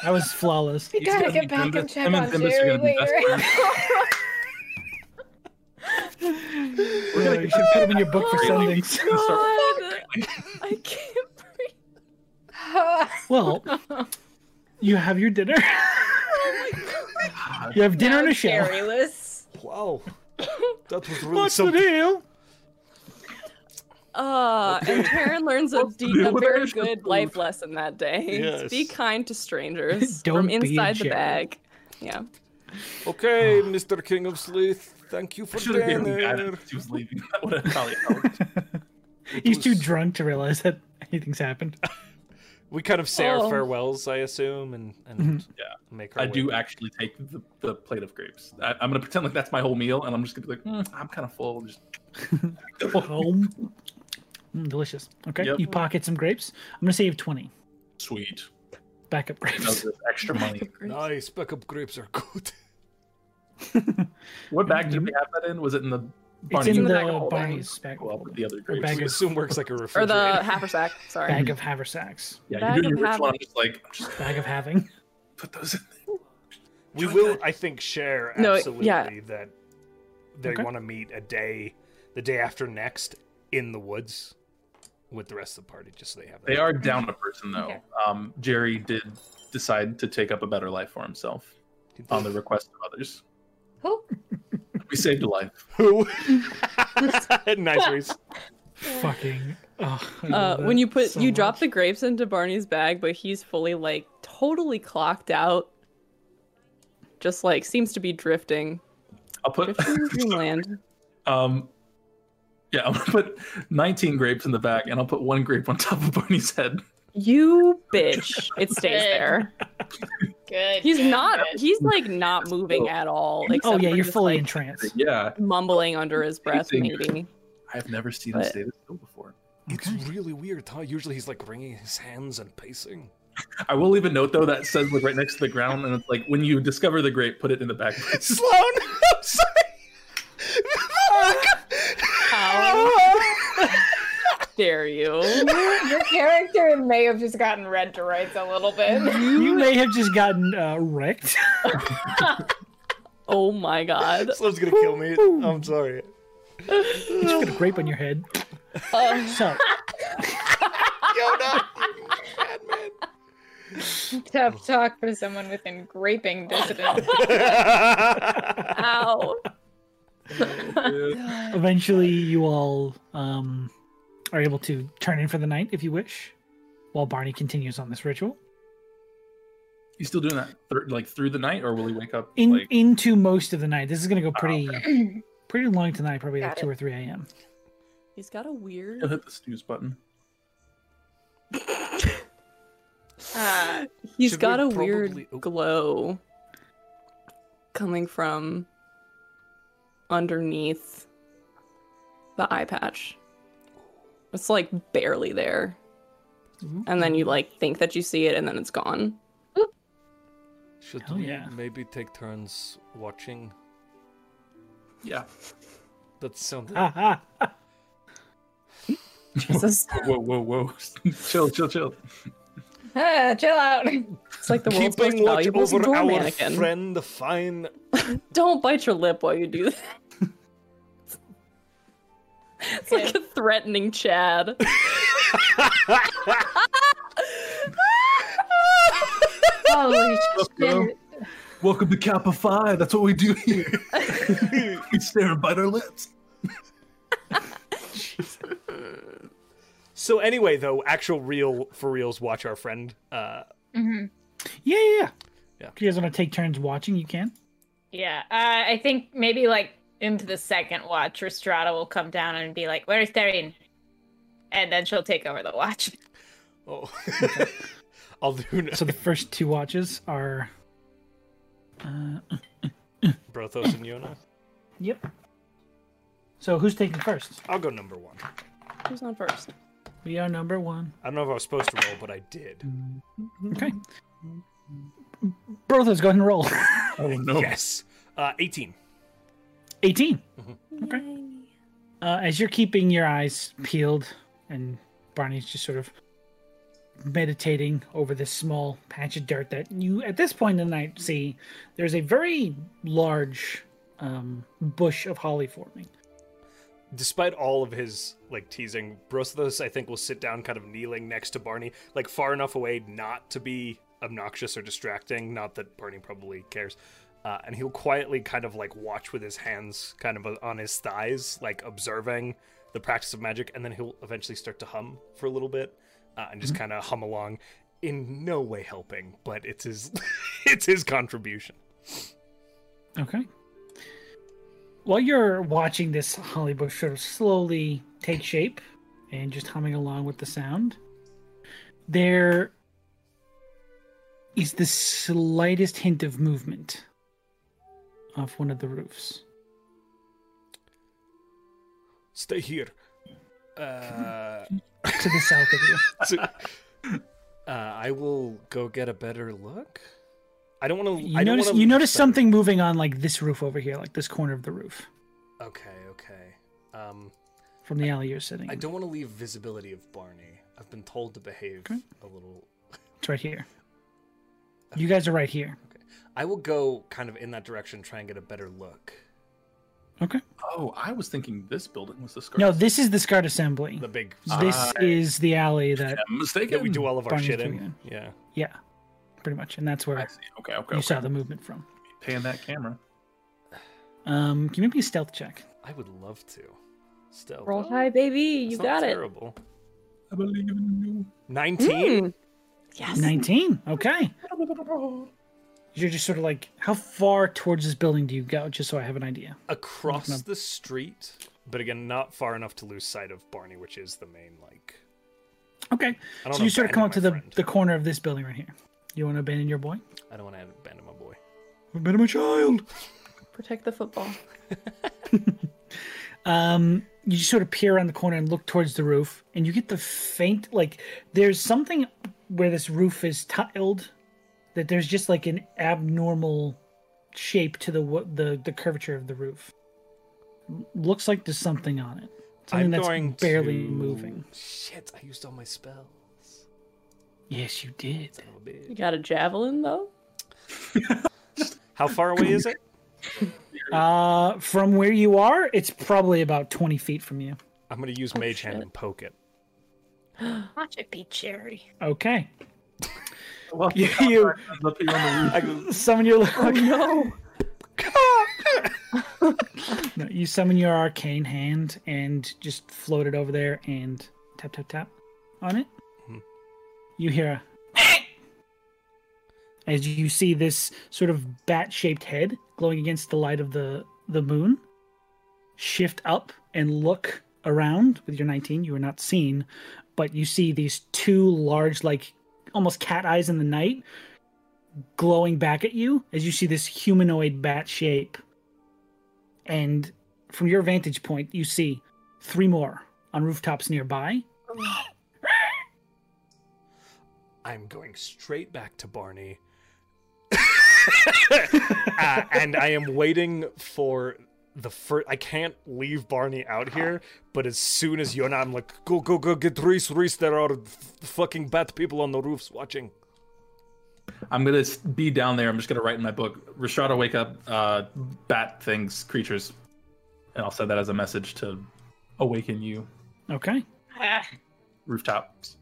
Speaker 1: That was flawless.
Speaker 4: We gotta get back and check on Jerry later.
Speaker 1: We're gonna, you should put him in your book for
Speaker 6: Oh,
Speaker 1: sendings.
Speaker 4: Oh,
Speaker 2: God, I can't breathe.
Speaker 1: Well, you have your dinner. You have dinner and a shower.
Speaker 4: Jerry-less.
Speaker 5: Wow. That was really
Speaker 1: the deal?
Speaker 2: Uh, and Taryn learns a, deep,
Speaker 6: deal
Speaker 2: a
Speaker 6: with
Speaker 2: very
Speaker 6: Irish
Speaker 2: good
Speaker 6: food?
Speaker 2: life lesson that day.
Speaker 5: Yes.
Speaker 2: Be kind to strangers
Speaker 1: Don't
Speaker 2: from
Speaker 1: be a
Speaker 2: inside the
Speaker 1: jerk.
Speaker 2: bag. Yeah.
Speaker 5: Okay, Mr. King of Sleuth, thank you for
Speaker 6: should have given him
Speaker 5: dinner.
Speaker 6: guidance she was leaving that would have probably helped
Speaker 1: He's too drunk to realize that anything's happened.
Speaker 5: We kind of say our
Speaker 2: Oh.
Speaker 5: farewells, I assume, and, and
Speaker 6: Yeah.
Speaker 5: make our
Speaker 6: i
Speaker 5: way.
Speaker 6: do actually take the, the plate of grapes I, i'm gonna pretend like that's my whole meal and i'm just gonna be like "Mm, i'm kind of full just
Speaker 1: Oh, mm, delicious. Okay,
Speaker 6: Yep.
Speaker 1: you pocket some grapes. I'm gonna save twenty
Speaker 6: sweet
Speaker 1: backup
Speaker 6: That was
Speaker 1: grapes.
Speaker 6: just extra money
Speaker 5: Nice, backup grapes are good.
Speaker 6: What bag did we have that in? Was it in the
Speaker 1: It's
Speaker 6: Barney?
Speaker 1: in
Speaker 2: in the
Speaker 1: the
Speaker 2: bag of holding.
Speaker 1: Barney's bag,
Speaker 6: Well, with the other
Speaker 1: or
Speaker 6: grapes.
Speaker 1: bag
Speaker 5: Which
Speaker 1: of,
Speaker 5: soon works like a
Speaker 2: Or
Speaker 5: refrigerator.
Speaker 2: the haversack. Sorry.
Speaker 1: bag of haversacks,
Speaker 6: yeah,
Speaker 2: bag
Speaker 6: you're doing
Speaker 2: of
Speaker 6: your ritual.
Speaker 2: habit.
Speaker 6: I'm just like, I'm just gonna
Speaker 1: bag of having.
Speaker 6: put those in. there.
Speaker 5: we will, I think, share
Speaker 2: No, it-
Speaker 5: absolutely
Speaker 2: yeah.
Speaker 5: that they
Speaker 1: Okay.
Speaker 5: want to meet a day, the day after next, in the woods
Speaker 8: with the rest of the party, just so they have.
Speaker 6: They
Speaker 8: that.
Speaker 6: are down a person though.
Speaker 4: Okay.
Speaker 6: Um, Jerry did decide to take up a better life for himself on the request of others.
Speaker 4: Who?
Speaker 6: We saved a life.
Speaker 5: Who? nice, Reese.
Speaker 1: Fucking. Oh,
Speaker 2: Uh, when you put you drop the grapes into Barney's bag, but he's fully like totally clocked out. Just like seems to be drifting,
Speaker 6: I'll put
Speaker 2: drifting in dreamland.
Speaker 6: um, yeah, I'm gonna put 19 grapes in the back, and I'll put one grape on top of Barney's head.
Speaker 2: You bitch! It stays there.
Speaker 4: Good.
Speaker 2: He's
Speaker 4: good,
Speaker 2: not.
Speaker 4: good.
Speaker 2: He's like not moving at all.
Speaker 1: Oh
Speaker 2: except
Speaker 1: yeah,
Speaker 2: for
Speaker 1: you're
Speaker 2: just,
Speaker 1: fully
Speaker 2: like,
Speaker 1: in trance.
Speaker 6: Yeah,
Speaker 2: mumbling under his breath.
Speaker 6: Amazing.
Speaker 2: Maybe.
Speaker 6: I've never seen him
Speaker 2: But-
Speaker 6: stay this still before.
Speaker 8: It's really weird, huh? Usually he's like wringing his hands and pacing.
Speaker 6: I will leave a note though that says like right next to the ground, and it's like when you discover the grape, put it in the back.
Speaker 5: Sloan, I'm
Speaker 2: How
Speaker 5: sorry.
Speaker 2: dare you?
Speaker 4: Your character may have just gotten read to rights a little bit.
Speaker 1: You may have just gotten uh, wrecked.
Speaker 2: Oh my god.
Speaker 5: Sloan's gonna kill me. I'm sorry.
Speaker 1: you put a grape on your head.
Speaker 2: Uh,
Speaker 1: So
Speaker 5: Yoda.
Speaker 4: Tough talk for someone with graping dissidents.
Speaker 2: ow.
Speaker 1: eventually, you all um, are able to turn in for the night if you wish, while Barney continues on this ritual.
Speaker 6: He's still doing that thir- like through the night, or will he wake up
Speaker 1: In
Speaker 6: like?
Speaker 1: into most of the night. This is gonna go pretty
Speaker 4: okay.
Speaker 1: pretty long tonight, probably like
Speaker 4: Got
Speaker 1: two
Speaker 4: it.
Speaker 1: or three a.m.
Speaker 2: He's got a weird.
Speaker 6: He'll hit the snooze button.
Speaker 4: Uh,
Speaker 2: He's
Speaker 8: Should we
Speaker 2: got a
Speaker 8: probably-
Speaker 2: weird
Speaker 8: oh.
Speaker 2: glow coming from underneath the eye patch. It's like barely there. And then you like think that you see it and then it's gone.
Speaker 8: Should
Speaker 1: Hell
Speaker 8: we
Speaker 1: yeah.
Speaker 8: maybe take turns watching?
Speaker 6: Yeah.
Speaker 8: That sounded
Speaker 1: Ah, ah, ah.
Speaker 2: Jesus.
Speaker 6: Whoa, whoa, whoa! chill, chill, chill.
Speaker 4: ah, chill out.
Speaker 2: It's like the world's most
Speaker 5: Keeping watch
Speaker 2: valuable
Speaker 5: over
Speaker 2: door
Speaker 5: our
Speaker 2: mannequin.
Speaker 5: friend, the fine.
Speaker 2: Don't bite your lip while you do that. it's like a threatening Chad.
Speaker 4: Holy
Speaker 6: Welcome.
Speaker 4: shit.
Speaker 6: Welcome to Kappa Phi. That's what we do here. we stare and bite our lips.
Speaker 5: So anyway, though, actual real for reals, watch our friend. Uh,
Speaker 4: Mhm.
Speaker 1: yeah, yeah, yeah.
Speaker 5: Yeah.
Speaker 1: If you guys want to take turns watching, you can.
Speaker 4: Yeah, uh, I think maybe like into the second watch, Restrada will come down and be like, "Where's Therin?" And then she'll take over the watch.
Speaker 5: oh, I'll do.
Speaker 1: So the first two watches are. Uh,
Speaker 5: Brothos and Yona.
Speaker 1: yep. So who's taking first?
Speaker 5: I'll go number one. I
Speaker 2: Who's on first?
Speaker 1: We are number one.
Speaker 5: don't know if I was supposed to roll, but I did.
Speaker 1: Okay. Brothos, go ahead and roll.
Speaker 6: Oh no!
Speaker 5: Yes. Uh, 18.
Speaker 1: 18. Okay. Uh, as you're keeping your eyes peeled, and Barney's just sort of meditating over this small patch of dirt that you, at this point in the night, see there's a very large um, bush of holly forming.
Speaker 5: Despite all of his like teasing, Brothos I think will sit down, kind of kneeling next to Barney, like far enough away not to be obnoxious or distracting. Not that Barney probably cares. Uh, and he'll quietly kind of like watch with his hands, kind of on his thighs, like observing the practice of magic. And then he'll eventually start to hum for a little bit uh, and just kind of hum along, in no way helping, but it's his it's his contribution.
Speaker 1: Okay. While you're watching this holly bush sort of slowly take shape and just humming along with the sound, there is the slightest hint of movement off one of the roofs.
Speaker 5: Stay here. Uh.
Speaker 1: to the south of you.
Speaker 5: So- uh, I will go get a better look. I don't want to.
Speaker 1: You
Speaker 5: I don't
Speaker 1: notice
Speaker 5: wanna
Speaker 1: you
Speaker 5: leave
Speaker 1: notice
Speaker 5: them.
Speaker 1: something moving on like this roof over here, like this corner of the roof
Speaker 5: Okay, okay. Um,
Speaker 1: from the alley you're sitting.
Speaker 5: I
Speaker 1: in.
Speaker 5: don't want to leave visibility of Barney. I've been told to behave
Speaker 1: Okay.
Speaker 5: a little.
Speaker 1: It's right here. You guys are right here.
Speaker 5: I will go kind of in that direction, try and get a better look.
Speaker 1: Okay.
Speaker 6: Oh, I was thinking this building was the scar.
Speaker 1: No, this is the SCART assembly.
Speaker 5: The Ah. big
Speaker 1: this
Speaker 6: I-
Speaker 1: is the alley that
Speaker 6: I'm mistaken.
Speaker 5: that we do all of our
Speaker 1: Barney's
Speaker 5: shit
Speaker 1: doing
Speaker 5: in. Yeah.
Speaker 1: Yeah, pretty much, and that's where
Speaker 6: I see. Okay, okay.
Speaker 1: you
Speaker 6: okay.
Speaker 1: saw the movement from.
Speaker 6: Pan that camera.
Speaker 1: Um, can you make me a stealth check?
Speaker 5: I would love to. Stealth.
Speaker 2: Roll high, baby. You
Speaker 5: It's
Speaker 2: got
Speaker 5: not
Speaker 2: it.
Speaker 5: Terrible.
Speaker 6: I believe in
Speaker 5: 19?
Speaker 2: Mm. Yes.
Speaker 1: Nineteen. Okay.
Speaker 6: you.
Speaker 1: You're just sort of like, how far towards this building do you go? Just so I have an
Speaker 2: Hmm.
Speaker 1: idea.
Speaker 5: Across
Speaker 1: Nope.
Speaker 5: the street, but again, not far enough to lose sight of Barney, which is the main, like.
Speaker 1: Okay.
Speaker 5: I don't
Speaker 1: So you sort of come up to the
Speaker 5: friend.
Speaker 1: the corner of this building right here. You want to abandon your boy?
Speaker 5: I don't want to abandon my boy.
Speaker 1: Abandon my child.
Speaker 2: Hmm. Protect the football.
Speaker 1: um, you just sort of peer around the corner and look towards the roof, and you get the faint like there's something where this roof is tiled that there's just like an abnormal shape to the wo- the the curvature of the roof. L- Looks like there's something on it. Something
Speaker 5: I'm
Speaker 1: that's
Speaker 5: going
Speaker 1: barely
Speaker 5: to-
Speaker 1: moving.
Speaker 5: Shit, I used all my spells.
Speaker 1: Yes, you did.
Speaker 5: Oh,
Speaker 2: You
Speaker 5: bitch.
Speaker 2: got a javelin though.
Speaker 5: How far away is it?
Speaker 1: Uh, from where you are, it's probably about 20 feet from you.
Speaker 5: I'm going to
Speaker 6: Oh,
Speaker 5: use Mage Hand and poke it.
Speaker 4: Watch it be cherry.
Speaker 1: Okay.
Speaker 6: Well,
Speaker 1: You, you
Speaker 6: up here on the roof.
Speaker 1: summon your oh, no. you summon your arcane hand and just float it over there and tap tap tap on it.
Speaker 5: Mhm.
Speaker 1: You hear a as you see this sort of bat-shaped head glowing against the light of the the moon. Shift up and look around with your 19. You are not seen, but you see these two large, like almost cat eyes in the night, glowing back at you as you see this humanoid bat shape. And from your vantage point, you see three more on rooftops nearby.
Speaker 5: I'm going straight back to Barney. uh, and I am waiting for the first. I can't leave Barney out here, but as soon as Yona, I'm like, go, go, go, get Reese, Reese. There are f- fucking bat people on the roofs watching.
Speaker 6: I'm gonna s- be down there. I'm just gonna write in my book. Rashada, wake up, uh, bat things, creatures, and I'll send that as a message to awaken you.
Speaker 1: Okay.
Speaker 4: Ah,
Speaker 6: Rooftops.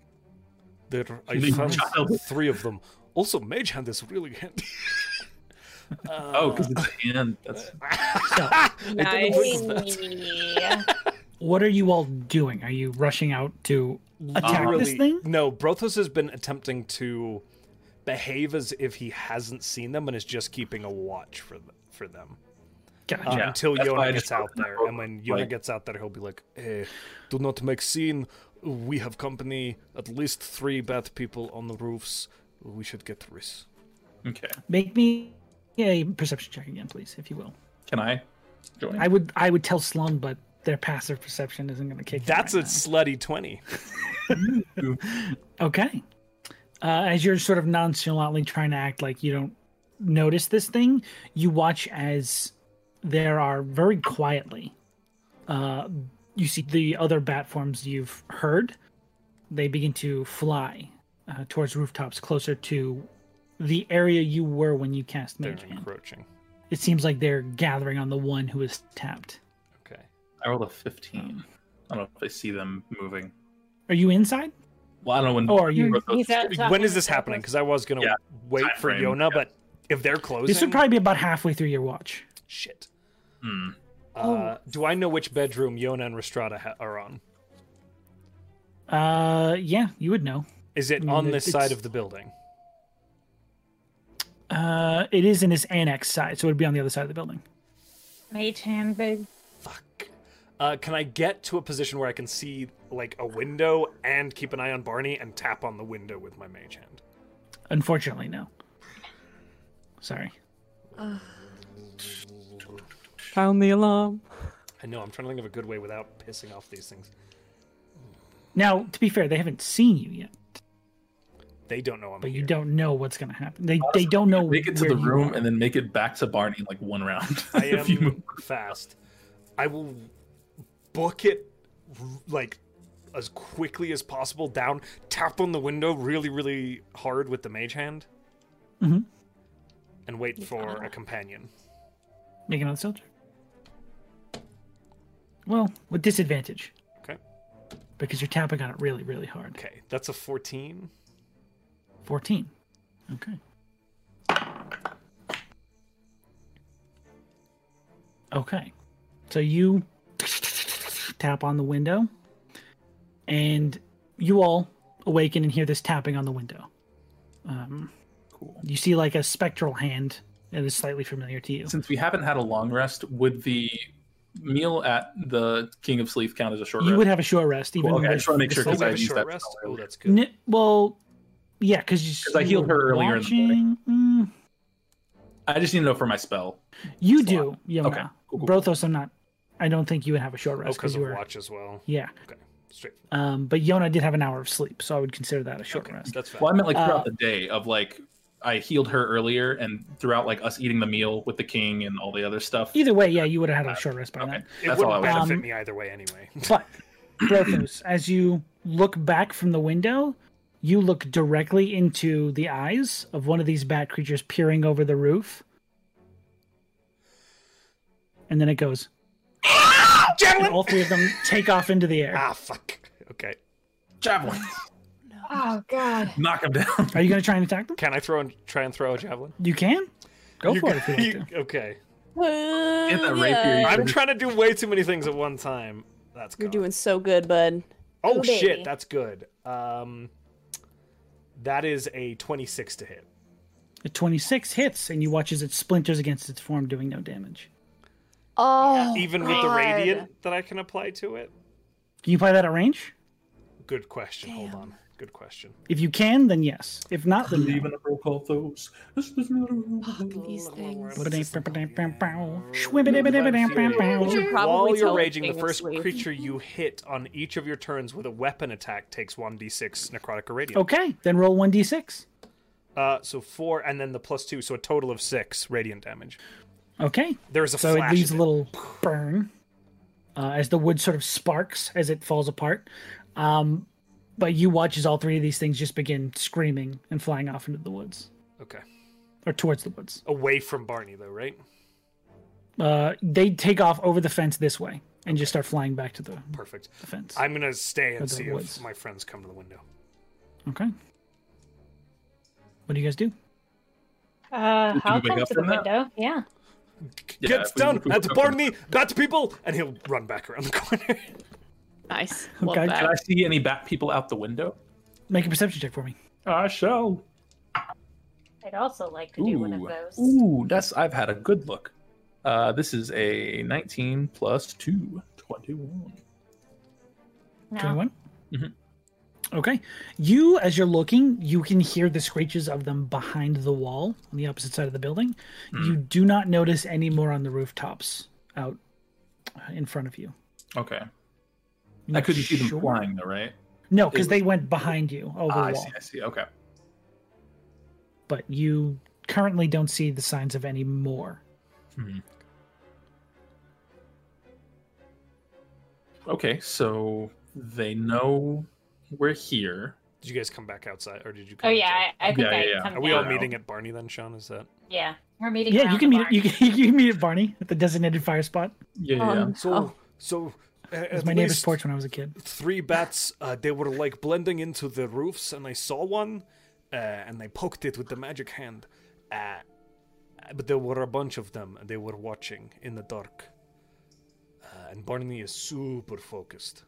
Speaker 5: There, I
Speaker 6: Leave
Speaker 5: found
Speaker 6: child.
Speaker 5: three of them. Also, Mage Hand is really handy.
Speaker 6: oh, because
Speaker 1: Uh,
Speaker 6: it's a hand. That's
Speaker 4: nice.
Speaker 1: What are you all doing? Are you rushing out to attack
Speaker 6: Um,
Speaker 1: this
Speaker 5: Literally-
Speaker 1: thing?
Speaker 5: No, Brothos has been attempting to behave as if he hasn't seen them and is just keeping a watch for them. For them
Speaker 1: Gotcha.
Speaker 5: uh,
Speaker 6: Yeah,
Speaker 5: until
Speaker 6: that's why I
Speaker 5: Yona
Speaker 6: just
Speaker 5: gets out
Speaker 6: opened my
Speaker 5: there,
Speaker 6: book,
Speaker 5: and when Yona
Speaker 6: like-
Speaker 5: gets out there, he'll be like, eh, "Do not make scene. We have company. At least three bad people on the roofs. We should get Riss."
Speaker 6: okay.
Speaker 1: Make me a perception check again, please, if you will.
Speaker 6: Can I join?
Speaker 1: I would I would tell Slum, but their passive perception isn't going to kick. in
Speaker 5: That's a
Speaker 1: right
Speaker 5: slutty twenty.
Speaker 1: now. okay. Uh, as you're sort of nonchalantly trying to act like you don't notice this thing, you watch as there are very quietly. Uh, you see the other bat forms you've heard. They begin to fly uh, towards rooftops closer to the area you were when you cast
Speaker 5: They're
Speaker 1: Mage Hand.
Speaker 5: encroaching.
Speaker 1: It seems like they're gathering on the one who is tapped.
Speaker 5: Okay.
Speaker 6: I rolled a 15. I don't know if I see them moving.
Speaker 1: Are you inside?
Speaker 6: Well, I don't know when.
Speaker 1: Or Oh, are you-
Speaker 6: Rothos-
Speaker 4: He's out
Speaker 5: When
Speaker 4: talking
Speaker 5: is this
Speaker 4: to the
Speaker 5: happening? Because I was gonna
Speaker 6: Yeah,
Speaker 5: wait
Speaker 6: time
Speaker 5: for
Speaker 6: frame, yeah.
Speaker 5: Yona, but if they're closing,
Speaker 1: This would probably be about halfway through your watch.
Speaker 5: shit.
Speaker 6: Hmm.
Speaker 1: Oh.
Speaker 5: Uh, do I know which bedroom Yona and Restrada ha- are on?
Speaker 1: Uh, yeah, you would know.
Speaker 5: Is it
Speaker 1: Mm,
Speaker 5: on
Speaker 1: it's-
Speaker 5: this side
Speaker 1: it's-
Speaker 5: of the building?
Speaker 1: Uh, it is in this annex side, so it would be on the other side of the building.
Speaker 4: Mage hand, babe.
Speaker 5: Fuck. Uh, can I get to a position where I can see like a window and keep an eye on Barney and tap on the window with my mage hand?
Speaker 1: Unfortunately, no. Sorry.
Speaker 2: Found the alarm.
Speaker 5: I know I'm trying to think of a good way without pissing off these things.
Speaker 1: Now, to be fair, they haven't seen you yet,
Speaker 5: They don't know I'm
Speaker 1: but you
Speaker 5: here.
Speaker 1: don't know what's going to happen. They they don't know.
Speaker 6: Make it to
Speaker 1: where
Speaker 6: the
Speaker 1: you
Speaker 6: room
Speaker 1: are.
Speaker 6: and then make it back to Barney in like one round.
Speaker 5: I
Speaker 6: if you move.
Speaker 5: am fast. I will book it r- like as quickly as possible down, tap on the window really, really hard with the mage hand,
Speaker 1: Mhm.
Speaker 5: and wait for a companion.
Speaker 1: make another soldier. Well, with disadvantage.
Speaker 5: Okay.
Speaker 1: Because you're tapping on it really, really hard.
Speaker 5: Okay, that's a 14.
Speaker 1: 14. Okay. Okay. So you tap on the window, and you all awaken and hear this tapping on the window. Um,
Speaker 6: Cool.
Speaker 1: you see like a spectral hand that is slightly familiar to you.
Speaker 6: Since we haven't had a long rest, would the meal at the King of Sleep count as a short
Speaker 1: You
Speaker 6: rest?
Speaker 1: would have a short rest, even
Speaker 6: Cool, okay, I
Speaker 1: with
Speaker 6: just want to make sure
Speaker 1: the
Speaker 6: because
Speaker 1: sleep.
Speaker 6: I
Speaker 5: have a
Speaker 6: used
Speaker 5: short
Speaker 6: that.
Speaker 5: rest?
Speaker 6: spell
Speaker 5: Oh,
Speaker 6: earlier.
Speaker 5: that's good.
Speaker 1: Ni- well, yeah, because you.
Speaker 6: 'Cause I healed her earlier in the morning.
Speaker 1: morning.
Speaker 6: I just need to know for my spell.
Speaker 1: you
Speaker 6: Slot.
Speaker 1: do, Yona.
Speaker 6: Okay, cool, cool,
Speaker 1: Brothos, I'm not. I don't think you would have a short
Speaker 5: Oh,
Speaker 1: rest
Speaker 5: because
Speaker 1: because
Speaker 5: of
Speaker 1: you were.
Speaker 5: watch as well.
Speaker 1: Yeah,
Speaker 5: Straight.
Speaker 1: um, but Yona did have an hour of sleep, so I would consider that a short
Speaker 5: Okay,
Speaker 1: rest.
Speaker 5: that's fine.
Speaker 6: Well, I meant like throughout
Speaker 1: Uh,
Speaker 6: the day of like I healed her earlier, and throughout like us eating the meal with the king and all the other stuff.
Speaker 1: Either way, yeah, you would have had a short rest by
Speaker 6: Okay,
Speaker 1: then.
Speaker 5: It
Speaker 6: that's all I
Speaker 5: wouldn't
Speaker 6: was.
Speaker 1: Um,
Speaker 5: benefit me either way anyway.
Speaker 1: But Brothos, as you look back from the window, you look directly into the eyes of one of these bat creatures peering over the roof. And then it goes. and all three of them take off into the air.
Speaker 5: ah, fuck. Okay.
Speaker 6: Javelin,
Speaker 4: Oh god.
Speaker 6: knock him down.
Speaker 1: Are you going to try and attack them?
Speaker 5: Can I throw and try and throw a javelin?
Speaker 1: You can. Go
Speaker 5: You
Speaker 1: for
Speaker 5: g-
Speaker 1: it if you want to.
Speaker 5: you- okay.
Speaker 6: Get that
Speaker 2: that
Speaker 6: rapier. you
Speaker 5: I'm
Speaker 6: can-
Speaker 5: trying to do way too many things at one time. That's
Speaker 2: You're
Speaker 5: good.
Speaker 2: doing so good, bud.
Speaker 5: Oh
Speaker 4: Ooh,
Speaker 5: shit,
Speaker 4: baby.
Speaker 5: that's good. Um, that is a 26 to hit.
Speaker 1: The 26 hits, and you watch as it splinters against its form, doing no damage.
Speaker 2: Oh,
Speaker 5: Even with the radiant that I can apply to it.
Speaker 1: Can you play that at range?
Speaker 5: Good question. Hold on. Good question.
Speaker 1: If you can, then yes. If not, then no.
Speaker 6: Leaving a roll call those.
Speaker 2: these things.
Speaker 1: Shwibbidi-bidi-bidi-bow.
Speaker 2: Probably
Speaker 5: While you're
Speaker 2: tell
Speaker 5: raging, the
Speaker 2: things
Speaker 5: first
Speaker 2: with-
Speaker 5: creature you hit on each of your turns with a weapon attack takes 1d6 necrotic irradiant.
Speaker 1: Okay, then roll 1d6.
Speaker 5: Uh, so four, and then the plus two, so a total of six radiant damage.
Speaker 1: Okay,
Speaker 5: There is a
Speaker 1: so it
Speaker 5: flash.
Speaker 1: leaves a
Speaker 5: in
Speaker 1: little burn uh, as the wood sort of sparks as it falls apart. Um, but you watch as all three of these things just begin screaming and flying off into the woods
Speaker 5: Okay.
Speaker 1: or towards the woods.
Speaker 5: Away from Barney, though, right?
Speaker 1: Uh, they take off over the fence this way and just start flying back to the
Speaker 5: Perfect.
Speaker 1: fence.
Speaker 5: I'm gonna stay and
Speaker 1: That's
Speaker 5: see
Speaker 1: the
Speaker 5: if
Speaker 1: woods.
Speaker 5: my friends come to the window.
Speaker 1: Okay. What do you guys do?
Speaker 4: Uh, I'll
Speaker 6: wake
Speaker 4: come
Speaker 6: up
Speaker 4: to the
Speaker 6: from that?
Speaker 4: window. Yeah.
Speaker 6: Yeah,
Speaker 5: Get
Speaker 6: if we-
Speaker 5: down
Speaker 6: if we
Speaker 5: at
Speaker 6: come-
Speaker 5: Barney, bat people, and he'll run back around the corner.
Speaker 2: Nice. Love
Speaker 1: Okay.
Speaker 6: Can
Speaker 2: that.
Speaker 6: I see any bat people out the window?
Speaker 1: Make a perception check for me.
Speaker 6: I shall.
Speaker 4: I'd also like to do one of
Speaker 6: Ooh,
Speaker 4: those.
Speaker 6: ooh, that's I've had a good look. Uh, this is a 19 plus 2, 21.
Speaker 4: No.
Speaker 1: 21?
Speaker 6: Mhm.
Speaker 1: Okay. You, as you're looking, you can hear the screeches of them behind the wall on the opposite side of the building.
Speaker 6: Hmm.
Speaker 1: You do not notice any more on the rooftops out uh, in front of you.
Speaker 6: Okay,
Speaker 1: You're
Speaker 6: I
Speaker 1: not
Speaker 6: couldn't see them
Speaker 1: sure?
Speaker 6: flying though, right?
Speaker 1: No, because
Speaker 6: It-
Speaker 1: they went behind you over
Speaker 6: Ah, I
Speaker 1: the
Speaker 6: see,
Speaker 1: wall.
Speaker 6: I see. Okay,
Speaker 1: But you currently don't see the signs of any more.
Speaker 6: okay. So they know we're here.
Speaker 5: Did you guys come back outside, or did you?
Speaker 4: Oh
Speaker 5: Come
Speaker 4: yeah, I, I think
Speaker 6: Yeah,
Speaker 4: I
Speaker 6: yeah, yeah.
Speaker 4: come
Speaker 5: outside? Are we
Speaker 4: down.
Speaker 5: all meeting at Barney then, Sean? Is that?
Speaker 4: Yeah, we're meeting.
Speaker 1: Yeah,
Speaker 4: around
Speaker 1: you can
Speaker 4: the
Speaker 1: meet
Speaker 4: bar.
Speaker 1: you can, you can meet at Barney at the designated fire spot.
Speaker 6: Yeah, yeah, yeah.
Speaker 2: Um, oh,
Speaker 5: so.
Speaker 1: It was my neighbor's porch when I was a kid.
Speaker 5: three bats uh, they were like blending into the roofs and i saw one uh, and i poked it with the magic hand uh, but there were a bunch of them and they were watching in the dark uh, and barney is super focused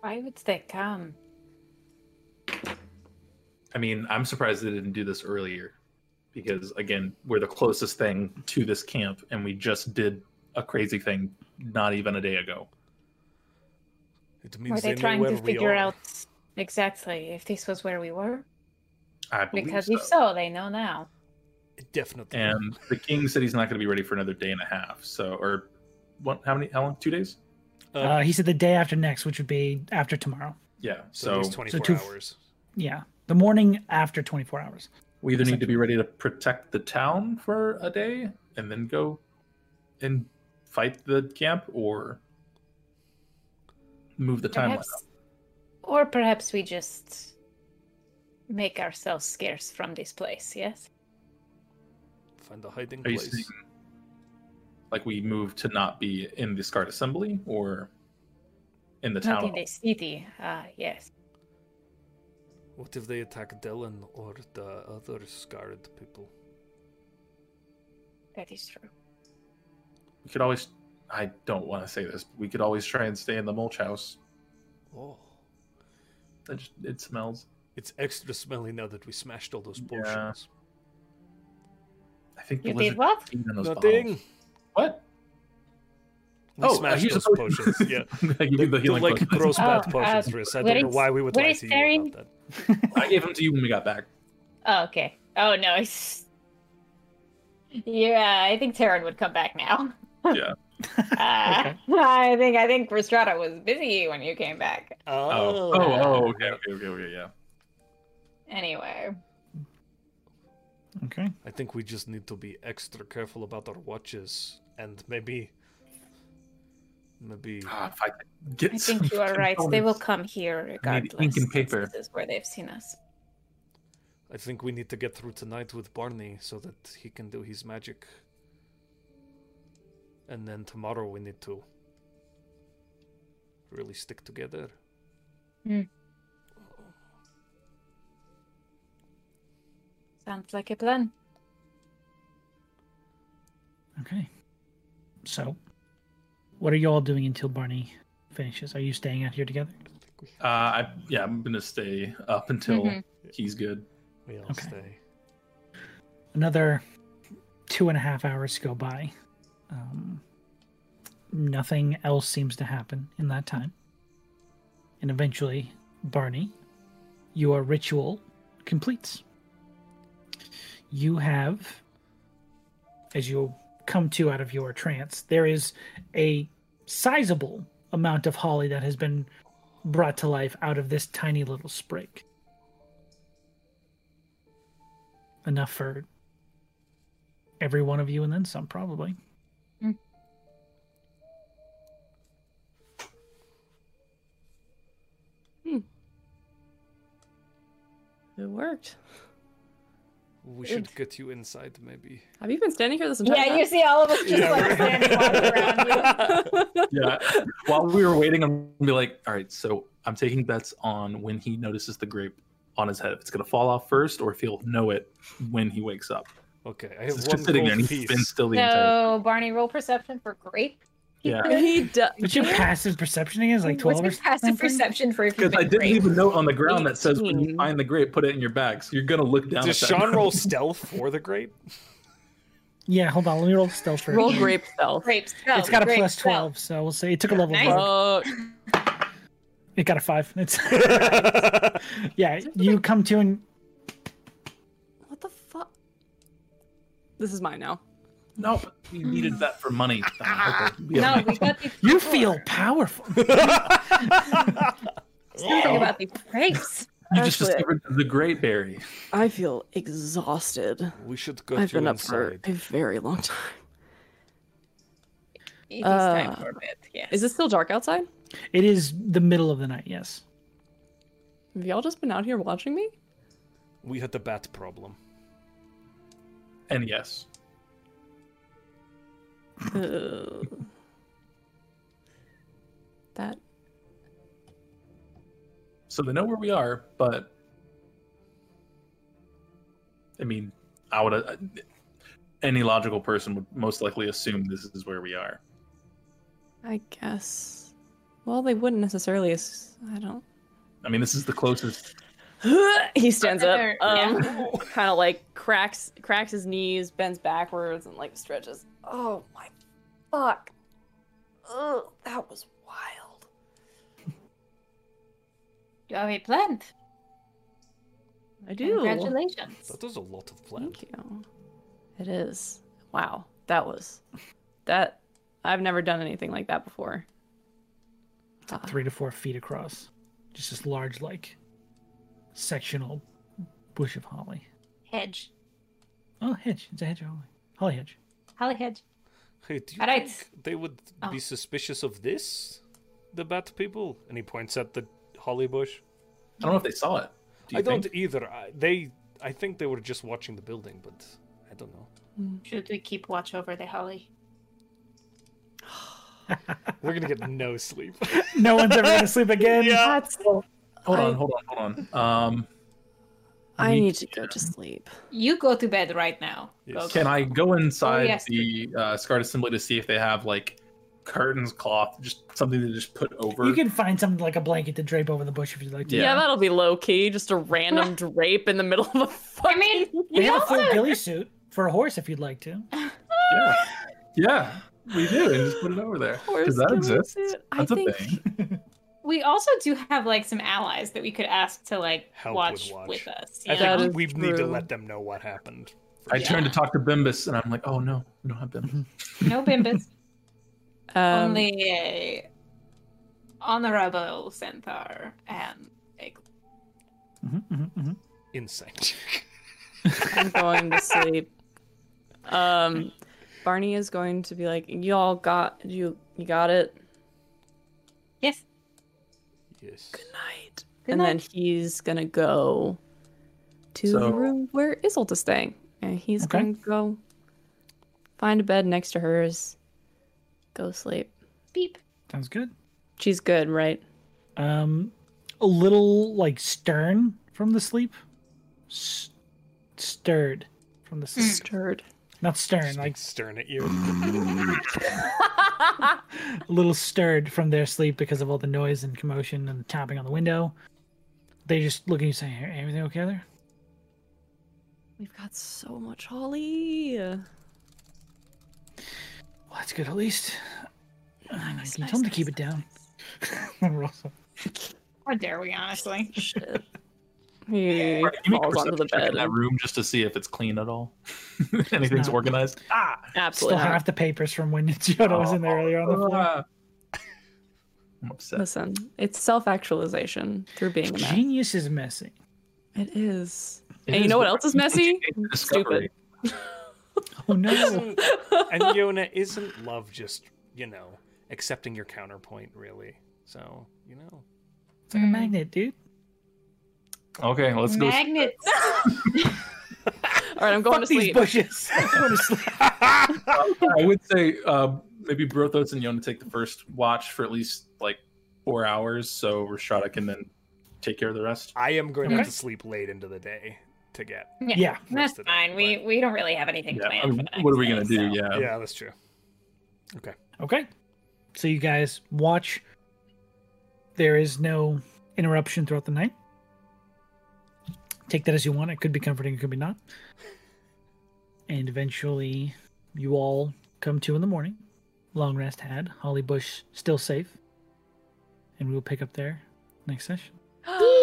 Speaker 4: Why would they come?
Speaker 6: I mean, I'm surprised they didn't do this earlier, because again, we're the closest thing to this camp, and we just did a crazy thing not even a day ago.
Speaker 5: it
Speaker 4: Were
Speaker 5: means
Speaker 4: they
Speaker 5: know
Speaker 4: trying
Speaker 5: where
Speaker 4: to
Speaker 5: we
Speaker 4: figure
Speaker 5: are.
Speaker 4: out exactly if this was where we were?
Speaker 6: I believe
Speaker 4: Because
Speaker 6: so.
Speaker 4: if so, they know now.
Speaker 5: definitely
Speaker 6: And the king said he's not going to be ready for another day and a half. So, or what? How many? How long? Two days?
Speaker 5: uh,
Speaker 1: Uh, he said the day after next, which would be after tomorrow.
Speaker 6: Yeah.
Speaker 5: so at
Speaker 6: So,
Speaker 5: least 24
Speaker 1: two-
Speaker 5: hours
Speaker 1: Yeah, the morning after 24 hours.
Speaker 6: we either need to be ready to protect the town for a day and then go and fight the camp, or move the timeline.
Speaker 4: Perhaps, or perhaps we just make ourselves scarce from this place. Yes.
Speaker 5: find a hiding
Speaker 6: Are you
Speaker 5: place
Speaker 6: saying like we move to not be in the Scarred Assembly or in the
Speaker 4: Not
Speaker 6: town.
Speaker 4: in the city. Ah, yes.
Speaker 5: What if they attack Dylan or the other scarred people?
Speaker 4: That is true.
Speaker 6: We could always. I don't want to say this. But we could always try and stay in the mulch house.
Speaker 5: Oh,
Speaker 6: It, just, it smells.
Speaker 5: it's extra smelly now that we smashed all those
Speaker 6: Yeah.
Speaker 5: potions.
Speaker 6: I think the
Speaker 4: You
Speaker 6: lizard
Speaker 4: did what?
Speaker 6: peed in those
Speaker 5: Nothing.
Speaker 6: bottles. What?
Speaker 5: We
Speaker 6: Oh, uh,
Speaker 5: smashed
Speaker 6: here's
Speaker 5: those
Speaker 6: a potion.
Speaker 5: potions. Yeah,
Speaker 6: you
Speaker 5: the,
Speaker 6: mean the
Speaker 5: the,
Speaker 6: healing
Speaker 5: like
Speaker 6: potion.
Speaker 5: gross
Speaker 4: Oh,
Speaker 5: bad
Speaker 4: uh,
Speaker 5: potions, Riss. I
Speaker 4: where
Speaker 5: don't know
Speaker 4: is-
Speaker 5: why we would
Speaker 4: where
Speaker 5: lie
Speaker 4: is
Speaker 5: to you
Speaker 4: Theron?
Speaker 5: about that.
Speaker 6: I gave them to you when we got back.
Speaker 4: Oh, okay. Oh no. It's... Yeah, uh, I think Taryn would come back now.
Speaker 6: Yeah.
Speaker 4: Uh, I think I think Ristrata was busy when you came back.
Speaker 6: Oh. Oh. Oh. Okay. Okay. Okay. okay yeah.
Speaker 4: Anyway,
Speaker 1: Okay.
Speaker 5: I think we just need to be extra careful about our watches and maybe, maybe.
Speaker 6: Ah, if I could get
Speaker 4: I think you are right. They will come here
Speaker 6: I need
Speaker 4: regardless.
Speaker 6: ink and paper.
Speaker 4: This is where they've seen us.
Speaker 5: I think we need to get through tonight with Barney so that he can do his magic. And then tomorrow we need to really stick together.
Speaker 4: Sounds like a plan.
Speaker 1: Okay. So, what are you all doing until Barney finishes? Are you staying out here together?
Speaker 6: Uh, I, yeah, I'm gonna stay up until
Speaker 4: Mhm.
Speaker 6: he's good.
Speaker 5: We all
Speaker 1: Okay.
Speaker 5: stay.
Speaker 1: Another two and a half hours go by. Um, nothing else seems to happen in that time. And eventually, Barney, your ritual completes. You have, as you come to out of your trance, there is a sizable amount of holly that has been brought to life out of this tiny little sprig. Enough for every one of you and then some probably
Speaker 4: Mm.
Speaker 2: Hmm. It worked.
Speaker 5: We
Speaker 2: Good.
Speaker 5: should get you inside, maybe.
Speaker 2: Have you been standing here this entire
Speaker 4: Yeah,
Speaker 2: time?
Speaker 4: you see all of us just like standing walking around you.
Speaker 6: Yeah. While we were waiting, I'm gonna be like, all right, so I'm taking bets on when he notices the grape on his head. If it's gonna fall off first, or if he'll know it when he wakes up.
Speaker 5: Okay, I
Speaker 6: It's
Speaker 5: have
Speaker 6: just
Speaker 5: one
Speaker 6: sitting there, and
Speaker 5: gold
Speaker 6: he's
Speaker 5: piece.
Speaker 6: been still the entire.
Speaker 4: So Barney, roll perception for grape.
Speaker 6: Yeah.
Speaker 2: He does.
Speaker 1: what's your passive perception again is like 12
Speaker 4: What's
Speaker 1: or
Speaker 4: your passive
Speaker 1: something?
Speaker 4: perception for if you've
Speaker 6: Because I didn't
Speaker 4: been grape?
Speaker 6: leave a note on the ground that says when you
Speaker 2: 18.
Speaker 6: find the grape, put it in your bag. So you're gonna look down.
Speaker 5: Does
Speaker 6: at
Speaker 5: Sean
Speaker 6: that.
Speaker 5: roll stealth for the grape?
Speaker 1: yeah hold on let me roll stealth first
Speaker 2: Roll grape stealth.
Speaker 4: Grape spell.
Speaker 1: it's got a
Speaker 4: grape
Speaker 1: plus
Speaker 4: spell.
Speaker 1: 12 so we'll say it took a level
Speaker 4: Nice.
Speaker 1: roll.
Speaker 2: Uh,
Speaker 1: it got a 5 it's yeah you come to and
Speaker 2: what the fuck? This is mine now.
Speaker 6: No, but we needed that for money. Don. Okay.
Speaker 4: No, we got the.
Speaker 1: you feel powerful
Speaker 4: something about the grapes.
Speaker 6: You just
Speaker 2: Actually,
Speaker 6: discovered the grape berry.
Speaker 2: I feel exhausted.
Speaker 5: We should get
Speaker 2: I've
Speaker 5: you
Speaker 2: been up for
Speaker 5: inside.
Speaker 2: a very long time.
Speaker 4: It is time
Speaker 2: Uh,
Speaker 4: for a bit. Yeah.
Speaker 2: Is it still dark outside?
Speaker 1: it is the middle of the night yes
Speaker 2: Have y'all just been out here watching me?
Speaker 5: We had the bat problem.
Speaker 6: And yes,
Speaker 2: Uh, that
Speaker 6: so they know where we are, but I mean, I would. Uh, any logical person would most likely assume this is where we are.
Speaker 2: I guess. Well, they wouldn't necessarily. As- I don't.
Speaker 6: I mean, this is the closest.
Speaker 2: he stands up,
Speaker 4: Another-
Speaker 2: um, kind of like cracks cracks his knees, bends backwards, and like stretches. Oh my fuck! Ugh, that was wild.
Speaker 4: You have a plant.
Speaker 2: I do.
Speaker 4: Congratulations.
Speaker 5: That was a lot of plant.
Speaker 2: Thank you. It is. Wow, that was that. I've never done anything like that before. Ah.
Speaker 1: three to four feet across just this large like sectional bush of holly
Speaker 4: Hedge.
Speaker 1: oh hedge it's a hedge of holly holly hedge
Speaker 4: Holly hedge.
Speaker 5: Hey, do you
Speaker 4: All right.
Speaker 5: think they would
Speaker 4: Oh.
Speaker 5: be suspicious of this? The bat people? And he points at the holly bush.
Speaker 6: I don't know if they saw it. Do you
Speaker 5: I
Speaker 6: think?
Speaker 5: don't either. I, they, I think they were just watching the building, but I don't know.
Speaker 4: Should we keep watch over the holly?
Speaker 7: We're gonna get no sleep.
Speaker 1: No one's ever gonna sleep again.
Speaker 2: That's.
Speaker 6: Hold
Speaker 2: I-
Speaker 6: on, hold on, hold on. Um,
Speaker 2: I
Speaker 6: Me
Speaker 2: need to go to sleep.
Speaker 4: You go to bed right now.
Speaker 5: Oh,
Speaker 7: Yes.
Speaker 4: Go,
Speaker 6: can
Speaker 4: go.
Speaker 6: I go inside
Speaker 4: Oh, yes.
Speaker 6: the uh, Scarlet Assembly to see if they have like curtains, cloth, just something to just put over?
Speaker 1: You can find something like a blanket to drape over the bush if you'd like to.
Speaker 2: Yeah.
Speaker 6: Yeah.
Speaker 2: that'll be low key. Just a random drape in the middle of a
Speaker 4: I
Speaker 2: fucking.
Speaker 4: mean,
Speaker 1: They
Speaker 4: you
Speaker 1: have a full
Speaker 4: also-
Speaker 1: ghillie suit for a horse if you'd like to.
Speaker 6: Yeah, yeah, we do, and just put it over there because that exists.
Speaker 2: I
Speaker 6: That's a
Speaker 2: think
Speaker 6: thing.
Speaker 4: we also do have like some allies that we could ask to like
Speaker 7: Help
Speaker 4: watch,
Speaker 7: with watch.
Speaker 4: with us.
Speaker 7: I
Speaker 4: you
Speaker 2: That
Speaker 4: know?
Speaker 2: is
Speaker 7: think we need to
Speaker 2: true.
Speaker 7: let them know what happened.
Speaker 6: I
Speaker 4: Yeah.
Speaker 6: turned to talk to Bimbus, and I'm like, "Oh no, we don't have Bimbus."
Speaker 4: No bimbus,
Speaker 2: Um,
Speaker 4: only a honorable centaur and a
Speaker 7: Insight.
Speaker 2: I'm going to sleep. Um, Barney is going to be like, "Y'all got you. You got it.
Speaker 4: yes.
Speaker 7: yes.
Speaker 2: Night."
Speaker 4: Good
Speaker 2: and then
Speaker 4: night.
Speaker 2: he's gonna go to
Speaker 6: So-
Speaker 2: the room where Isolt is staying, and he's
Speaker 1: Okay.
Speaker 2: going to go find a bed next to hers, go sleep.
Speaker 4: Beep.
Speaker 1: Sounds good.
Speaker 2: She's good, right?
Speaker 1: Um, a little like stern from the sleep, S- stirred from the sleep.
Speaker 2: Stirred.
Speaker 1: Not stern, like
Speaker 7: Like stern at you.
Speaker 1: a little stirred from their sleep because of all the noise and commotion and the tapping on the window. They just look at you saying, "Hey, "Everything okay there?"
Speaker 2: We've got so much holly.
Speaker 1: Well, that's good at least. Uh,
Speaker 2: Nice,
Speaker 1: you
Speaker 2: nice,
Speaker 1: told them
Speaker 2: nice,
Speaker 1: to keep it down. Roll some-
Speaker 4: How dare we, honestly?
Speaker 2: Shit. He
Speaker 6: Alright, can you make a
Speaker 2: falls onto the
Speaker 6: perception check
Speaker 2: bed.
Speaker 6: in that
Speaker 2: and-
Speaker 6: room just to see if it's clean at all. Anything's
Speaker 1: not.
Speaker 6: organized. Ah,
Speaker 1: Still
Speaker 2: Absolutely. not.
Speaker 1: half the papers from when Giotto was in there earlier on the floor.
Speaker 6: ah. I'm upset.
Speaker 2: Listen, it's self-actualization through being a man.
Speaker 1: Genius is messy.
Speaker 2: It is.
Speaker 6: It
Speaker 2: and you
Speaker 6: is
Speaker 2: know what
Speaker 6: what
Speaker 2: else is messy?
Speaker 6: Discovery.
Speaker 2: Stupid.
Speaker 1: Oh no!
Speaker 7: Isn't- and Yona, isn't love just, you know, accepting your counterpoint, really? So, you know.
Speaker 1: It's
Speaker 2: Mm.
Speaker 1: like a magnet, dude.
Speaker 6: Okay, let's go.
Speaker 4: Magnets.
Speaker 2: All right, I'm going
Speaker 1: Fuck
Speaker 2: to
Speaker 1: these
Speaker 2: sleep.
Speaker 1: bushes. I'm going to sleep.
Speaker 6: I would say uh, maybe Brothos and Yona take the first watch for at least like four hours, so Rashada can then take care of the rest.
Speaker 7: I am going to have
Speaker 1: Okay.
Speaker 7: to sleep late into the day to get.
Speaker 1: Yeah.
Speaker 4: That's
Speaker 7: Rest of
Speaker 4: fine.
Speaker 7: that,
Speaker 4: We
Speaker 7: but-
Speaker 4: we don't really have anything
Speaker 6: Yeah, I
Speaker 4: planned.
Speaker 6: mean,
Speaker 4: for the
Speaker 6: what are
Speaker 4: next
Speaker 6: we gonna
Speaker 4: day,
Speaker 6: do?
Speaker 4: so-
Speaker 6: Yeah.
Speaker 7: Yeah, that's true.
Speaker 1: Okay. So you guys watch. There is no interruption throughout the night. Take that as you want. It could be comforting, it could be not. And eventually, you all come to in the morning. Long rest had. Holly Bush still safe. And we will pick up there next session.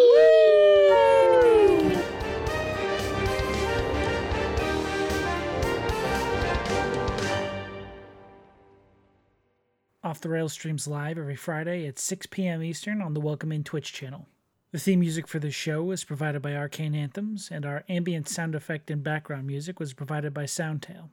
Speaker 1: Off the Rails streams live every Friday at 6 p.m. Eastern on the Welcome In Twitch channel. The theme music for this show was provided by Arcane Anthems, and our ambient sound effect and background music was provided by Soundtail.